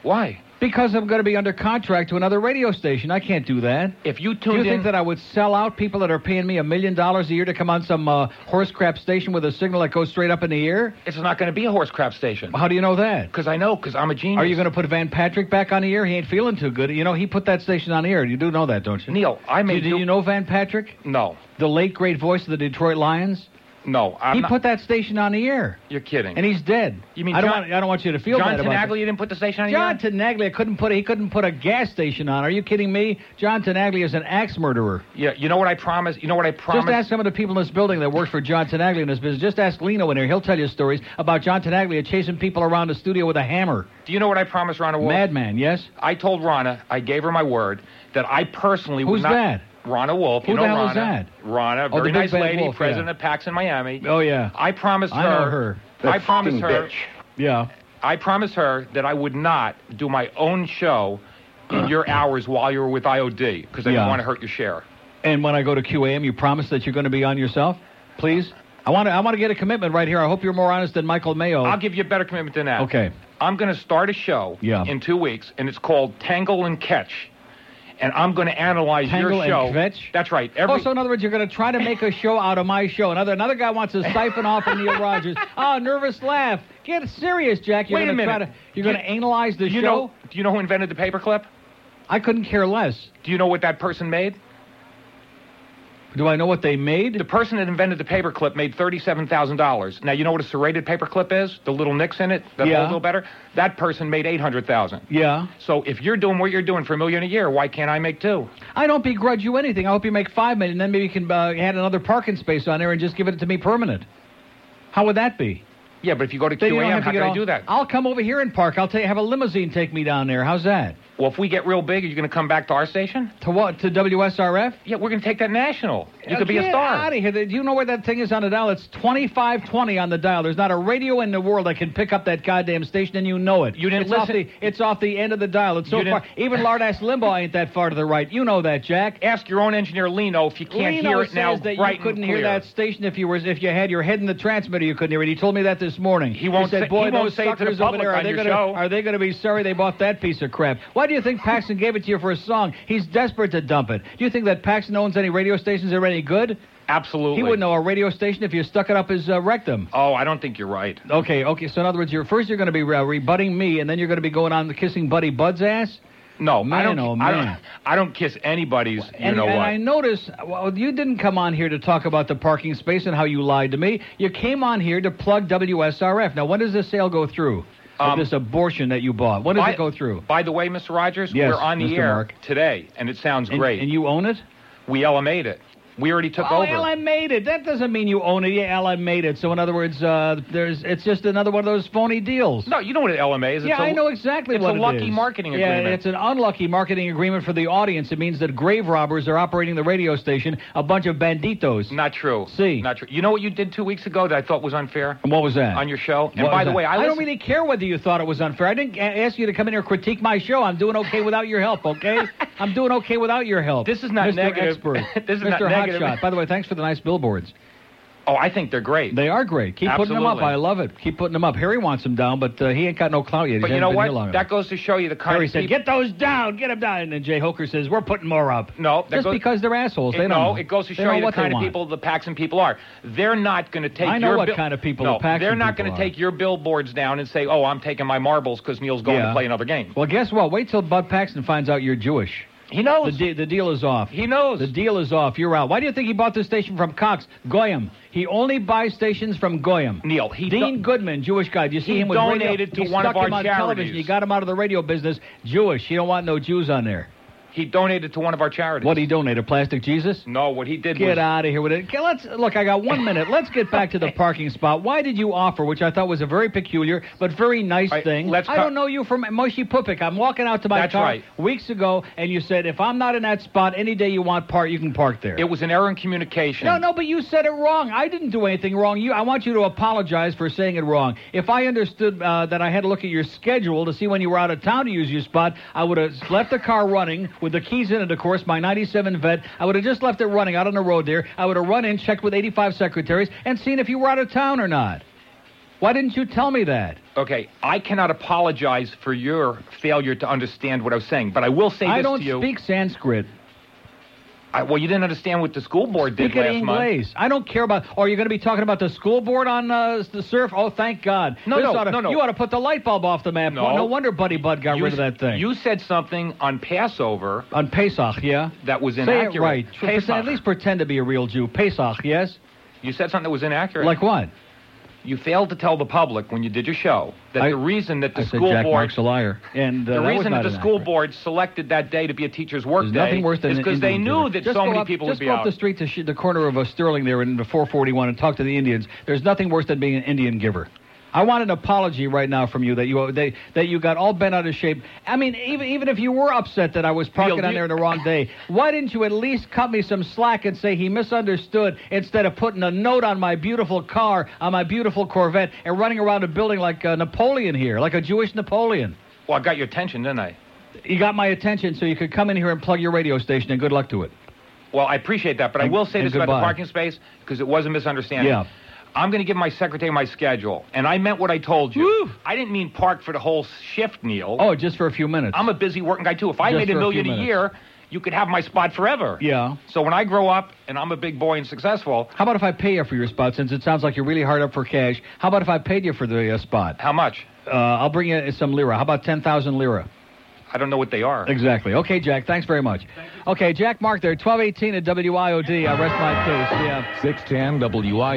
[SPEAKER 25] Why?
[SPEAKER 6] Because I'm going to be under contract to another radio station. I can't do that.
[SPEAKER 25] If you
[SPEAKER 6] Do
[SPEAKER 25] tuned
[SPEAKER 6] you
[SPEAKER 25] in,
[SPEAKER 6] think that I would sell out people that are paying me a million dollars a year to come on some uh, horse crap station with a signal that goes straight up in the air?
[SPEAKER 25] it's not going to be a horse crap station.
[SPEAKER 6] How do you know that?
[SPEAKER 25] Because I know, because I'm a genius.
[SPEAKER 6] Are you going to put Van Patrick back on the air? He ain't feeling too good. You know, he put that station on the air. You do know that, don't you?
[SPEAKER 25] Neil, I made
[SPEAKER 6] Do, do you know Van Patrick?
[SPEAKER 25] No,
[SPEAKER 6] The late, great voice of the Detroit Lions?
[SPEAKER 25] No, I'm
[SPEAKER 6] he
[SPEAKER 25] not-
[SPEAKER 6] put that station on the air,
[SPEAKER 25] You're kidding.
[SPEAKER 6] and he's dead.
[SPEAKER 25] You mean
[SPEAKER 6] I don't
[SPEAKER 25] John-
[SPEAKER 6] want I don't want you to feel
[SPEAKER 25] John
[SPEAKER 6] bad about that.
[SPEAKER 25] Tenaglia didn't put the station on the air?
[SPEAKER 6] John Tenaglia couldn't put he couldn't put a gas station on. Are you kidding me? John Tenaglia is an axe murderer.
[SPEAKER 25] Yeah, you know what I promised? You know what I promised?
[SPEAKER 6] Just ask some of the people in this building that work for John Tenaglia in this business. Just ask Lino in here; he'll tell you stories about John Tenaglia chasing people around the studio with a hammer.
[SPEAKER 25] Do you know what I promised Ronna Wolf?
[SPEAKER 6] Madman, yes.
[SPEAKER 25] I told Ronna, I gave her my word that I personally would
[SPEAKER 6] Who's
[SPEAKER 25] not.
[SPEAKER 6] that?
[SPEAKER 25] Ronna Wolf.
[SPEAKER 6] Who
[SPEAKER 25] you know
[SPEAKER 6] the hell
[SPEAKER 25] Ronna.
[SPEAKER 6] is that?
[SPEAKER 25] Ronna,
[SPEAKER 6] Oh, the
[SPEAKER 25] very
[SPEAKER 6] big
[SPEAKER 25] nice
[SPEAKER 6] bad
[SPEAKER 25] lady,
[SPEAKER 6] wolf, yeah.
[SPEAKER 25] president of PAX in Miami.
[SPEAKER 6] Oh yeah.
[SPEAKER 25] I promised
[SPEAKER 6] I
[SPEAKER 25] her.
[SPEAKER 6] know her.
[SPEAKER 25] I
[SPEAKER 6] That
[SPEAKER 25] promised
[SPEAKER 6] fucking
[SPEAKER 25] her.
[SPEAKER 6] bitch. Yeah.
[SPEAKER 25] I promised her that I would not do my own show in your hours while you were with IOD because I
[SPEAKER 6] Yeah.
[SPEAKER 25] didn't want to hurt your share.
[SPEAKER 6] And when I go to QAM, you promise that you're going to be on yourself, please. I want to I want to get a commitment right here. I hope you're more honest than Michael Mayo.
[SPEAKER 25] I'll give you a better commitment than that.
[SPEAKER 6] Okay.
[SPEAKER 25] I'm going to start a show
[SPEAKER 6] Yeah.
[SPEAKER 25] in two weeks, and it's called Tangle and Catch. And I'm going to analyze
[SPEAKER 6] Tangle
[SPEAKER 25] your
[SPEAKER 6] and
[SPEAKER 25] show. Catch? That's right. Every,
[SPEAKER 6] Oh, so in other words, you're going to try to make a show out of my show. Another another guy wants to siphon off of Neil Rogers. Oh, nervous laugh. Get serious, Jack. You're
[SPEAKER 25] Wait a
[SPEAKER 6] gonna Try
[SPEAKER 25] minute.
[SPEAKER 6] to, you're going to
[SPEAKER 25] You-
[SPEAKER 6] analyze the
[SPEAKER 25] you
[SPEAKER 6] show.
[SPEAKER 25] know, do you know who invented the paperclip?
[SPEAKER 6] I couldn't care less.
[SPEAKER 25] Do you know what that person made?
[SPEAKER 6] Do I know what they made?
[SPEAKER 25] The person that invented the paperclip made thirty-seven thousand dollars. Now you know what a serrated paperclip is? The little nicks in it that
[SPEAKER 6] Yeah.
[SPEAKER 25] hold a little better. That person made eight hundred thousand.
[SPEAKER 6] Yeah.
[SPEAKER 25] So if you're doing what you're doing for a million a year, why can't I make two?
[SPEAKER 6] I don't begrudge you anything. I hope you make five million, and then maybe you can uh, add another parking space on there and just give it to me permanent. How would that be?
[SPEAKER 25] Yeah, but if you go to
[SPEAKER 6] Then you don't
[SPEAKER 25] QAM,
[SPEAKER 6] have
[SPEAKER 25] how
[SPEAKER 6] to get
[SPEAKER 25] can I
[SPEAKER 6] all-
[SPEAKER 25] do that?
[SPEAKER 6] I'll come over here and park. I'll tell you, have a limousine take me down there. How's that?
[SPEAKER 25] Well, if we get real big, are you going to come back to our station?
[SPEAKER 6] To what? To WSRF?
[SPEAKER 25] Yeah, we're going to take that national. You
[SPEAKER 6] Uh,
[SPEAKER 25] could be a
[SPEAKER 6] get
[SPEAKER 25] star.
[SPEAKER 6] Out of here! Do you know where that thing is on the dial? It's twenty-five twenty on the dial. There's not a radio in the world that can pick up that goddamn station, and you know it. You
[SPEAKER 25] didn't
[SPEAKER 6] it's Off
[SPEAKER 25] listen-
[SPEAKER 6] the, it's off the end of the dial. It's so
[SPEAKER 25] You
[SPEAKER 6] far.
[SPEAKER 25] didn't-
[SPEAKER 6] Even Lardass Limbaugh ain't that far to the right. You know that, Jack.
[SPEAKER 25] Ask your own engineer Lino if you can't
[SPEAKER 6] Leno
[SPEAKER 25] hear it
[SPEAKER 6] says
[SPEAKER 25] now.
[SPEAKER 6] that
[SPEAKER 25] right
[SPEAKER 6] you couldn't
[SPEAKER 25] and clear.
[SPEAKER 6] hear that station if you were if you had your head in the transmitter. You couldn't hear it. He told me that this morning. He
[SPEAKER 25] won't
[SPEAKER 6] said,
[SPEAKER 25] say-
[SPEAKER 6] "Boy,
[SPEAKER 25] he won't
[SPEAKER 6] those
[SPEAKER 25] say it to the
[SPEAKER 6] suckers over
[SPEAKER 25] public
[SPEAKER 6] there are
[SPEAKER 25] on
[SPEAKER 6] they
[SPEAKER 25] your
[SPEAKER 6] gonna
[SPEAKER 25] show."
[SPEAKER 6] are they gonna be sorry they bought that piece of crap? Why do you think Paxton gave it to you for a song? He's desperate to dump it. Do you think that Paxton owns any radio stations that are any good?
[SPEAKER 25] Absolutely.
[SPEAKER 6] He wouldn't know a radio station if you stuck it up his uh, rectum.
[SPEAKER 25] Oh, I don't think you're right.
[SPEAKER 6] Okay, okay. So in other words, you're first you're going to be uh, rebutting me, and then you're going to be going on the kissing Buddy Bud's ass.
[SPEAKER 25] No,
[SPEAKER 6] man,
[SPEAKER 25] I don't.
[SPEAKER 6] oh
[SPEAKER 25] I
[SPEAKER 6] man.
[SPEAKER 25] don't, I don't kiss anybody's. You
[SPEAKER 6] and,
[SPEAKER 25] know
[SPEAKER 6] and
[SPEAKER 25] what?
[SPEAKER 6] I notice well, you didn't come on here to talk about the parking space and how you lied to me. You came on here to plug WSRF. Now, when does this sale go through? Of
[SPEAKER 25] Um,
[SPEAKER 6] this abortion that you bought. When does
[SPEAKER 25] By-
[SPEAKER 6] it go through?
[SPEAKER 25] By the way, Mr. Rogers,
[SPEAKER 6] Yes,
[SPEAKER 25] we're on the
[SPEAKER 6] Mr.
[SPEAKER 25] air
[SPEAKER 6] Mark.
[SPEAKER 25] today, and it sounds
[SPEAKER 6] And-
[SPEAKER 25] great.
[SPEAKER 6] And you own it?
[SPEAKER 25] we LMA'd it. We already took
[SPEAKER 6] oh,
[SPEAKER 25] over.
[SPEAKER 6] LM made it. That doesn't mean you own it. Yeah, LM made it. So in other words, uh, there's it's just another one of those phony deals.
[SPEAKER 25] no, you know what an LMA is. It's
[SPEAKER 6] yeah,
[SPEAKER 25] I
[SPEAKER 6] I know exactly
[SPEAKER 25] it's
[SPEAKER 6] what
[SPEAKER 25] a
[SPEAKER 6] it
[SPEAKER 25] lucky
[SPEAKER 6] is.
[SPEAKER 25] marketing
[SPEAKER 6] yeah,
[SPEAKER 25] agreement.
[SPEAKER 6] it's an unlucky marketing agreement for the audience. It means that grave robbers are operating the radio station, a bunch of banditos.
[SPEAKER 25] Not true.
[SPEAKER 6] See.
[SPEAKER 25] Not true. You know what you did two weeks ago that I thought was unfair
[SPEAKER 6] And what was that?
[SPEAKER 25] on your show? And
[SPEAKER 6] What
[SPEAKER 25] by
[SPEAKER 6] was
[SPEAKER 25] the
[SPEAKER 6] that?
[SPEAKER 25] way, I,
[SPEAKER 6] don't
[SPEAKER 25] listen-
[SPEAKER 6] really care whether you thought it was unfair. I didn't a- ask you to come in here and critique my show. I'm doing okay without your help, okay? I'm doing okay without your help.
[SPEAKER 25] This is not
[SPEAKER 6] Mr.
[SPEAKER 25] negative.
[SPEAKER 6] Expert.
[SPEAKER 25] This is
[SPEAKER 6] Mr.
[SPEAKER 25] not negative.
[SPEAKER 6] Hotshot. By the way, thanks for the nice billboards.
[SPEAKER 25] Oh, I think they're great.
[SPEAKER 6] They are great. Keep putting them up.
[SPEAKER 25] Absolutely.
[SPEAKER 6] I love it. Keep putting them up. Harry wants them down, but uh, he ain't got no clout yet. He
[SPEAKER 25] but you
[SPEAKER 6] hasn't
[SPEAKER 25] know
[SPEAKER 6] been here long
[SPEAKER 25] what?
[SPEAKER 6] enough.
[SPEAKER 25] That goes to show you the kind
[SPEAKER 6] Harry
[SPEAKER 25] of
[SPEAKER 6] said,
[SPEAKER 25] people-
[SPEAKER 6] "Get those down, get them down." And then Jay Hoker says, "We're putting more up."
[SPEAKER 25] No, that
[SPEAKER 6] just
[SPEAKER 25] goes-
[SPEAKER 6] because they're assholes.
[SPEAKER 25] It-
[SPEAKER 6] they don't.
[SPEAKER 25] no,
[SPEAKER 6] know.
[SPEAKER 25] it goes to show
[SPEAKER 6] They know
[SPEAKER 25] you the
[SPEAKER 6] what they
[SPEAKER 25] kind of
[SPEAKER 6] want.
[SPEAKER 25] people the Paxson people are. They're not going to take.
[SPEAKER 6] I know
[SPEAKER 25] your
[SPEAKER 6] what
[SPEAKER 25] bill-
[SPEAKER 6] kind of people
[SPEAKER 25] no,
[SPEAKER 6] the Paxson
[SPEAKER 25] they're not gonna
[SPEAKER 6] people are.
[SPEAKER 25] take your billboards down and say, "Oh, I'm taking my marbles because Neil's going
[SPEAKER 6] Yeah.
[SPEAKER 25] to play another game."
[SPEAKER 6] Well, guess what? Wait till Bud Paxton finds out you're Jewish.
[SPEAKER 25] He knows.
[SPEAKER 6] The, de- the deal is off.
[SPEAKER 25] He knows.
[SPEAKER 6] The deal is off. You're out. Why do you think he bought this station from Cox? Goyim. He only buys stations from Goyim.
[SPEAKER 25] Neil, he
[SPEAKER 6] Dean
[SPEAKER 25] do-
[SPEAKER 6] Goodman, Jewish guy. Do you see
[SPEAKER 25] He
[SPEAKER 6] him with
[SPEAKER 25] donated
[SPEAKER 6] radio?
[SPEAKER 25] to
[SPEAKER 6] he
[SPEAKER 25] one of
[SPEAKER 6] stuck
[SPEAKER 25] our
[SPEAKER 6] him on
[SPEAKER 25] charities.
[SPEAKER 6] television. He got him out of the radio business. Jewish. You don't want no Jews on there.
[SPEAKER 25] He donated to one of our charities.
[SPEAKER 6] What he donated? Plastic Jesus?
[SPEAKER 25] No, what he did was
[SPEAKER 6] Get out of here with it. Okay, let's look. I got one minute. Let's get back to the parking spot. Why did you offer, which I thought was a very peculiar but very nice
[SPEAKER 25] All right,
[SPEAKER 6] thing?
[SPEAKER 25] let's
[SPEAKER 6] I
[SPEAKER 25] cut-
[SPEAKER 6] don't know you from Moshe Pupik. I'm walking out to my
[SPEAKER 25] That's
[SPEAKER 6] car
[SPEAKER 25] right.
[SPEAKER 6] weeks ago, and you said if I'm not in that spot any day you want park, you can park there.
[SPEAKER 25] it was an error in communication.
[SPEAKER 6] no, no, but you said it wrong. I didn't do anything wrong. You, I want you to apologize for saying it wrong. If I understood uh, that I had to look at your schedule to see when you were out of town to use your spot, I would have left the car running with the keys in it. Of course, my '97 Vet. I would have just left it running out on the road there. I would have run in, checked with 85 secretaries, and seen if you were out of town or not. Why didn't you tell me that?
[SPEAKER 25] Okay, I cannot apologize for your failure to understand what I was saying, but I will say
[SPEAKER 6] I
[SPEAKER 25] this
[SPEAKER 6] don't
[SPEAKER 25] to you.
[SPEAKER 6] speak Sanskrit.
[SPEAKER 25] I, well, you didn't understand what the school board
[SPEAKER 6] Speak
[SPEAKER 25] did
[SPEAKER 6] in
[SPEAKER 25] last month.
[SPEAKER 6] English. I don't care about. Or you're going to be talking about the school board on uh, the surf. Oh, thank God.
[SPEAKER 25] No,
[SPEAKER 6] This
[SPEAKER 25] no,
[SPEAKER 6] oughta-
[SPEAKER 25] no, no.
[SPEAKER 6] You ought to put the light bulb off the map.
[SPEAKER 25] No.
[SPEAKER 6] wonder Buddy Bud got
[SPEAKER 25] You
[SPEAKER 6] rid of
[SPEAKER 25] s-
[SPEAKER 6] that thing.
[SPEAKER 25] You said something on Passover
[SPEAKER 6] on Pesach, yeah.
[SPEAKER 25] that was
[SPEAKER 6] Say
[SPEAKER 25] inaccurate.
[SPEAKER 6] it right. Tr-
[SPEAKER 25] Pesach.
[SPEAKER 6] At least pretend to be a real Jew. Pesach, yes.
[SPEAKER 25] You said something that was inaccurate.
[SPEAKER 6] Like what?
[SPEAKER 25] You failed to tell the public when you did your show that the reason that the
[SPEAKER 6] I said
[SPEAKER 25] school
[SPEAKER 6] Jack
[SPEAKER 25] board
[SPEAKER 6] Mark's a liar. And uh,
[SPEAKER 25] the
[SPEAKER 6] that was
[SPEAKER 25] reason
[SPEAKER 6] not
[SPEAKER 25] that the
[SPEAKER 6] an
[SPEAKER 25] school board selected that day to be a teacher's work
[SPEAKER 6] There's
[SPEAKER 25] day
[SPEAKER 6] nothing worse than
[SPEAKER 25] is
[SPEAKER 6] an
[SPEAKER 25] because they
[SPEAKER 6] Indian
[SPEAKER 25] knew
[SPEAKER 6] killer.
[SPEAKER 25] that
[SPEAKER 6] Just
[SPEAKER 25] so
[SPEAKER 6] go
[SPEAKER 25] many
[SPEAKER 6] up-
[SPEAKER 25] people
[SPEAKER 6] just
[SPEAKER 25] would be
[SPEAKER 6] go
[SPEAKER 25] out.
[SPEAKER 6] up the street to sh- the corner of uh, Sterling there in 441 and talk to the Indians. There's nothing worse than being an Indian giver. I want an apology right now from you that you that, that you got all bent out of shape. I mean, even even if you were upset that I was parking
[SPEAKER 25] Neil,
[SPEAKER 6] on
[SPEAKER 25] you-
[SPEAKER 6] there on the wrong day, why didn't you at least cut me some slack and say he misunderstood instead of putting a note on my beautiful car, on my beautiful Corvette, and running around a building like uh, Napoleon here, like a Jewish Napoleon?
[SPEAKER 25] Well, I got your attention, didn't I?
[SPEAKER 6] You got my attention, so you could come in here and plug your radio station, and good luck to it.
[SPEAKER 25] Well, I appreciate that, but I
[SPEAKER 6] And-
[SPEAKER 25] will say
[SPEAKER 6] and
[SPEAKER 25] this about the
[SPEAKER 6] goodbye.
[SPEAKER 25] parking space because it was a misunderstanding.
[SPEAKER 6] Yeah.
[SPEAKER 25] I'm going to give my secretary my schedule, and I meant what I told you. I didn't mean park for the whole shift, Neil.
[SPEAKER 6] Oh, just for a few minutes.
[SPEAKER 25] I'm a busy working guy too. If I
[SPEAKER 6] Just
[SPEAKER 25] made a
[SPEAKER 6] for a few
[SPEAKER 25] million a,
[SPEAKER 6] minutes.
[SPEAKER 25] year, you could have my spot forever.
[SPEAKER 6] Yeah.
[SPEAKER 25] So when I grow up and I'm a big boy and successful,
[SPEAKER 6] How about if I pay you for your spot since it sounds like you're really hard up for cash? How about if I paid you for the uh, spot?
[SPEAKER 25] How much?
[SPEAKER 6] Uh, I'll bring you some lira. How about 10,000 lira?
[SPEAKER 25] I don't know what they are.
[SPEAKER 6] Exactly. Okay, Jack. Thanks very much. Okay, Jack Mark there, 1218 at WIOD. I rest my case. Yeah.
[SPEAKER 7] 610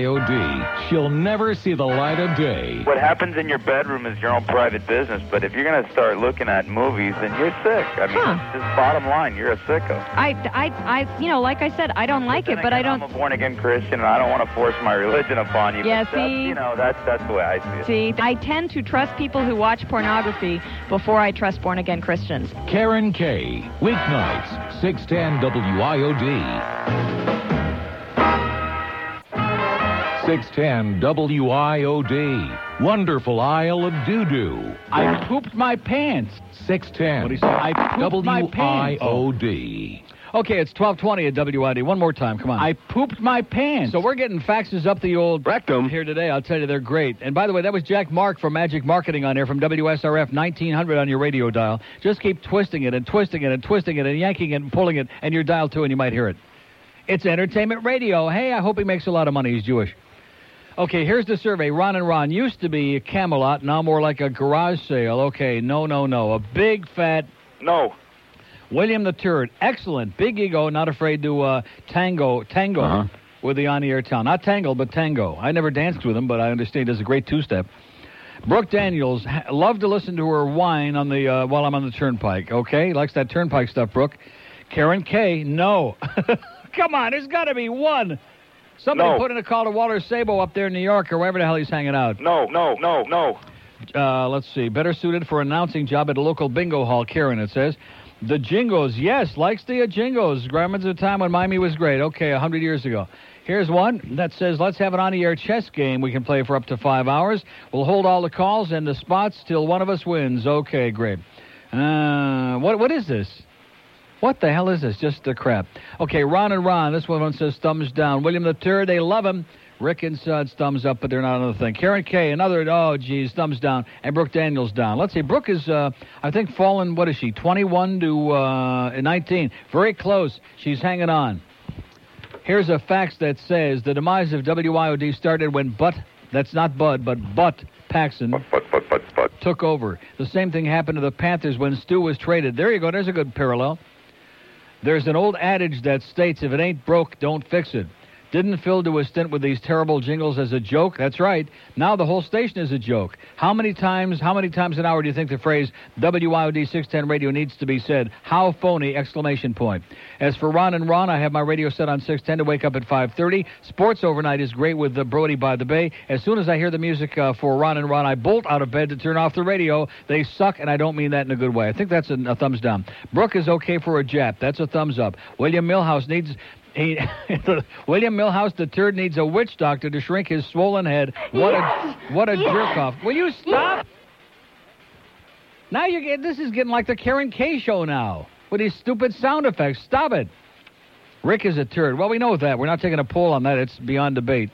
[SPEAKER 7] WIOD. She'll never see the light of day.
[SPEAKER 26] What happens in your bedroom is your own private business, but if you're going to start looking at movies, then you're sick. I mean,
[SPEAKER 12] Huh.
[SPEAKER 26] just bottom line, you're a sicko.
[SPEAKER 12] I, I, I, you know, like I said, I don't like it, but I don't.
[SPEAKER 26] I'm a born again Christian, and I don't want to force my religion upon you.
[SPEAKER 12] Yeah,
[SPEAKER 26] but that's,
[SPEAKER 12] see?
[SPEAKER 26] you know, that's that's the way I see it.
[SPEAKER 12] See, I tend to trust people who watch pornography before I trust born again Christians.
[SPEAKER 7] Karen K. Weeknights, 610 WIOD. 610 WIOD. Wonderful Isle of Doo Doo.
[SPEAKER 6] I pooped my pants.
[SPEAKER 7] 610 what
[SPEAKER 6] he said, I pooped my pants.
[SPEAKER 7] WIOD.
[SPEAKER 6] Okay, it's 1220 at WID. One more time. Come on. I pooped my pants. So we're getting faxes up the old rectum here today. I'll tell you, they're great. And by the way, that was Jack Mark from Magic Marketing on air from WSRF 1900 on your radio dial. Just keep twisting it and twisting it and twisting it and yanking it and pulling it, and you're dialed too, and you might hear it. It's entertainment radio. Hey, I hope he makes a lot of money. He's Jewish. Okay, here's the survey. Ron and Ron used to be Camelot, now more like a garage sale. Okay, no, no, no. A big fat.
[SPEAKER 25] No.
[SPEAKER 6] William the Third, excellent, big ego, not afraid to uh, tango, tango with the on-the-air town. Not tangle, but tango. I never danced with him, but I understand he does a great two-step. Brooke Daniels, ha- love to listen to her whine on the uh, while I'm on the turnpike. Okay, likes that turnpike stuff, Brooke. Karen K, no. Come on, there's got to be one. Somebody
[SPEAKER 25] No.
[SPEAKER 6] put in a call to Walter Sabo up there in New York or wherever the hell he's hanging out.
[SPEAKER 25] No, no, no, no.
[SPEAKER 6] Uh, let's see. Better suited for announcing job at a local bingo hall, Karen, it says. The Jingos, yes, likes the uh, Jingos. Grandma's a time when Miami was great. Okay, a 100 years ago. Here's one that says, let's have an on-the-air chess game we can play for up to five hours. We'll hold all the calls and the spots till one of us wins. Okay, great. Uh, what What is this? What the hell is this? Just the crap. Okay, Ron and Ron. This one says thumbs down. William the Third, they love him. Rick and Suds, thumbs up, but they're not another thing. Karen Kay, another, oh, geez, thumbs down. And Brooke Daniels down. Let's see, Brooke is, uh, I think, fallen, what is she, 21 to uh, 19. Very close. She's hanging on. Here's a fax that says the demise of WIOD started when Butt, that's not Bud, but Butt Paxson took over. The same thing happened to the Panthers when Stu was traded. There you go. There's a good parallel. There's an old adage that states if it ain't broke, don't fix it. Didn't Phil do a stint with these terrible jingles as a joke? That's right. Now the whole station is a joke. How many times, how many times an hour do you think the phrase WIOD 610 radio needs to be said? How phony! Exclamation point. As for Ron and Ron, I have my radio set on 610 to wake up at 5:30. Sports overnight is great with the Brody by the Bay. As soon as I hear the music uh, for Ron and Ron, I bolt out of bed to turn off the radio. They suck, and I don't mean that in a good way. I think that's a, a thumbs down. Brooke is okay for a jap. That's a thumbs up. William Milhouse needs. He, William Milhouse the third needs a witch doctor to shrink his swollen head. What a what a jerk off. Will you stop? Now you get this is getting like the Karen K show now with these stupid sound effects. Stop it. Rick is a turd. Well, we know that. We're not taking a poll on that. It's beyond debate.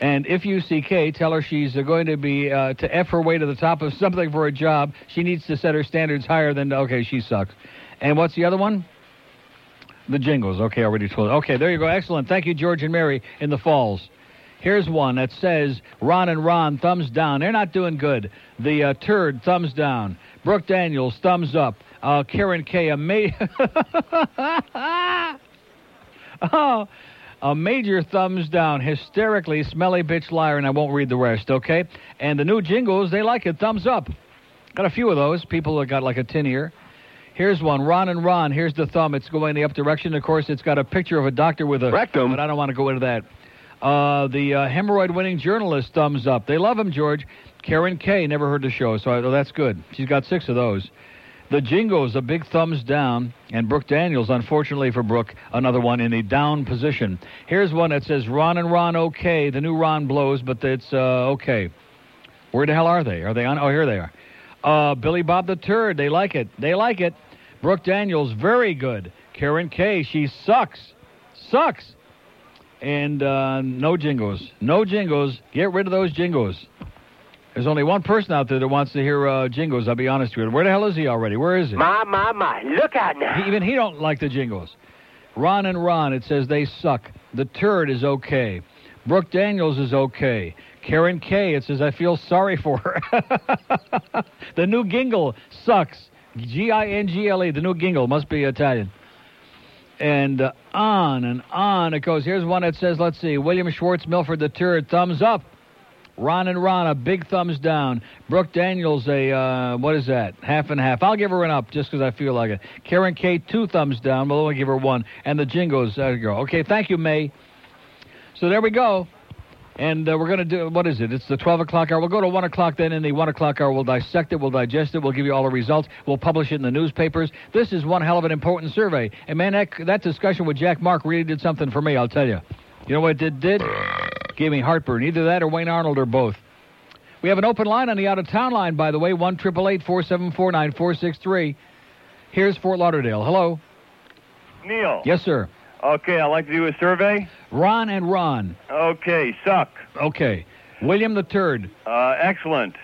[SPEAKER 6] And if you see Kay, tell her she's uh, going to be uh, to f her way to the top of something for a job. She needs to set her standards higher than okay, she sucks. And what's the other one? The jingles. Okay, I already told. Okay, there you go. Excellent. Thank you, George and Mary in the Falls. Here's one that says Ron and Ron thumbs down. They're not doing good. The uh, turd thumbs down. Brooke Daniels thumbs up. Uh, Karen K. Ama- oh, A major thumbs down, hysterically smelly bitch liar, and I won't read the rest, okay? And the new jingles, they like it. Thumbs up. Got a few of those. People have got like a tin here. Here's one. Ron and Ron. Here's the thumb. It's going the up direction. Of course, it's got a picture of a doctor with a rectum, but I don't want to go into that. Uh, the uh, hemorrhoid-winning journalist thumbs up. They love him, George. Karen K. Never heard the show, so I, oh, that's good. She's got six of those. The Jingos, a big thumbs down, and Brooke Daniels, unfortunately for Brooke, another one in the down position. Here's one that says Ron and Ron okay. The new Ron blows, but it's uh, okay. Where the hell are they? Are they on? Oh, here they are. Uh, Billy Bob the Turd, they like it. They like it. Brooke Daniels, very good. Karen K, she sucks. Sucks. And uh, no jingles. No jingles. Get rid of those jingles. There's only one person out there that wants to hear uh, jingles, I'll be honest with you. Where the hell is he already? Where is he?
[SPEAKER 28] My, my, my. Look out now.
[SPEAKER 6] He- even he don't like the jingles. Ron and Ron, it says they suck. The turd is okay. Brooke Daniels is okay. Karen K, it says I feel sorry for her. the new gingle sucks. G I N G L E, the new gingle must be Italian. And uh, on and on it goes. Here's one that says, let's see, William Schwartz Milford the turd, thumbs up. Ron and Ron, a big thumbs down. Brooke Daniels, a, uh, what is that? Half and half. I'll give her an up just because I feel like it. Karen K, two thumbs down. We'll only give her one. And the jingles, there you go. Okay, thank you, May. So there we go. And uh, we're going to do, what is it? It's the 12 o'clock hour. We'll go to 1 o'clock then. In the 1 o'clock hour, we'll dissect it, we'll digest it, we'll give you all the results, we'll publish it in the newspapers. This is one hell of an important survey. And man, that, that discussion with Jack Mark really did something for me, I'll tell you. You know what it did? did? Gave me heartburn. Either that or Wayne Arnold or both. We have an open line on the out of town line, by the way, 1 474 9463. Here's Fort Lauderdale. Hello.
[SPEAKER 20] Neil.
[SPEAKER 6] Yes, sir.
[SPEAKER 20] Okay, I'd like to do a survey.
[SPEAKER 6] Ron and Ron.
[SPEAKER 20] Okay, suck.
[SPEAKER 6] Okay. William the Third.
[SPEAKER 20] Uh, excellent.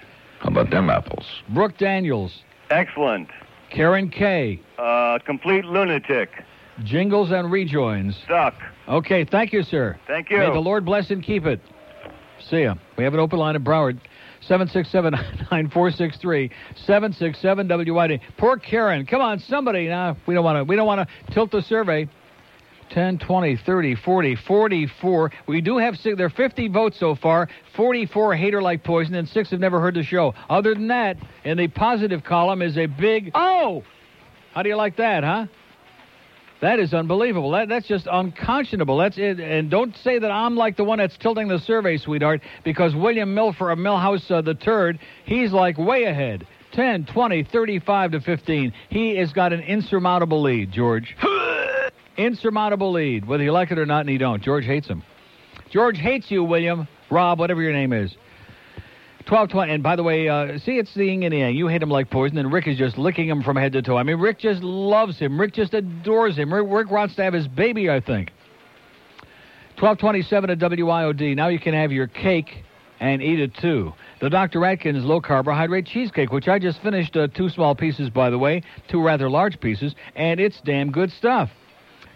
[SPEAKER 6] How about them apples? Brooke Daniels.
[SPEAKER 20] Excellent.
[SPEAKER 6] Karen K.
[SPEAKER 20] Uh, complete lunatic.
[SPEAKER 6] Jingles and rejoins.
[SPEAKER 20] Suck.
[SPEAKER 6] Okay, thank you, sir.
[SPEAKER 20] Thank you.
[SPEAKER 6] May the Lord bless and keep it. See ya. We have an open line in Broward. 767-9463, 767-WID. Poor Karen. Come on, somebody. Now, we don't want to we don't want to tilt the survey. 10, 20, 30, 40, 44. We do have six. There are 50 votes so far. 44 hate her like poison, and six have never heard the show. Other than that, in the positive column is a big oh. How do you like that, huh? That is unbelievable. That, that's just unconscionable. That's it. And don't say that I'm like the one that's tilting the survey, sweetheart, because William Milford of Millhouse uh, the Third, he's like way ahead. 10, 20, 35 to 15. He has got an insurmountable lead, George. insurmountable lead, whether you like it or not, and you don't. George hates him. George hates you, William. Rob, whatever your name is. 1220. And by the way, uh, see, it's the yin and yang. You hate him like poison, and Rick is just licking him from head to toe. I mean, Rick just loves him. Rick just adores him. Rick, Rick wants to have his baby, I think. 1227 at WIOD. Now you can have your cake and eat it too. The Dr. Atkins low carbohydrate cheesecake, which I just finished uh, two small pieces, by the way, two rather large pieces, and it's damn good stuff.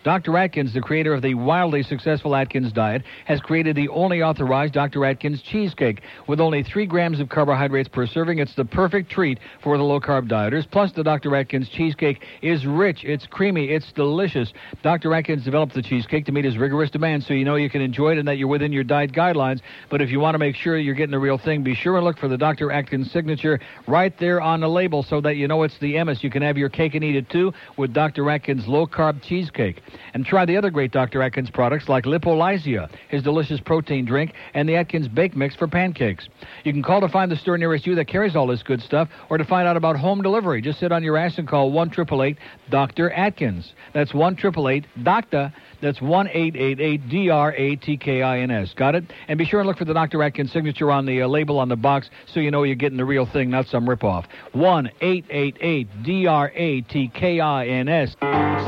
[SPEAKER 6] Dr. Atkins, the creator of the wildly successful Atkins diet, has created the only authorized Dr. Atkins cheesecake. With only 3 grams of carbohydrates per serving, it's the perfect treat for the low carb dieters. Plus, the Dr. Atkins cheesecake is rich, it's creamy, it's delicious. Dr. Atkins developed the cheesecake to meet his rigorous demands so you know you can enjoy it and that you're within your diet guidelines. But if you want to make sure you're getting the real thing, be sure and look for the Dr. Atkins signature right there on the label so that you know it's the Emmis. You can have your cake and eat it too with Dr. Atkins low carb cheesecake and try the other great Dr. Atkins products like Lipolysia, his delicious protein drink, and the Atkins Bake Mix for pancakes. You can call to find the store nearest you that carries all this good stuff, or to find out about home delivery. Just sit on your ass and call one triple eight Dr. Atkins. That's one triple eight Doctor. That's one eight eight eight D R A T K I N S. Got it? And be sure and look for the Dr. Atkins signature on the uh, label on the box, so you know you're getting the real thing, not some ripoff. One eight eight eight D R A T K I N S.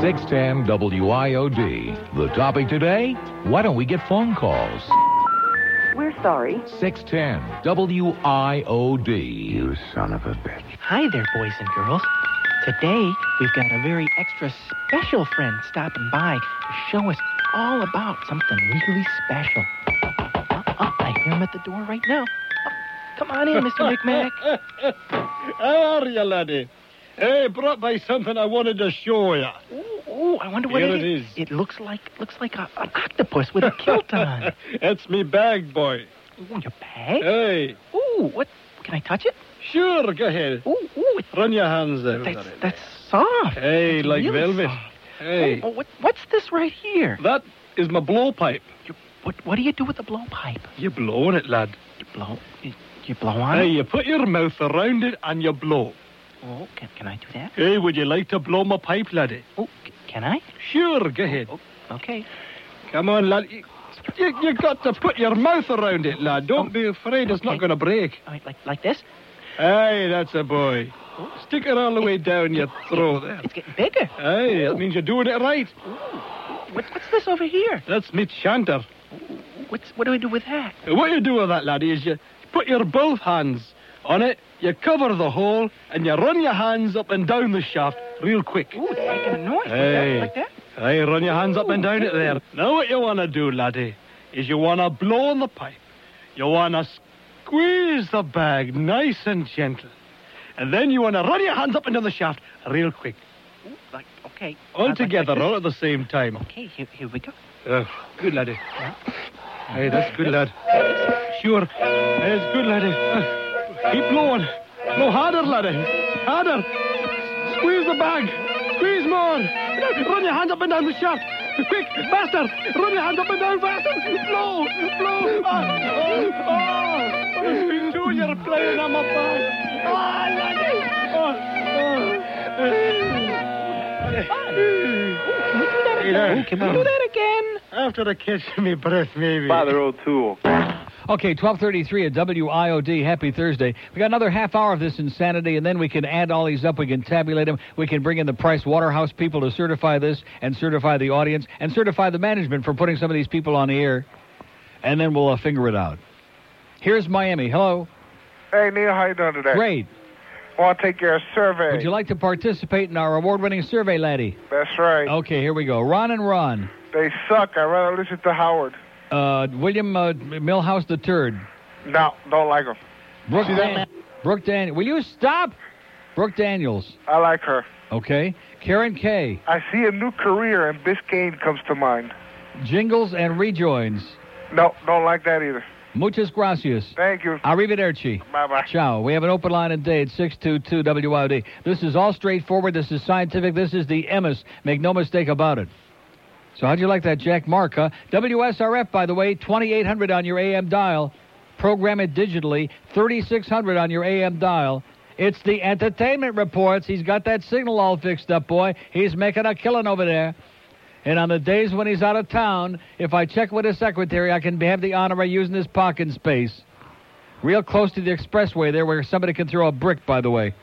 [SPEAKER 7] 610 WIOD. The topic today? Why don't we get phone calls?
[SPEAKER 21] We're sorry.
[SPEAKER 7] 610 WIOD. You son of a bitch.
[SPEAKER 27] Hi there, boys and girls. Today, we've got a very extra special friend stopping by to show us all about something really special. Uh, uh, I hear him at the door right now. Uh, come on in, Mr. McMack.
[SPEAKER 35] How are you, laddie? Hey, brought by something I wanted to show you.
[SPEAKER 27] Ooh,
[SPEAKER 28] Oh, I wonder what
[SPEAKER 36] Here
[SPEAKER 28] it
[SPEAKER 36] it
[SPEAKER 28] is. It looks like looks like a, an octopus with a kilt on.
[SPEAKER 36] That's me bag, boy.
[SPEAKER 28] Ooh, your bag?
[SPEAKER 36] Hey.
[SPEAKER 28] Ooh, what? Can I touch it?
[SPEAKER 36] Sure, go ahead.
[SPEAKER 28] Ooh, ooh.
[SPEAKER 36] Run your hands there.
[SPEAKER 28] That's, that's soft.
[SPEAKER 36] Hey,
[SPEAKER 28] That's
[SPEAKER 36] like
[SPEAKER 28] really
[SPEAKER 36] velvet.
[SPEAKER 28] soft.
[SPEAKER 36] Hey.
[SPEAKER 28] Oh, oh, what, what's this right here?
[SPEAKER 36] That is my blowpipe.
[SPEAKER 28] What, what do you do with the blowpipe?
[SPEAKER 36] You blow on it, lad.
[SPEAKER 28] You blow. You, you blow on
[SPEAKER 36] Hey,
[SPEAKER 28] it.
[SPEAKER 36] you put your mouth around it and you blow.
[SPEAKER 28] Oh, can, can I do that?
[SPEAKER 36] Hey, would you like to blow my pipe, laddie?
[SPEAKER 28] Oh, c- can I? Oh,
[SPEAKER 36] Sure, go ahead.
[SPEAKER 28] Okay.
[SPEAKER 36] Come on, lad. You, you, you got to put your mouth around it, lad. Don't be afraid, it's not going to break.
[SPEAKER 28] Oh. All right, like like this. Oh.
[SPEAKER 36] Aye, that's a boy. Stick it all the way down your throat there.
[SPEAKER 28] It's getting bigger.
[SPEAKER 36] Aye, that means you're doing it right.
[SPEAKER 28] What, what's this over here?
[SPEAKER 36] That's me chanter.
[SPEAKER 28] What's what do I do with that?
[SPEAKER 36] What you do with that, laddie, is you put your both hands on it, you cover the hole, and you run your hands up and down the shaft real quick.
[SPEAKER 28] Ooh, it's making a noise
[SPEAKER 36] Hey.
[SPEAKER 28] like that. Like that.
[SPEAKER 36] Aye, run your hands up and down it there. Now what you want to do, laddie, is you want to blow on the pipe. You want to squeeze the bag nice and gentle. And then you want to run your hands up and down the shaft real quick.
[SPEAKER 28] Like okay.
[SPEAKER 36] All
[SPEAKER 28] I'd like
[SPEAKER 36] together,
[SPEAKER 28] this.
[SPEAKER 36] all at the same time.
[SPEAKER 28] Okay, here, here we go.
[SPEAKER 36] Uh, good laddie. Hey, that's good lad. Sure, that's good laddie. Uh, keep blowing. Blow harder, laddie. Harder. Squeeze the bag. Squeeze more. Run your hand up and down the shaft. Quick, faster. Run your hand up and down faster. Blow, blow. Ah, oh, oh. It's too, you're playing on my bag. Ah, laddie. Oh, oh. Hey, there.
[SPEAKER 28] Can we do that again?
[SPEAKER 36] After a kiss me breath, maybe.
[SPEAKER 6] Father
[SPEAKER 36] O'Toole.
[SPEAKER 6] Okay, 1233 at WIOD. Happy Thursday. We got another half hour of this insanity, and then we can add all these up. We can tabulate them. We can bring in the Price Waterhouse people to certify this and certify the audience and certify the management for putting some of these people on the air, and then we'll uh, figure it out. Here's Miami. Hello.
[SPEAKER 37] Hey, Neil, how you doing today?
[SPEAKER 6] Great.
[SPEAKER 37] Want to take your survey?
[SPEAKER 6] Would you like to participate in our award-winning survey, laddie?
[SPEAKER 37] That's right.
[SPEAKER 6] Okay, here we go. Ron and Ron.
[SPEAKER 37] They suck. I'd rather listen to Howard.
[SPEAKER 6] Uh, William uh, Milhouse the Third.
[SPEAKER 37] No, don't like him.
[SPEAKER 6] Brooke,
[SPEAKER 37] See that
[SPEAKER 6] Dan-
[SPEAKER 37] man?
[SPEAKER 6] Brooke Daniels. Will you stop? Brooke Daniels.
[SPEAKER 37] I like her.
[SPEAKER 6] Okay. Karen Kay.
[SPEAKER 37] I see a new career, and Biscayne comes to mind.
[SPEAKER 6] Jingles and rejoins.
[SPEAKER 37] No, don't like that either.
[SPEAKER 6] Muchas gracias.
[SPEAKER 37] Thank you.
[SPEAKER 6] Arrivederci.
[SPEAKER 37] Bye bye.
[SPEAKER 6] Ciao. We have an open line and day at 622 WYOD. This is all straightforward. This is scientific. This is the Emmis. Make no mistake about it. So, how'd you like that, Jack Mark, huh? WSRF, by the way, 2800 on your AM dial. Program it digitally, 3600 on your AM dial. It's the entertainment reports. He's got that signal all fixed up, boy. He's making a killing over there. And on the days when he's out of town, if I check with his secretary, I can have the honor of using his parking space. Real close to the expressway there where somebody can throw a brick, by the way.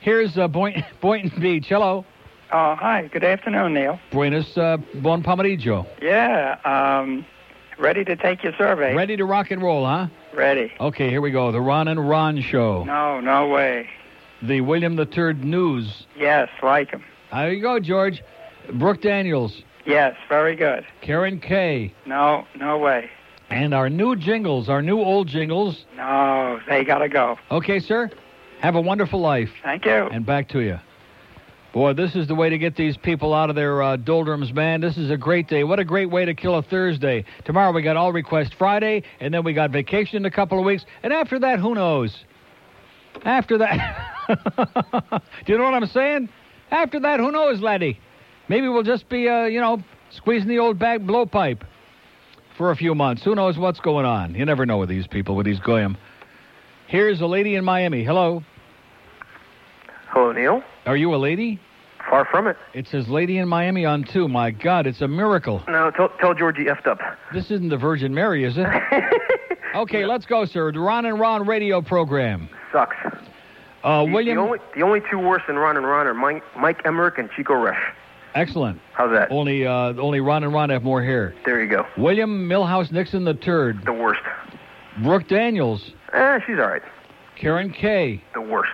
[SPEAKER 6] Here's uh, Boy- Boynton Beach. Hello.
[SPEAKER 13] Uh, hi, good afternoon, Neil.
[SPEAKER 6] Buenos uh, Bon Pomerillo.
[SPEAKER 13] Yeah, um, ready to take your survey.
[SPEAKER 6] Ready to rock and roll, huh?
[SPEAKER 13] Ready.
[SPEAKER 6] Okay, here we go. The Ron and Ron Show.
[SPEAKER 13] No, no way.
[SPEAKER 6] The William the Third News.
[SPEAKER 13] Yes, like him.
[SPEAKER 6] There you go, George. Brooke Daniels.
[SPEAKER 13] Yes, very good.
[SPEAKER 6] Karen Kay.
[SPEAKER 13] No, no way.
[SPEAKER 6] And our new jingles, our new old jingles.
[SPEAKER 13] No, they gotta go.
[SPEAKER 6] Okay, sir. Have a wonderful life.
[SPEAKER 13] Thank you.
[SPEAKER 6] And back to you. Boy, this is the way to get these people out of their uh, doldrums, man. This is a great day. What a great way to kill a Thursday. Tomorrow we got All Request Friday, and then we got vacation in a couple of weeks. And after that, who knows? After that. Do you know what I'm saying? After that, who knows, laddie? Maybe we'll just be, uh, you know, squeezing the old bag blowpipe for a few months. Who knows what's going on? You never know with these people, with these goyim. Here's a lady in Miami. Hello.
[SPEAKER 38] Hello, Neil.
[SPEAKER 6] Are you a lady?
[SPEAKER 38] Far from it.
[SPEAKER 6] It says Lady in Miami on two. My God, it's a miracle.
[SPEAKER 38] No, tell, tell George you effed up.
[SPEAKER 6] This isn't the Virgin Mary, is it? okay, let's go, sir. The Ron and Ron radio program.
[SPEAKER 38] Sucks.
[SPEAKER 6] Uh,
[SPEAKER 38] the,
[SPEAKER 6] William,
[SPEAKER 38] The only, the only two worse than Ron and Ron are Mike, Mike Emmerich and Chico Rush.
[SPEAKER 6] excellent.
[SPEAKER 38] How's that?
[SPEAKER 6] Only, uh, only Ron and Ron have more hair.
[SPEAKER 38] There you go.
[SPEAKER 6] William Milhouse Nixon the third.
[SPEAKER 38] The worst.
[SPEAKER 6] Brooke Daniels,
[SPEAKER 38] Eh, she's all right.
[SPEAKER 6] Karen Kay,
[SPEAKER 38] The worst.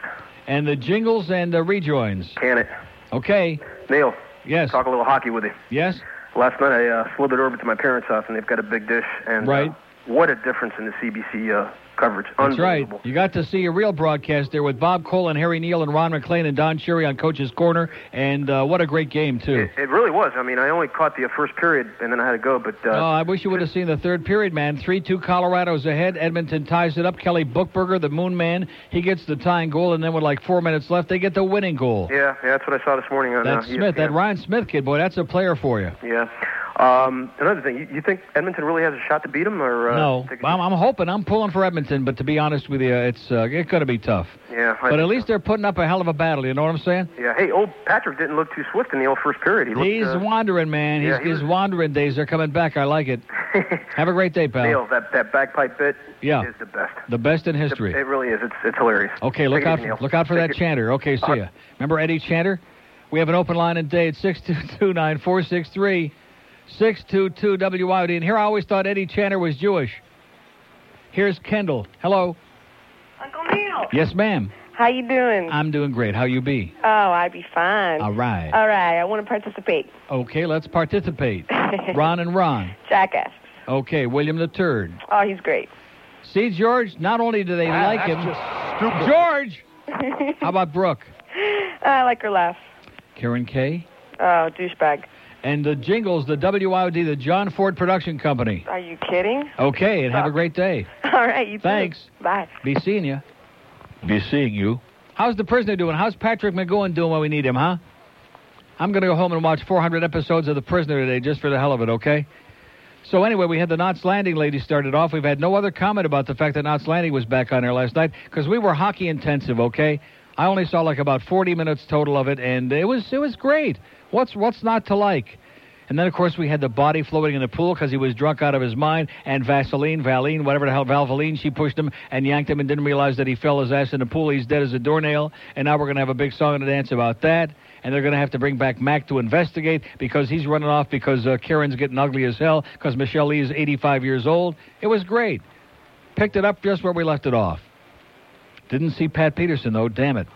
[SPEAKER 6] and the jingles and the rejoins.
[SPEAKER 38] Can it.
[SPEAKER 6] Okay.
[SPEAKER 38] Neil.
[SPEAKER 6] Yes.
[SPEAKER 38] Talk a little hockey with you.
[SPEAKER 6] Yes.
[SPEAKER 38] Last night I uh, slithered over to my parents' house and they've got a big dish and
[SPEAKER 6] Right.
[SPEAKER 38] uh,
[SPEAKER 8] What a difference in the CBC uh, coverage.
[SPEAKER 6] That's right.
[SPEAKER 8] Unbelievable.
[SPEAKER 6] You got to see a real broadcast there with Bob Cole and Harry Neal and Ron McLean and Don Cherry on Coach's Corner. And uh, what a great game, too.
[SPEAKER 8] It really was. I mean, I only caught the first period and then I had to go, but uh,
[SPEAKER 6] Oh, I wish you would have seen the third period, man. 3 2 Colorado's ahead. Edmonton ties it up. Kelly Bookberger, the moon man, he gets the tying goal. And then with like four minutes left, they get the winning goal.
[SPEAKER 8] yeah, yeah, that's what I saw this morning on
[SPEAKER 6] That
[SPEAKER 8] uh,
[SPEAKER 6] Oh. Smith, that Ryan Smith kid, boy, that's a player for you.
[SPEAKER 8] Yeah. Um, another thing, you, you think Edmonton really has a shot to beat them, or uh,
[SPEAKER 6] no, I'm, I'm hoping, I'm pulling for Edmonton, but to be honest with you, it's uh, it's going to be tough.
[SPEAKER 8] Yeah. I,
[SPEAKER 6] But at least they're putting up a hell of a battle. You know what I'm saying?
[SPEAKER 8] yeah. Hey, old Patrick didn't look too swift in the old first period. He looked,
[SPEAKER 6] He's
[SPEAKER 8] uh,
[SPEAKER 6] wandering, man.
[SPEAKER 8] yeah,
[SPEAKER 6] his,
[SPEAKER 8] he
[SPEAKER 6] his wandering days are coming back. I like it. Have a great day, pal.
[SPEAKER 8] Neil, that that bagpipe bit
[SPEAKER 6] Yeah.
[SPEAKER 8] is the best.
[SPEAKER 6] The best in history.
[SPEAKER 8] It really is. It's it's hilarious.
[SPEAKER 6] Okay, look
[SPEAKER 8] Take it
[SPEAKER 6] out,
[SPEAKER 8] easy, Neil.
[SPEAKER 6] look out for
[SPEAKER 8] Take
[SPEAKER 6] that
[SPEAKER 8] it-
[SPEAKER 6] chanter. Okay, see ya. Remember Eddie Chanter? We have an open line in day at 622-9463, 622-WYD. And here I always thought Eddie Chanter was Jewish. Here's Kendall. Hello.
[SPEAKER 18] Uncle Neil.
[SPEAKER 6] Yes, ma'am.
[SPEAKER 18] How you doing?
[SPEAKER 6] I'm doing great. How you be?
[SPEAKER 18] oh, I'd be fine.
[SPEAKER 6] All right.
[SPEAKER 33] Uh,
[SPEAKER 18] All right, I want to participate.
[SPEAKER 6] Okay, let's participate. Ron and Ron.
[SPEAKER 18] Jackass.
[SPEAKER 6] Okay, William the Third.
[SPEAKER 18] Oh, he's great.
[SPEAKER 6] See, George, not only do they
[SPEAKER 18] Ah,
[SPEAKER 6] like him.
[SPEAKER 18] that's just
[SPEAKER 6] George! How about Brooke?
[SPEAKER 18] I like her laugh.
[SPEAKER 6] Karen Kay?
[SPEAKER 18] Oh, douchebag.
[SPEAKER 6] And the Jingles, the WIOD, the John Ford Production Company.
[SPEAKER 18] Are you kidding?
[SPEAKER 6] Okay, and have a great day.
[SPEAKER 18] All right, you too.
[SPEAKER 6] Thanks.
[SPEAKER 18] Bye.
[SPEAKER 6] Be seeing you. Be seeing you. How's the prisoner doing? How's Patrick McGowan doing when we need him, huh? I'm going to go home and watch 400 episodes of The Prisoner today just for the hell of it, okay? So, anyway, we had the Knots Landing lady started off. We've had no other comment about the fact that Knots Landing was back on there last night because we were hockey intensive, okay? I only saw like about 40 minutes total of it, and it was, it was great. What's, what's not to like? And then, of course, we had the body floating in the pool because he was drunk out of his mind. And Vaseline, Valine, whatever the hell, Valvoline, she pushed him and yanked him and didn't realize that he fell his ass in the pool. He's dead as a doornail. And now we're going to have a big song and a dance about that. And they're going to have to bring back Mac to investigate because he's running off because uh, Karen's getting ugly as hell because Michelle Lee is 85 years old. It was great. Picked it up just where we left it off. Didn't see Pat Peterson, though. Damn it.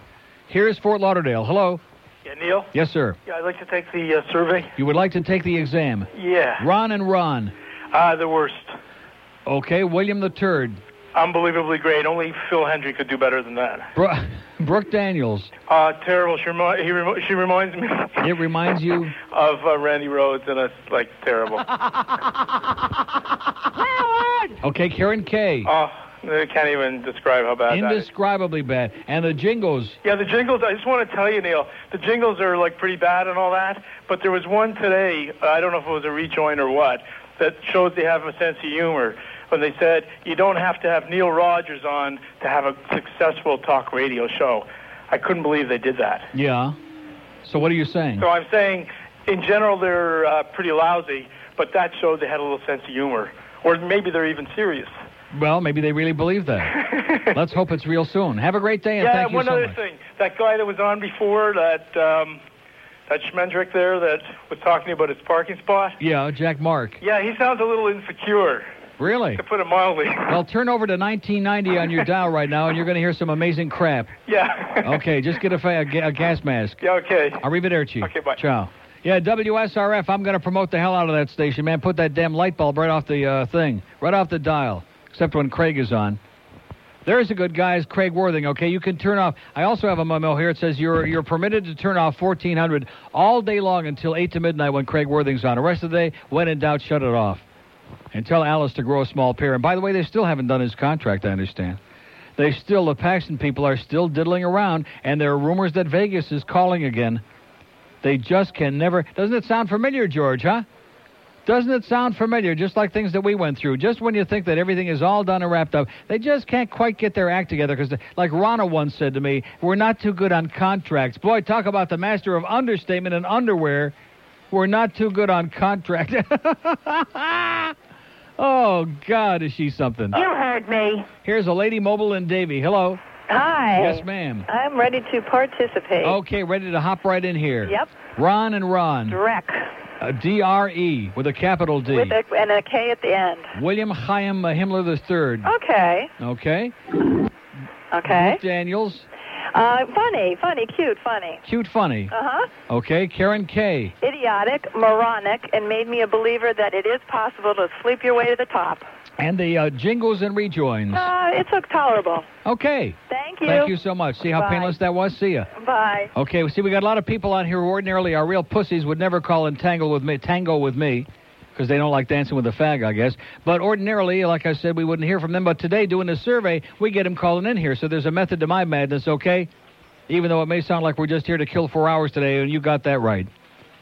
[SPEAKER 6] Here's Fort Lauderdale. Hello.
[SPEAKER 22] Yeah, Neil?
[SPEAKER 6] Yes, sir.
[SPEAKER 22] Yeah, I'd like to take the uh, survey.
[SPEAKER 6] You would like to take the exam.
[SPEAKER 22] Yeah.
[SPEAKER 6] Ron and Ron.
[SPEAKER 22] Uh, the worst.
[SPEAKER 6] Okay, William the Third,
[SPEAKER 22] Unbelievably great. Only Phil Hendry could do better than that.
[SPEAKER 6] Bro- Brooke Daniels.
[SPEAKER 22] Uh, terrible. She, remi- he remo- she reminds me
[SPEAKER 6] It reminds you.
[SPEAKER 22] of uh, Randy Rhodes, and it's like terrible.
[SPEAKER 6] Okay, Karen Kay.
[SPEAKER 22] Oh, I can't even describe how bad that is.
[SPEAKER 6] Indescribably bad. And the jingles.
[SPEAKER 22] Yeah, the jingles. I just want to tell you, Neil, the jingles are like pretty bad and all that. But there was one today. uh, I don't know if it was a rejoin or what that shows they have a sense of humor. When they said you don't have to have Neil Rogers on to have a successful talk radio show, I couldn't believe they did that.
[SPEAKER 6] Yeah. So what are you saying?
[SPEAKER 22] So I'm saying, in general, they're uh, pretty lousy. But that showed they had a little sense of humor, or maybe they're even serious.
[SPEAKER 6] Well, maybe they really believe that. Let's hope it's real soon. Have a great day and
[SPEAKER 22] yeah,
[SPEAKER 6] thank you
[SPEAKER 22] one
[SPEAKER 6] so
[SPEAKER 22] other
[SPEAKER 6] much.
[SPEAKER 22] thing. That guy that was on before, that um, that Schmendrick there, that was talking about his parking spot.
[SPEAKER 6] Yeah, Jack Mark.
[SPEAKER 22] Yeah, he sounds a little insecure,
[SPEAKER 6] Really?
[SPEAKER 22] to put it mildly.
[SPEAKER 6] Well, turn over to 1990 on your dial right now, and you're going to hear some amazing crap.
[SPEAKER 22] yeah.
[SPEAKER 6] Okay, just get a, fa- a ga- a gas mask.
[SPEAKER 22] Yeah. Okay.
[SPEAKER 6] Arrivederci.
[SPEAKER 22] Okay, bye.
[SPEAKER 6] Ciao. Yeah, WSRF, I'm going to promote the hell out of that station, man. Put that damn light bulb right off the uh, thing, right off the dial, except when Craig is on. There's a good guy, is Craig Worthing. Okay, you can turn off. I also have a memo here. It says you're you're permitted to turn off 1400 all day long until eight to midnight when Craig Worthing's on. The rest of the day, when in doubt, shut it off. And tell Alice to grow a small pair. And by the way, they still haven't done his contract. I understand. They still the Paxton people are still diddling around, and there are rumors that Vegas is calling again. They just can never. Doesn't it sound familiar, George, huh? Doesn't it sound familiar? Just like things that we went through. Just when you think that everything is all done and wrapped up, they just can't quite get their act together because, like Rana once said to me, we're not too good on contracts. Boy, talk about the master of understatement and underwear. We're not too good on contract. oh, God, is she something?
[SPEAKER 23] You heard me.
[SPEAKER 6] Here's a lady mobile in Davy. Hello.
[SPEAKER 23] Hi.
[SPEAKER 6] Yes, ma'am.
[SPEAKER 23] I'm ready to participate.
[SPEAKER 6] Okay, ready to hop right in here.
[SPEAKER 23] Yep.
[SPEAKER 6] Ron and Ron.
[SPEAKER 23] Drek.
[SPEAKER 6] Uh, D R E with a capital D.
[SPEAKER 23] With a, and a K at the end.
[SPEAKER 6] William Chaim Himmler III.
[SPEAKER 23] Okay.
[SPEAKER 6] Okay.
[SPEAKER 23] Okay.
[SPEAKER 6] Brooke Daniels.
[SPEAKER 23] Uh, funny, funny, cute, funny.
[SPEAKER 6] Cute funny.
[SPEAKER 23] Uh huh.
[SPEAKER 6] Okay. Karen Kay.
[SPEAKER 23] Idiotic, moronic, and made me a believer that it is possible to sleep your way to the top.
[SPEAKER 6] And the uh, jingles and rejoins.
[SPEAKER 8] Uh, it's uh, tolerable.
[SPEAKER 6] Okay.
[SPEAKER 8] Thank you.
[SPEAKER 6] Mm. Thank you so much. See how
[SPEAKER 8] Bye.
[SPEAKER 6] painless that was? See ya.
[SPEAKER 8] Bye.
[SPEAKER 6] Okay, well, see, we got a lot of people out here who ordinarily are real pussies, would never call and tangle with me, tango with me, because they don't like dancing with a fag, I guess. But ordinarily, like I said, we wouldn't hear from them. But today, doing this survey, we get them calling in here. So there's a method to my madness, okay? Even though it may sound like we're just here to kill four hours today, and you got that right.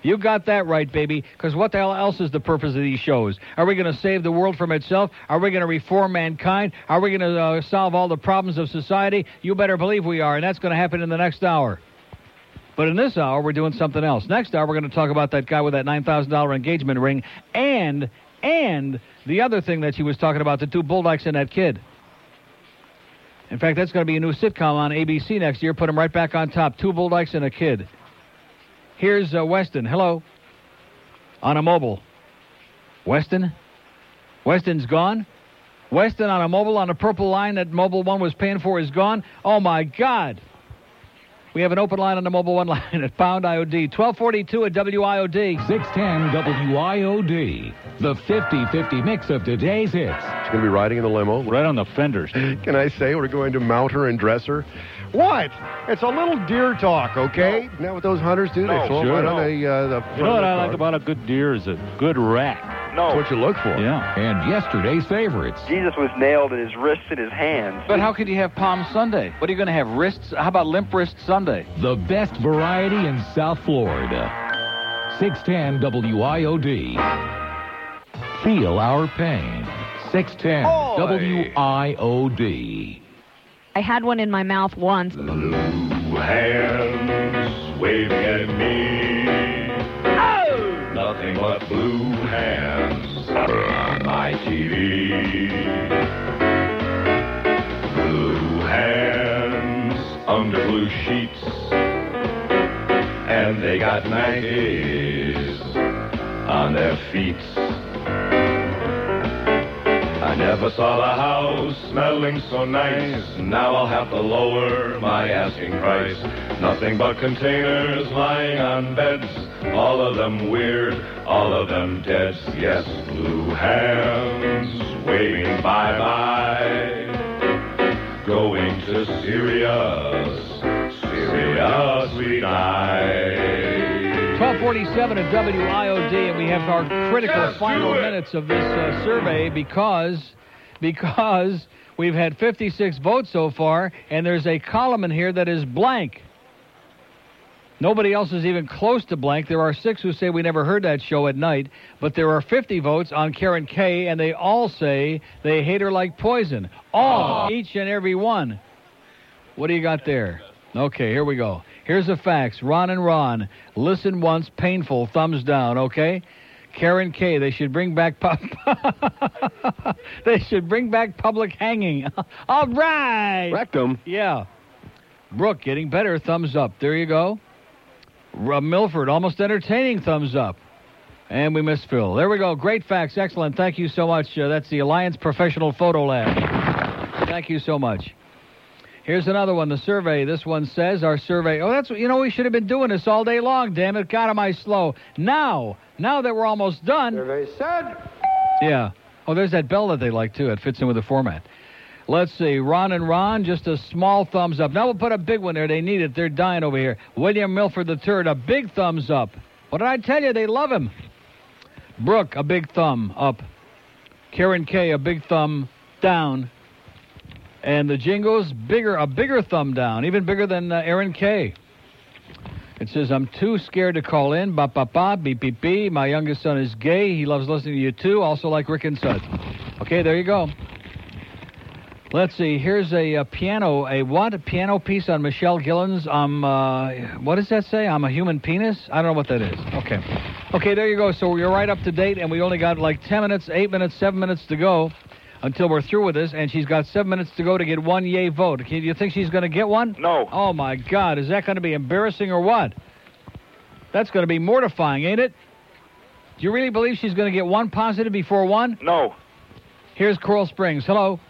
[SPEAKER 6] You got that right, baby, because what the hell else is the purpose of these shows? Are we going to save the world from itself? Are we going to reform mankind? Are we going to uh, solve all the problems of society? You better believe we are, and that's going to happen in the next hour. But in this hour, we're doing something else. Next hour, we're going to talk about that guy with that $9,000 engagement ring and, and the other thing that she was talking about, the two bull dykes and that kid. In fact, that's going to be a new sitcom on ABC next year. Put them right back on top. Two bull dykes and a kid. Here's uh, Weston. Hello. On a mobile. Weston? Weston's gone? Weston on a mobile on a purple line that Mobile One was paying for is gone? Oh, my God. We have an open line on the mobile one line at Pound IOD, 1242 at WIOD.
[SPEAKER 7] 610 WIOD, the 50 50 mix of today's hits.
[SPEAKER 39] She's going to be riding in the limo.
[SPEAKER 6] Right on the fenders.
[SPEAKER 39] Can I say we're going to mount her and dress her? What? It's a little deer talk, okay? Isn't that what those hunters do?
[SPEAKER 40] No,
[SPEAKER 39] they throw 'em
[SPEAKER 40] sure.
[SPEAKER 39] right on the, uh, the front
[SPEAKER 40] You know
[SPEAKER 39] of
[SPEAKER 40] what
[SPEAKER 39] the
[SPEAKER 40] I
[SPEAKER 39] car.
[SPEAKER 40] like about a good deer is a good rack.
[SPEAKER 39] That's what you look for.
[SPEAKER 40] Yeah.
[SPEAKER 7] And yesterday's favorites.
[SPEAKER 13] Jesus was nailed in his wrists and his hands.
[SPEAKER 6] But how could you have Palm Sunday? What are you going to have? Wrists? How about limp wrist Sunday?
[SPEAKER 7] The best variety in South Florida. 610 WIOD. Feel our pain. 610 WIOD.
[SPEAKER 12] I had one in my mouth once.
[SPEAKER 41] hands waving at me. Nothing but blue hands on my TV. Blue hands under blue sheets. And they got 90s on their feet. I never saw the house smelling so nice. Now I'll have to lower my asking price. Nothing but containers lying on beds. All of them weird, all of them dead. Yes, blue hands waving bye bye. Going to Syria, Syria, sweet night.
[SPEAKER 6] 1247 at WIOD, and we have our critical final minutes of this uh, survey because because we've had 56 votes so far, and there's a column in here that is blank. Nobody else is even close to blank. There are six who say we never heard that show at night, but there are 50 votes on Karen Kay, and they all say they hate her like poison. All, each and every one. What do you got there? Okay, here we go. Here's the facts. Ron and Ron, listen once, painful, thumbs down, okay? Karen Kay, they should bring back pub- they should bring back public hanging. All right.
[SPEAKER 39] Rectum.
[SPEAKER 6] Yeah. Brooke, getting better, thumbs up. There you go. R- Milford, almost entertaining, thumbs up. And we missed Phil. There we go. Great facts. Excellent. Thank you so much. Uh, that's the Alliance Professional Photo Lab. Thank you so much. Here's another one. The survey. This one says our survey. Oh, that's you know we should have been doing this all day long. Damn it! God, am I slow? Now, now that we're almost done. Survey said. Yeah. Oh, there's that bell that they like too. It fits in with the format. Let's see. Ron and Ron, just a small thumbs up. Now we'll put a big one there. They need it. They're dying over here. William Milford III, a big thumbs up. What did I tell you? They love him. Brooke, a big thumb up. Karen K, a big thumb down. And the jingles, bigger, a bigger thumb down, even bigger than uh, Aaron K. It says, I'm too scared to call in. Ba ba ba, beep beep beep. My youngest son is gay. He loves listening to you too. Also like Rick and Sud. Okay, there you go. Let's see. Here's a, uh piano, a what? A piano piece on Michelle Gillens. Um, uh, what does that say? I'm a human penis. I don't know what that is. Okay, okay. There you go. So you're right up to date, and we only got like ten minutes, eight minutes, seven minutes to go until we're through with this. And she's got seven minutes to go to get one yay vote. Can you think she's going to get one? No. Oh my God, is that going to be embarrassing or what? That's going to be mortifying, ain't it? Do you really believe she's going to get one positive before one? No. Here's Coral Springs. Hello.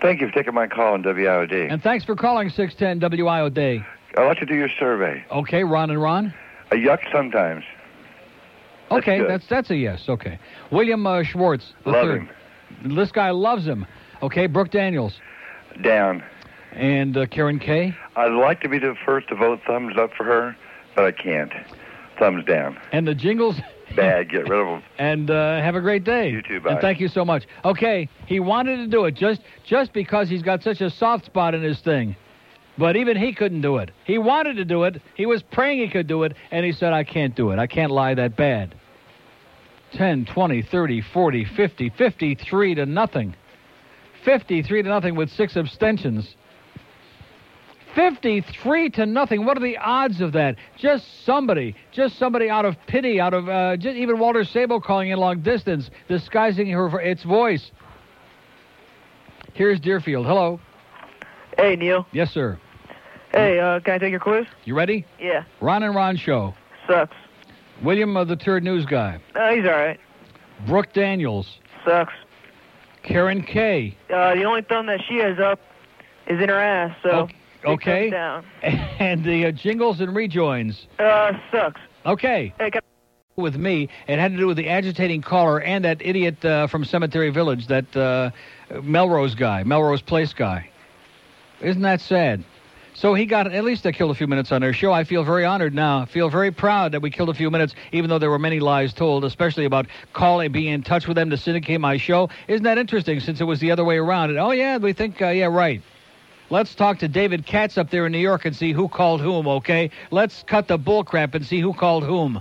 [SPEAKER 42] Thank you for taking my call on WIOD.
[SPEAKER 6] And thanks for calling 610 WIO Day.
[SPEAKER 42] I'd like to do your survey.
[SPEAKER 6] Okay, Ron and Ron.
[SPEAKER 42] I yuck sometimes.
[SPEAKER 6] Okay,
[SPEAKER 42] good.
[SPEAKER 6] that's that's, a yes. Okay, William uh, Schwartz. The
[SPEAKER 42] Love
[SPEAKER 6] third.
[SPEAKER 42] him.
[SPEAKER 6] This guy loves him. Okay, Brooke Daniels
[SPEAKER 24] Down.
[SPEAKER 6] and uh, Karen Kay
[SPEAKER 24] I'd like to be the first to vote thumbs up for her, but I can't. Thumbs down.
[SPEAKER 6] and the Jingles.
[SPEAKER 24] Bad. Get rid of them.
[SPEAKER 6] And uh, have a great day. You too.
[SPEAKER 24] bye.
[SPEAKER 6] And thank you so much. Okay, he wanted to do it just just because he's got such a soft spot in his thing. But even he couldn't do it. He wanted to do it. He was praying he could do it, and he said, "I can't do it. I can't lie that bad." 10, 20, 30, 40, 50, 53 to nothing. 53 to nothing with six abstentions. 53 to nothing. What are the odds of that? Just somebody, just somebody out of pity, out of uh, just even Walter Sable calling in long distance, disguising her for its voice. Here's Deerfield. Hello.
[SPEAKER 5] Hey, Neil.
[SPEAKER 6] Yes, sir.
[SPEAKER 5] Hey, uh, can I take your quiz?
[SPEAKER 6] You ready?
[SPEAKER 5] Yeah.
[SPEAKER 6] Ron and Ron show.
[SPEAKER 5] Sucks.
[SPEAKER 6] William of the Third News Guy.
[SPEAKER 5] Uh, he's all right.
[SPEAKER 6] Brooke Daniels.
[SPEAKER 5] Sucks.
[SPEAKER 6] Karen Kay.
[SPEAKER 5] Uh, the only thumb that she has up is in her ass, so
[SPEAKER 6] Okay.
[SPEAKER 5] thumbs down.
[SPEAKER 6] And the uh, jingles and rejoins.
[SPEAKER 5] Uh, sucks.
[SPEAKER 6] Okay. With me, it had to do with the agitating caller and that idiot uh, from Cemetery Village, that uh, Melrose guy, Melrose Place guy. Isn't that sad? So he got at least I killed a few minutes on their show. I feel very honored now. I feel very proud that we killed a few minutes, even though there were many lies told, especially about calling, being in touch with them to syndicate my show. Isn't that interesting? Since it was the other way around. And, oh yeah, we think uh, yeah right. Let's talk to David Katz up there in New York and see who called whom, okay? Let's cut the bullcrap and see who called whom.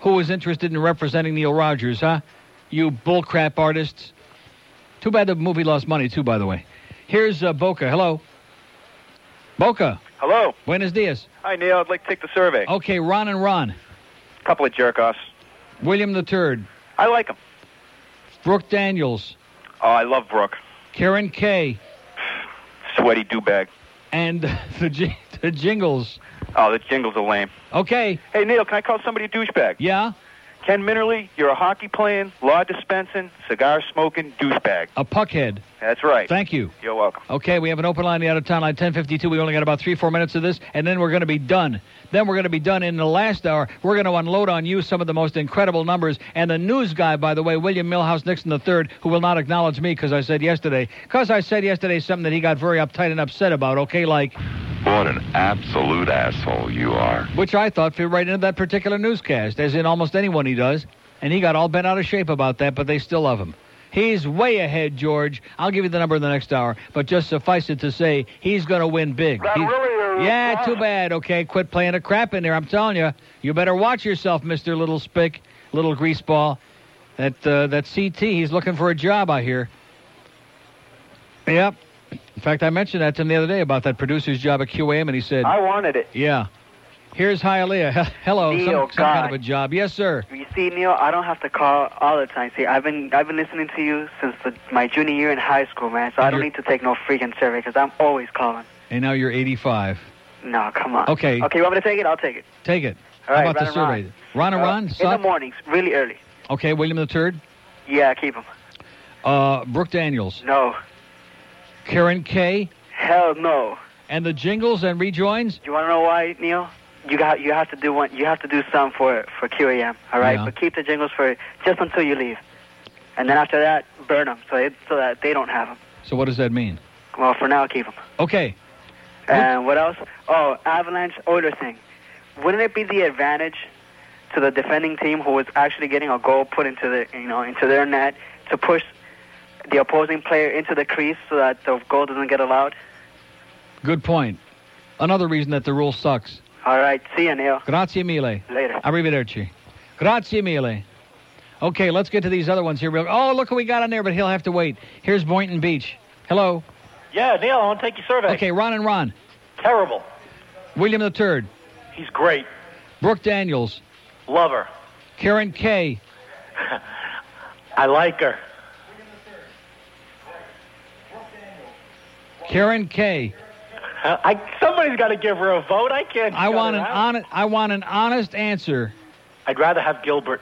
[SPEAKER 6] Who was interested in representing Neil Rogers, huh? You bullcrap artists. Too bad the movie lost money, too, by the way. Here's uh, Boca. Hello. Boca.
[SPEAKER 9] Hello.
[SPEAKER 6] Buenos dias.
[SPEAKER 9] Hi, Neil. I'd like to take the survey.
[SPEAKER 6] Okay, Ron and Ron.
[SPEAKER 9] Couple of jerk offs.
[SPEAKER 6] William the Third.
[SPEAKER 9] I like them.
[SPEAKER 6] Brooke Daniels.
[SPEAKER 9] Oh, I love Brooke.
[SPEAKER 6] Karen Kay.
[SPEAKER 9] Sweaty do bag.
[SPEAKER 6] And the, Jing- the Jingles.
[SPEAKER 9] Oh, the jingles are lame.
[SPEAKER 6] Okay.
[SPEAKER 9] Hey, Neil, can I call somebody a douchebag?
[SPEAKER 6] Yeah?
[SPEAKER 9] Ken Minerly, you're a hockey playing, law dispensing, cigar smoking douchebag.
[SPEAKER 6] A puckhead.
[SPEAKER 9] That's right.
[SPEAKER 6] Thank you.
[SPEAKER 9] You're welcome.
[SPEAKER 6] Okay, we have an open line the out of town line 1052. We only got about three, four minutes of this, and then we're going to be done. Then we're going to be done in the last hour. We're going to unload on you some of the most incredible numbers. And the news guy, by the way, William Milhouse Nixon III, who will not acknowledge me because I said yesterday, because I said yesterday something that he got very uptight and upset about, okay, like,
[SPEAKER 19] What an absolute asshole you are.
[SPEAKER 6] which I thought fit right into that particular newscast, as in almost anyone he does. And he got all bent out of shape about that, but they still love him. He's way ahead, George. I'll give you the number in the next hour, but just suffice it to say, he's going to win big. He- yeah, too bad. Okay, quit playing the crap in there. I'm telling you, you better watch yourself, Mister Little Spick, Little Greaseball. That uh, that CT, he's looking for a job. I hear. Yep. In fact, I mentioned that to him the other day about that producer's job at QAM, and he said,
[SPEAKER 35] I wanted it.
[SPEAKER 6] yeah. Here's Hialeah. Hello. some-
[SPEAKER 35] Neil,
[SPEAKER 6] some, kind
[SPEAKER 35] God.
[SPEAKER 6] of a job. Yes, sir.
[SPEAKER 35] You see, Neil, I don't have to call all the time. See, I've been I've been listening to you since the, my junior year in high school, man. So I don't need to take no freaking survey because I'm always calling.
[SPEAKER 6] And now you're 85.
[SPEAKER 35] No, come on.
[SPEAKER 6] Okay.
[SPEAKER 35] Okay, you want me to take it? I'll take it.
[SPEAKER 6] Take it.
[SPEAKER 35] All right,
[SPEAKER 6] How about the
[SPEAKER 35] Ron and
[SPEAKER 6] survey? Ron and
[SPEAKER 35] Uh,
[SPEAKER 6] Ron?
[SPEAKER 35] in the
[SPEAKER 6] Suck?
[SPEAKER 35] mornings, really early.
[SPEAKER 6] okay, William the Third.
[SPEAKER 35] Yeah, keep 'em.
[SPEAKER 6] Uh, Brooke Daniels.
[SPEAKER 35] No,
[SPEAKER 6] Karen Kay.
[SPEAKER 35] hell no.
[SPEAKER 6] And the jingles and rejoins.
[SPEAKER 35] You want to know why, Neil? You got you have to do one. You have to do some for for QAM. All right,
[SPEAKER 6] Yeah.
[SPEAKER 35] but keep the jingles for just until you leave, and then after that, burn 'em so it, so that they don't have 'em.
[SPEAKER 6] So what does that mean?
[SPEAKER 35] Well, for now, keep 'em.
[SPEAKER 6] Okay.
[SPEAKER 35] And what else? Oh, Avalanche Oilers thing. Wouldn't it be the advantage to the defending team who was actually getting a goal put into the you know into their net to push the opposing player into the crease so that the goal doesn't get allowed?
[SPEAKER 6] Good point. Another reason that the rule sucks.
[SPEAKER 35] All right, see you, Neil.
[SPEAKER 6] Grazie mille.
[SPEAKER 35] Later.
[SPEAKER 6] Arrivederci. Grazie mille. Okay, let's get to these other ones here. real- Oh, look who we got on there, but he'll have to wait. Here's Boynton Beach. Hello.
[SPEAKER 32] Yeah, Neil, I want to take your survey.
[SPEAKER 6] Okay, Ron and Ron.
[SPEAKER 32] Terrible.
[SPEAKER 6] William the Third.
[SPEAKER 32] He's great.
[SPEAKER 6] Brooke Daniels.
[SPEAKER 32] Love her.
[SPEAKER 6] Karen Kay.
[SPEAKER 32] I like her.
[SPEAKER 6] Karen Kay.
[SPEAKER 32] I, somebody's got to give her a vote. I can't.
[SPEAKER 6] I
[SPEAKER 32] shut
[SPEAKER 6] want
[SPEAKER 32] her
[SPEAKER 6] an
[SPEAKER 32] out.
[SPEAKER 6] honest. I want an honest answer.
[SPEAKER 32] I'd rather have Gilbert.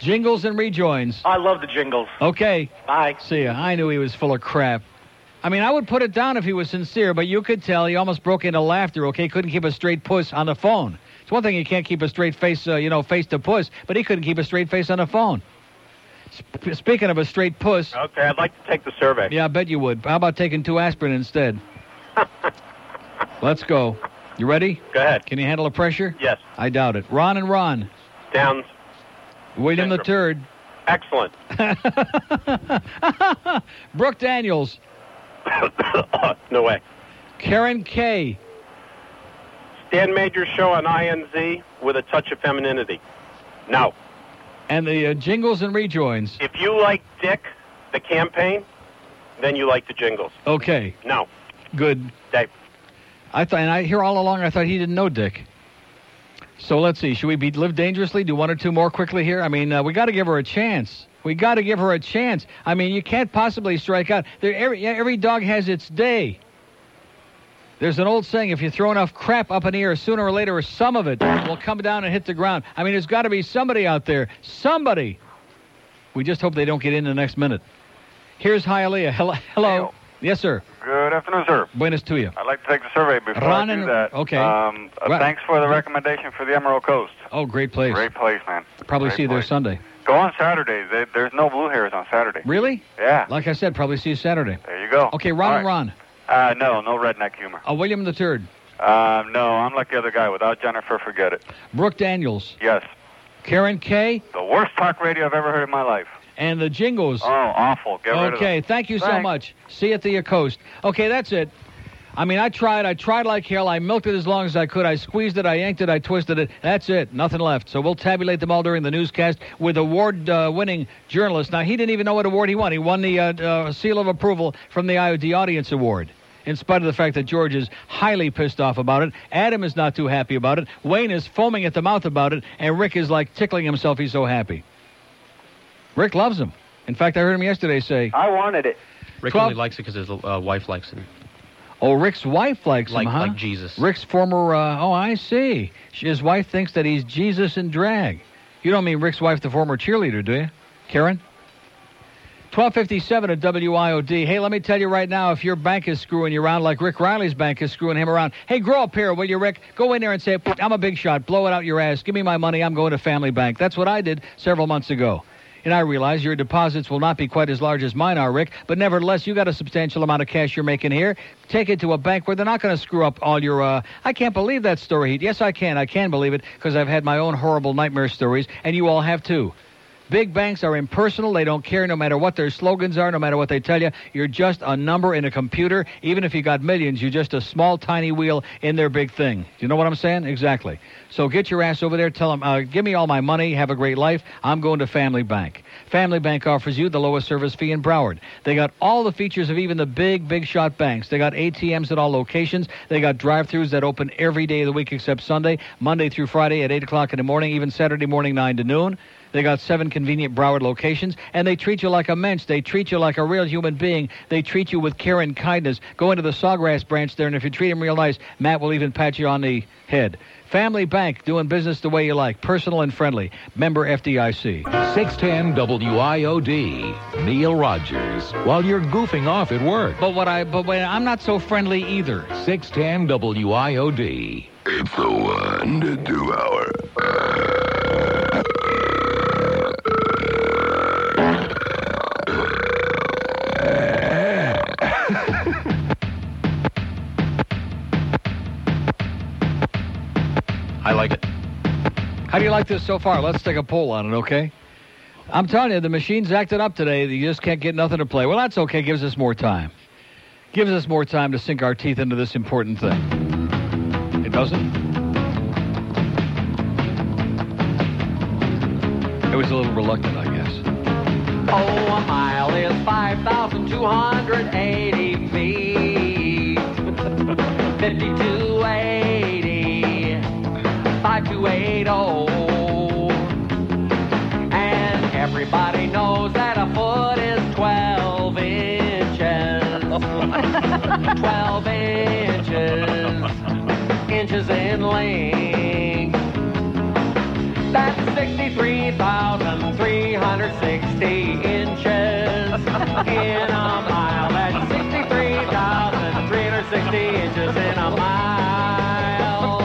[SPEAKER 6] Jingles and rejoins.
[SPEAKER 32] I love the jingles.
[SPEAKER 6] Okay.
[SPEAKER 32] Bye.
[SPEAKER 6] See ya. I knew he was full of crap. I mean, I would put it down if he was sincere, but you could tell he almost broke into laughter. Okay, couldn't keep a straight puss on the phone. It's one thing you can't keep a straight face, uh, you know, face to puss, but he couldn't keep a straight face on the phone. Sp- speaking of a straight puss.
[SPEAKER 26] Okay, I'd like to take the survey.
[SPEAKER 6] Yeah, I bet you would. How about taking two aspirin instead? Let's go. You ready?
[SPEAKER 26] Go ahead.
[SPEAKER 6] Can you handle the pressure?
[SPEAKER 26] Yes.
[SPEAKER 6] I doubt it. Ron and Ron.
[SPEAKER 26] Downs.
[SPEAKER 6] William the Third.
[SPEAKER 26] Excellent.
[SPEAKER 6] Brooke Daniels.
[SPEAKER 26] no way.
[SPEAKER 6] Karen Kay.
[SPEAKER 26] Stan Major show on INZ with a touch of femininity. No.
[SPEAKER 6] And the uh, jingles and rejoins.
[SPEAKER 26] If you like Dick, the campaign, then you like the jingles.
[SPEAKER 6] Okay.
[SPEAKER 26] No.
[SPEAKER 6] Good.
[SPEAKER 26] Dave.
[SPEAKER 6] I thought, and I here all along, I thought he didn't know Dick. So let's see. Should we be live dangerously? Do one or two more quickly here? I mean, uh, we got to give her a chance. We got to give her a chance. I mean, you can't possibly strike out. There, every yeah, every dog has its day. There's an old saying: if you throw enough crap up in the air, sooner or later, some of it will come down and hit the ground. I mean, there's got to be somebody out there. Somebody. We just hope they don't get in the next minute. Here's Hialeah. Hello. Hello. Yes, sir.
[SPEAKER 3] Good afternoon, sir.
[SPEAKER 6] Buenos to you.
[SPEAKER 3] I'd like to take the survey before
[SPEAKER 6] Ron
[SPEAKER 3] I do
[SPEAKER 6] and-
[SPEAKER 3] that.
[SPEAKER 6] okay.
[SPEAKER 3] Um, uh,
[SPEAKER 6] Right.
[SPEAKER 3] Thanks for the recommendation for the Emerald Coast.
[SPEAKER 6] Oh, great place.
[SPEAKER 3] Great place, man.
[SPEAKER 6] Probably
[SPEAKER 3] Great
[SPEAKER 6] see you there
[SPEAKER 3] place.
[SPEAKER 6] Sunday.
[SPEAKER 3] Go on Saturday. They, there's no blue hairs on Saturday.
[SPEAKER 6] Really?
[SPEAKER 3] Yeah.
[SPEAKER 6] Like I said, probably see you Saturday.
[SPEAKER 3] There you go.
[SPEAKER 6] Okay, Ron and Ron.
[SPEAKER 3] Uh, no, no redneck humor.
[SPEAKER 6] Uh, William the Third.
[SPEAKER 3] Uh, no, I'm like the other guy. Without Jennifer, forget it.
[SPEAKER 6] Brooke Daniels.
[SPEAKER 3] Yes.
[SPEAKER 6] Karen Kay.
[SPEAKER 3] The worst talk radio I've ever heard in my life.
[SPEAKER 6] And the Jingles.
[SPEAKER 3] Oh, awful. Get rid of
[SPEAKER 6] okay,
[SPEAKER 3] them.
[SPEAKER 6] thank you so
[SPEAKER 3] Thanks.
[SPEAKER 6] much. See you at the uh, coast. Okay, that's it. I mean, I tried. I tried like hell. I milked it as long as I could. I squeezed it. I yanked it. I twisted it. That's it. Nothing left. So we'll tabulate them all during the newscast with award-winning journalist. Now, he didn't even know what award he won. He won the uh, uh, seal of approval from the IOD Audience Award. In spite of the fact that George is highly pissed off about it, Adam is not too happy about it, Wayne is foaming at the mouth about it, and Rick is like tickling himself. He's so happy. Rick loves him. In fact, I heard him yesterday say,
[SPEAKER 15] I wanted it. Rick
[SPEAKER 6] Twelve-
[SPEAKER 15] only likes it because his uh, wife likes it.
[SPEAKER 6] "Oh, Rick's wife likes
[SPEAKER 15] Like-
[SPEAKER 6] him, huh?"
[SPEAKER 15] like Jesus.
[SPEAKER 6] Rick's former. Uh, oh, I see. She, his wife thinks that he's Jesus in drag. You don't mean Rick's wife, the former cheerleader, do you, Karen? 1257 at WIOD. Hey, let me tell you right now, if your bank is screwing you around like Rick Riley's bank is screwing him around, hey, grow up here, will you, Rick? Go in there and say, I'm a big shot. Blow it out your ass. Give me my money. I'm going to Family Bank. That's what I did several months ago. And I realize your deposits will not be quite as large as mine are, Rick, but nevertheless, you got a substantial amount of cash you're making here. Take it to a bank where they're not going to screw up all your. Uh, I can't believe that story. Yes, I can. I can believe it because I've had my own horrible nightmare stories, and you all have too. Big banks are impersonal. They don't care no matter what their slogans are, no matter what they tell you. You're just a number in a computer. Even if you got millions, you're just a small, tiny wheel in their big thing. Do you know what I'm saying? Exactly. So get your ass over there. Tell them, uh, give me all my money. Have a great life. I'm going to Family Bank. Family Bank offers you the lowest service fee in Broward. They got all the features of even the big, big shot banks. They got ATMs at all locations. They got drive-throughs that open every day of the week except Sunday, Monday through Friday at 8 o'clock in the morning, even Saturday morning, 9 to noon. They got seven convenient Broward locations, and they treat you like a mensch. They treat you like a real human being. They treat you with care and kindness. Go into the Sawgrass branch there, and if you treat him real nice, Matt will even pat you on the head. Family Bank, doing business the way you like, personal and friendly. Member FDIC.
[SPEAKER 7] 610 WIOD, Neil Rogers, while you're goofing off at work.
[SPEAKER 6] But what I, but when I'm not so friendly either.
[SPEAKER 7] 610 WIOD. It's a one to two hour.
[SPEAKER 15] I like it.
[SPEAKER 6] How do you like this so far? Let's take a poll on it, okay? I'm telling you, the machine's acted up today. You just can't get nothing to play. Well, that's okay. Gives us more time. Gives us more time to sink our teeth into this important thing. It doesn't? It was a little reluctant, I guess.
[SPEAKER 34] Oh, a mile is 5,280 feet. 5280. oh, 5280. And everybody knows that a foot is 12 inches. 12 inches. Inches in length. That's 63,360 inches in a mile. That's 63,360 inches in a mile.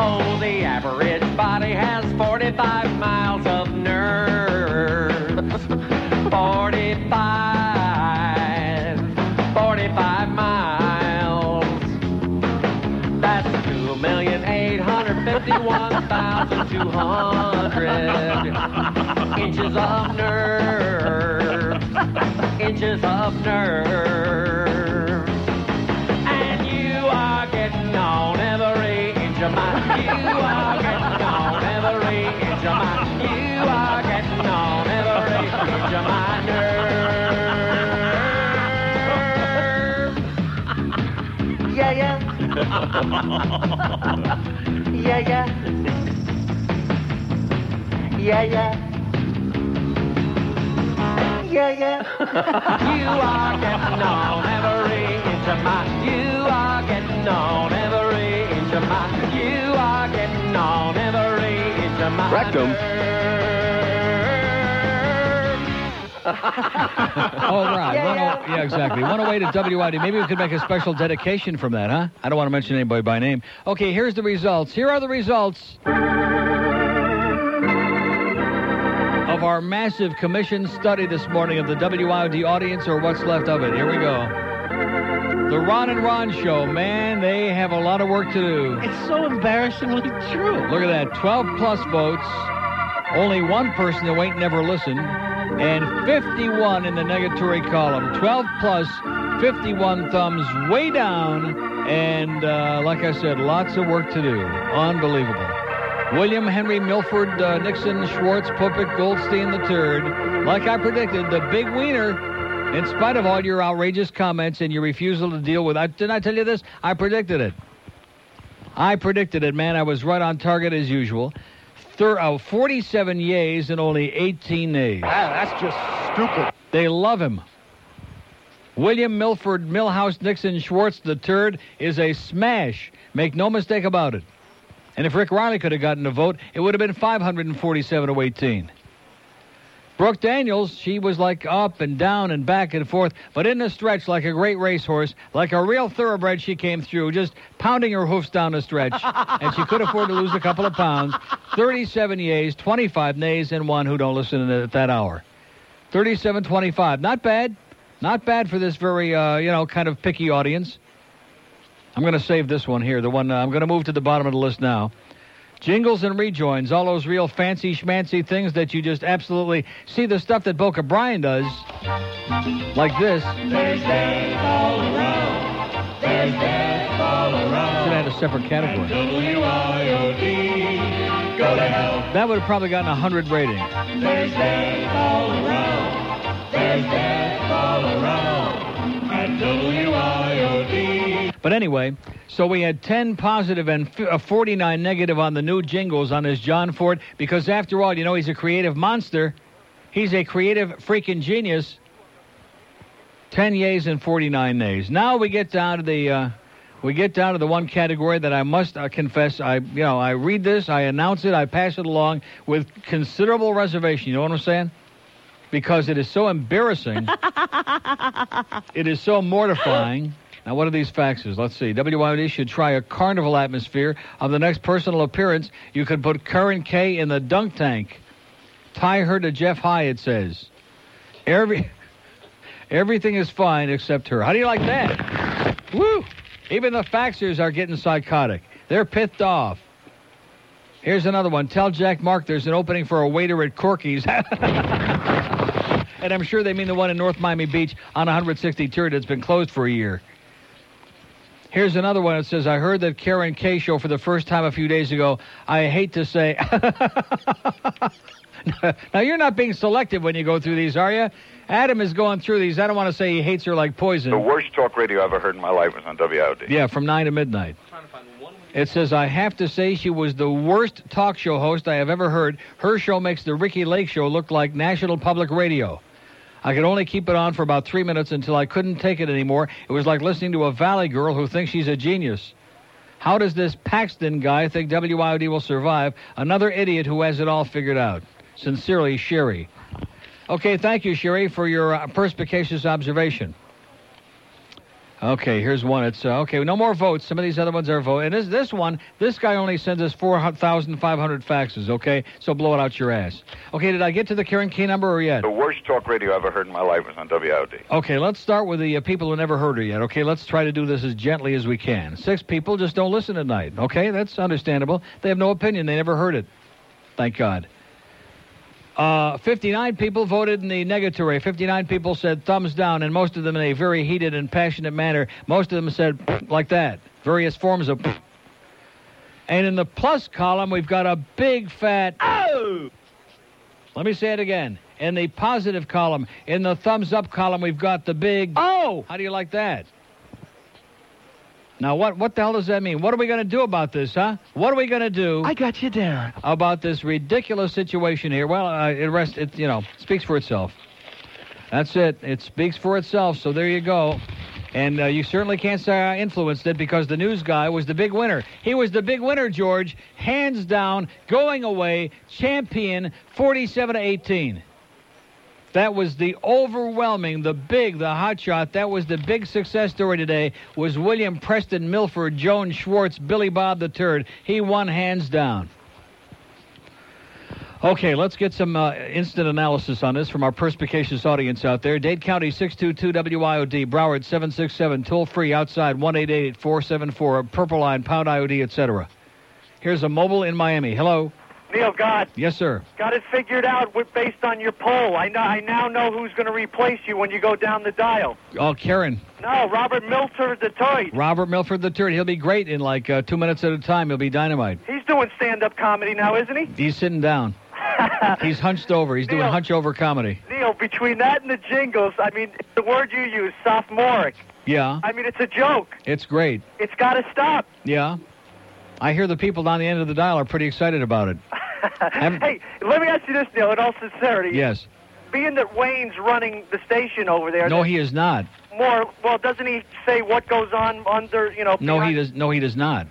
[SPEAKER 34] Oh, the average body has 45 miles of nerves.
[SPEAKER 10] 45, 45 miles. That's 2,851,200 inches of nerve, inches of nerve. And you are getting on every inch of my, you are getting on every inch of my, you are getting on every inch of my nerve. Yeah, yeah. yeah, yeah. Yeah, yeah. Yeah, yeah. you are getting on every inch of my. You are getting on every inch of my. You are getting on every inch of my.
[SPEAKER 2] Rectum.
[SPEAKER 6] Oh, right. Yeah, yeah. exactly. 108 at WID. Maybe we could make a special dedication from that, huh? I don't want to mention anybody by name. Okay, here's the results. Here are the results of our massive commission study this morning of the WID audience or what's left of it. Here we go. The Ron and Ron Show, man, they have a lot of work to do.
[SPEAKER 13] It's so embarrassingly true.
[SPEAKER 6] Look at that 12 plus votes, only one person who ain't never listened, and 51 in the negatory column. 12 plus, 51 thumbs way down, and uh, like I said, lots of work to do. Unbelievable. William Henry Milford uh, Nixon Schwartz Puppet Goldstein III. Like I predicted, the big wiener, in spite of all your outrageous comments and your refusal to deal with I didn't I tell you this? I predicted it. I predicted it, man. I was right on target as usual. Thir- uh, 47 yays and only 18 nays.
[SPEAKER 2] Ah, that's just stupid.
[SPEAKER 6] They love him. William Milford Milhouse Nixon Schwartz III is a smash. Make no mistake about it. And if Rick Riley could have gotten a vote, it would have been 547 to 18. Brooke Daniels, she was like up and down and back and forth, but in the stretch, like a great racehorse, like a real thoroughbred, she came through, just pounding her hoofs down the stretch. and she could afford to lose a couple of pounds. 37 yays, 25 nays, and one who don't listen at that hour. 37.25. Not bad. Not bad for this very, uh, you know, kind of picky audience. I'm going to save this one here. The one uh, I'm going to move to the bottom of the list now. Jingles and rejoins, all those real fancy schmancy things that you just absolutely see the stuff that Boca Brian does, like this.
[SPEAKER 2] Thursday all around. Thursday all
[SPEAKER 6] Should
[SPEAKER 2] around.
[SPEAKER 6] have had a separate category.
[SPEAKER 2] W-I-O-D. Go to hell.
[SPEAKER 6] That would have probably gotten a hundred rating.
[SPEAKER 2] Thursday all around. Thursday all around. At W-I-O-D.
[SPEAKER 6] But anyway, so we had 10 positive and f- uh, 49 negative on the new jingles on his John Ford because, after all, you know, he's a creative monster. He's a creative freaking genius. 10 yays and 49 nays. Now we get down to the. Uh, we get down to the one category that I must uh, confess. I, you know, I read this, I announce it, I pass it along with considerable reservation. You know what I'm saying? Because it is so embarrassing. It is so mortifying. Now, what are these faxes? Let's see. WYD should try a carnival atmosphere of the next personal appearance. You could put Karen K in the dunk tank. Tie her to Jeff High, it says. Every, everything is fine except her. How do you like that? Woo! Even the faxers are getting psychotic. They're pithed off. Here's another one. Tell Jack Mark there's an opening for a waiter at Corky's. and I'm sure they mean the one in North Miami Beach on 163rd that's been closed for a year. Here's another one that says, I heard that Karen K show for the first time a few days ago. I hate to say. now, you're not being selective when you go through these, are you? Adam is going through these. I don't want to say he hates her like poison.
[SPEAKER 21] The worst talk radio I ever heard in my life was on WIOD.
[SPEAKER 6] Yeah, from 9 to midnight. It says, I have to say she was the worst talk show host I have ever heard. Her show makes the Ricky Lake show look like national public radio. I could only keep it on for about three minutes until I couldn't take it anymore. It was like listening to a Valley girl who thinks she's a genius. How does this Paxton guy think WIOD will survive? Another idiot who has it all figured out. Sincerely, Sherry. Okay, thank you, Sherry, for your uh, perspicacious observation. Okay, here's one. It's uh, okay. No more votes. Some of these other ones are vote. And this this one, this guy only sends us four thousand five hundred faxes. Okay, so blow it out your ass. Okay, did I get to the Karen K number or yet?
[SPEAKER 8] The worst talk radio I ever heard in my life was on WIOD.
[SPEAKER 6] Okay, let's start with the uh, people who never heard her yet. Okay, let's try to do this as gently as we can. Six people just don't listen at night. Okay, that's understandable. They have no opinion. They never heard it. Thank God. Uh, 59 people voted in the negatory. 59 people said thumbs down, and most of them in a very heated and passionate manner. Most of them said like that, various forms of. And in the plus column, we've got a big fat. Oh! Let me say it again. In the positive column, in the thumbs up column, we've got the big. Oh! How do you like that? Now, what, what the hell does that mean? What are we going to do about this, huh? What are we going to do? I got you down. About this ridiculous situation here. Well, uh, it rest, it, you know, speaks for itself. That's it. It speaks for itself. So there you go. And uh, you certainly can't say I influenced it because the news guy was the big winner. He was the big winner, George. Hands down, going away, champion, 47 to 18. That was the overwhelming, the big, the hot shot. That was the big success story today. Was William Preston Milford, Joan Schwartz, Billy Bob the Third? He won hands down. Okay, let's get some uh, instant analysis on this from our perspicacious audience out there. Dade County 622 WIOD, Broward 767, toll free outside 1 474, Purple Line, Pound IOD, etc. Here's a mobile in Miami. Hello.
[SPEAKER 34] Neil, God,
[SPEAKER 6] Yes, sir.
[SPEAKER 34] got it figured out with, based on your poll. I know, I now know who's going to replace you when you go down the dial.
[SPEAKER 6] Oh, Karen.
[SPEAKER 34] No, Robert Milter, Detroit.
[SPEAKER 6] Robert Milford the third. He'll be great in like uh, two minutes at a time. He'll be dynamite.
[SPEAKER 34] He's doing stand-up comedy now, isn't he?
[SPEAKER 6] He's sitting down. He's hunched over. He's doing
[SPEAKER 34] Neil.
[SPEAKER 6] hunch over comedy.
[SPEAKER 34] Neil, between that and the jingles, I mean, the word you use, sophomoric.
[SPEAKER 6] Yeah,
[SPEAKER 34] I mean, it's a joke.
[SPEAKER 6] it's great.
[SPEAKER 34] It's got to stop.
[SPEAKER 6] Yeah, I hear the people down the end of the dial are pretty excited about it. I'm-
[SPEAKER 34] hey, let me ask you this, Neil, in all sincerity.
[SPEAKER 6] Yes.
[SPEAKER 34] Being that Wayne's running the station over there.
[SPEAKER 6] No, he is not.
[SPEAKER 34] More, well, doesn't he say what goes on under, you know?
[SPEAKER 6] No, he
[SPEAKER 34] behind-
[SPEAKER 6] does. No, he does not.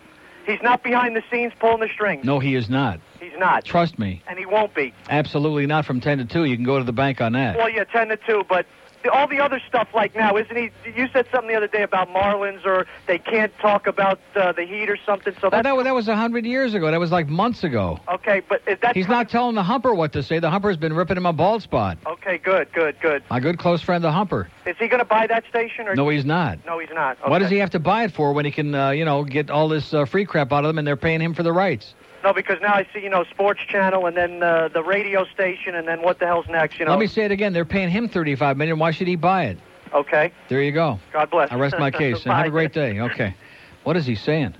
[SPEAKER 34] He's not behind the scenes pulling the strings.
[SPEAKER 6] No, he is not.
[SPEAKER 34] He's not.
[SPEAKER 6] Trust me.
[SPEAKER 34] And he won't be.
[SPEAKER 6] Absolutely not. From ten to two, you can go to the bank on that.
[SPEAKER 34] Well, yeah, 10 to 2, but the, all the other stuff like now, isn't he? You said something the other day about Marlins or they can't talk about uh, the Heat or something, so
[SPEAKER 6] Oh,
[SPEAKER 34] that's.
[SPEAKER 6] that, wa- that was a hundred years ago. That was like months ago.
[SPEAKER 34] Okay, but is that.
[SPEAKER 6] He's not telling the Humper what to say. The Humper's been ripping him a bald spot.
[SPEAKER 34] Okay, good, good, good.
[SPEAKER 6] My good close friend, the Humper.
[SPEAKER 34] Is he going to buy that station? Or
[SPEAKER 6] No, he's not.
[SPEAKER 34] No, he's not.
[SPEAKER 6] What does
[SPEAKER 34] Okay.
[SPEAKER 6] he have to buy it for when he can, uh, you know, get all this uh, free crap out of them and they're paying him for the rights?
[SPEAKER 34] No, because now I see, you know, Sports Channel and then uh, the radio station and then what the hell's next, you know?
[SPEAKER 6] Let me say it again. They're paying him thirty-five million. Why should he buy it?
[SPEAKER 34] Okay.
[SPEAKER 6] There you go.
[SPEAKER 34] God bless.
[SPEAKER 6] I rest my case. and have
[SPEAKER 34] Bye.
[SPEAKER 6] a great day. Okay. What is he saying?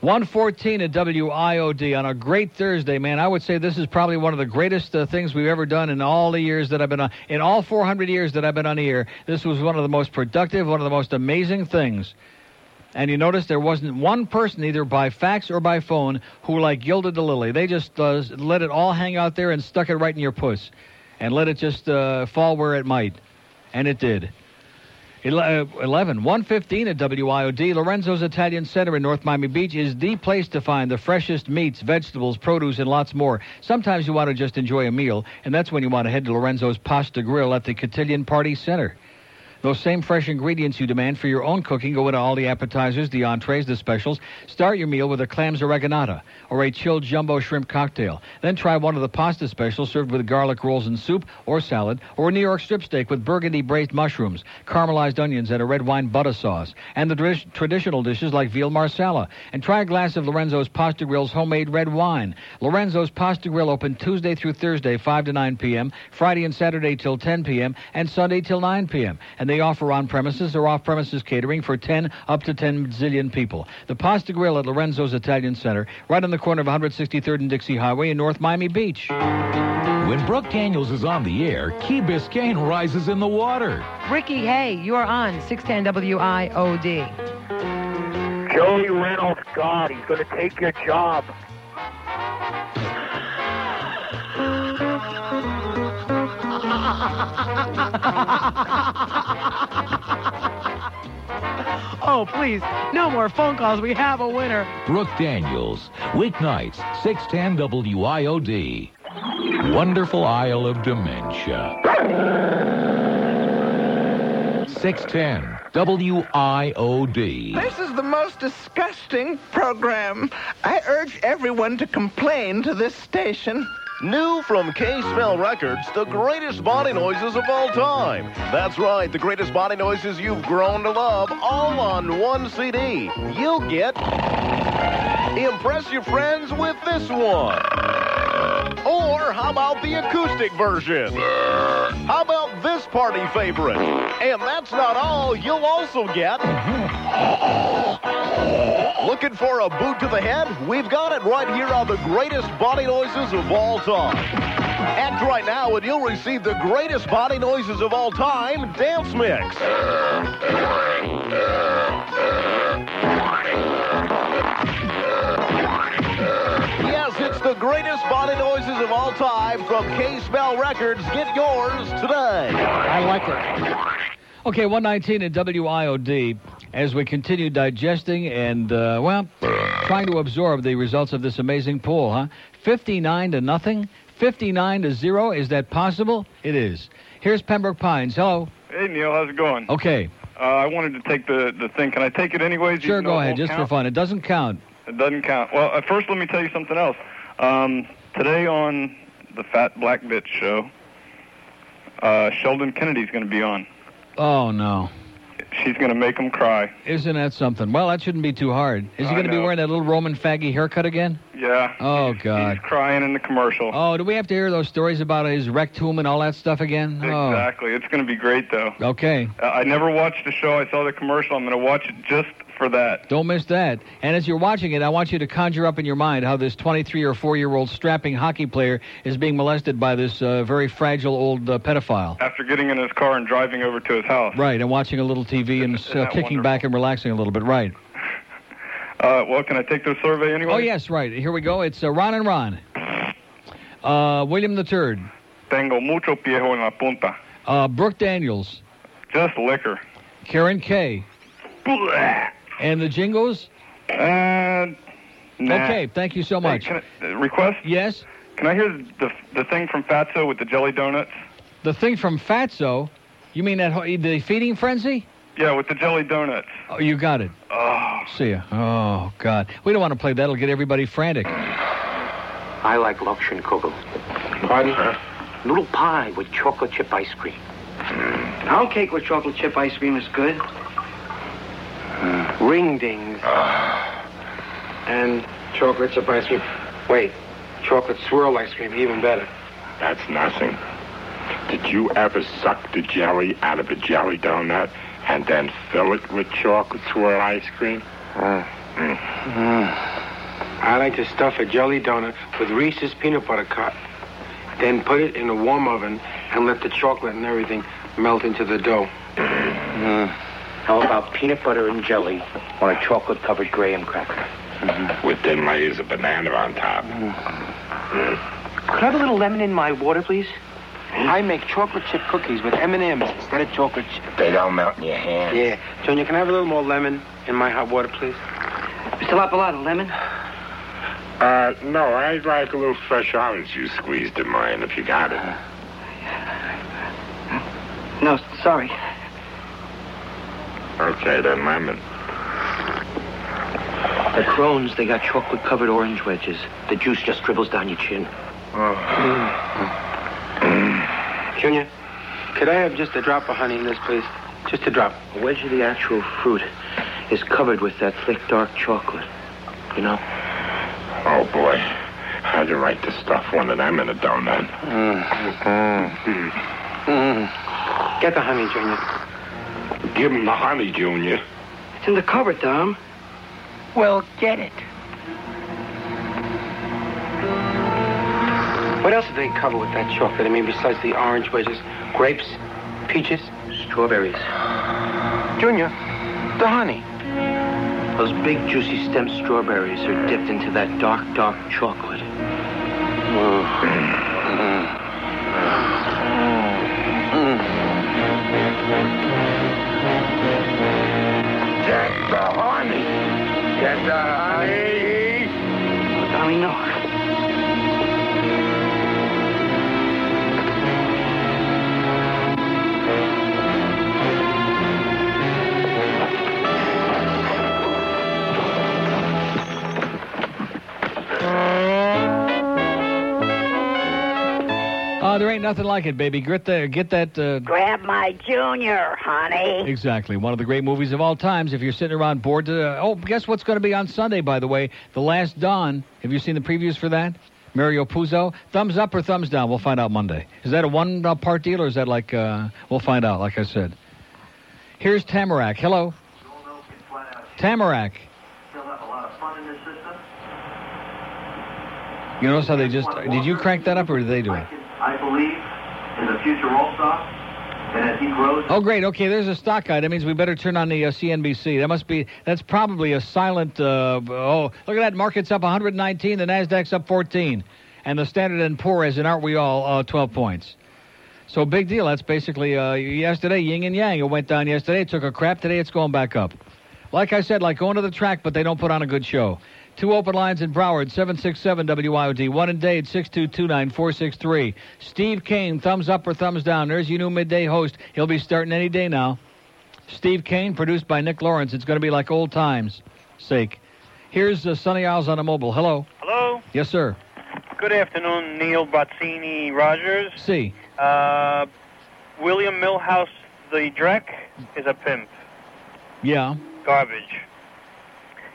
[SPEAKER 6] 114 at WIOD on a great Thursday, man. I would say this is probably one of the greatest uh, things we've ever done in all the years that I've been on. In all 400 years that I've been on the air, this was one of the most productive, one of the most amazing things. And you notice there wasn't one person, either by fax or by phone, who like gilded the lily. They just uh, let it all hang out there and stuck it right in your puss and let it just uh, fall where it might. And it did. Ele- uh, 11, 115 at WIOD. Lorenzo's Italian Center in North Miami Beach is the place to find the freshest meats, vegetables, produce, and lots more. Sometimes you want to just enjoy a meal, and that's when you want to head to Lorenzo's Pasta Grill at the Cotillion Party Center. Those same fresh ingredients you demand for your own cooking go into all the appetizers, the entrees, the specials. Start your meal with a clams oreganata or a chilled jumbo shrimp cocktail. Then try one of the pasta specials served with garlic rolls and soup or salad, or a New York strip steak with burgundy braised mushrooms, caramelized onions, and a red wine butter sauce. And the tradi- traditional dishes like veal marsala. And try a glass of Lorenzo's Pasta Grill's homemade red wine. Lorenzo's Pasta Grill open Tuesday through Thursday, 5 to 9 p.m., Friday and Saturday till 10 p.m., and Sunday till 9 p.m. And they offer on premises or off premises catering for 10 up to 10 zillion people. The Pasta Grill at Lorenzo's Italian Center, right on the corner of 163rd and Dixie Highway in North Miami Beach.
[SPEAKER 7] When Brooke Daniels is on the air, Key Biscayne rises in the water.
[SPEAKER 18] Ricky Hay, you are on 610 WIOD.
[SPEAKER 27] Joey Reynolds, God, he's going to take your job.
[SPEAKER 13] Oh, please. No more phone calls. We have a winner.
[SPEAKER 7] Brooke Daniels, weeknights, 610 WIOD. Wonderful Isle of Dementia. 610 WIOD.
[SPEAKER 43] This is the most disgusting program. I urge everyone to complain to this station.
[SPEAKER 17] New from K Smell Records, the greatest body noises of all time. That's right, the greatest body noises you've grown to love, all on one CD. You'll get. Impress your friends with this one. Or how about the acoustic version? How about this party favorite? And that's not all, you'll also get. Looking for a boot to the head? We've got it right here on the greatest body noises of all time. Act right now and you'll receive the greatest body noises of all time dance mix. Yes, it's the greatest body noises of all time from K Spell Records. Get yours today. I like it.
[SPEAKER 6] Okay, 119 at WIOD as we continue digesting and, uh, well, trying to absorb the results of this amazing poll, huh? 59 to nothing? 59 to zero? Is that possible? It is. Here's Pembroke Pines. Hello.
[SPEAKER 3] Hey Neil, how's it going?
[SPEAKER 6] Okay.
[SPEAKER 3] Uh, I wanted to take the, the thing. Can I take it anyways?
[SPEAKER 6] Sure,
[SPEAKER 3] even though
[SPEAKER 6] go
[SPEAKER 3] it
[SPEAKER 6] ahead,
[SPEAKER 3] won't
[SPEAKER 6] just for
[SPEAKER 3] count?
[SPEAKER 6] fun. It doesn't count.
[SPEAKER 3] It doesn't count. Well, uh, first let me tell you something else. Um, today on the Fat Black Bitch show, uh, Sheldon Kennedy's going to be on.
[SPEAKER 6] Oh, no.
[SPEAKER 3] She's going to make him cry.
[SPEAKER 6] Isn't that something? Well, that shouldn't be too hard. Is he
[SPEAKER 3] I
[SPEAKER 6] going to be
[SPEAKER 3] know.
[SPEAKER 6] wearing that little Roman faggy haircut again?
[SPEAKER 3] Yeah.
[SPEAKER 6] Oh, God.
[SPEAKER 3] Crying in the commercial.
[SPEAKER 6] Oh, do we have to hear those stories about his rectum and all that stuff again?
[SPEAKER 3] Exactly. It's going to be great though.
[SPEAKER 6] Oh. Okay.
[SPEAKER 3] Uh, I never watched the show. I saw the commercial. I'm going to watch it just for that.
[SPEAKER 6] Don't miss that. And as you're watching it, I want you to conjure up in your mind how this 23 or 4 year old strapping hockey player is being molested by this uh, very fragile old uh, pedophile.
[SPEAKER 3] After getting in his car and driving over to his house.
[SPEAKER 6] Right, and watching a little TV and
[SPEAKER 3] Isn't
[SPEAKER 6] uh,
[SPEAKER 3] that
[SPEAKER 6] kicking back and relaxing a little bit. Right.
[SPEAKER 3] Uh, well, can I take their survey anyway?
[SPEAKER 6] Oh, yes, right. Here we go. It's uh, Ron and Ron. Uh, William the Third.
[SPEAKER 3] Tengo mucho piejo en la punta.
[SPEAKER 6] Uh, Brooke Daniels.
[SPEAKER 3] Just liquor.
[SPEAKER 6] Karen Kay. And the Jingles?
[SPEAKER 3] Uh, nah.
[SPEAKER 6] Okay, thank you so much.
[SPEAKER 3] Hey, can I, uh, request?
[SPEAKER 6] Yes.
[SPEAKER 3] Can I hear the the thing from Fatso with the jelly donuts?
[SPEAKER 6] The thing from Fatso, you mean that ho- the feeding frenzy?
[SPEAKER 3] Yeah, with the jelly donuts.
[SPEAKER 6] Oh, you got it.
[SPEAKER 3] Oh.
[SPEAKER 6] See ya. Oh, God. We don't want to play that. It'll get everybody frantic.
[SPEAKER 13] I like Lokshin Kugel. Pardon? Noodle pie with chocolate chip ice cream.
[SPEAKER 44] Pound Hmm. cake with chocolate chip ice cream is good. Ring dings. Ah. and chocolate chip ice cream. Wait, chocolate swirl ice cream, even better.
[SPEAKER 28] That's nothing. Did you ever suck the jelly out of a jelly donut and then fill it with chocolate swirl ice cream? Mm.
[SPEAKER 13] Ah. I like to stuff a jelly donut with Reese's peanut butter cup, then put it in a warm oven and let the chocolate and everything melt into the dough. How about peanut butter and jelly on a chocolate covered graham cracker?
[SPEAKER 28] Mm-hmm. With thin layers of banana on top.
[SPEAKER 13] Mm-hmm. Could I have a little lemon in my water, please? I make chocolate chip cookies with M&Ms instead of chocolate chip.
[SPEAKER 28] They don't melt in your hand.
[SPEAKER 13] Yeah. Junior, can I have a little more lemon in my hot water, please? Mr. LaPalata, lemon?
[SPEAKER 28] Uh, no, I'd like a little fresh orange juice squeezed in mine if you got it.
[SPEAKER 13] No, sorry.
[SPEAKER 28] Okay, then lemon.
[SPEAKER 13] At Crohn's, they got chocolate covered orange wedges. The juice just dribbles down your chin. Oh. Mm. Junior, could I have just a drop of honey in this, please? Just a drop. A wedge of the actual fruit is covered with that thick, dark chocolate. You know?
[SPEAKER 28] Oh, boy. How'd you like to stuff one of them in a donut?
[SPEAKER 13] Mm. Get the honey, Junior.
[SPEAKER 28] Give him the honey, Junior.
[SPEAKER 13] It's in the cupboard, Dom. Well, get it. What else do they cover with that chocolate? I mean, besides the orange wedges, grapes, peaches, strawberries. Junior, the honey. Those big, juicy stem strawberries are dipped into that dark, dark chocolate.
[SPEAKER 28] Get the honey. Get the honey.
[SPEAKER 13] Tommy, no.
[SPEAKER 6] No, Ah, there ain't nothing like it, baby. Get that. Get that. Uh,
[SPEAKER 12] Grab my junior, honey.
[SPEAKER 6] Exactly. One of the great movies of all times. If you're sitting around bored, to, uh, oh, guess what's going to be on Sunday, by the way? The Last Dawn. Have you seen the previews for that? Mario Puzo. Thumbs up or thumbs down? We'll find out Monday. Is that a one uh, part deal or is that like, uh, we'll find out, like I said. Here's Tamarack. Hello. Tamarack. You notice how they just, did you crank that up or did they do it?
[SPEAKER 5] I believe in the future roll stock, and as he grows,
[SPEAKER 6] Oh, great. Okay, there's a stock guy. That means we better turn on the uh, CNBC. That must be. That's probably a silent. Uh, oh, look at that. Market's up 119. The Nasdaq's up 14, and the Standard and Poor, as in aren't we all, uh, 12 points. So big deal. That's basically uh, yesterday. Yin and yang. It went down yesterday. It took a crap. Today it's going back up. Like I said, like going to the track, but they don't put on a good show. Two open lines in Broward, 767 WIOD. One in Dade, 6229463. Steve Kane, thumbs up or thumbs down. There's your new midday host. He'll be starting any day now. Steve Kane, produced by Nick Lawrence. It's going to be like old times' sake. Here's uh, Sunny Isles on a mobile. Hello.
[SPEAKER 9] Hello.
[SPEAKER 6] Yes, sir.
[SPEAKER 9] Good afternoon, Neil Bozzini Rogers.
[SPEAKER 6] See.
[SPEAKER 9] Uh, William Milhouse the Drek is a pimp.
[SPEAKER 6] Yeah.
[SPEAKER 9] Garbage.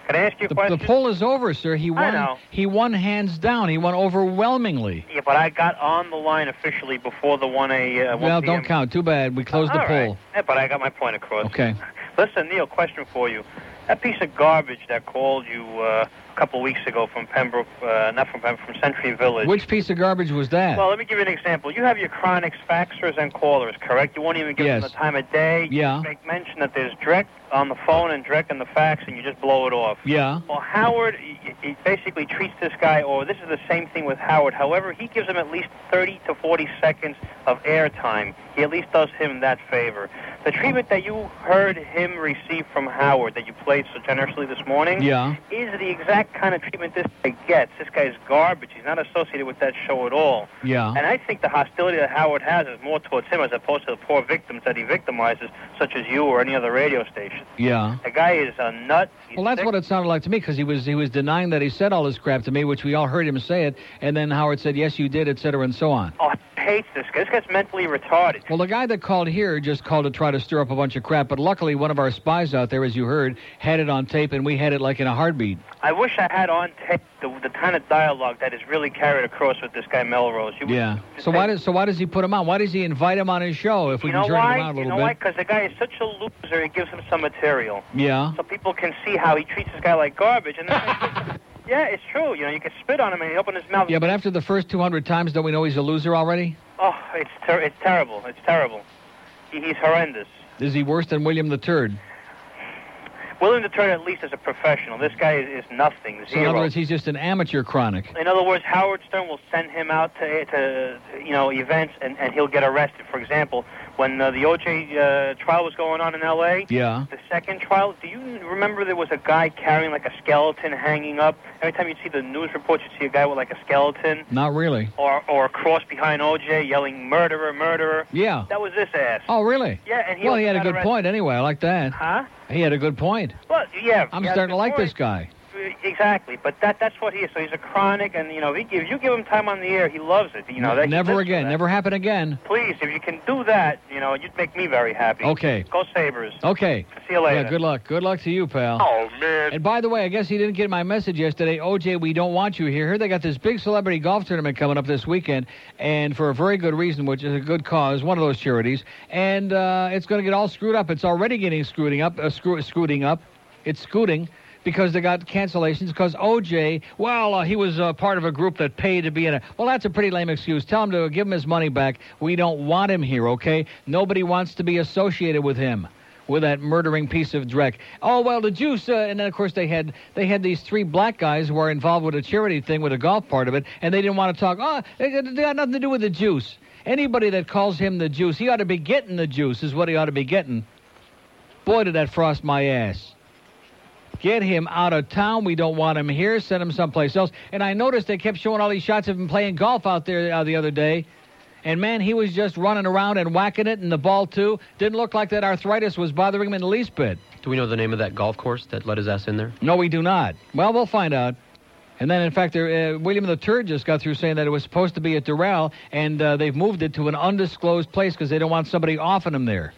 [SPEAKER 9] Can I ask you a
[SPEAKER 6] The,
[SPEAKER 9] question?
[SPEAKER 6] the poll is over, sir. He won.
[SPEAKER 9] know.
[SPEAKER 6] He won hands down. He won overwhelmingly.
[SPEAKER 9] Yeah, but I got on the line officially before the 1 a. Uh, 1
[SPEAKER 6] well,
[SPEAKER 9] PM.
[SPEAKER 6] don't count. Too bad. We closed the
[SPEAKER 9] All
[SPEAKER 6] poll.
[SPEAKER 9] right. Yeah, but I got my point across.
[SPEAKER 6] Okay.
[SPEAKER 9] Listen, Neil, question for you. That piece of garbage that called you uh, a couple weeks ago from Pembroke, uh, not from Pembroke, from Century Village.
[SPEAKER 6] Which piece of garbage was that?
[SPEAKER 9] Well, let me give you an example. You have your chronics, faxers, and callers, correct? You won't even give
[SPEAKER 6] Yes.
[SPEAKER 9] them the time of day. You
[SPEAKER 6] Yeah.
[SPEAKER 9] just make mention that there's Drek on the phone and Drek in the fax, and you just blow it off.
[SPEAKER 6] yeah.
[SPEAKER 9] Well, Howard, he, he basically treats this guy, or this is the same thing with Howard. However, he gives him at least 30 to 40 seconds of airtime. He at least does him that favor. The treatment that you heard him receive from Howard, that you played so generously this morning,
[SPEAKER 6] Yeah.
[SPEAKER 9] is the exact kind of treatment this guy gets. This guy's garbage. He's not associated with that show at all.
[SPEAKER 6] Yeah.
[SPEAKER 9] And I think the hostility that Howard has is more towards him as opposed to the poor victims that he victimizes, such as you or any other radio station.
[SPEAKER 6] Yeah.
[SPEAKER 9] The guy is a nut.
[SPEAKER 6] Well, that's what it sounded like to me because he was he was denying that he said all this crap to me, which we all heard him say it, and then Howard said yes, you did, et cetera, and so on.
[SPEAKER 9] Oh, I hate this guy. This guy's mentally retarded.
[SPEAKER 6] Well, the guy that called here just called to try to stir up a bunch of crap, but luckily one of our spies out there, as you heard, had it on tape, and we had it like in a heartbeat.
[SPEAKER 9] I wish I had on tape the, the kind of dialogue that is really carried across with this guy Melrose. You,
[SPEAKER 6] Yeah. So why does so why does he put him on? Why does he invite him on his show if we
[SPEAKER 9] you know
[SPEAKER 6] can turn
[SPEAKER 9] why?
[SPEAKER 6] him out a
[SPEAKER 9] you
[SPEAKER 6] little
[SPEAKER 9] know
[SPEAKER 6] bit?
[SPEAKER 9] why? Because the guy is such a loser. It gives him some material,
[SPEAKER 6] Yeah.
[SPEAKER 9] so people can see how he treats this guy like garbage. And then yeah, it's true. You know, you can spit on him and he open his mouth.
[SPEAKER 6] Yeah, but after the first 200 times, don't we know he's a loser already?
[SPEAKER 9] Oh, it's ter- it's terrible. It's terrible. He, he's horrendous.
[SPEAKER 6] Is he worse than William the Third?
[SPEAKER 9] William to turn at least as a professional. This guy is, is nothing.
[SPEAKER 6] So in
[SPEAKER 9] Zero.
[SPEAKER 6] other words, he's just an amateur chronic.
[SPEAKER 9] In other words, Howard Stern will send him out to, to you know, events, and, and he'll get arrested. For example, when uh, the O.J. Uh, trial was going on in L.A.,
[SPEAKER 6] Yeah.
[SPEAKER 9] the second trial, do you remember there was a guy carrying like a skeleton hanging up? Every time you'd see the news reports, you'd see a guy with like a skeleton
[SPEAKER 6] Not really.
[SPEAKER 9] or, or a cross behind O.J. yelling, murderer, murderer.
[SPEAKER 6] Yeah.
[SPEAKER 9] That was this ass.
[SPEAKER 6] Oh, really?
[SPEAKER 9] Yeah, and he
[SPEAKER 6] well,
[SPEAKER 9] also
[SPEAKER 6] he had a
[SPEAKER 9] got
[SPEAKER 6] good
[SPEAKER 9] arrested.
[SPEAKER 6] point anyway. I like that.
[SPEAKER 9] Huh?
[SPEAKER 6] He had a good point.
[SPEAKER 9] Well, yeah.
[SPEAKER 6] I'm
[SPEAKER 9] yeah,
[SPEAKER 6] starting to like
[SPEAKER 9] before-
[SPEAKER 6] this guy.
[SPEAKER 9] Exactly, but that—that's what he is. So he's a chronic, and you know, if you give him time on the air, he loves it. You know, that, he
[SPEAKER 6] never
[SPEAKER 9] lives
[SPEAKER 6] again. Never happen again.
[SPEAKER 9] Please, if you can do that, you know, you'd make me very happy.
[SPEAKER 6] Okay.
[SPEAKER 9] Go Sabres.
[SPEAKER 6] Okay.
[SPEAKER 9] See you later.
[SPEAKER 6] Yeah, good luck. Good luck to you, pal.
[SPEAKER 9] Oh,
[SPEAKER 6] man. And by the way, I guess he didn't get my message yesterday. OJ, we don't want you here. Here they got this big celebrity golf tournament coming up this weekend, and for a very good reason, which is a good cause, one of those charities. And uh, it's going to get all screwed up. It's already getting screwed up. Uh, screw, screwing up. It's scooting. Because they got cancellations. Because OJ, well, uh, he was uh, part of a group that paid to be in a. Well, that's a pretty lame excuse. Tell him to give him his money back. We don't want him here, okay? Nobody wants to be associated with him with that murdering piece of dreck. Oh well, the juice, uh, and then of course they had they had these three black guys who are involved with a charity thing with a golf part of it, and they didn't want to talk. Oh, they, they got nothing to do with the juice. Anybody that calls him the juice, he ought to be getting the juice. Is what he ought to be getting. Boy, did that frost my ass. Get him out of town. We don't want him here. Send him someplace else. And I noticed they kept showing all these shots of him playing golf out there uh, the other day. And man, he was just running around and whacking it, and the ball too. Didn't look like that arthritis was bothering him in the least bit.
[SPEAKER 25] Do we know the name of that golf course that let his ass in there?
[SPEAKER 6] No, we do not. Well, we'll find out. And then, in fact, there, uh, William the Turd just got through saying that it was supposed to be at Doral, and uh, they've moved it to an undisclosed place because they don't want somebody offing them there.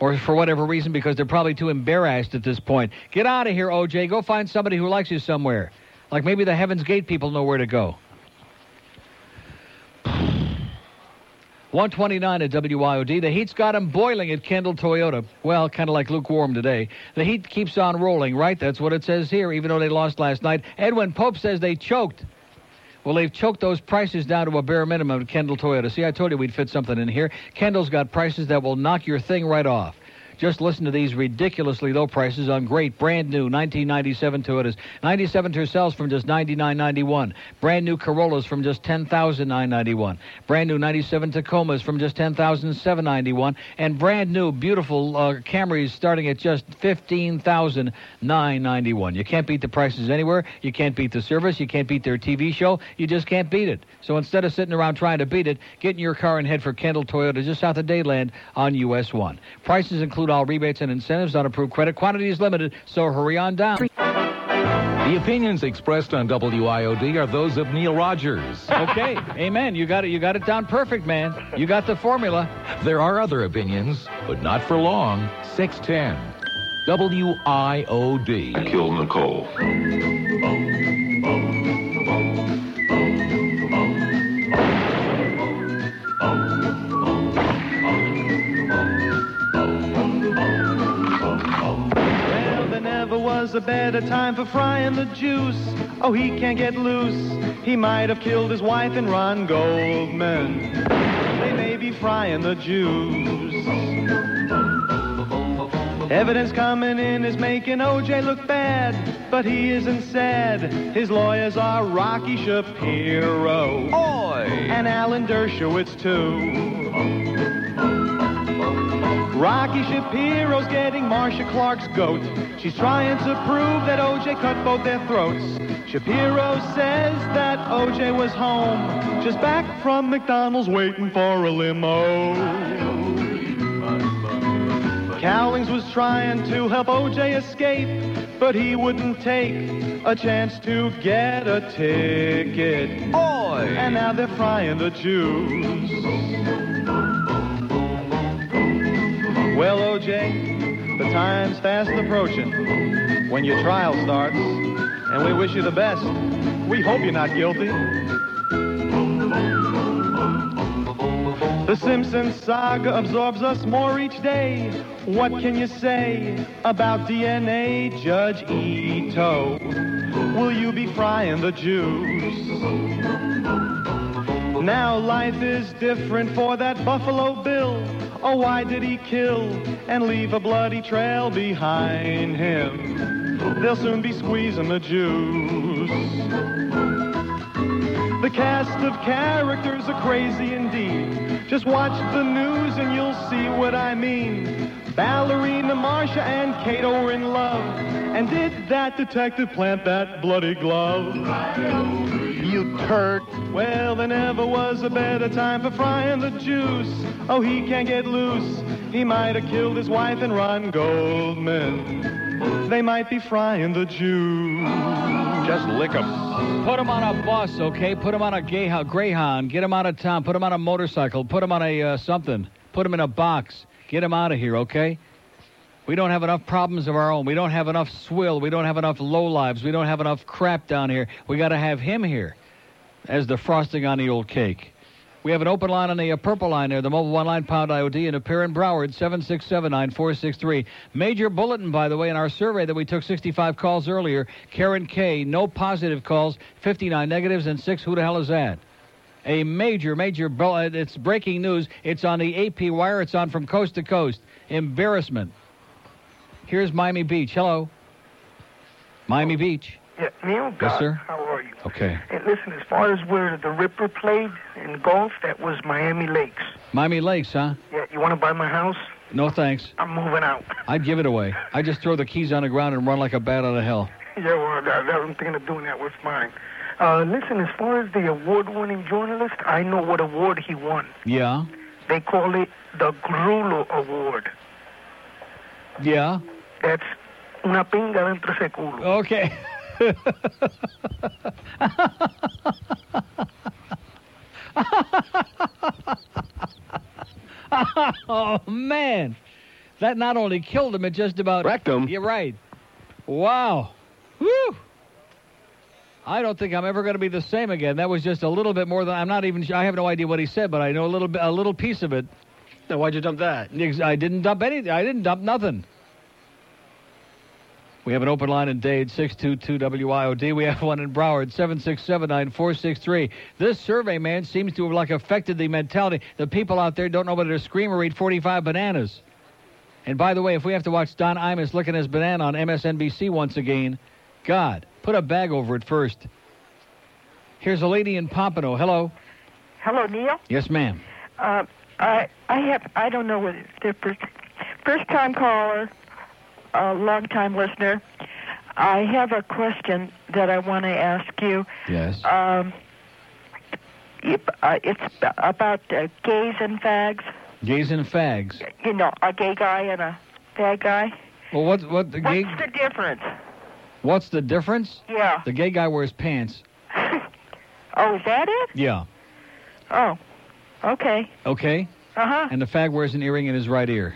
[SPEAKER 6] Or for whatever reason, because they're probably too embarrassed at this point. Get out of here, OJ. Go find somebody who likes you somewhere. Like maybe the Heaven's Gate people know where to go. 129 at WIOD. The heat's got 'em boiling at Kendall Toyota. Well, kind of like lukewarm today. The heat keeps on rolling, right? That's what it says here, even though they lost last night. Edwin Pope says they choked. Well, they've choked those prices down to a bare minimum at Kendall Toyota. See, I told you we'd fit something in here. Kendall's got prices that will knock your thing right off. Just listen to these ridiculously low prices on great brand new 1997 Toyotas. 97 Tercels from just 99.91. Brand new Corollas from just 10,991. Brand new 97 Tacomas from just 10,791 and brand new beautiful uh, Camrys starting at just 15,991. You can't beat the prices anywhere. You can't beat the service. You can't beat their TV show. You just can't beat it. So instead of sitting around trying to beat it, get in your car and head for Kendall Toyota just south of Dayland on US 1. Prices include all rebates and incentives on approved credit. Quantity is limited, so hurry on down.
[SPEAKER 7] The opinions expressed on WIOD are those of Neil Rogers.
[SPEAKER 6] Okay, amen. You got it. You got it down perfect, man. You got the formula.
[SPEAKER 7] There are other opinions, but not for long. 610. WIOD. I killed Nicole.
[SPEAKER 4] Well, there never was a better time for frying the juice. Oh, he can't get loose. He might have killed his wife and Ron Goldman. They may be frying the juice. Evidence coming in is making OJ look bad, but he isn't sad. His lawyers are Rocky Shapiro and Alan Dershowitz too. Rocky Shapiro's getting Marcia Clark's goat. She's trying to prove that OJ cut both their throats. Shapiro says that OJ was home, just back from McDonald's waiting for a limo. Cowlings was trying to help OJ escape, but he wouldn't take a chance to get a ticket. Oy. And now they're frying the Jews. Well, OJ, the time's fast approaching when your trial starts, and we wish you the best. We hope you're not guilty. The Simpsons saga absorbs us more each day. What can you say about DNA, Judge Ito? Will you be frying the Jews? Now life is different for that Buffalo Bill. Oh, why did he kill and leave a bloody trail behind him? They'll soon be squeezing the Jews. The cast of characters are crazy indeed. Just watch the news and you'll see what I mean. Ballerina Marcia and Cato were in love. And did that detective plant that bloody glove? You turd. Well, there never was a better time for frying the juice. Oh, he can't get loose. He might have killed his wife and Ron Goldman. They might be frying the Jews. Just lick them.
[SPEAKER 6] Put them on a bus, okay? Put them on a gay- Greyhound. Get them out of town. Put them on a motorcycle. Put them on a uh, something. Put them in a box. Get them out of here, okay? We don't have enough problems of our own. We don't have enough swill. We don't have enough lowlives. We don't have enough crap down here. We got to have him here as the frosting on the old cake. We have an open line on the uh, purple line there, the mobile one line pound IOD, and a pair in Broward, 767 Major bulletin, by the way, in our survey that we took 65 calls earlier. Karen K, no positive calls, 59 negatives, and six. Who the hell is that? A major, major, bu- uh, it's breaking news. It's on the AP wire. It's on from coast to coast. Embarrassment. Here's Miami Beach. Hello. Miami Beach.
[SPEAKER 19] Yeah, Neil,
[SPEAKER 6] Yes,
[SPEAKER 19] God,
[SPEAKER 6] sir.
[SPEAKER 19] how are you?
[SPEAKER 6] Okay.
[SPEAKER 19] And listen, as far as where the Ripper played in golf, that was Miami Lakes.
[SPEAKER 6] Miami Lakes, huh?
[SPEAKER 19] Yeah, you want to buy my house?
[SPEAKER 6] No thanks.
[SPEAKER 19] I'm moving out.
[SPEAKER 6] I'd give it away. I just throw the keys on the ground and run like a bat out of hell.
[SPEAKER 19] yeah, well, that, that, I'm thinking of doing that with mine. Uh, listen, as far as the award-winning journalist, I know what award he won.
[SPEAKER 6] Yeah.
[SPEAKER 19] They call it the Grulo Award.
[SPEAKER 6] Yeah.
[SPEAKER 19] That's una pinga dentro ese culo.
[SPEAKER 6] Okay. oh man, that not only killed him, it just about
[SPEAKER 45] wrecked him.
[SPEAKER 6] You're right. Wow. Whew. I don't think I'm ever going to be the same again. That was just a little bit more than I'm not even. sure- I have no idea what he said, but I know a little bit, a little piece of it. Now, why'd you dump that? I didn't dump anything. I didn't dump nothing. We have an open line in Dade, 622-WIOD. We have one in Broward, 767-9463. This survey, man, seems to have, like, affected the mentality. The people out there don't know whether to scream or eat 45 bananas. And by the way, if we have to watch Don Imus licking his banana on MSNBC once again, God, put a bag over it first. Here's a lady in Pompano. Hello.
[SPEAKER 13] Hello, Neil.
[SPEAKER 6] Yes, ma'am.
[SPEAKER 13] Uh, I I have I don't know whether it's different. First time caller, a long time listener. I have a question that I want to ask you.
[SPEAKER 6] Yes.
[SPEAKER 13] Um, if, uh, it's about uh, gays and fags.
[SPEAKER 6] Gays and fags.
[SPEAKER 13] You know, a gay guy and a fag guy.
[SPEAKER 6] Well, what, what, the gay,
[SPEAKER 13] What's the difference?
[SPEAKER 6] what's the difference?
[SPEAKER 13] Yeah.
[SPEAKER 6] The gay guy wears pants.
[SPEAKER 13] Oh, is that it?
[SPEAKER 6] Yeah.
[SPEAKER 13] Oh, okay.
[SPEAKER 6] Okay?
[SPEAKER 13] Uh huh.
[SPEAKER 6] And the fag wears an earring in his right ear.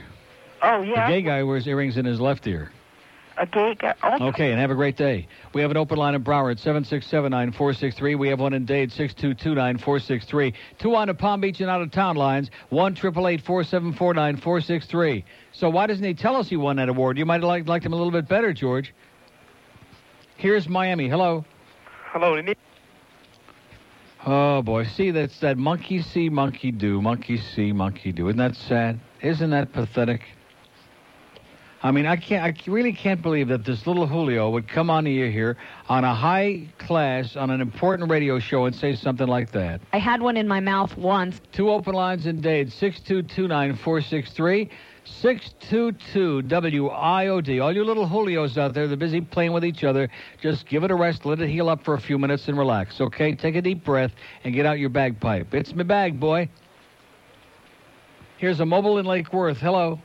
[SPEAKER 13] Oh
[SPEAKER 6] The
[SPEAKER 13] yeah.
[SPEAKER 6] gay guy wears earrings in his left ear.
[SPEAKER 13] A gay guy. Oh,
[SPEAKER 6] Okay, and have a great day. We have an open line in Broward, 767-9463. We have one in Dade, 622-9463. Two on the Palm Beach and out of town lines, one triple eight four seven four nine four six three. So why doesn't he tell us he won that award? You might have liked, liked him a little bit better, George. Here's Miami. Hello.
[SPEAKER 9] Hello, Neil.
[SPEAKER 6] Oh boy, see that's that monkey see, monkey do, monkey see, monkey do. Isn't that sad? Isn't that pathetic? I mean, I can't, I really can't believe that this little Julio would come on the air here on a high class, on an important radio show, and say something like that.
[SPEAKER 12] I had one in my mouth once.
[SPEAKER 6] Two open lines in Dade, 6229463, 622-WIOD. All you little Julios out there, they're busy playing with each other. Just give it a rest, let it heal up for a few minutes, and relax, okay? Take a deep breath and get out your bagpipe. It's my bag, boy. Here's a mobile in Lake Worth. Hello.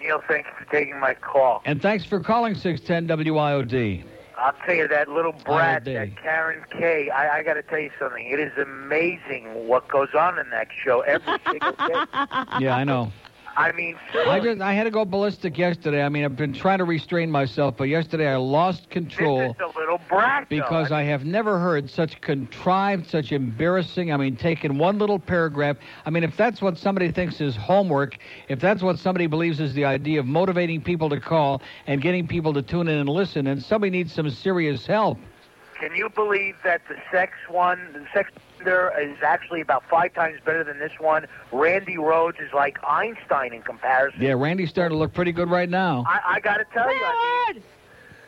[SPEAKER 32] Neil, thanks for taking my call.
[SPEAKER 6] And thanks for calling 610-WIOD.
[SPEAKER 32] I'll tell you that little brat,
[SPEAKER 6] All day.
[SPEAKER 32] that Karen K. I, I got to tell you something. It is amazing what goes on in that show every single day.
[SPEAKER 6] Yeah, I know.
[SPEAKER 32] I mean,
[SPEAKER 6] I just I had to go ballistic yesterday. I mean, I've been trying to restrain myself, but yesterday I lost control.
[SPEAKER 32] it's a little brat. though.
[SPEAKER 6] because I have never heard such contrived, such embarrassing. I mean, taking one little paragraph. I mean, if that's what somebody thinks is homework, if that's what somebody believes is the idea of motivating people to call and getting people to tune in and listen, and somebody needs some serious help.
[SPEAKER 32] Can you believe that the sex one, the sex there is actually about five times better than this one? Randy Rhodes is like Einstein in comparison.
[SPEAKER 6] Yeah, Randy's starting to look pretty good right now.
[SPEAKER 32] I, I got to tell you, I mean,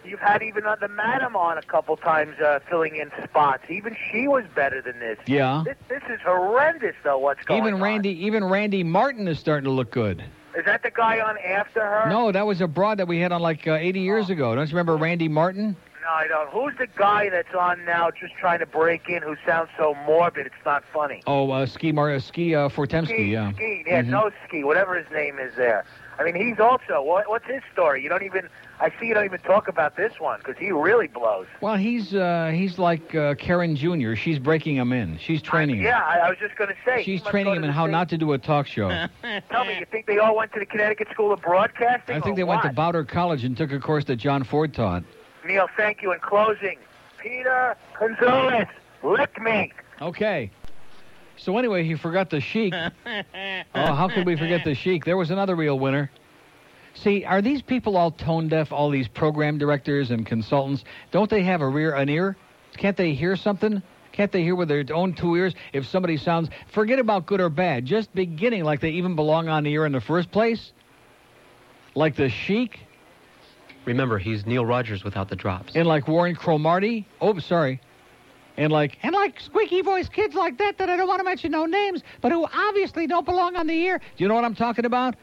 [SPEAKER 32] you've had even uh, the madam on a couple times uh, filling in spots. Even she was better than this.
[SPEAKER 6] Yeah.
[SPEAKER 32] This, this is horrendous, though. What's going
[SPEAKER 6] Even Randy, even Randy Martin is starting to look good.
[SPEAKER 32] on? Is that the guy on after her?
[SPEAKER 6] No, that was a broad that we had on like uh, 80 years ago. Don't you remember Randy Martin?
[SPEAKER 32] No, I don't. Who's the guy that's on now, just trying to break in, who sounds so morbid? It's not funny.
[SPEAKER 6] Oh, uh, Ski Mar- uh, Ski uh, Fortemski, yeah.
[SPEAKER 32] Ski, yeah,
[SPEAKER 6] Mhm.
[SPEAKER 32] no ski, whatever his name is there. I mean, he's also. What, what's his story? You don't even. I see you don't even talk about this one because he really blows.
[SPEAKER 6] Well, he's uh, he's like uh, Karen Jr. She's breaking him in. She's training him.
[SPEAKER 32] Yeah, I, I was just going to say. he
[SPEAKER 6] She's
[SPEAKER 32] must
[SPEAKER 6] training
[SPEAKER 32] go
[SPEAKER 6] him
[SPEAKER 32] to
[SPEAKER 6] in
[SPEAKER 32] the
[SPEAKER 6] how
[SPEAKER 32] same-
[SPEAKER 6] not to do a talk show.
[SPEAKER 32] Tell me, you think they all went to the Connecticut School of Broadcasting?
[SPEAKER 6] I think
[SPEAKER 32] or
[SPEAKER 6] they
[SPEAKER 32] what?
[SPEAKER 6] went to Bowder College and took a course that John Ford taught.
[SPEAKER 32] Neil, thank you. In closing, Peter Gonzalez, lick me.
[SPEAKER 6] Okay. So anyway, he forgot the Sheik. oh, how could we forget the Sheik? There was another real winner. See, are these people all tone deaf? All these program directors and consultants, don't they have a rear an ear? Can't they hear something? Can't they hear with their own two ears if somebody sounds? Forget about good or bad. Just beginning like they even belong on the ear in the first place. Like the Sheik
[SPEAKER 15] Remember, he's Neil Rogers without the drops.
[SPEAKER 6] and like Warren Cromartie. Oh, sorry. And like
[SPEAKER 46] And like squeaky voiced kids like that that I don't want to mention no names, but who obviously don't belong on the air.
[SPEAKER 6] Do you know what I'm talking about?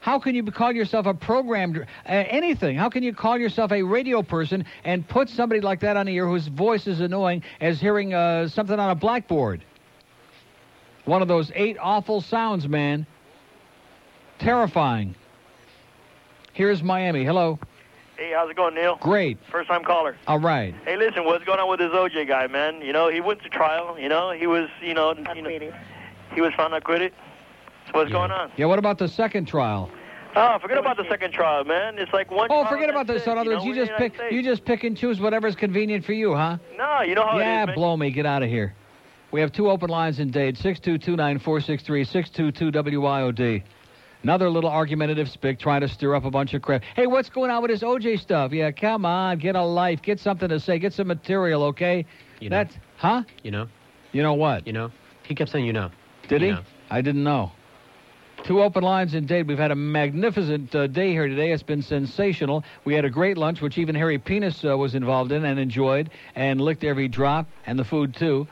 [SPEAKER 6] How can you be- call yourself a program, dr- uh, anything? How can you call yourself a radio person and put somebody like that on the air whose voice is annoying as hearing uh, something on a blackboard? One of those eight awful sounds, man. Terrifying. Here's Miami. Hello.
[SPEAKER 9] Hey, how's it going, Neil?
[SPEAKER 6] Great.
[SPEAKER 9] First time caller.
[SPEAKER 6] All right.
[SPEAKER 9] Hey, listen, what's going on with this OJ guy, man? You know, he went to trial. You know, he was, you know, you know he was found not acquitted. So what's going on?
[SPEAKER 6] Yeah, what about the second trial?
[SPEAKER 9] Oh, forget about the second trial, man. It's like one.
[SPEAKER 6] Oh,
[SPEAKER 9] trial
[SPEAKER 6] forget
[SPEAKER 9] and
[SPEAKER 6] about
[SPEAKER 9] that's
[SPEAKER 6] this. So in
[SPEAKER 9] it,
[SPEAKER 6] other
[SPEAKER 9] you
[SPEAKER 6] words,
[SPEAKER 9] know,
[SPEAKER 6] you
[SPEAKER 9] we're in
[SPEAKER 6] just
[SPEAKER 9] the
[SPEAKER 6] pick
[SPEAKER 9] United
[SPEAKER 6] you just pick and choose whatever's convenient for you, huh?
[SPEAKER 9] States. No, you know how
[SPEAKER 6] yeah,
[SPEAKER 9] it is, man.
[SPEAKER 6] blow me. Get out of here. We have two open lines in Dade, 622-9463, 622-WIOD. Another little argumentative spick trying to stir up a bunch of crap. Hey, what's going on with this OJ stuff? Yeah, come on, get a life, get something to say, get some material, okay?
[SPEAKER 15] You know.
[SPEAKER 6] That's huh?
[SPEAKER 15] You know?
[SPEAKER 6] You know what?
[SPEAKER 15] You know? He kept saying you know.
[SPEAKER 6] Did
[SPEAKER 15] You
[SPEAKER 6] he?
[SPEAKER 15] know.
[SPEAKER 6] I didn't know. Two open lines indeed. We've had a magnificent uh, day here today. It's been sensational. We had a great lunch, which even Harry Penis uh, was involved in and enjoyed and licked every drop and the food too.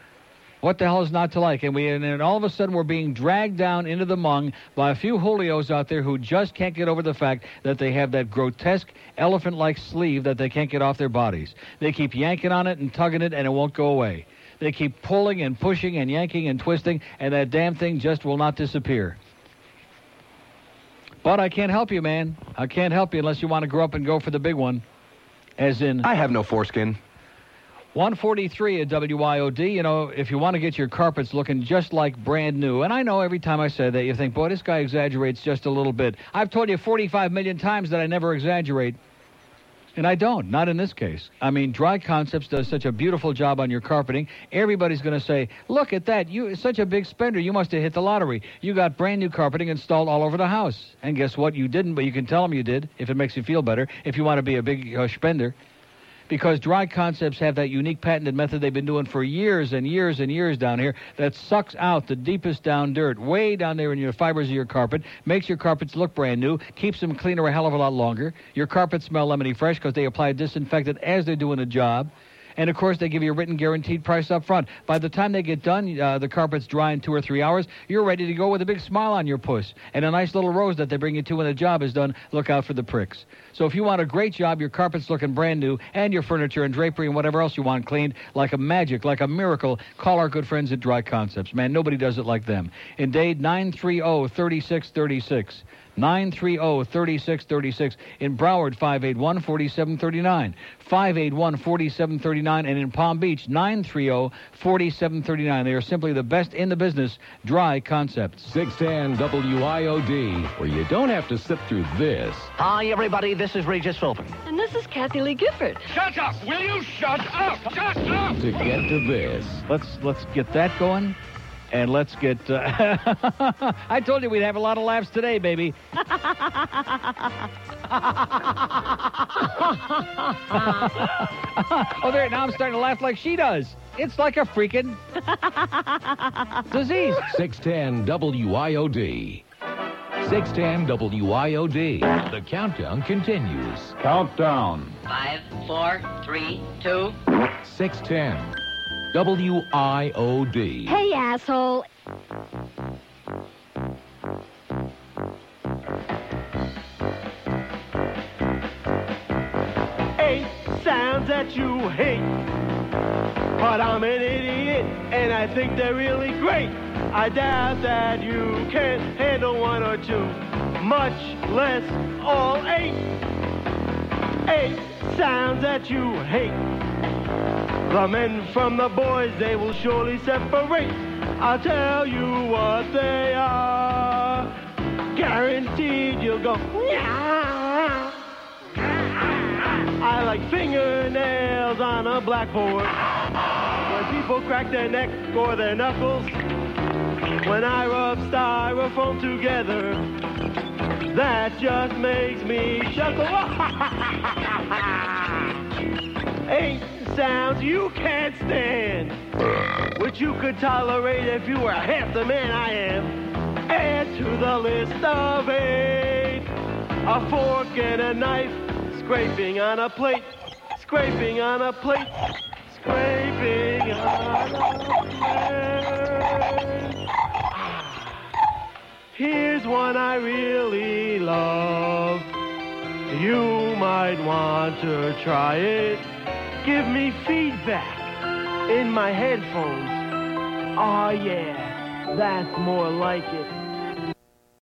[SPEAKER 6] What the hell is not to like? And we and then all of a sudden we're being dragged down into the mung by a few Julios out there who just can't get over the fact that they have that grotesque elephant-like sleeve that they can't get off their bodies. They keep yanking on it and tugging it, and it won't go away. They keep pulling and pushing and yanking and twisting, and that damn thing just will not disappear. But I can't help you, man. I can't help you unless you want to grow up and go for the big one. As in. I have no foreskin. 143 at WYOD. You know, if you want to get your carpets looking just like brand new, and I know every time I say that you think, boy, this guy exaggerates just a little bit. I've told you 45 million times that I never exaggerate. And I don't, not in this case. I mean, Dry Concepts does such a beautiful job on your carpeting. Everybody's going to say, "Look at that! You it's such a big spender. You must have hit the lottery. You got brand new carpeting installed all over the house." And guess what? You didn't, but you can tell them you did if it makes you feel better. If you want to be a big uh, spender, because Dry Concepts have that unique patented method they've been doing for years and years and years down here that sucks out the deepest down dirt, way down there in your fibers of your carpet, makes your carpets look brand new, keeps them cleaner a hell of a lot longer. Your carpets smell lemony fresh because they apply disinfectant as they're doing the job. And of course, they give you a written guaranteed price up front. By the time they get done, uh, the carpet's dry in two or three hours. You're ready to go with a big smile on your puss and a nice little rose that they bring you to when the job is done. Look out for the pricks. So if you want a great job, your carpet's looking brand new, and your furniture and drapery and whatever else you want cleaned like a magic, like a miracle, call our good friends at Dry Concepts. Man, nobody does it like them. In Dade, oh, 930 3636. oh, 930-3636 in Broward 581-4739 581-4739 and in Palm Beach oh, 930-4739 they are simply the best in the business dry concepts
[SPEAKER 7] 610 WIOD, where you don't have to sit through this.
[SPEAKER 13] Hi, everybody. This is Regis Philbin.
[SPEAKER 47] And this is Kathy Lee Gifford.
[SPEAKER 13] Shut up! Will you shut up? Shut up!
[SPEAKER 7] To get to this.
[SPEAKER 6] let's let's get that going and let's get uh, I told you we'd have a lot of laughs today baby oh there now I'm starting to laugh like she does it's like a freaking disease
[SPEAKER 7] 610 WIOD. 610 WIOD. The countdown continues. Countdown.
[SPEAKER 27] Five, four, three, two.
[SPEAKER 7] 610 WIOD.
[SPEAKER 27] Hey, asshole.
[SPEAKER 48] eight sounds that you hate. But I'm an idiot, and I think they're really great. I doubt that you can handle one or two, much less all eight. Eight sounds that you hate. The men from the boys, they will surely separate. I'll tell you what they are. Guaranteed you'll go, "Nyah." I like fingernails on a blackboard. When people crack their neck or their knuckles. When I rub styrofoam together. That just makes me chuckle. Eight sounds you can't stand. Which you could tolerate if you were half the man I am. Add to the list of eight. A fork and a knife. Scraping on a plate, scraping on a plate, scraping on a plate. Here's one I really love. You might want to try it. Give me feedback in my headphones. Oh yeah, that's Ah, more like it.